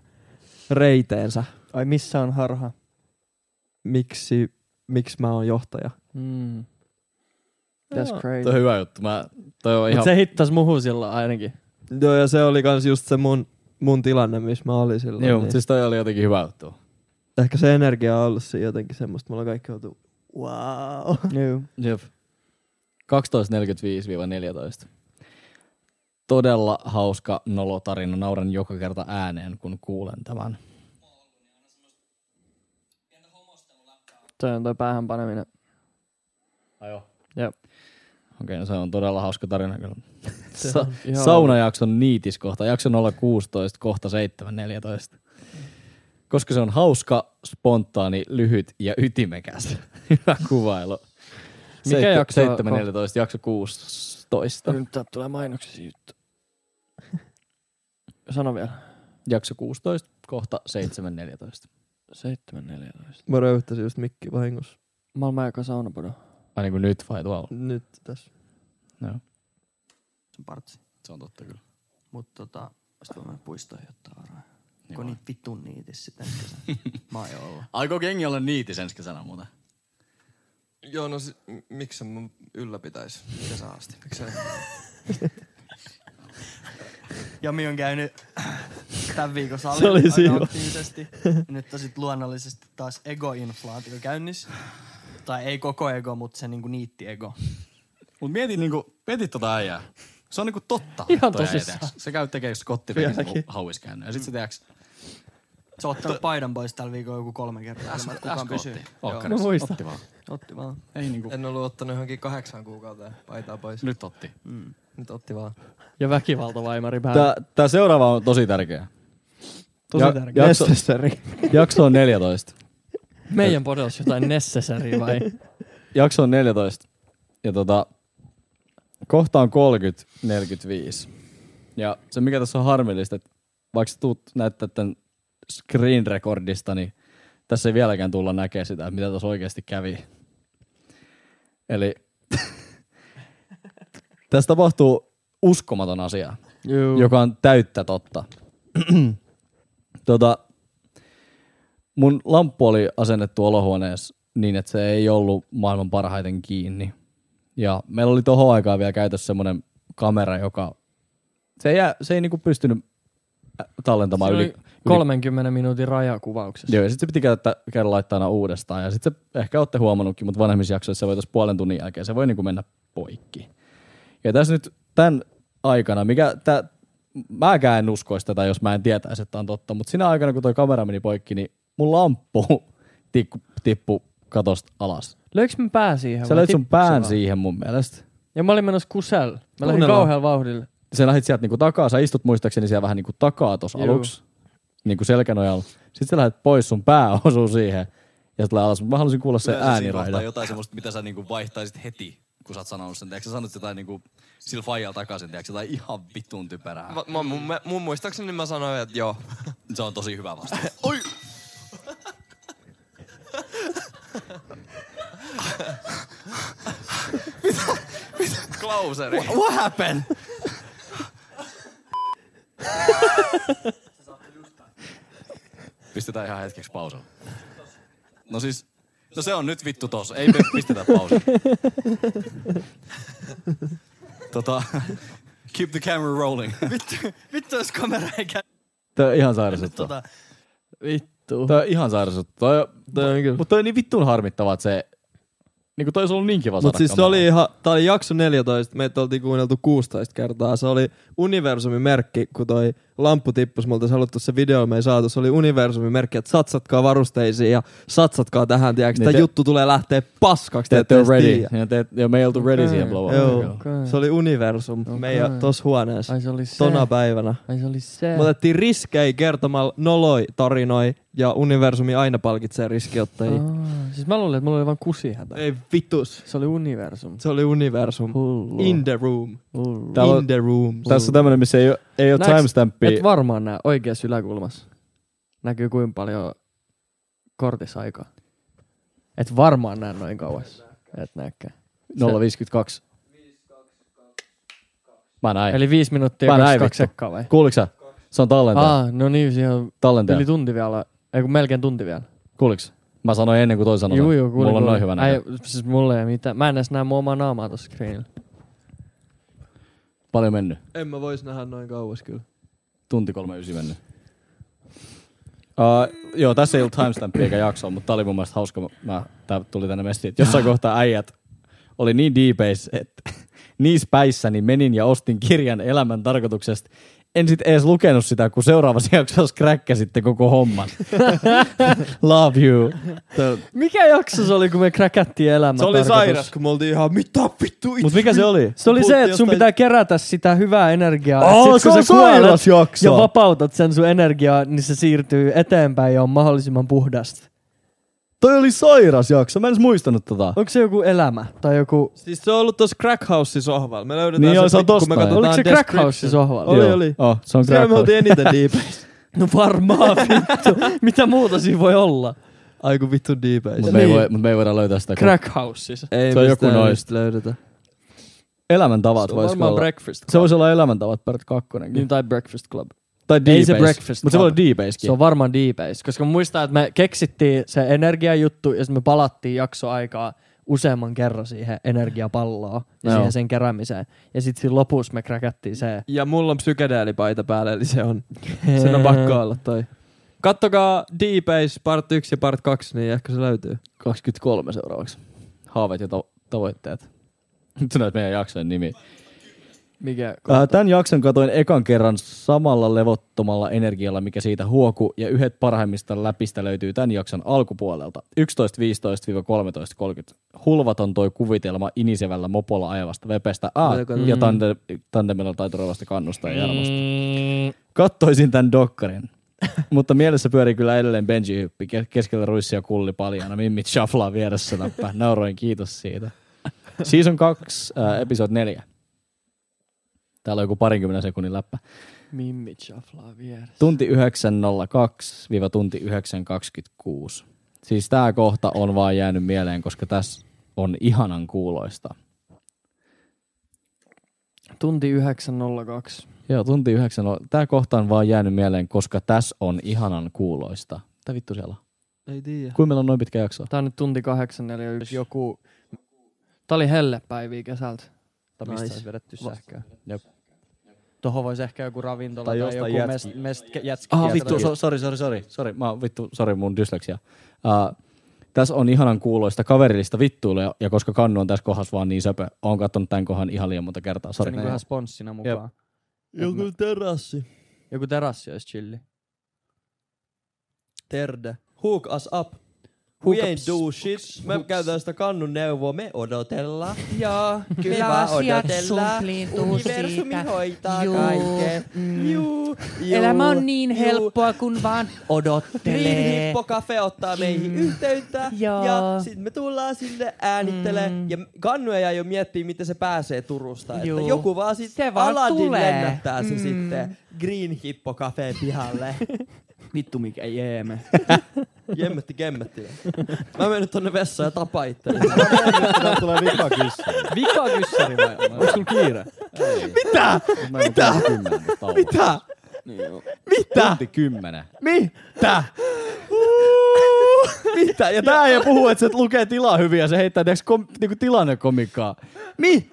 [SPEAKER 1] reiteensä.
[SPEAKER 2] Ai missä on harha?
[SPEAKER 1] Miksi, miksi mä oon johtaja?
[SPEAKER 2] Mm. That's
[SPEAKER 1] Joo.
[SPEAKER 2] crazy.
[SPEAKER 3] Toi on hyvä juttu. Mä, toi on
[SPEAKER 2] Mut
[SPEAKER 3] ihan...
[SPEAKER 2] se hittas muhu silloin ainakin.
[SPEAKER 1] Joo, ja se oli kans just se mun, mun tilanne, missä mä olin silloin.
[SPEAKER 3] Joo, mutta siis toi oli jotenkin hyvä juttu.
[SPEAKER 1] Ehkä se energia on ollut siinä jotenkin semmoista, me ollaan kaikki oltu wow.
[SPEAKER 2] Joo.
[SPEAKER 3] Jep. 12.45-14. Todella hauska nolotarina. Nauran joka kerta ääneen, kun kuulen tämän.
[SPEAKER 2] Toi on toi päähän paneminen.
[SPEAKER 3] Ajo.
[SPEAKER 2] Jep.
[SPEAKER 3] Okei, no se on todella hauska tarina kyllä.
[SPEAKER 2] Se
[SPEAKER 3] Sa-
[SPEAKER 2] on ihan-
[SPEAKER 3] saunajakson niitiskohta, jakso 016, kohta 714. Koska se on hauska, spontaani, lyhyt ja ytimekäs. Hyvä kuvailu.
[SPEAKER 2] Mikä
[SPEAKER 3] Seitte-
[SPEAKER 2] jakso-
[SPEAKER 3] 714, jakso 16.
[SPEAKER 2] Nyt täältä tulee mainoksia juttu. Sano vielä.
[SPEAKER 3] Jakso 16, kohta 714.
[SPEAKER 2] 7.14.
[SPEAKER 1] Mä röyhtäsin just mikki vahingossa.
[SPEAKER 2] Maailman eka saunapodo.
[SPEAKER 3] Ai niin kuin nyt vai tuolla?
[SPEAKER 1] Nyt tässä.
[SPEAKER 8] Se on partsi.
[SPEAKER 3] Se on totta kyllä.
[SPEAKER 8] Mut tota, sit voimme puistoihin ottaa varoja. Kun niin vitun niitis sitten ensi kesänä. Mä ei olla.
[SPEAKER 3] Aikoo kengi olla niitis ensi kesänä muuten?
[SPEAKER 6] Joo, no si- m- miksi se mun ylläpitäisi kesä asti? Miksei?
[SPEAKER 8] Jami on käynyt tämän viikon
[SPEAKER 1] Se oli
[SPEAKER 8] salilla aika
[SPEAKER 1] siivo.
[SPEAKER 8] aktiivisesti. Nyt on sit luonnollisesti taas egoinflaatio käynnissä. Tai ei koko ego, mutta se niinku niitti ego.
[SPEAKER 3] Mut mietit niinku, mietit tota äijää. Se on niinku totta.
[SPEAKER 2] Ihan
[SPEAKER 3] toi äijä,
[SPEAKER 2] tosissaan.
[SPEAKER 3] tiiäks. Se käy tekee kottivekin
[SPEAKER 1] Vieläkin.
[SPEAKER 3] hauiskäännön. Ja sit se teeks
[SPEAKER 8] Se on ottanut paidan pois tällä viikolla joku kolme kertaa. ilman, että kukaan pysyy.
[SPEAKER 3] Okkarissa.
[SPEAKER 2] Mä muistan.
[SPEAKER 3] Otti vaan.
[SPEAKER 8] Otti vaan.
[SPEAKER 3] Ei niinku.
[SPEAKER 6] En ollut ottanut johonkin kahdeksaan kuukauteen paitaa pois.
[SPEAKER 3] Nyt otti.
[SPEAKER 2] Mm.
[SPEAKER 6] Nyt otti vaan.
[SPEAKER 2] Ja väkivaltavaimari päähän.
[SPEAKER 3] Tää, tää seuraava on tosi tärkeä.
[SPEAKER 2] Tosi
[SPEAKER 3] Ja-
[SPEAKER 2] tärkeä.
[SPEAKER 3] ja- Jakso-
[SPEAKER 1] Necessary.
[SPEAKER 3] Jakso on 14.
[SPEAKER 2] Meidän podos jotain necessary vai?
[SPEAKER 3] Jakso on 14. Ja tota, kohta on 30, 45. Ja se mikä tässä on harmillista, että vaikka sä tuut näyttää tämän screen recordista, niin tässä ei vieläkään tulla näkee sitä, että mitä tuossa oikeasti kävi. Eli tässä tapahtuu uskomaton asia,
[SPEAKER 2] Juu.
[SPEAKER 3] joka on täyttä totta. tota, mun lamppu oli asennettu olohuoneessa niin, että se ei ollut maailman parhaiten kiinni. Ja meillä oli tohon aikaan vielä käytössä semmoinen kamera, joka... Se ei, jää- se ei niinku pystynyt ä, tallentamaan
[SPEAKER 2] Se
[SPEAKER 3] yli,
[SPEAKER 2] oli
[SPEAKER 3] yli...
[SPEAKER 2] 30 minuutin rajakuvauksessa.
[SPEAKER 3] Joo, ja sitten se piti käyttää, käydä laittaa aina uudestaan. Ja sitten ehkä olette huomannutkin, mutta vanhemmissa jaksoissa se voi tuossa puolen tunnin jälkeen, se voi niinku mennä poikki. Ja tässä nyt tämän aikana, mikä tää, mäkään en uskoisi tätä, jos mä en tietäisi, että tää on totta, mutta sinä aikana, kun toi kamera meni poikki, niin mun lamppu tikku, tippu katosta alas.
[SPEAKER 2] Löikö mä pää siihen?
[SPEAKER 3] Sä
[SPEAKER 2] vai
[SPEAKER 3] löit sun
[SPEAKER 2] tippu se
[SPEAKER 3] pään
[SPEAKER 2] vaan?
[SPEAKER 3] siihen mun mielestä.
[SPEAKER 2] Ja mä olin menossa kusel. Mä lähdin
[SPEAKER 3] Kuunnellaan.
[SPEAKER 2] kauhealla vauhdilla.
[SPEAKER 3] Sä lähdit sieltä niinku takaa, sä istut muistaakseni siellä vähän niinku takaa tuossa
[SPEAKER 2] Juu.
[SPEAKER 3] aluksi, niinku selkänojalla. Sitten sä lähdet pois, sun pää osuu siihen ja sä tulee alas, mutta mä halusin kuulla sen
[SPEAKER 7] Yleensä siinä kohtaa
[SPEAKER 3] ääniraida.
[SPEAKER 7] jotain semmoista, mitä sä niinku vaihtaisit heti, kun sä oot sanonut sen. Tiedätkö sä sanot jotain niinku sillä faijalla takaisin, tiedätkö jotain ihan vitun typerää.
[SPEAKER 6] Mä, mä, mun, mä- mun muistaakseni mä sanoin, että joo.
[SPEAKER 7] Se on tosi hyvä vastaus.
[SPEAKER 6] Oi!
[SPEAKER 7] Mitä?
[SPEAKER 6] Klauseri.
[SPEAKER 7] What, what happened? Pistetään ihan hetkeksi pausalla. No siis, no se on nyt vittu tos. Ei me pistetä pausalla. tota, keep the camera rolling.
[SPEAKER 10] Vittu, vittu jos kamera ei käy.
[SPEAKER 3] Tää on ihan sairas juttu.
[SPEAKER 10] Tota,
[SPEAKER 2] Vittu.
[SPEAKER 3] Tää on ihan sairas juttu. Toi, toi on, mutta toi on niin vittuun harmittavaa, että se... Niinku toi olisi ollut niin kiva
[SPEAKER 1] Mutta
[SPEAKER 3] saada
[SPEAKER 1] siis se oli ihan, tää oli jakso 14, meitä oltiin kuunneltu 16 kertaa. Se oli universumin merkki, kun toi lamppu tippus multa, se haluttu se video, me ei saatu. Se oli universumin merkki, että satsatkaa varusteisiin ja satsatkaa tähän, tiiäks.
[SPEAKER 3] Niin
[SPEAKER 1] Niin tää
[SPEAKER 3] te-
[SPEAKER 1] juttu tulee lähteä paskaksi.
[SPEAKER 3] Te ette
[SPEAKER 1] edes
[SPEAKER 3] ole ready.
[SPEAKER 1] tiiä.
[SPEAKER 3] Ja, te, ja me ei oltu ready siihen blow
[SPEAKER 1] Joo, se oli universum okay. meidän tossa huoneessa.
[SPEAKER 2] Ai se oli se.
[SPEAKER 1] Tona päivänä.
[SPEAKER 2] Ai se oli se.
[SPEAKER 1] Me otettiin riskejä kertomalla noloi tarinoi ja universumi aina palkitsee riskiottajia.
[SPEAKER 2] Aa, siis mä luulin, että mulla oli vain kusihätä.
[SPEAKER 1] Ei vitus.
[SPEAKER 2] Se oli universum.
[SPEAKER 1] Se oli universum.
[SPEAKER 2] Hullu.
[SPEAKER 1] In the room.
[SPEAKER 2] Hullu.
[SPEAKER 3] Täällä
[SPEAKER 1] In the room.
[SPEAKER 3] Tässä on tämmönen, missä ei, oo- ei ole
[SPEAKER 2] Niin. Näeks-
[SPEAKER 3] timestampia.
[SPEAKER 2] Et varmaan nää oikeassa yläkulmassa. Näkyy kuinka paljon kortissa aikaa. Et varmaan näen noin kauas. Et näkään.
[SPEAKER 3] 052. Mä näin.
[SPEAKER 2] Eli viisi minuuttia
[SPEAKER 3] Mä näin
[SPEAKER 2] 22
[SPEAKER 3] vittu.
[SPEAKER 2] sekkaa vai?
[SPEAKER 3] Kuuliko sä? Se on tallenteella.
[SPEAKER 2] Aa, no niin, siinä on
[SPEAKER 3] Tallenteella.
[SPEAKER 2] yli tunti vielä. Ei kun melkein tunti vielä.
[SPEAKER 3] Kuuliko? Mä sanoin ennen kuin toi sanoi.
[SPEAKER 2] Juu,
[SPEAKER 3] sen.
[SPEAKER 2] juu, kuulin,
[SPEAKER 3] Mulla on
[SPEAKER 2] kuulin.
[SPEAKER 3] noin hyvä näkö.
[SPEAKER 2] Ei, siis mulla ei mitään. Mä en edes näe mun omaa naamaa tossa screenillä.
[SPEAKER 3] Paljon mennyt.
[SPEAKER 1] En mä vois nähdä noin kauas kyllä.
[SPEAKER 3] Tunti 39 mennyt. Uh, joo, tässä ei ollut timestampia eikä jaksoa, mutta tää oli mun mielestä hauska. Mä, tää tuli tänne mestiin, että jossain kohtaa äijät oli niin diipeis, että niissä päissäni menin ja ostin kirjan elämän tarkoituksesta. En sit edes lukenut sitä, kun seuraavassa jaksossa kräkkäsitte koko homman. Love you. Tö-
[SPEAKER 2] Mikä jakso se oli, kun me kräkättiin elämä?
[SPEAKER 1] Se oli sairas, kun me oltiin ihan mitä vittu
[SPEAKER 3] Mut mikä se oli?
[SPEAKER 2] Se oli
[SPEAKER 1] Puhuttiin
[SPEAKER 2] se, että sun
[SPEAKER 1] jostain-
[SPEAKER 2] pitää kerätä sitä hyvää energiaa.
[SPEAKER 3] Aa,
[SPEAKER 2] Oh,
[SPEAKER 3] Ah, se
[SPEAKER 2] sit kun
[SPEAKER 3] on
[SPEAKER 2] sä kuolet
[SPEAKER 3] sairas jakso.
[SPEAKER 2] ja vapautat sen sun energiaa, niin se siirtyy eteenpäin ja on mahdollisimman puhdasta.
[SPEAKER 3] Toi oli sairas jakso, mä en edes muistanut tota.
[SPEAKER 2] Onko se joku elämä tai joku...
[SPEAKER 1] Siis se on ollut tossa Crack House sohvalla. Me löydetään
[SPEAKER 3] Niin joo, se on
[SPEAKER 1] pikku- kun
[SPEAKER 3] tosta
[SPEAKER 1] me
[SPEAKER 3] noin.
[SPEAKER 1] katsotaan
[SPEAKER 2] Oliko se Crack
[SPEAKER 1] description.
[SPEAKER 2] House sohvalla?
[SPEAKER 1] Oli,
[SPEAKER 3] Joo.
[SPEAKER 1] oli.
[SPEAKER 3] Oh, se on
[SPEAKER 1] Siellä
[SPEAKER 3] Crack
[SPEAKER 1] me oltiin
[SPEAKER 3] House.
[SPEAKER 1] eniten diipeissä.
[SPEAKER 2] No varmaan vittu. Mitä muuta siinä voi olla?
[SPEAKER 1] Ai kun vittu diipeissä.
[SPEAKER 3] Mutta me, ei
[SPEAKER 2] Niin.
[SPEAKER 3] voi, mut me ei voida löytää sitä. kun-
[SPEAKER 2] Crack House siis.
[SPEAKER 1] Ei
[SPEAKER 3] Se on joku
[SPEAKER 1] mistään
[SPEAKER 3] noista.
[SPEAKER 1] löydetä.
[SPEAKER 3] Elämäntavat
[SPEAKER 2] Se on
[SPEAKER 3] voisi
[SPEAKER 2] varmaan
[SPEAKER 3] olla.
[SPEAKER 2] Breakfast
[SPEAKER 3] Se voisi olla elämäntavat part kakkonenkin.
[SPEAKER 2] Niin tai Breakfast Club.
[SPEAKER 3] Tai
[SPEAKER 2] Ei se
[SPEAKER 3] Deepace.
[SPEAKER 2] Breakfast
[SPEAKER 3] Mutta se voi
[SPEAKER 2] Club.
[SPEAKER 3] olla Deepacekin.
[SPEAKER 2] Se on varmaan diipeis, koska mä muistan, että me keksittiin se energiajuttu ja sitten me palattiin jaksoaikaa useamman kerran siihen energiapalloon ja
[SPEAKER 3] Joo.
[SPEAKER 2] siihen sen keräämiseen. Ja sitten siinä lopussa me kräkättiin se.
[SPEAKER 1] Ja mulla on psykedeelipaita päällä, eli se on, sen on pakko olla toi. Kattokaa Deepace part 1 ja part 2, niin ehkä se löytyy.
[SPEAKER 3] 23 seuraavaksi. Haaveet ja tavo- tavoitteet. Nyt sä näet meidän jaksojen nimi.
[SPEAKER 2] Mikä?
[SPEAKER 3] Ää, Tämän jakson katoin ekan kerran samalla levottomalla energialla, mikä siitä huoku, ja yhdet parhaimmista läpistä löytyy tämän jakson alkupuolelta. 11.15-13.30. Hulvaton toi kuvitelma inisevällä mopolla ajavasta vepestä A
[SPEAKER 1] Voiko-
[SPEAKER 3] ja tande, tandemilla taituraavasta kannusta ja jarmusta. Kattoisin tämän dokkarin. Mutta mielessä pyörii kyllä edelleen Benji Hyppi ke- keskellä ruissia kulli paljana. Mimmit shaflaa vieressä läppä. Nauroin, kiitos siitä. Season 2, äh, episode 4. Täällä on joku parinkymmenen sekunnin läppä.
[SPEAKER 2] Mimmi Chaflaa vieressä.
[SPEAKER 3] Tunti 9.02-tunti 9.26. Siis tää kohta on vaan jäänyt mieleen, koska tässä on ihanan kuuloista.
[SPEAKER 2] Tunti 9.02.
[SPEAKER 3] Joo, tunti 9. Tää kohta on vaan jäänyt mieleen, koska tässä on ihanan kuuloista. Mitä vittu siellä on?
[SPEAKER 1] Ei tiedä.
[SPEAKER 3] Kuinka meillä on noin pitkä jakso?
[SPEAKER 2] Tää on nyt tunti 8.41. Joku... Tää oli hellepäiviä kesältä.
[SPEAKER 3] Tai
[SPEAKER 1] mistä
[SPEAKER 2] Nice.
[SPEAKER 1] sä oot vedetty sähköä.
[SPEAKER 3] Jep.
[SPEAKER 2] Tuohon voisi ehkä joku ravintola
[SPEAKER 3] Tai
[SPEAKER 2] tai, tai
[SPEAKER 3] jostain
[SPEAKER 2] joku
[SPEAKER 3] jätski-
[SPEAKER 2] mest, mest, jätski.
[SPEAKER 3] Ah,
[SPEAKER 2] kieltävä.
[SPEAKER 3] vittu, so, sorry, sorry, sorry, sorry. Mä oon- vittu, sorry, mun dysleksia. Uh, tässä on ihanan kuuloista kaverillista vittuilua, ja koska kannu on tässä kohdassa vaan niin söpö, oon kattonut tämän kohan ihan liian monta kertaa.
[SPEAKER 2] Se niinku
[SPEAKER 3] Sorry.
[SPEAKER 2] on niinku ihan sponssina mukaan.
[SPEAKER 1] Joku terassi.
[SPEAKER 2] Joku terassi olisi chilli.
[SPEAKER 1] Terde. Hook us up.
[SPEAKER 2] Hook
[SPEAKER 1] We ain't
[SPEAKER 2] ups.
[SPEAKER 1] do shit. Me käytetään sitä kannun neuvoa. Me odotellaan.
[SPEAKER 22] Joo,
[SPEAKER 1] Me
[SPEAKER 22] kyllä
[SPEAKER 1] vaan
[SPEAKER 22] asiat
[SPEAKER 1] odotellaan.
[SPEAKER 22] sumplintuu
[SPEAKER 1] Universumi
[SPEAKER 22] siitä.
[SPEAKER 1] hoitaa
[SPEAKER 22] Juu. Mm.
[SPEAKER 1] kaiken. Juu. juu,
[SPEAKER 22] Elämä on niin
[SPEAKER 1] juu.
[SPEAKER 22] helppoa, kun vaan
[SPEAKER 1] Green
[SPEAKER 22] odottelee. Mm.
[SPEAKER 1] Hippo Cafe ottaa meihin yhteyttä
[SPEAKER 22] Joo. Mm.
[SPEAKER 1] ja sitten me tullaan sinne äänittelemään. Ja Kannu ei aio miettiä, miten se pääsee Turusta. Että
[SPEAKER 22] Juu.
[SPEAKER 1] joku vaan sitten
[SPEAKER 22] Se vaan
[SPEAKER 1] Aladdin
[SPEAKER 22] tulee.
[SPEAKER 1] lennättää se
[SPEAKER 22] Mm.
[SPEAKER 1] sitten Green Hippo Cafe pihalle.
[SPEAKER 8] Vittu mikä jeeme.
[SPEAKER 1] Jemmetti kemmetti. Mä menen tonne vessaan ja tapa itteni.
[SPEAKER 2] Tää
[SPEAKER 1] tulee
[SPEAKER 2] vikakyssäri. Vikakyssäri vai? Onko sulla kiire?
[SPEAKER 1] Mitä?
[SPEAKER 3] Mitä?
[SPEAKER 1] Mitä?
[SPEAKER 3] Mitä? Tunti kymmenen.
[SPEAKER 1] Mitä? Mitä?
[SPEAKER 3] Ja tää ei puhu, että se lukee tilaa hyvin ja se heittää tiiäks, kom, niinku tilannekomikkaa. Mitä?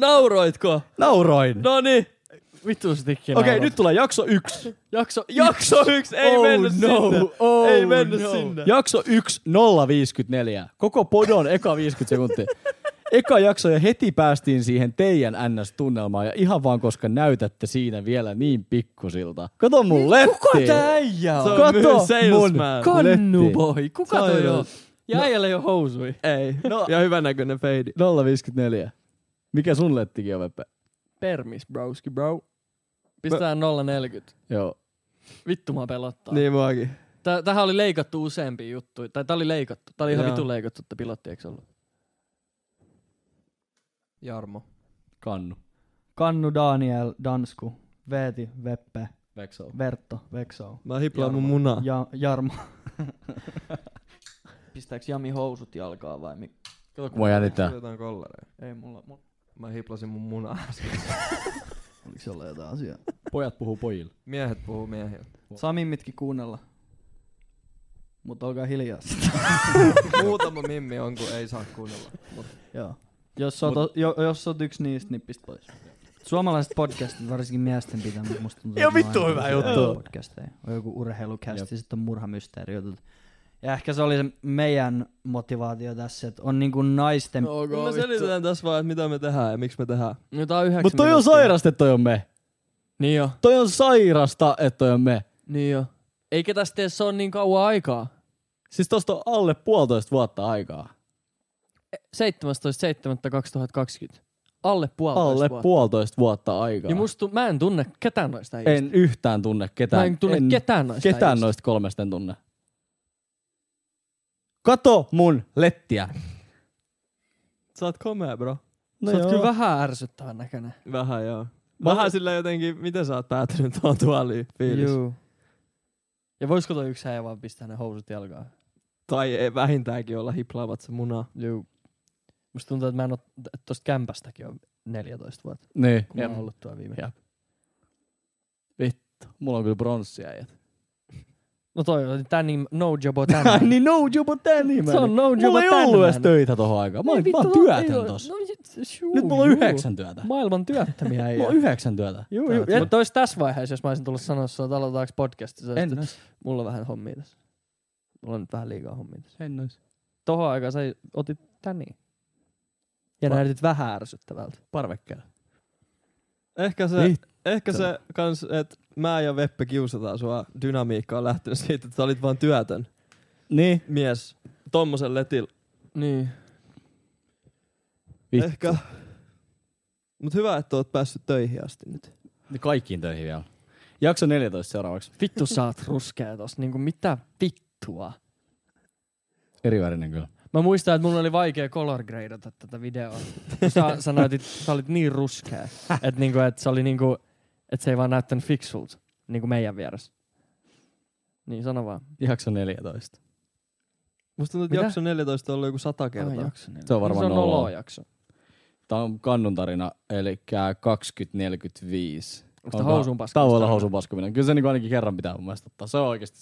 [SPEAKER 1] No- Nauroitko? No niin.
[SPEAKER 3] Nauroin.
[SPEAKER 1] Noniin.
[SPEAKER 2] Vittu se tikki
[SPEAKER 3] Okei,
[SPEAKER 2] naurat.
[SPEAKER 3] nyt tulee jakso yksi.
[SPEAKER 2] Jakso,
[SPEAKER 1] jakso yksi, ei
[SPEAKER 3] oh
[SPEAKER 1] mennyt
[SPEAKER 3] no,
[SPEAKER 1] sinne.
[SPEAKER 3] Oh
[SPEAKER 1] Ei mennyt
[SPEAKER 3] no.
[SPEAKER 1] sinne.
[SPEAKER 3] Jakso 1, 054. Koko podon eka 50 sekuntia. Eka jakso ja heti päästiin siihen teidän NS-tunnelmaan ja ihan vaan koska näytätte siinä vielä niin pikkusilta. Kato mun letti.
[SPEAKER 2] Kuka tää äijä on?
[SPEAKER 3] Kato mun
[SPEAKER 1] Äh,
[SPEAKER 2] Kannu
[SPEAKER 3] letti.
[SPEAKER 2] boy. Kuka
[SPEAKER 3] Se
[SPEAKER 2] toi
[SPEAKER 1] No-
[SPEAKER 2] on?
[SPEAKER 3] just-
[SPEAKER 2] Ja äijällä ei oo housui.
[SPEAKER 1] Ei.
[SPEAKER 3] No.
[SPEAKER 1] Ja hyvännäköinen feidi.
[SPEAKER 3] 054. Mikä sun lettikin on, Veppe?
[SPEAKER 2] Permis, broski, bro. Pistetään 040.
[SPEAKER 3] Joo.
[SPEAKER 2] Vittu mä pelottaa.
[SPEAKER 1] Niin muakin.
[SPEAKER 2] Tää, tähän oli leikattu useampia juttuja. Tai tää oli leikattu. Tää oli ihan
[SPEAKER 1] Joo.
[SPEAKER 2] vitun leikattu, että pilotti eikö ollut?
[SPEAKER 1] Jarmo.
[SPEAKER 3] Kannu.
[SPEAKER 9] Kannu, Daniel, Dansku, Veeti, Veppe,
[SPEAKER 3] Vekso.
[SPEAKER 9] Vertto, Vekso.
[SPEAKER 1] Mä hiplaan mun munaa.
[SPEAKER 9] Ja, Jarmo.
[SPEAKER 22] Pistääks Jami housut jalkaa vai mi?
[SPEAKER 3] Kato, kun Mua jännittää.
[SPEAKER 1] Jotain kollareja.
[SPEAKER 22] Ei mulla, mulla.
[SPEAKER 1] Mä hiplasin mun munaa äsken.
[SPEAKER 9] Oliko se olla jotain asiaa?
[SPEAKER 3] Pojat puhuu pojille.
[SPEAKER 1] Miehet puhuu miehille.
[SPEAKER 9] Sami mitki kuunnella. Mutta olkaa hiljaa.
[SPEAKER 1] Muutama mimmi on, kun ei saa kuunnella. Mut.
[SPEAKER 9] Joo. Jos oot, Mut... jo, jos oot yksi niistä, niin pistä pois. Suomalaiset podcastit, varsinkin miesten pitää, mutta musta tuntuu,
[SPEAKER 3] Joo,
[SPEAKER 9] että ne on
[SPEAKER 3] vittu
[SPEAKER 9] aina
[SPEAKER 3] hyvä
[SPEAKER 9] sellaisia
[SPEAKER 3] juttu.
[SPEAKER 9] Podcasteja. On joku urheilukästi, sitten on murhamysteeriot. Ja ehkä se oli se meidän motivaatio tässä, että on niinku naisten...
[SPEAKER 1] No, me selitetään tässä vaan, että mitä me tehdään ja miksi me tehdään.
[SPEAKER 2] No tää on yhdeksän
[SPEAKER 3] Mutta toi on
[SPEAKER 2] minuuttia.
[SPEAKER 3] sairasta, että toi on me.
[SPEAKER 2] Niin jo.
[SPEAKER 3] Toi on sairasta, että toi on me.
[SPEAKER 2] Niin jo. Eikä tästä edes ole niin kauan aikaa.
[SPEAKER 3] Siis tosta on alle puolitoista vuotta aikaa.
[SPEAKER 2] 17.7.2020. Alle puolitoista
[SPEAKER 3] Alle
[SPEAKER 2] vuotta. Niin
[SPEAKER 3] puolitoista vuotta aikaa.
[SPEAKER 2] Ja musta, tu- mä en tunne ketään noista äijistä.
[SPEAKER 3] En yhtään tunne ketään.
[SPEAKER 2] Mä en tunne ketään noista
[SPEAKER 3] Ketään
[SPEAKER 2] äijistä.
[SPEAKER 3] noista kolmesta en tunne. Kato mun lettiä.
[SPEAKER 1] Sä oot komea, bro.
[SPEAKER 2] No
[SPEAKER 1] No
[SPEAKER 2] Sä oot
[SPEAKER 1] joo.
[SPEAKER 2] kyllä vähän ärsyttävän näköinen.
[SPEAKER 1] Vähän joo. Vähän sillä jotenkin, miten sä oot päätynyt tuohon tuoliin fiilis.
[SPEAKER 2] Juu. Ja voisiko toi yksi äijä vaan pistää ne housut jalkaan?
[SPEAKER 1] Tai ei vähintäänkin olla hiplaavat se munaa.
[SPEAKER 2] Juu. Musta tuntuu, että mä en oo, että tosta kämpästäkin on 14 vuotta.
[SPEAKER 3] Niin.
[SPEAKER 2] Kun mä oon
[SPEAKER 3] Jep.
[SPEAKER 2] ollut tuo viime.
[SPEAKER 3] Jep. Vittu. Mulla on kyllä bronssiäijät.
[SPEAKER 2] No toi on tän nim- No Jobo tänään.
[SPEAKER 3] niin no jopa tän
[SPEAKER 2] Se on no jobo
[SPEAKER 3] Mulla ei ollut edes
[SPEAKER 2] tänään.
[SPEAKER 3] töitä tohon aikaan. Mä
[SPEAKER 2] Ei
[SPEAKER 3] olin
[SPEAKER 2] vittu,
[SPEAKER 3] vaan
[SPEAKER 2] no ei oo-
[SPEAKER 3] työtön tossa.
[SPEAKER 2] no sit- juu,
[SPEAKER 3] Nyt mulla on
[SPEAKER 2] juu.
[SPEAKER 3] yhdeksän työtä.
[SPEAKER 2] Maailman työttömiä ei
[SPEAKER 3] Mulla on
[SPEAKER 2] oo.
[SPEAKER 3] yhdeksän työtä.
[SPEAKER 2] Juu, juu.
[SPEAKER 3] Tällä
[SPEAKER 2] Mutta olisi tässä vaiheessa, jos mä olisin tullut sanoa sulla, että aloitetaanko podcasti. sä olisit,
[SPEAKER 3] En
[SPEAKER 2] että Mulla on vähän hommia tässä. Mulla on nyt vähän liikaa hommia tässä.
[SPEAKER 3] En ois.
[SPEAKER 2] Tohon aikaan sä otit täniin. Ja
[SPEAKER 3] Va-
[SPEAKER 2] näytit vähän ärsyttävältä.
[SPEAKER 3] Parvekkeella.
[SPEAKER 1] Ehkä se, ehkä se kans, että mä ja Veppe kiusataan sua dynamiikka on lähtenyt siitä, että sä olit vaan työtön.
[SPEAKER 3] Niin.
[SPEAKER 1] Mies. Tommosen letil.
[SPEAKER 2] Niin.
[SPEAKER 3] Vittu.
[SPEAKER 1] Ehkä. Mut hyvä, että oot päässyt töihin asti nyt.
[SPEAKER 3] Ne Niin kaikkiin töihin vielä. Jakso 14 seuraavaksi.
[SPEAKER 2] Vittu sä oot ruskea tossa. Niinku mitä vittua?
[SPEAKER 3] Erivärinen kyllä.
[SPEAKER 2] Mä muistan, että mun oli vaikea color gradeata tätä videoa. Kun Sä, sä, näytit, sä olit niin ruskea, että niinku, et se, oli niinku, et se ei vaan näyttänyt fiksulta niinku meidän vieressä. Niin sano vaan.
[SPEAKER 3] Jakso 14.
[SPEAKER 1] Musta tuntuu, että
[SPEAKER 2] Mitä?
[SPEAKER 1] jakso 14 on ollut joku sata kertaa.
[SPEAKER 2] jakso 14.
[SPEAKER 3] Se on Niin, varmaan
[SPEAKER 2] Niin Se on noloa
[SPEAKER 3] noloa.
[SPEAKER 2] jakso.
[SPEAKER 3] Tämä on kannun tarina, eli 2045.
[SPEAKER 2] Onko tää housun paskuminen?
[SPEAKER 3] Tämä voi olla housun paskuminen. Kyllä se niinku ainakin kerran pitää mun mielestä ottaa. Se on oikeasti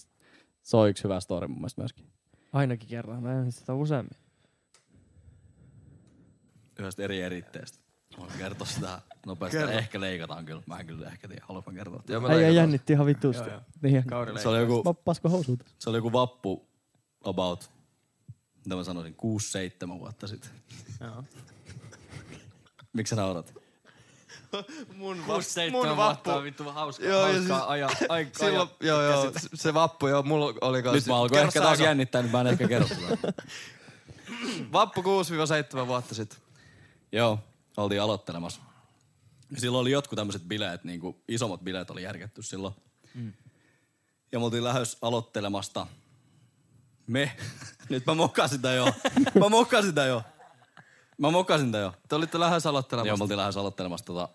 [SPEAKER 3] se on yksi hyvä story mun mielestä myöskin.
[SPEAKER 2] Ainakin kerran. Mä en sitä useammin.
[SPEAKER 7] Yhdestä eri eritteestä. Voin kertoa sitä nopeasti.
[SPEAKER 2] Kerro.
[SPEAKER 7] Ehkä leikataan kyllä. Mä en kyllä ehkä tiedä. Haluanko mä kertoa?
[SPEAKER 2] Joo, me Äijä leikataan. jännitti ihan vitusti.
[SPEAKER 7] Joo, joo.
[SPEAKER 2] Niin.
[SPEAKER 7] Kaudella Se oli joku- leikataan.
[SPEAKER 3] Pasko housuut.
[SPEAKER 7] Se oli joku vappu about, mitä mä sanoisin, 6-7 vuotta sitten. Miksi sä naurat?
[SPEAKER 23] mun,
[SPEAKER 1] Kuusi,
[SPEAKER 23] vap-
[SPEAKER 1] seitsemän
[SPEAKER 23] mun vappu.
[SPEAKER 1] vuotta on vittu hauska-
[SPEAKER 23] ja
[SPEAKER 1] hauskaa aja- ai-
[SPEAKER 23] silloin,
[SPEAKER 1] aja-
[SPEAKER 23] joo, joo,
[SPEAKER 1] käsittää.
[SPEAKER 23] se vappu, joo, mulla oli kans.
[SPEAKER 3] Nyt mä alkoin
[SPEAKER 23] Kerro
[SPEAKER 3] ehkä
[SPEAKER 23] sä,
[SPEAKER 3] taas
[SPEAKER 23] Esa.
[SPEAKER 3] jännittää, niin mä en ehkä kerro
[SPEAKER 23] Vappu 6-7 vuotta sitten.
[SPEAKER 3] Joo, oltiin aloittelemassa. Ja Silloin oli jotkut tämmöiset bileet, niin kuin isommat bileet oli järketty silloin.
[SPEAKER 24] Mm.
[SPEAKER 3] Ja me oltiin lähes aloittelemasta. Me. Nyt mä mokasin sitä jo. Mä mokasin sitä jo. Mä mokasin sitä jo. Te olitte lähes aloittelemassa. Joo, me oltiin lähes aloittelemassa tota,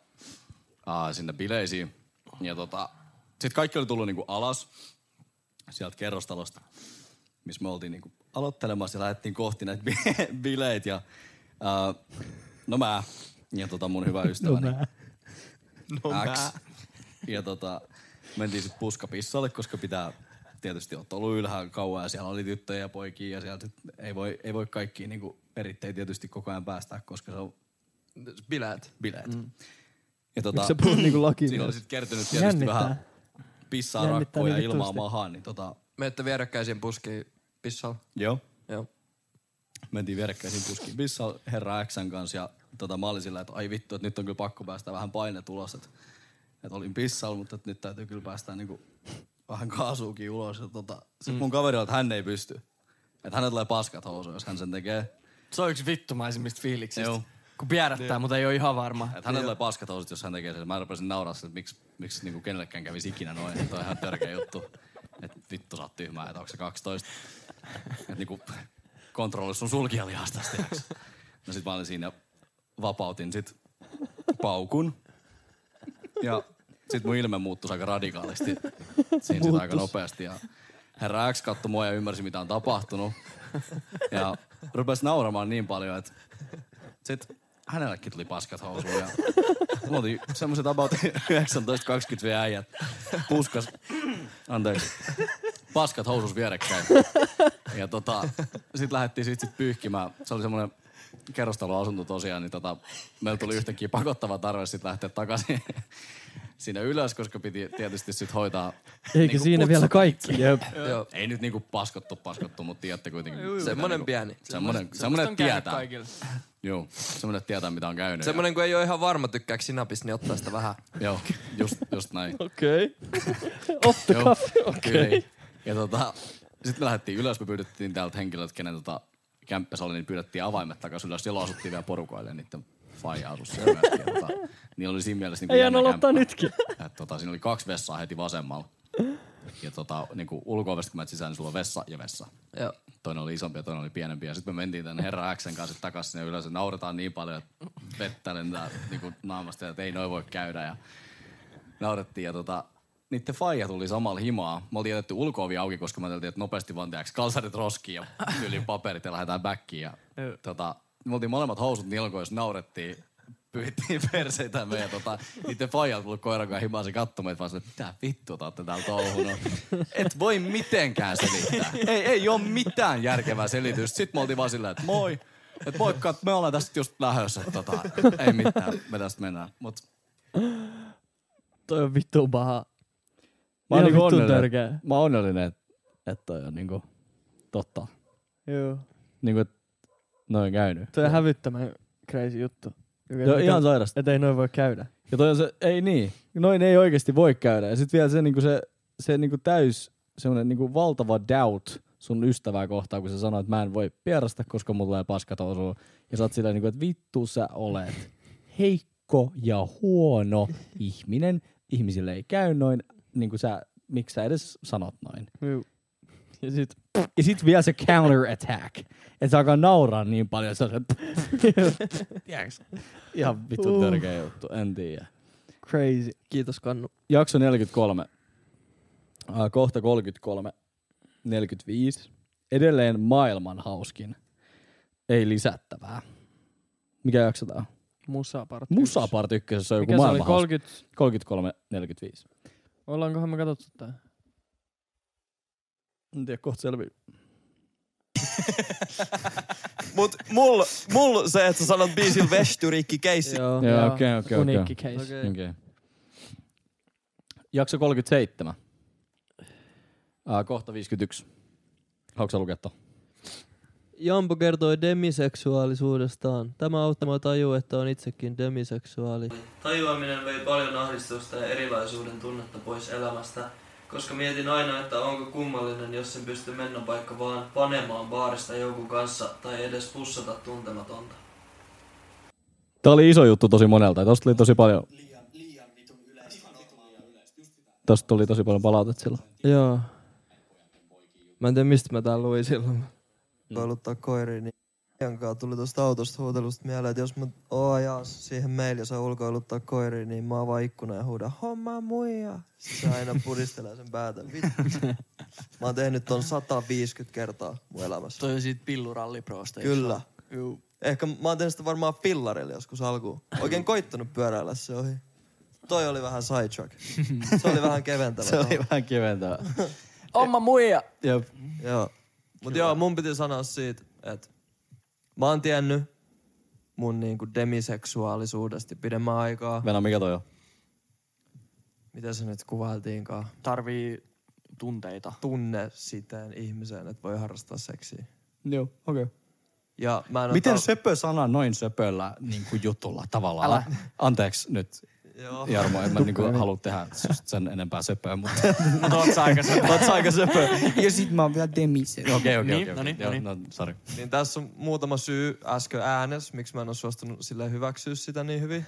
[SPEAKER 3] aa, sinne bileisiin. Ja tota, sit kaikki oli tullut niinku alas sieltä kerrostalosta, missä me oltiin niinku aloittelemassa ja lähdettiin kohti näitä bi- bileitä. Ja, ää, no mä ja tota mun hyvä ystäväni. No
[SPEAKER 24] mä.
[SPEAKER 3] X. Ja tota, mentiin sit puskapissalle, koska pitää tietysti oot ollut ylhäällä kauan ja siellä oli tyttöjä ja poikia ja sieltä ei voi, ei voi kaikkiin niinku perittein tietysti koko ajan päästä, koska se on bileet. bileet. Mm. Ja tota,
[SPEAKER 24] Miksi sä puhut niinku lakimies?
[SPEAKER 3] siinä oli sit kertynyt tietysti
[SPEAKER 24] Jännittää.
[SPEAKER 3] vähän pissaa
[SPEAKER 24] Jännittää
[SPEAKER 3] rakkoon ja
[SPEAKER 24] niin
[SPEAKER 3] ilmaa
[SPEAKER 24] vitusti.
[SPEAKER 3] maahan, niin tota,
[SPEAKER 25] Menette vierekkäisiin puskiin pissalla.
[SPEAKER 3] Joo.
[SPEAKER 25] Joo.
[SPEAKER 3] Mentiin vierekkäisiin puskiin pissalla herra Xn kanssa ja tota, mä olin sillä, että ai vittu, että nyt on kyllä pakko päästä vähän painet ulos. Että, että olin pissalla, mutta että nyt täytyy kyllä päästä niinku vähän kaasuukin ulos. Ja tota, sit
[SPEAKER 1] Mm.
[SPEAKER 3] mun kaveri on, että hän ei pysty. Että hänellä tulee paskat housuun, jos hän sen tekee. Siis
[SPEAKER 1] Se on yksi vittumaisimmista fiiliksistä.
[SPEAKER 3] Joo.
[SPEAKER 1] Kun pierättää,
[SPEAKER 3] Joo.
[SPEAKER 1] mutta ei ole ihan varma.
[SPEAKER 3] Että hänellä tulee paskat housut, jos hän tekee sen. Mä rupesin nauraa, että miksi, miksi niinku kenellekään kävisi ikinä noin. Että toi on ihan törkeä juttu. Että vittu sä oot tyhmää, että onko se 12. Että niinku kontrolli sun sulkijalihasta tiiäks. No sit mä olin siinä ja vapautin sit paukun. Ja sit mun ilme muuttui aika radikaalisti. Siinä sit aika
[SPEAKER 24] Muuttus.
[SPEAKER 3] nopeasti. Ja herra X katsoi mua ja ymmärsi mitä on tapahtunut. Ja rupesi nauramaan niin paljon, että sit hänellekin tuli paskat housuun. Ja mulla oli semmoset about 19-20 vielä äijät puskas, anteeksi, paskat housus vierekkäin. Ja tota, sit lähdettiin sit, sit pyyhkimään. Se oli semmoinen kerrostaloasunto tosiaan, niin tota, meillä tuli yhtäkkiä pakottava tarve sit lähteä takaisin sinne ylös, koska piti tietysti sit hoitaa.
[SPEAKER 2] Eikä siinä vielä kaikki, jep.
[SPEAKER 3] Joo. Ei nyt niinku paskottu, paskottu, mutta tiedätte kuitenkin.
[SPEAKER 25] Juu, juu.
[SPEAKER 3] mitä
[SPEAKER 25] Semmonen
[SPEAKER 3] niinku-
[SPEAKER 25] pieni.
[SPEAKER 3] Semmonen,
[SPEAKER 25] Semmosta-
[SPEAKER 3] semmonen
[SPEAKER 25] semmosta on käynyt
[SPEAKER 3] tietää.
[SPEAKER 25] kaikilla.
[SPEAKER 3] Joo, semmonen tietää mitä on käynyt. ja-
[SPEAKER 25] Semmoinen, kun ei ole ihan varma tykkääkö sinapis, niin ottaa sitä vähän.
[SPEAKER 3] Joo, just, just näin.
[SPEAKER 25] Okei.
[SPEAKER 2] Off the
[SPEAKER 3] Joo,
[SPEAKER 2] cuff,
[SPEAKER 3] kyllä.
[SPEAKER 2] okei.
[SPEAKER 3] Ja tota, sitten me lähdettiin ylös, me pyydettiin täältä henkilöltä, kenen tota, kämppässä oli, niin pyydettiin avaimet takaisin ylös. Siellä asuttiin vielä porukoille ja niiden faija asui siellä myöskin. Ja tota, niillä oli siinä mielessä niin
[SPEAKER 2] Ei hän aloittaa nytkin.
[SPEAKER 3] Et, tota, siinä oli kaksi vessaa heti vasemmalla. Ja tota, niin kuin ulko-ovesta, kun menet sisään, niin sulla on vessa ja vessa.
[SPEAKER 25] Joo.
[SPEAKER 3] Toinen oli isompi ja toinen oli pienempi. Ja sitten me mentiin tämän herra Xen kanssa takaisin sinne ylös. ja Nauretaan niin paljon, että vettä lentää niin kuin naamasta, että ei noin voi käydä. Ja naurettiin ja tota, niiden faija tuli samalla himaa. Me oltiin jätetty ulko auki, koska me ajateltiin, että nopeasti vaan tehdäänkö kalsarit roskiin ja yli paperit ja lähdetään backiin. Ja, tota, me oltiin molemmat housut nilkoissa, naurettiin, pyyttiin perseitä me ja tota, niiden faija on tullut koiran kanssa himaa se katsomaan, että vaan sille, mitä vittua te ootte täällä touhunut. Et voi mitenkään selittää. Ei, ei ole mitään järkevää selitystä. Sitten me oltiin vaan silleen, että moi. Että moikka, että me ollaan tästä just lähössä. että Tota, ei mitään, me tästä mennään. Mut
[SPEAKER 2] Toi on vittu paha.
[SPEAKER 26] Mä oon
[SPEAKER 2] Ihan
[SPEAKER 26] niinku
[SPEAKER 2] vittu
[SPEAKER 26] onnellinen,
[SPEAKER 2] törkeä.
[SPEAKER 26] mä oon onnellinen, että et toi on niinku totta.
[SPEAKER 2] Joo.
[SPEAKER 26] Niinku, et noin käynyt.
[SPEAKER 2] Toi on hävyttömän crazy juttu.
[SPEAKER 26] Joo, ihan sairasta.
[SPEAKER 2] Että ei noin voi käydä.
[SPEAKER 26] Ja toi on se, ei niin, noin ei oikeasti voi käydä. Ja sit vielä se, niinku se, se niinku täys, semmonen niinku valtava doubt sun ystävää kohtaan, kun sä sanoit, että mä en voi pierasta, koska mulla tulee paskat osuu. Ja sä oot silleen, niinku, että vittu sä olet heikko ja huono ihminen. Ihmisille ei käy noin, niinku sä, miksi sä edes sanot noin.
[SPEAKER 2] Ja sit,
[SPEAKER 26] ja sit vielä se counter attack. Että se alkaa nauraa niin paljon, se on se, Tiedäks? Ihan vittu
[SPEAKER 2] Uh.
[SPEAKER 26] törkeä juttu, en tiedä.
[SPEAKER 2] Crazy. Kiitos Kannu.
[SPEAKER 26] Jakso 43. Äh, Kohta 33. 45. Edelleen maailman hauskin. Ei lisättävää. Mikä jakso tää on?
[SPEAKER 2] Musapart.
[SPEAKER 26] Musapart ykkösessä on joku
[SPEAKER 2] Mikä se oli?
[SPEAKER 26] maailman
[SPEAKER 2] 30?
[SPEAKER 26] 33, 45.
[SPEAKER 2] Ollaankohan me katsottu tää?
[SPEAKER 26] En tiedä, kohta selvii.
[SPEAKER 6] Mut siis mulla mul se, että sä sanot biisil Vesturikki keissi.
[SPEAKER 2] Joo,
[SPEAKER 26] Joo, okei, okei, okei.
[SPEAKER 2] Uniikki case.
[SPEAKER 26] Okei. Okei. Jakso 37. Äh, kohta 51. Haluatko sä lukea tuon?
[SPEAKER 1] Jampo kertoi demiseksuaalisuudestaan. Tämä auttama tajuu, että on itsekin demiseksuaali.
[SPEAKER 27] Tajuaminen vei paljon ahdistusta ja erilaisuuden tunnetta pois elämästä, koska mietin aina, että onko kummallinen, jos en pysty mennä vaikka vaan panemaan baarista jonkun kanssa tai edes pussata tuntematonta.
[SPEAKER 3] Tämä oli iso juttu tosi monelta. ja Tosta tuli tosi paljon... Tosta tuli tosi paljon palautetta silloin.
[SPEAKER 1] Joo. Mä en tiedä, mistä mä tää luin silloin.
[SPEAKER 28] Mm.
[SPEAKER 6] koiluttaa koiriin, niin Ian kanssa tuli tuosta autosta huutelusta mieleen, että jos mä oon ajaa siihen meillä ja saa ulkoiluttaa koiriin, niin mä avaan ikkunan ja huudan homma muija. Sitten se aina puristelee sen päätä. Vittu. Mä oon tehnyt ton 150 kertaa mun elämässä.
[SPEAKER 28] Toi on siitä pilluralliproosta. eikö
[SPEAKER 6] Kyllä.
[SPEAKER 28] se
[SPEAKER 6] Juu. Ehkä mä oon tehnyt sitä varmaan fillarilla joskus alkuun. Oikein koittanut pyöräillä se ohi. Toi oli vähän sidetrack. Se oli vähän keventävä.
[SPEAKER 3] Se oli vähän keventävä.
[SPEAKER 28] Oma muija.
[SPEAKER 6] Jep. Joo. Mut joo, mun piti sanoa siitä, että mä oon tiennyt mun niinku demiseksuaalisuudesta pidemmän aikaa.
[SPEAKER 3] Venä, mikä toi on?
[SPEAKER 6] Mitä se nyt kuvailtiinkaan?
[SPEAKER 28] Tarvii tunteita.
[SPEAKER 6] Tunne siteen ihmiseen, että voi harrastaa seksiä.
[SPEAKER 3] Joo, okei. Okay.
[SPEAKER 6] Ja mä en oo
[SPEAKER 3] Miten
[SPEAKER 6] tar-
[SPEAKER 3] söpö sana noin söpöllä niin kuin jutulla tavallaan?
[SPEAKER 6] Älä.
[SPEAKER 3] Anteeksi nyt, Joo. Jarmo, en mä niin kuin, halua tehdä susta sen enempää söpöä, mutta...
[SPEAKER 29] Mutta oot sä aika söpö.
[SPEAKER 3] Oot sä aika söpö.
[SPEAKER 29] Ja sit mä oon vielä demise.
[SPEAKER 3] Okei, okei, okei, okei. Joo, No, sorry.
[SPEAKER 6] Niin tässä on muutama syy äsken äänes, miksi mä en ole suostunut sille hyväksyä sitä niin hyvin.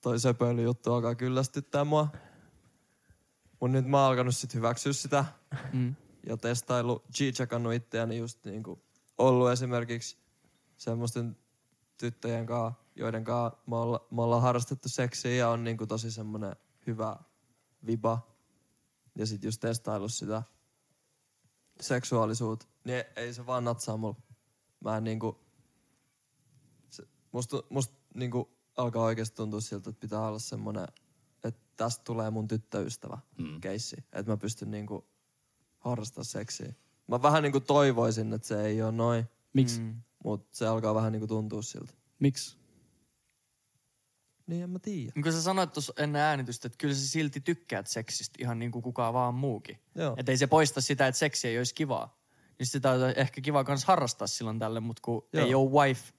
[SPEAKER 6] Toi söpöilyjuttu alkaa kyllästyttää mua. Mut nyt mä oon alkanut sit hyväksyä sitä.
[SPEAKER 28] Mm.
[SPEAKER 6] Ja testailu, g-checkannut itseäni just niinku ollut esimerkiksi semmoisten tyttöjen kanssa, joiden kanssa me, olla, me ollaan harrastettu seksiä ja on niinku tosi semmonen hyvä viba. Ja sit just testailu sitä seksuaalisuutta, niin ei, ei se vaan natsaa mulla. Mä en niinku... Se, musta, musta niinku alkaa oikeesti tuntua siltä, että pitää olla semmonen, että tästä tulee mun tyttöystävä mm. keissi. Että mä pystyn niinku harrastaa seksiä. Mä vähän niinku toivoisin, että se ei oo noin.
[SPEAKER 3] Miksi?
[SPEAKER 6] Mm. Mut se alkaa vähän niinku tuntua siltä.
[SPEAKER 3] Miksi?
[SPEAKER 6] Niin en mä tiedä.
[SPEAKER 28] Niin kuin sä sanoit tuossa ennen äänitystä, että kyllä sä silti tykkäät seksistä ihan niin kuin kukaan vaan muukin.
[SPEAKER 6] Joo.
[SPEAKER 28] Että ei se poista sitä, että seksi ei olisi kivaa. Niin sitä on ehkä kiva kans harrastaa silloin tälle, mutta kun Joo.
[SPEAKER 6] Joo.
[SPEAKER 28] ei ole wife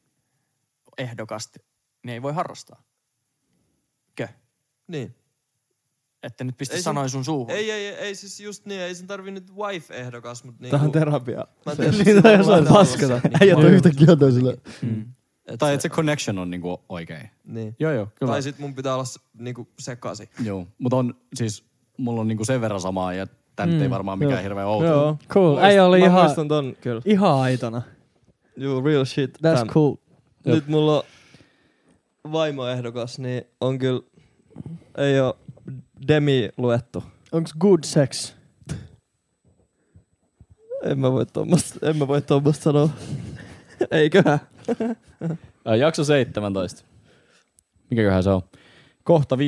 [SPEAKER 28] ehdokasta, niin ei voi harrastaa. Kö?
[SPEAKER 6] Niin.
[SPEAKER 28] Että nyt pistä
[SPEAKER 6] Ei sen-
[SPEAKER 28] sanoin sun suuhun.
[SPEAKER 6] Ei, ei, ei, ei siis just niin, ei sen tarvi nyt wife-ehdokas, mut niinku...
[SPEAKER 1] Tää on terapia.
[SPEAKER 6] Mä en tiedä,
[SPEAKER 1] Niin toi
[SPEAKER 6] mä
[SPEAKER 1] jossain
[SPEAKER 6] en halua
[SPEAKER 1] paskata.
[SPEAKER 6] sen niinku-
[SPEAKER 1] Äijät on yhtä
[SPEAKER 3] yhtäkkiä toisilla.
[SPEAKER 1] Mm.
[SPEAKER 3] Tai että se connection on niinku oikein.
[SPEAKER 6] Niin.
[SPEAKER 3] Joo, joo, kyllä.
[SPEAKER 6] Tai sit mun pitää olla s- niinku sekasi.
[SPEAKER 3] Joo, mutta on siis, mulla on niinku sen verran samaa ja tää mm, nyt ei varmaan mikään
[SPEAKER 1] Joo.
[SPEAKER 3] hirveä outo.
[SPEAKER 1] Joo.
[SPEAKER 2] Cool.
[SPEAKER 1] Muist-
[SPEAKER 2] Äijä oli
[SPEAKER 1] mä
[SPEAKER 2] ihan-
[SPEAKER 1] muistan ton kyllä.
[SPEAKER 2] Ihan aitona.
[SPEAKER 1] Juu, real shit.
[SPEAKER 2] That's cool.
[SPEAKER 1] Nyt mulla on vaimoehdokas, niin on kyllä, ei oo demi luettu.
[SPEAKER 2] Onks good sex?
[SPEAKER 1] En mä voi tommosta, en mä voi tommosta sanoa. Eiköhän.
[SPEAKER 3] Ää, Jakso 17. Mikäköhän se on? Kohta 51.25.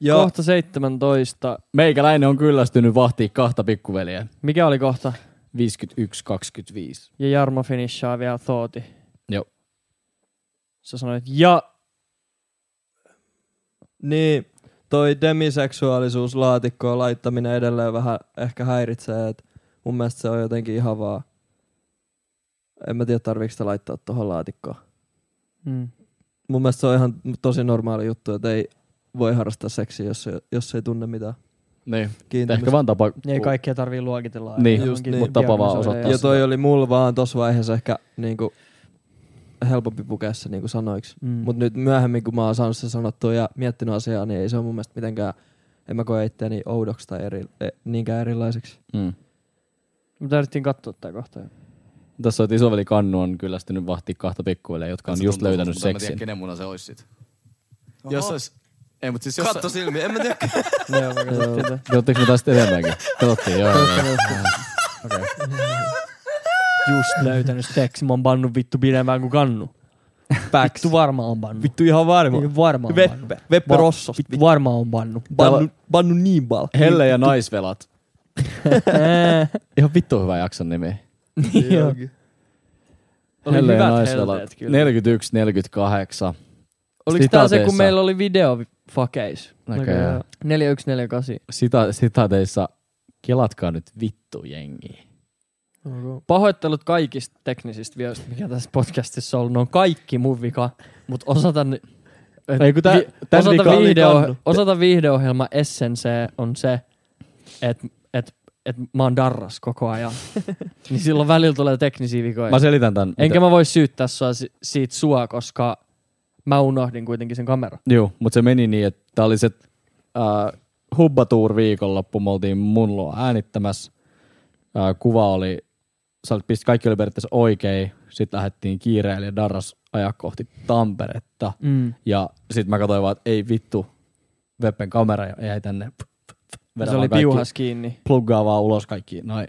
[SPEAKER 2] Joo. Kohta 17.
[SPEAKER 3] Meikäläinen on kyllästynyt vahtii kahta pikkuveliä.
[SPEAKER 2] Mikä oli kohta?
[SPEAKER 3] 51.25.
[SPEAKER 2] Ja Jarmo finishaa vielä thoughti.
[SPEAKER 3] Joo.
[SPEAKER 2] Sä sanoit, ja
[SPEAKER 1] Niin, toi demiseksuaalisuus laatikkoon laittaminen edelleen vähän ehkä häiritsee, että mun mielestä se on jotenkin ihan vaan, en mä tiedä tarviiko sitä laittaa tuohon laatikkoon.
[SPEAKER 2] Mm.
[SPEAKER 1] Mun mielestä se on ihan tosi normaali juttu, että ei voi harrastaa seksiä, jos, jos ei tunne mitään.
[SPEAKER 3] Niin,
[SPEAKER 1] Kiintymystä.
[SPEAKER 3] ehkä vaan tapa...
[SPEAKER 29] Niin,
[SPEAKER 2] ei kaikkea tarvii luokitella.
[SPEAKER 3] Niin,
[SPEAKER 2] johonkin
[SPEAKER 3] mut tapa vaan
[SPEAKER 2] diagnosoida
[SPEAKER 3] osoittaa
[SPEAKER 1] Ja
[SPEAKER 2] ja-
[SPEAKER 1] toi oli mulla vaan tossa vaiheessa ehkä niinku helpompi pukea se niinku sanoiksi.
[SPEAKER 2] Mm.
[SPEAKER 1] Mm. Mutta nyt myöhemmin, kun mä oon saanut sen sanottua ja miettinyt asiaa, niin ei se ole mun mielestä mitenkään, en mä koe itseäni oudoksi tai eri, eh, niinkään erilaiseksi.
[SPEAKER 3] Mm.
[SPEAKER 2] Me tarvittiin katsoa tää kohta.
[SPEAKER 3] Tässä on, että isoveli Kannu on kyllästynyt vahtii kahta pikkuveliä, jotka on
[SPEAKER 7] Se
[SPEAKER 3] just
[SPEAKER 7] tuntuu
[SPEAKER 3] löytänyt
[SPEAKER 7] musta, mutta en mä tiedä,
[SPEAKER 3] seksin.
[SPEAKER 7] kenen muna se olisi sit. Jos olisi... Ei, mutta siis jos...
[SPEAKER 6] Katso silmiä, en mä tiedä.
[SPEAKER 2] Joo, mä katsottiin tää.
[SPEAKER 3] Katsotteko me tästä enemmänkin? Katsottiin, joo. joo, joo. Okei.
[SPEAKER 2] Just löytänyt seksi. Mä oon pannut vittu pidemmään kuin kannu. Päks. Vittu varmaan on pannut. Vittu ihan varma.
[SPEAKER 1] Niinku
[SPEAKER 2] Niin varmaan on
[SPEAKER 1] Veppe.
[SPEAKER 2] pannut.
[SPEAKER 1] Veppe
[SPEAKER 2] Va-
[SPEAKER 1] Rossosta,
[SPEAKER 2] Vittu varmaan on pannut.
[SPEAKER 1] Bannu, bannu niin paljon.
[SPEAKER 3] Helle ja naisvelat. Ihan vittu hyvä jakson nimi.
[SPEAKER 2] Joo. Oli
[SPEAKER 3] Helle ja
[SPEAKER 2] hyvät
[SPEAKER 3] naisvelat.
[SPEAKER 2] helteet kyllä.
[SPEAKER 3] 41, 48.
[SPEAKER 2] Oliko tää se, kun
[SPEAKER 3] Sitaateissa-
[SPEAKER 2] meillä oli video fakeis?
[SPEAKER 3] Näköjään.
[SPEAKER 2] 4148.
[SPEAKER 3] Sita, sitaateissa Kelatkaa nyt vittu jengiä.
[SPEAKER 2] Okay. Pahoittelut kaikista teknisistä vioista, mikä tässä podcastissa on ollut. Ne on kaikki mun vika, mutta osatan... et
[SPEAKER 3] Ei, kun tää- tän
[SPEAKER 2] osata,
[SPEAKER 3] vika oli
[SPEAKER 2] viihdeo,
[SPEAKER 3] kannu.
[SPEAKER 2] osata viihdeohjelma Essence on se, että et, et mä oon darras koko ajan. niin silloin välillä tulee teknisiä vikoja.
[SPEAKER 3] Mä selitän tän, mitä-
[SPEAKER 2] Enkä mä voi syyttää sua, si- siitä sua, koska mä unohdin kuitenkin sen kameran.
[SPEAKER 3] Joo, mutta se meni niin, että tää oli se äh, hubbatuur viikonloppu, me oltiin mun luo äänittämässä. Äh, kuva oli, sä olit pist, kaikki oli periaatteessa oikein, sitten lähdettiin kiireellä ja Darras ajaa kohti Tamperetta.
[SPEAKER 2] Mm.
[SPEAKER 3] Ja sitten mä katsoin vaan, että ei vittu, Veppen kamera ja jäi tänne. Pff, pff, vedä
[SPEAKER 2] Se oli
[SPEAKER 3] vaan kaikki-
[SPEAKER 2] piuhas kiinni.
[SPEAKER 3] Pluggaa vaan ulos kaikki noi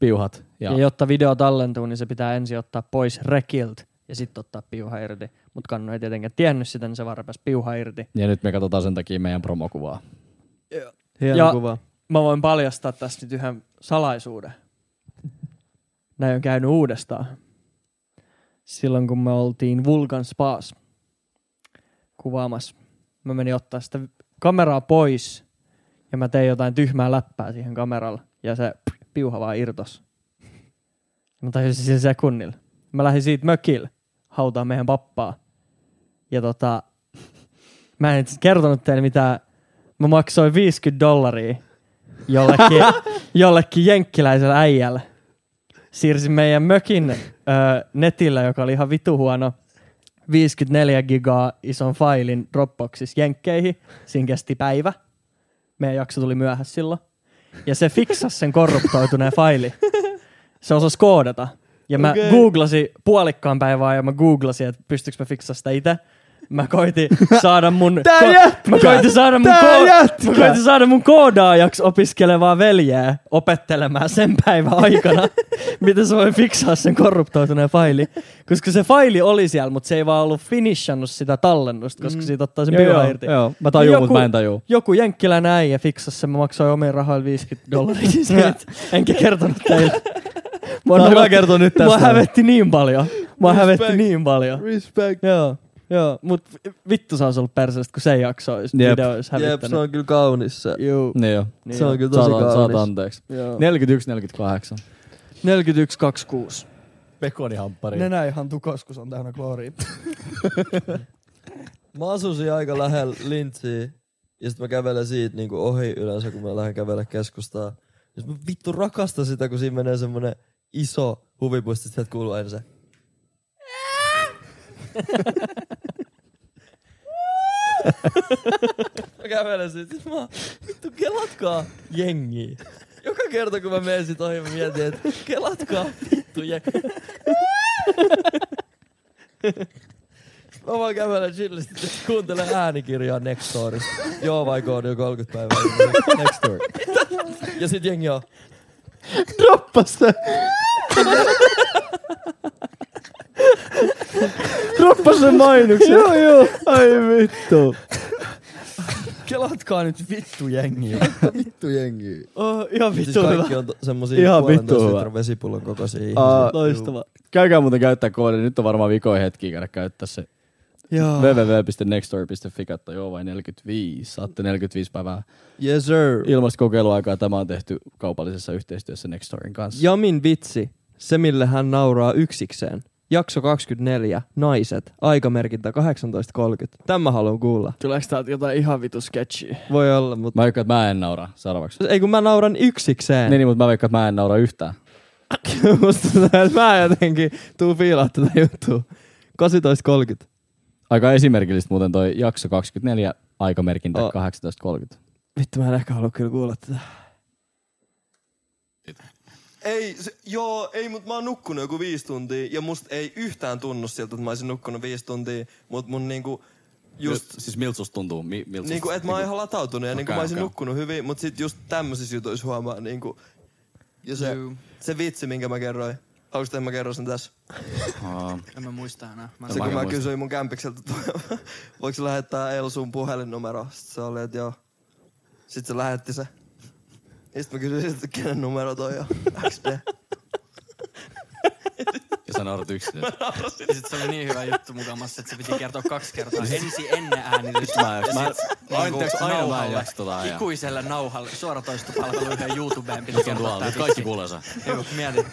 [SPEAKER 3] piuhat.
[SPEAKER 2] Ja.
[SPEAKER 3] Ja,
[SPEAKER 2] ja jotta video tallentuu, niin se pitää ensin ottaa pois rekiltä ja sitten ottaa piuha irti. Mutta Kannu ei tietenkään tiennyt sitä, niin se vaan repäsi piuha irti.
[SPEAKER 3] ja nyt me katsotaan sen takia meidän promokuvaa.
[SPEAKER 1] Hieno
[SPEAKER 2] ja
[SPEAKER 1] kuva.
[SPEAKER 2] mä voin paljastaa tässä nyt yhden salaisuuden. Näin on käynyt uudestaan. Silloin kun me oltiin Vulkan Spaas kuvaamassa, mä menin ottaa sitä kameraa pois ja mä tein jotain tyhmää läppää siihen kameralla ja se piuha vaan irtos. Mä tajusin sillä sekunnilla. Mä lähdin siitä mökille hautaa meidän pappaa. Ja tota, mä en itse kertonut teille mitään. Mä maksoin 50 dollaria jollekin, jollekin jenkkiläisellä äijällä. Siirsin meidän mökin ö, netillä, joka oli ihan vitu huono, 54 gigaa ison failin Dropboxissa jenkkeihin. Siinä kesti päivä. Meidän jakso tuli myöhässä silloin. Ja se fiksasi sen korruptoituneen faili. Se osasi koodata. Ja mä
[SPEAKER 1] Okei.
[SPEAKER 2] okay. googlasin puolikkaan päivää ja mä googlasin, että pystyykö mä fiksaa sitä itse. Mä koitin saada mun...
[SPEAKER 1] Tää jätkä!
[SPEAKER 2] Mä koitin saada mun,
[SPEAKER 1] Tää
[SPEAKER 2] kood-
[SPEAKER 1] jätkä!
[SPEAKER 2] mä koitin saada mun koodaajaksi opiskelevaa veljeä opettelemaan sen päivän aikana, miten se voi fiksaa sen korruptoituneen faili. Koska se faili oli siellä, mutta se ei vaan ollut finishannut sitä tallennusta, koska
[SPEAKER 3] Mm.
[SPEAKER 2] siitä ottaa sen
[SPEAKER 3] Joo,
[SPEAKER 2] piuha
[SPEAKER 3] joo,
[SPEAKER 2] irti.
[SPEAKER 3] joo. Mä tajun,
[SPEAKER 2] Joku-
[SPEAKER 3] mut mä en tajuu.
[SPEAKER 2] Joku jenkkilän äijä fiksasi sen, mä maksoin omien rahoilla 50 dollaria Siis siitä, enkä kertonut teille. Mua
[SPEAKER 3] Tää on hyvä
[SPEAKER 2] nauratti-
[SPEAKER 3] kertoa nyt
[SPEAKER 2] Mua
[SPEAKER 3] tästä.
[SPEAKER 2] hävetti niin paljon. Mua
[SPEAKER 3] Respect.
[SPEAKER 2] hävetti niin paljon.
[SPEAKER 1] Respect.
[SPEAKER 2] Joo, joo. Mut vittu se olisi ollut perseestä, kun se jakso olisi,
[SPEAKER 3] Jep.
[SPEAKER 2] video olisi
[SPEAKER 1] Jep,
[SPEAKER 2] hävittänyt.
[SPEAKER 1] se on kyllä kaunis se.
[SPEAKER 2] Juu.
[SPEAKER 3] Niin joo.
[SPEAKER 1] Se on kyllä tosi
[SPEAKER 3] Saat-
[SPEAKER 1] kaunis.
[SPEAKER 3] Saat anteeksi. No.
[SPEAKER 2] Joo.
[SPEAKER 3] 41-48.
[SPEAKER 2] 41-26.
[SPEAKER 3] Pekonihamppari.
[SPEAKER 30] Nenä ihan tukos, kun se on täynnä klooria.
[SPEAKER 1] Mä asun siinä aika lähellä lintsiä. Ja sit mä kävelen siitä niinku ohi yleensä, kun mä lähden kävellä keskustaa. Ja sit mä vittu rakastan sitä, kun siinä menee semmonen iso huvipuisto, sieltä kuuluu aina se. mä kävelen siitä, sit mä oon, vittu kelatkaa jengiä. Joka kerta kun mä menen sit ohi, mä mietin, että kelatkaa vittu jengiä. Mä vaan kävelen chillisti, että kuuntelen äänikirjaa Nextorista. Joo vai koodi on 30 päivää. Nextor. Ja sit jengi on.
[SPEAKER 30] Droppas se. Droppas sen mainoksen.
[SPEAKER 1] Joo,
[SPEAKER 30] joo. Ai vittu.
[SPEAKER 1] Kelatkaa nyt vittu jengiä.
[SPEAKER 30] Vittu jengi.
[SPEAKER 2] Oh, ihan
[SPEAKER 1] Siis
[SPEAKER 30] vittu
[SPEAKER 1] kaikki
[SPEAKER 30] hyvä.
[SPEAKER 1] on to- semmosia
[SPEAKER 3] Ihan
[SPEAKER 1] puolentoista
[SPEAKER 3] vittu hyvä.
[SPEAKER 1] litran vesipullon kokoisia ihmisiä.
[SPEAKER 3] Aa, Käykää muuten käyttää koodi. Nyt on varmaan vikoin hetki käydä käyttää se.
[SPEAKER 1] Joo.
[SPEAKER 3] www.nextdoor.fi kautta joo vai 45. Saatte 45 päivää
[SPEAKER 1] Yes sir.
[SPEAKER 3] ilmaista kokeiluaikaa. Tämä on tehty kaupallisessa yhteistyössä Nextdoorin kanssa.
[SPEAKER 1] Jamin vitsi, se mille hän nauraa yksikseen. Jakso 24, naiset, aikamerkintä 18.30. Tämä haluan kuulla.
[SPEAKER 2] Tuleeko täältä jotain ihan vitu sketchiä?
[SPEAKER 1] Voi olla, mutta...
[SPEAKER 3] Mä veikkaan, että mä en naura seuraavaksi.
[SPEAKER 1] Ei kun mä nauran yksikseen.
[SPEAKER 3] Niin, niin, mutta mä veikkaan, että mä en naura yhtään.
[SPEAKER 1] Musta tuntuu, että mä jotenkin tuu fiilaa tätä juttua. 18.30.
[SPEAKER 3] Aika esimerkillistä muuten toi jakso 24, aikamerkintä 18.30.
[SPEAKER 1] Vittu, mä en ehkä halua kyllä kuulla tätä.
[SPEAKER 31] Ei, se, joo, ei, mutta mä oon nukkunut joku viisi tuntia ja musta ei yhtään tunnu siltä, että mä olisin nukkunut viisi tuntia, mutta mun niinku, just,
[SPEAKER 7] Just, siis miltä susta tuntuu? Mi, miltä
[SPEAKER 31] niinku,
[SPEAKER 7] susta-
[SPEAKER 31] että mä oon ihan latautunut ja niinku
[SPEAKER 7] Okei,
[SPEAKER 31] mä olisin
[SPEAKER 7] okei.
[SPEAKER 31] nukkunut hyvin, mutta sit just tämmöisissä jutuissa huomaa niinku, ja se, se vitsi, minkä mä kerroin, haluaisit, että mä kerron sen tässä?
[SPEAKER 7] Aa,
[SPEAKER 8] En mä muista enää. Mä
[SPEAKER 31] se kun mä kysyin mun kämpikseltä, että voiko se lähettää Elsun puhelinnumero, sit se oli, että joo. Sit se lähetti se. Ja sit mä kysyin, että kenen numero toi on, XD.
[SPEAKER 7] Ja sä sä naurat yksin. Niinku
[SPEAKER 8] Mä naurasin. Sitten se oli niin hyvä juttu mukamassa, että se piti kertoa kaksi kertaa. Ensin ennen äänitystä.
[SPEAKER 7] Siis- Mä-
[SPEAKER 8] ja
[SPEAKER 7] mä-
[SPEAKER 8] sit
[SPEAKER 7] mä-
[SPEAKER 8] niinku
[SPEAKER 7] anteeksi, aina mä en
[SPEAKER 8] nauhalle,
[SPEAKER 7] jaksa tota ajaa.
[SPEAKER 8] Ikuiselle nauhalle, suoratoistopalveluun ja YouTubeen piti
[SPEAKER 7] Nyt on
[SPEAKER 8] kertoa
[SPEAKER 7] tuolla,
[SPEAKER 8] tää
[SPEAKER 7] nyt Siis kaikki
[SPEAKER 8] vitsi.
[SPEAKER 7] kuulee sen.
[SPEAKER 8] Joo, mieti.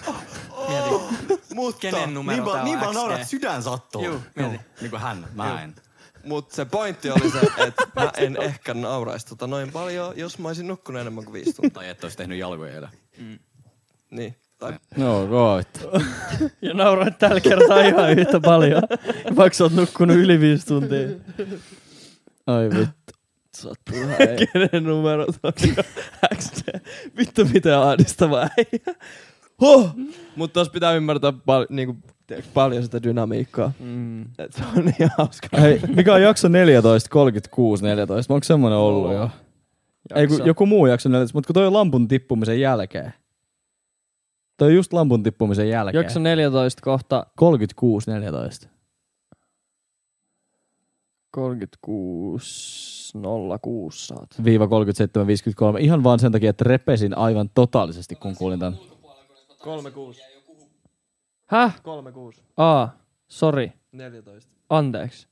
[SPEAKER 32] Mutta
[SPEAKER 8] Kenen numero
[SPEAKER 32] niin,
[SPEAKER 8] tää
[SPEAKER 32] vaan-
[SPEAKER 8] on
[SPEAKER 32] niin vaan
[SPEAKER 8] XD?
[SPEAKER 32] naurat, sydän sattuu.
[SPEAKER 8] Juu, mieti.
[SPEAKER 7] Niin kuin hän,
[SPEAKER 32] Juu.
[SPEAKER 7] mä en.
[SPEAKER 6] Mut se pointti oli se, että mä en ehkä nauraisi tota noin paljon, jos mä olisin nukkunut enemmän kuin viisi tuntia.
[SPEAKER 7] Tai että olisi tehnyt jalkoja edellä.
[SPEAKER 6] Niin. Tai...
[SPEAKER 3] No right.
[SPEAKER 2] ja nauroit tällä kertaa ihan yhtä paljon, vaikka sä oot nukkunut yli viisi tuntia.
[SPEAKER 3] Ai vittu.
[SPEAKER 2] Sattuu Kenen numerot on XD? Vittu mitä ahdistava äijä.
[SPEAKER 1] Huh! Mutta tos pitää ymmärtää pal- niinku, tiedätkö, paljon sitä dynamiikkaa. Mm. Et se on niin hauskaa.
[SPEAKER 3] Hei, mikä on jakso 14, 36, 14? Onko semmoinen ollut jo? Ei, kun
[SPEAKER 1] Jakso.
[SPEAKER 3] joku muu jakso 14, mutta kun toi on lampun tippumisen jälkeen. Toi on just lampun tippumisen jälkeen.
[SPEAKER 2] Jakso 14 kohta
[SPEAKER 3] 36, 14.
[SPEAKER 2] 36 06 saat.
[SPEAKER 3] Viiva 37, 53. Ihan vaan sen takia, että repesin aivan totaalisesti, kun kuulin tämän.
[SPEAKER 1] 36.
[SPEAKER 2] Häh?
[SPEAKER 1] 36.
[SPEAKER 2] Aa, sori.
[SPEAKER 1] 14.
[SPEAKER 2] Anteeksi.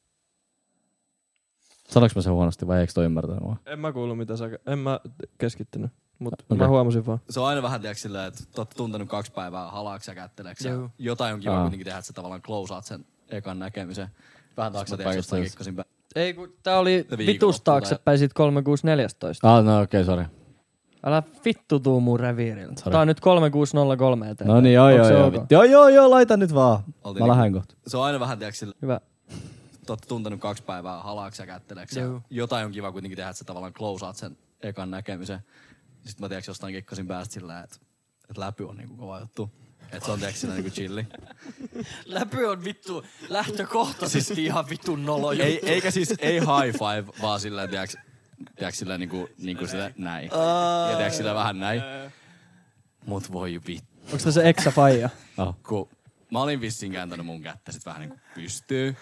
[SPEAKER 3] Sanoinko mä sen huonosti vai eikö toi ymmärtänyt mua?
[SPEAKER 1] En mä kuullut mitä sä... En mä keskittynyt. Mut
[SPEAKER 3] Okei.
[SPEAKER 1] mä huomasin vaan.
[SPEAKER 7] Se on aina vähän tiiäks silleen, että te ootte tuntenut kaksi päivää halaksi ja kätteleksi. ja
[SPEAKER 1] Joo.
[SPEAKER 7] Jotain on kiva
[SPEAKER 3] Aa.
[SPEAKER 7] kuitenkin tehdä, että sä tavallaan klousaat sen ekan näkemisen. Vähän taakse
[SPEAKER 3] Sitten
[SPEAKER 7] teet jostain
[SPEAKER 3] päivittäis-
[SPEAKER 7] kikkasin päin.
[SPEAKER 2] Ei kun tää oli
[SPEAKER 7] Viikonloppu
[SPEAKER 2] vitus
[SPEAKER 7] tai-
[SPEAKER 2] taaksepäin sit 3614.
[SPEAKER 3] Ah, no okei, okay, sori.
[SPEAKER 2] Älä vittu tuu mun reviiriltä. Tää on nyt 3603 eteen.
[SPEAKER 3] No niin, joo,
[SPEAKER 2] Onks
[SPEAKER 3] joo,
[SPEAKER 2] se
[SPEAKER 3] joo.
[SPEAKER 2] ok?
[SPEAKER 3] vittu. Joo, joo, joo, laita nyt vaan.
[SPEAKER 7] Oltiin
[SPEAKER 3] Mä
[SPEAKER 7] niinku-
[SPEAKER 3] lähden kohta.
[SPEAKER 7] Se on aina vähän tiiäks silleen,
[SPEAKER 2] Hyvä.
[SPEAKER 7] te ootte tuntenut kaksi päivää halaksi ja kätteleksi. ja
[SPEAKER 2] Joo.
[SPEAKER 7] Jotain on kiva kuitenkin tehdä, että sä tavallaan klousaat sen ekan näkemisen. Sitten mä tiiäks jostain kikkasin päästä silleen, että, että läpy on niinku kova juttu. Että se on tiiäks silleen niinku chilli.
[SPEAKER 8] Läpy on vittu lähtökohtaisesti ihan vittu nolo juttu.
[SPEAKER 7] ei, eikä siis, ei high five, vaan silleen, tiiäks, tiiäks silleen niinku, niinku sillä näin. Ja tiiäks sillä vähän näin. Mut voi vittu.
[SPEAKER 2] Onks tää se eksä faija?
[SPEAKER 7] Kun mä olin vissiin kääntänyt mun kättä sit vähän niinku pystyy.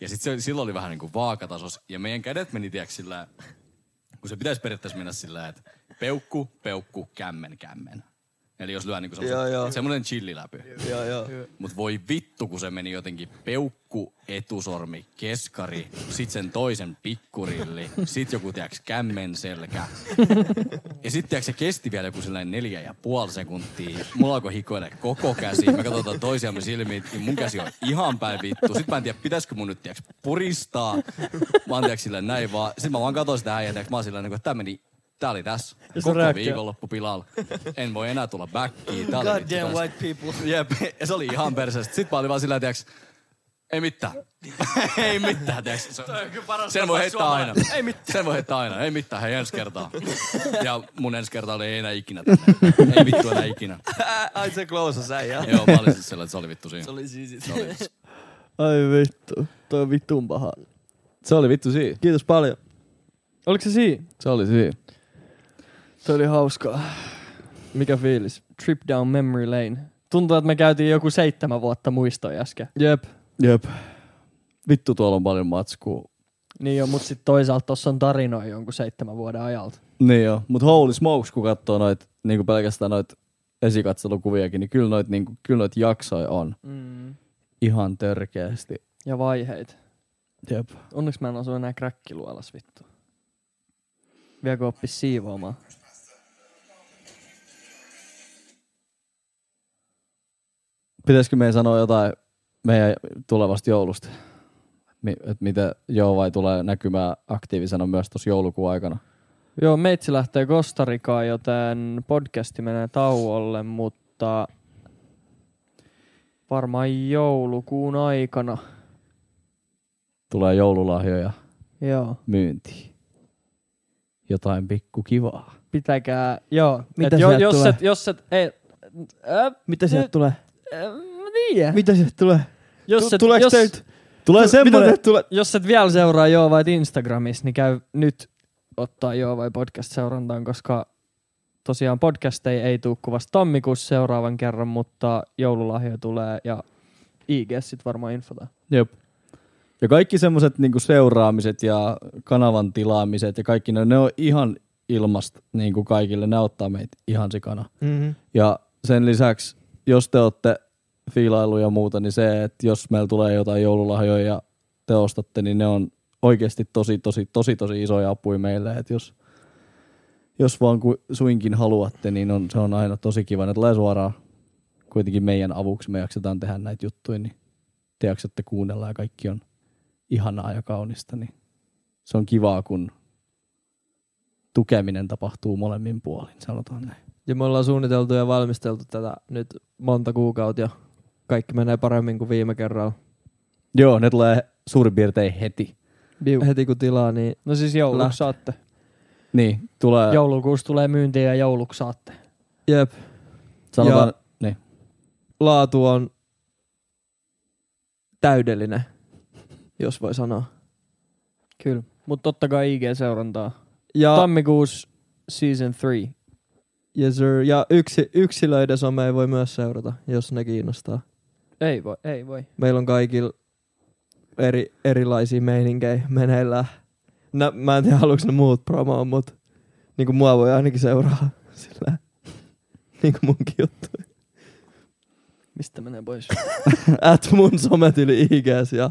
[SPEAKER 7] Ja sit se, oli- silloin oli vähän niinku vaakatasos. Ja meidän kädet meni tiiäks sillä, kun se pitäisi periaatteessa mennä sillä, että peukku, peukku, kämmen, kämmen. Eli jos lyö niinku
[SPEAKER 6] Joo, joo.
[SPEAKER 7] semmosen, semmonen chilliläpy.
[SPEAKER 6] Joo, joo.
[SPEAKER 7] Mut voi vittu, kun se meni jotenkin peukku, etusormi, keskari, sit sen toisen pikkurilli, sit joku tiiäks kämmen selkä. Ja sit tiiäks se kesti vielä joku sellainen neljä ja puoli sekuntia. Mulla alkoi hikoilla koko käsi, me katsotaan toisiamme silmiin, niin mun käsi on ihan päin vittu. Sit mä en tiedä, pitäisikö mun nyt tiiäks puristaa. Mä oon tiiäks silleen näin vaan. Sit mä vaan katsoin sitä äijää, tiiäks mä oon silleen, että tää meni Tää oli tässä.
[SPEAKER 2] Ja sun
[SPEAKER 7] Koko
[SPEAKER 2] reaktio.
[SPEAKER 7] viikonloppu pilalla. En voi enää tulla backiin. Tää oli
[SPEAKER 8] God
[SPEAKER 7] vittu
[SPEAKER 8] damn
[SPEAKER 7] tässä.
[SPEAKER 8] white people.
[SPEAKER 7] Jep, ja se oli ihan perseestä. Sitten mä olin vaan sillä, tiiäks, ei mitään. ei mitään, tiiäks. Se,
[SPEAKER 8] Toi on kyllä paras
[SPEAKER 7] sen
[SPEAKER 8] tapa
[SPEAKER 7] voi heittää aina.
[SPEAKER 8] suomalainen. Ei
[SPEAKER 7] mitään. Sen voi heittää aina. Ei mitään, hei ensi kertaa. Ja mun ensi kerta oli ei enää ikinä tänne. Ei vittu enää ikinä.
[SPEAKER 6] Ai se klousas äijä.
[SPEAKER 7] Joo, mä olin siis sellainen, että se oli vittu siinä.
[SPEAKER 8] Se oli siisit.
[SPEAKER 7] Se oli.
[SPEAKER 2] Ai vittu. Toi on vittuun paha.
[SPEAKER 3] Se oli vittu siinä.
[SPEAKER 1] Kiitos paljon.
[SPEAKER 2] Oliko se siinä?
[SPEAKER 3] Se oli siinä.
[SPEAKER 2] Se oli hauskaa.
[SPEAKER 1] Mikä fiilis?
[SPEAKER 2] Trip down memory lane. Tuntuu, että me käytiin joku seitsemän vuotta muistoja äsken.
[SPEAKER 1] Jep.
[SPEAKER 3] Jep. Vittu, tuolla on paljon matskua.
[SPEAKER 2] Niin jo, mutta sitten toisaalta tossa on tarinoja jonkun seitsemän vuoden ajalta.
[SPEAKER 3] Niin joo, mutta holy smokes, kun katsoo noit, niinku pelkästään noit esikatselukuviakin, niin kyllä noit, niinku, kyllä noit jaksoja on.
[SPEAKER 2] Mm.
[SPEAKER 3] Ihan törkeästi.
[SPEAKER 2] Ja vaiheita.
[SPEAKER 3] Jep.
[SPEAKER 2] Onneksi mä en asu enää kräkkiluolas vittu. Vielä kun oppis siivoamaan.
[SPEAKER 3] Pitäisikö meidän sanoa jotain meidän tulevasta joulusta? Mi- että mitä joo vai tulee näkymään aktiivisena myös tuossa joulukuun aikana?
[SPEAKER 2] Joo, meitsi lähtee Kostarikaan, joten podcasti menee tauolle, mutta varmaan joulukuun aikana.
[SPEAKER 3] Tulee joululahjoja
[SPEAKER 2] Joo.
[SPEAKER 3] myyntiin. Jotain pikku kivaa.
[SPEAKER 2] Pitäkää, joo.
[SPEAKER 1] Mitä
[SPEAKER 2] Et jo,
[SPEAKER 1] sieltä
[SPEAKER 2] jos
[SPEAKER 1] tulee?
[SPEAKER 2] et, jos et, ei, äh,
[SPEAKER 1] Mitä sieltä
[SPEAKER 2] nyt-
[SPEAKER 1] tulee?
[SPEAKER 2] Äh, mä tiedän.
[SPEAKER 1] Mitä sieltä tulee?
[SPEAKER 2] Jos
[SPEAKER 1] Tu-
[SPEAKER 2] et,
[SPEAKER 1] tuleeks
[SPEAKER 2] jos,
[SPEAKER 1] teiltä-
[SPEAKER 3] Tulee semmonen,
[SPEAKER 1] tule-
[SPEAKER 2] jos et vielä seuraa Joo vai Instagramissa, niin käy nyt ottaa Joo vai podcast seurantaan, koska tosiaan podcasteja ei tuu kuvasta tammikuussa seuraavan kerran, mutta joululahja tulee ja IG sit varmaan infotaan.
[SPEAKER 3] Jep. Ja kaikki semmoiset niinku seuraamiset ja kanavan tilaamiset ja kaikki ne, ne on ihan ilmasta niinku kaikille. Ne auttaa meitä ihan sikana.
[SPEAKER 1] Mhm.
[SPEAKER 3] Ja sen lisäksi, jos te olette fiilailu ja muuta, niin se, että jos meillä tulee jotain joululahjoja ja te ostatte, niin ne on oikeasti tosi, tosi, tosi, tosi isoja apuja meille. Että jos, jos vaan ku, suinkin haluatte, niin on, se on aina tosi kiva. Ne tulee suoraan kuitenkin meidän avuksi. Me jaksetaan tehdä näitä juttuja, niin te jaksatte kuunnella ja kaikki on ihanaa ja kaunista. Niin se on kivaa, kun tukeminen tapahtuu molemmin puolin, sanotaan näin.
[SPEAKER 1] Ja me ollaan suunniteltu ja valmisteltu tätä nyt monta kuukautta ja kaikki menee paremmin kuin viime kerralla.
[SPEAKER 3] Joo, ne tulee suurin piirtein heti.
[SPEAKER 1] Biu. Heti kun tilaa, niin
[SPEAKER 2] No siis jouluksi saatte.
[SPEAKER 3] Niin, tulee.
[SPEAKER 2] Joulukuussa tulee myyntiä ja jouluksi saatte.
[SPEAKER 1] Jep.
[SPEAKER 3] Sanotaan, ja niin.
[SPEAKER 1] Laatu on täydellinen, jos voi sanoa.
[SPEAKER 2] Kyllä, mutta totta kai IG-seurantaa. Ja Tammikuussa season 3.
[SPEAKER 1] Yes sir. Ja yksi, yksilöiden some ei voi myös seurata, jos ne kiinnostaa.
[SPEAKER 2] Ei voi, ei voi.
[SPEAKER 1] Meillä on kaikilla eri, erilaisia meininkejä meneillään. No, mä en tiedä, haluatko ne muut promoa, mutta niin kuin mua voi ainakin seuraa sillä niin kuin munkin juttu.
[SPEAKER 2] Mistä menee pois?
[SPEAKER 1] At mun sometili IGS ja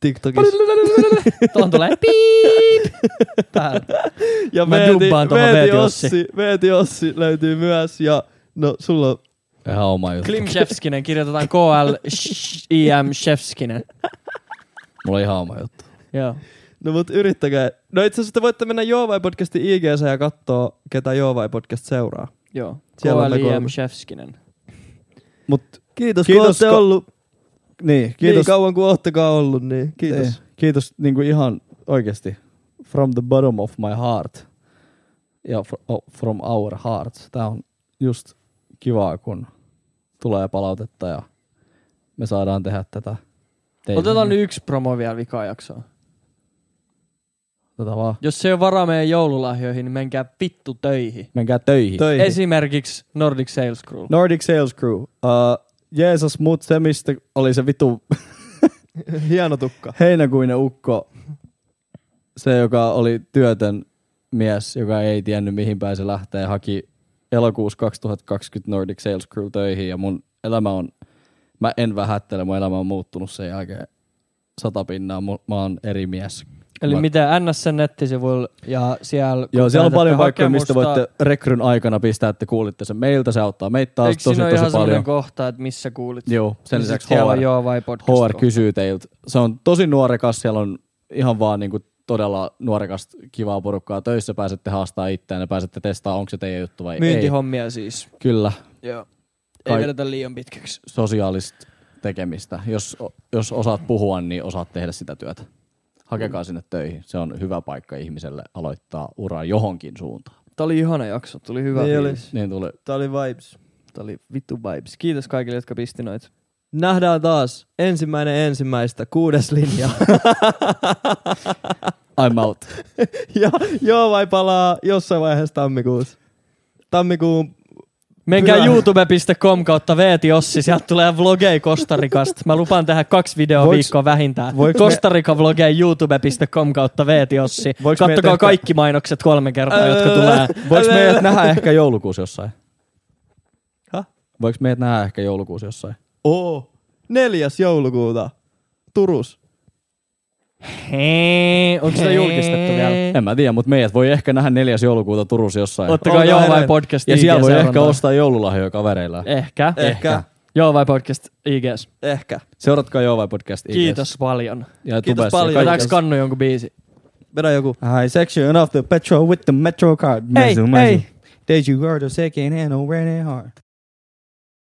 [SPEAKER 1] TikTokissa.
[SPEAKER 2] Tuohon tulee piip päälle.
[SPEAKER 1] Ja
[SPEAKER 2] Mä
[SPEAKER 1] Veeti-
[SPEAKER 2] dubbaan tuohon
[SPEAKER 1] Veeti
[SPEAKER 2] Veeti
[SPEAKER 1] Ossi. Veeti Ossi löytyy myös ja no sulla on
[SPEAKER 3] Ihan oma juttu.
[SPEAKER 2] Klim Shevskinen, kirjoitetaan K-L-I-M Shevskinen.
[SPEAKER 3] Mulla on ihan oma juttu.
[SPEAKER 2] Joo.
[SPEAKER 1] No mut yrittäkää. No itse asiassa te voitte mennä Joovai podcastin ig ja katsoa, ketä Joovai podcast seuraa.
[SPEAKER 2] Joo.
[SPEAKER 1] Siellä on me kolme.
[SPEAKER 2] K-L-I-M Shevskinen.
[SPEAKER 3] Mut
[SPEAKER 1] Kiitos, kiitos kun olette
[SPEAKER 3] ko-
[SPEAKER 1] ollut.
[SPEAKER 3] Niin,
[SPEAKER 1] Niin
[SPEAKER 3] kiitos.
[SPEAKER 1] kauan kuin oottekaan ollut, niin kiitos.
[SPEAKER 3] Ei, kiitos niin kuin ihan oikeasti. From the bottom of my heart. Ja fr- o- from our hearts. Tämä on just kivaa, kun tulee palautetta ja me saadaan tehdä tätä teille.
[SPEAKER 2] Otetaan nyt yksi promo vielä vikaa jaksoa.
[SPEAKER 3] Otetaan vaan.
[SPEAKER 2] Jos se ei ole varaa meidän joululahjoihin, niin menkää vittu töihin.
[SPEAKER 3] Menkää töihin. siis
[SPEAKER 2] Esimerkiksi Nordic Sales Crew.
[SPEAKER 3] Nordic Sales Crew. Uh, Jeesus, mut se mistä oli se vitu
[SPEAKER 1] Hieno tukka.
[SPEAKER 3] heinäkuinen ukko, se joka oli työtön mies, joka ei tiennyt mihin päin se lähtee, haki elokuussa 2020 Nordic Sales Crew töihin ja mun elämä on, mä en vähättele, mun elämä on muuttunut sen jälkeen satapinnaa, Mu- mä oon eri mies.
[SPEAKER 2] Eli
[SPEAKER 3] mä,
[SPEAKER 2] mitä NSN nettisivuilla ja siellä... kun
[SPEAKER 3] Joo, siellä on
[SPEAKER 2] täytätte
[SPEAKER 3] paljon paikkoja, mistä
[SPEAKER 2] hakemusta-
[SPEAKER 3] voitte rekryn aikana pistää, että kuulitte sen meiltä, se auttaa meitä taas
[SPEAKER 2] Eikö
[SPEAKER 3] tosi
[SPEAKER 2] siinä ole
[SPEAKER 3] tosi
[SPEAKER 2] ihan
[SPEAKER 3] paljon.
[SPEAKER 2] semmoinen kohta, että missä kuulit?
[SPEAKER 3] Joo, sen
[SPEAKER 2] Niin
[SPEAKER 3] lisäksi
[SPEAKER 2] siellä
[SPEAKER 3] HR,
[SPEAKER 2] on joo vai podcast
[SPEAKER 3] HR kysyy teiltä. Se on tosi nuorekas, siellä on ihan vaan niinku todella nuorekasta kivaa porukkaa töissä. Pääsette haastaa itseään ja pääsette testaamaan, onko se teidän juttu vai
[SPEAKER 2] Myyntihommia
[SPEAKER 3] ei.
[SPEAKER 2] siis.
[SPEAKER 3] Kyllä,
[SPEAKER 2] Joo. Ei
[SPEAKER 3] Kai-
[SPEAKER 2] vedetä liian pitkäksi.
[SPEAKER 3] sosiaalista tekemistä. Jos, jos osaat puhua, niin osaat tehdä sitä työtä. Hakekaa sinne töihin. Se on hyvä paikka ihmiselle aloittaa ura johonkin suuntaan.
[SPEAKER 2] Tämä oli ihana jakso, tuli hyvä
[SPEAKER 1] Niin oli.
[SPEAKER 2] fiilis.
[SPEAKER 3] Niin tuli.
[SPEAKER 1] Tää oli vibes.
[SPEAKER 2] Tämä oli vittu vibes. Kiitos kaikille, jotka pisti noit.
[SPEAKER 1] Nähdään taas ensimmäinen ensimmäistä, kuudes linja.
[SPEAKER 3] I'm out.
[SPEAKER 1] ja joo vai palaa jossain vaiheessa tammikuussa. Tammikuun
[SPEAKER 2] Menkää
[SPEAKER 1] Hyvä.
[SPEAKER 2] youtube.com kautta Veeti Ossi, sieltä tulee vlogeja Kostarikasta. Mä lupaan tehdä kaksi videoa
[SPEAKER 33] Voiks-
[SPEAKER 2] viikkoa vähintään.
[SPEAKER 33] voiks me-
[SPEAKER 2] Kostarika vlogeja youtube.com kautta Veeti Ossi.
[SPEAKER 33] Voiks meidät
[SPEAKER 2] Kattokaa
[SPEAKER 33] ehkä-
[SPEAKER 2] kaikki mainokset kolme kertaa, jotka
[SPEAKER 3] Älä-
[SPEAKER 2] tulee.
[SPEAKER 3] Voiko meidät nähdä ehkä joulukuussa jossain?
[SPEAKER 1] Häh?
[SPEAKER 3] Voiko meidät nähdä ehkä joulukuussa jossain?
[SPEAKER 1] Oo. Neljäs joulukuuta. Turus.
[SPEAKER 2] Hei, onko sitä julkistettu vielä?
[SPEAKER 7] Eh.
[SPEAKER 3] En mä tiedä, mutta meidät voi ehkä nähdä 4. joulukuuta Turussa jossain.
[SPEAKER 2] Ottakaa Olkaa Joo vai hereillä. podcast
[SPEAKER 3] Ja siellä voi
[SPEAKER 2] IG-seurantaa.
[SPEAKER 3] ehkä ostaa joululahjoja kavereilla.
[SPEAKER 2] Ehkä.
[SPEAKER 3] ehkä.
[SPEAKER 2] Eh. Joo vai podcast IGS.
[SPEAKER 1] Ehkä.
[SPEAKER 3] Seuratkaa Joo vai podcast IG:ssä.
[SPEAKER 2] Kiitos paljon.
[SPEAKER 3] Ja tubessa ja
[SPEAKER 2] Otetaanko
[SPEAKER 3] kaikessa.
[SPEAKER 2] kannu jonkun biisi?
[SPEAKER 1] Vedä joku.
[SPEAKER 7] I section of the petrol with the metro card.
[SPEAKER 2] Hey,
[SPEAKER 7] Mazu,
[SPEAKER 2] hey.
[SPEAKER 7] Did you heard the second hand already hard?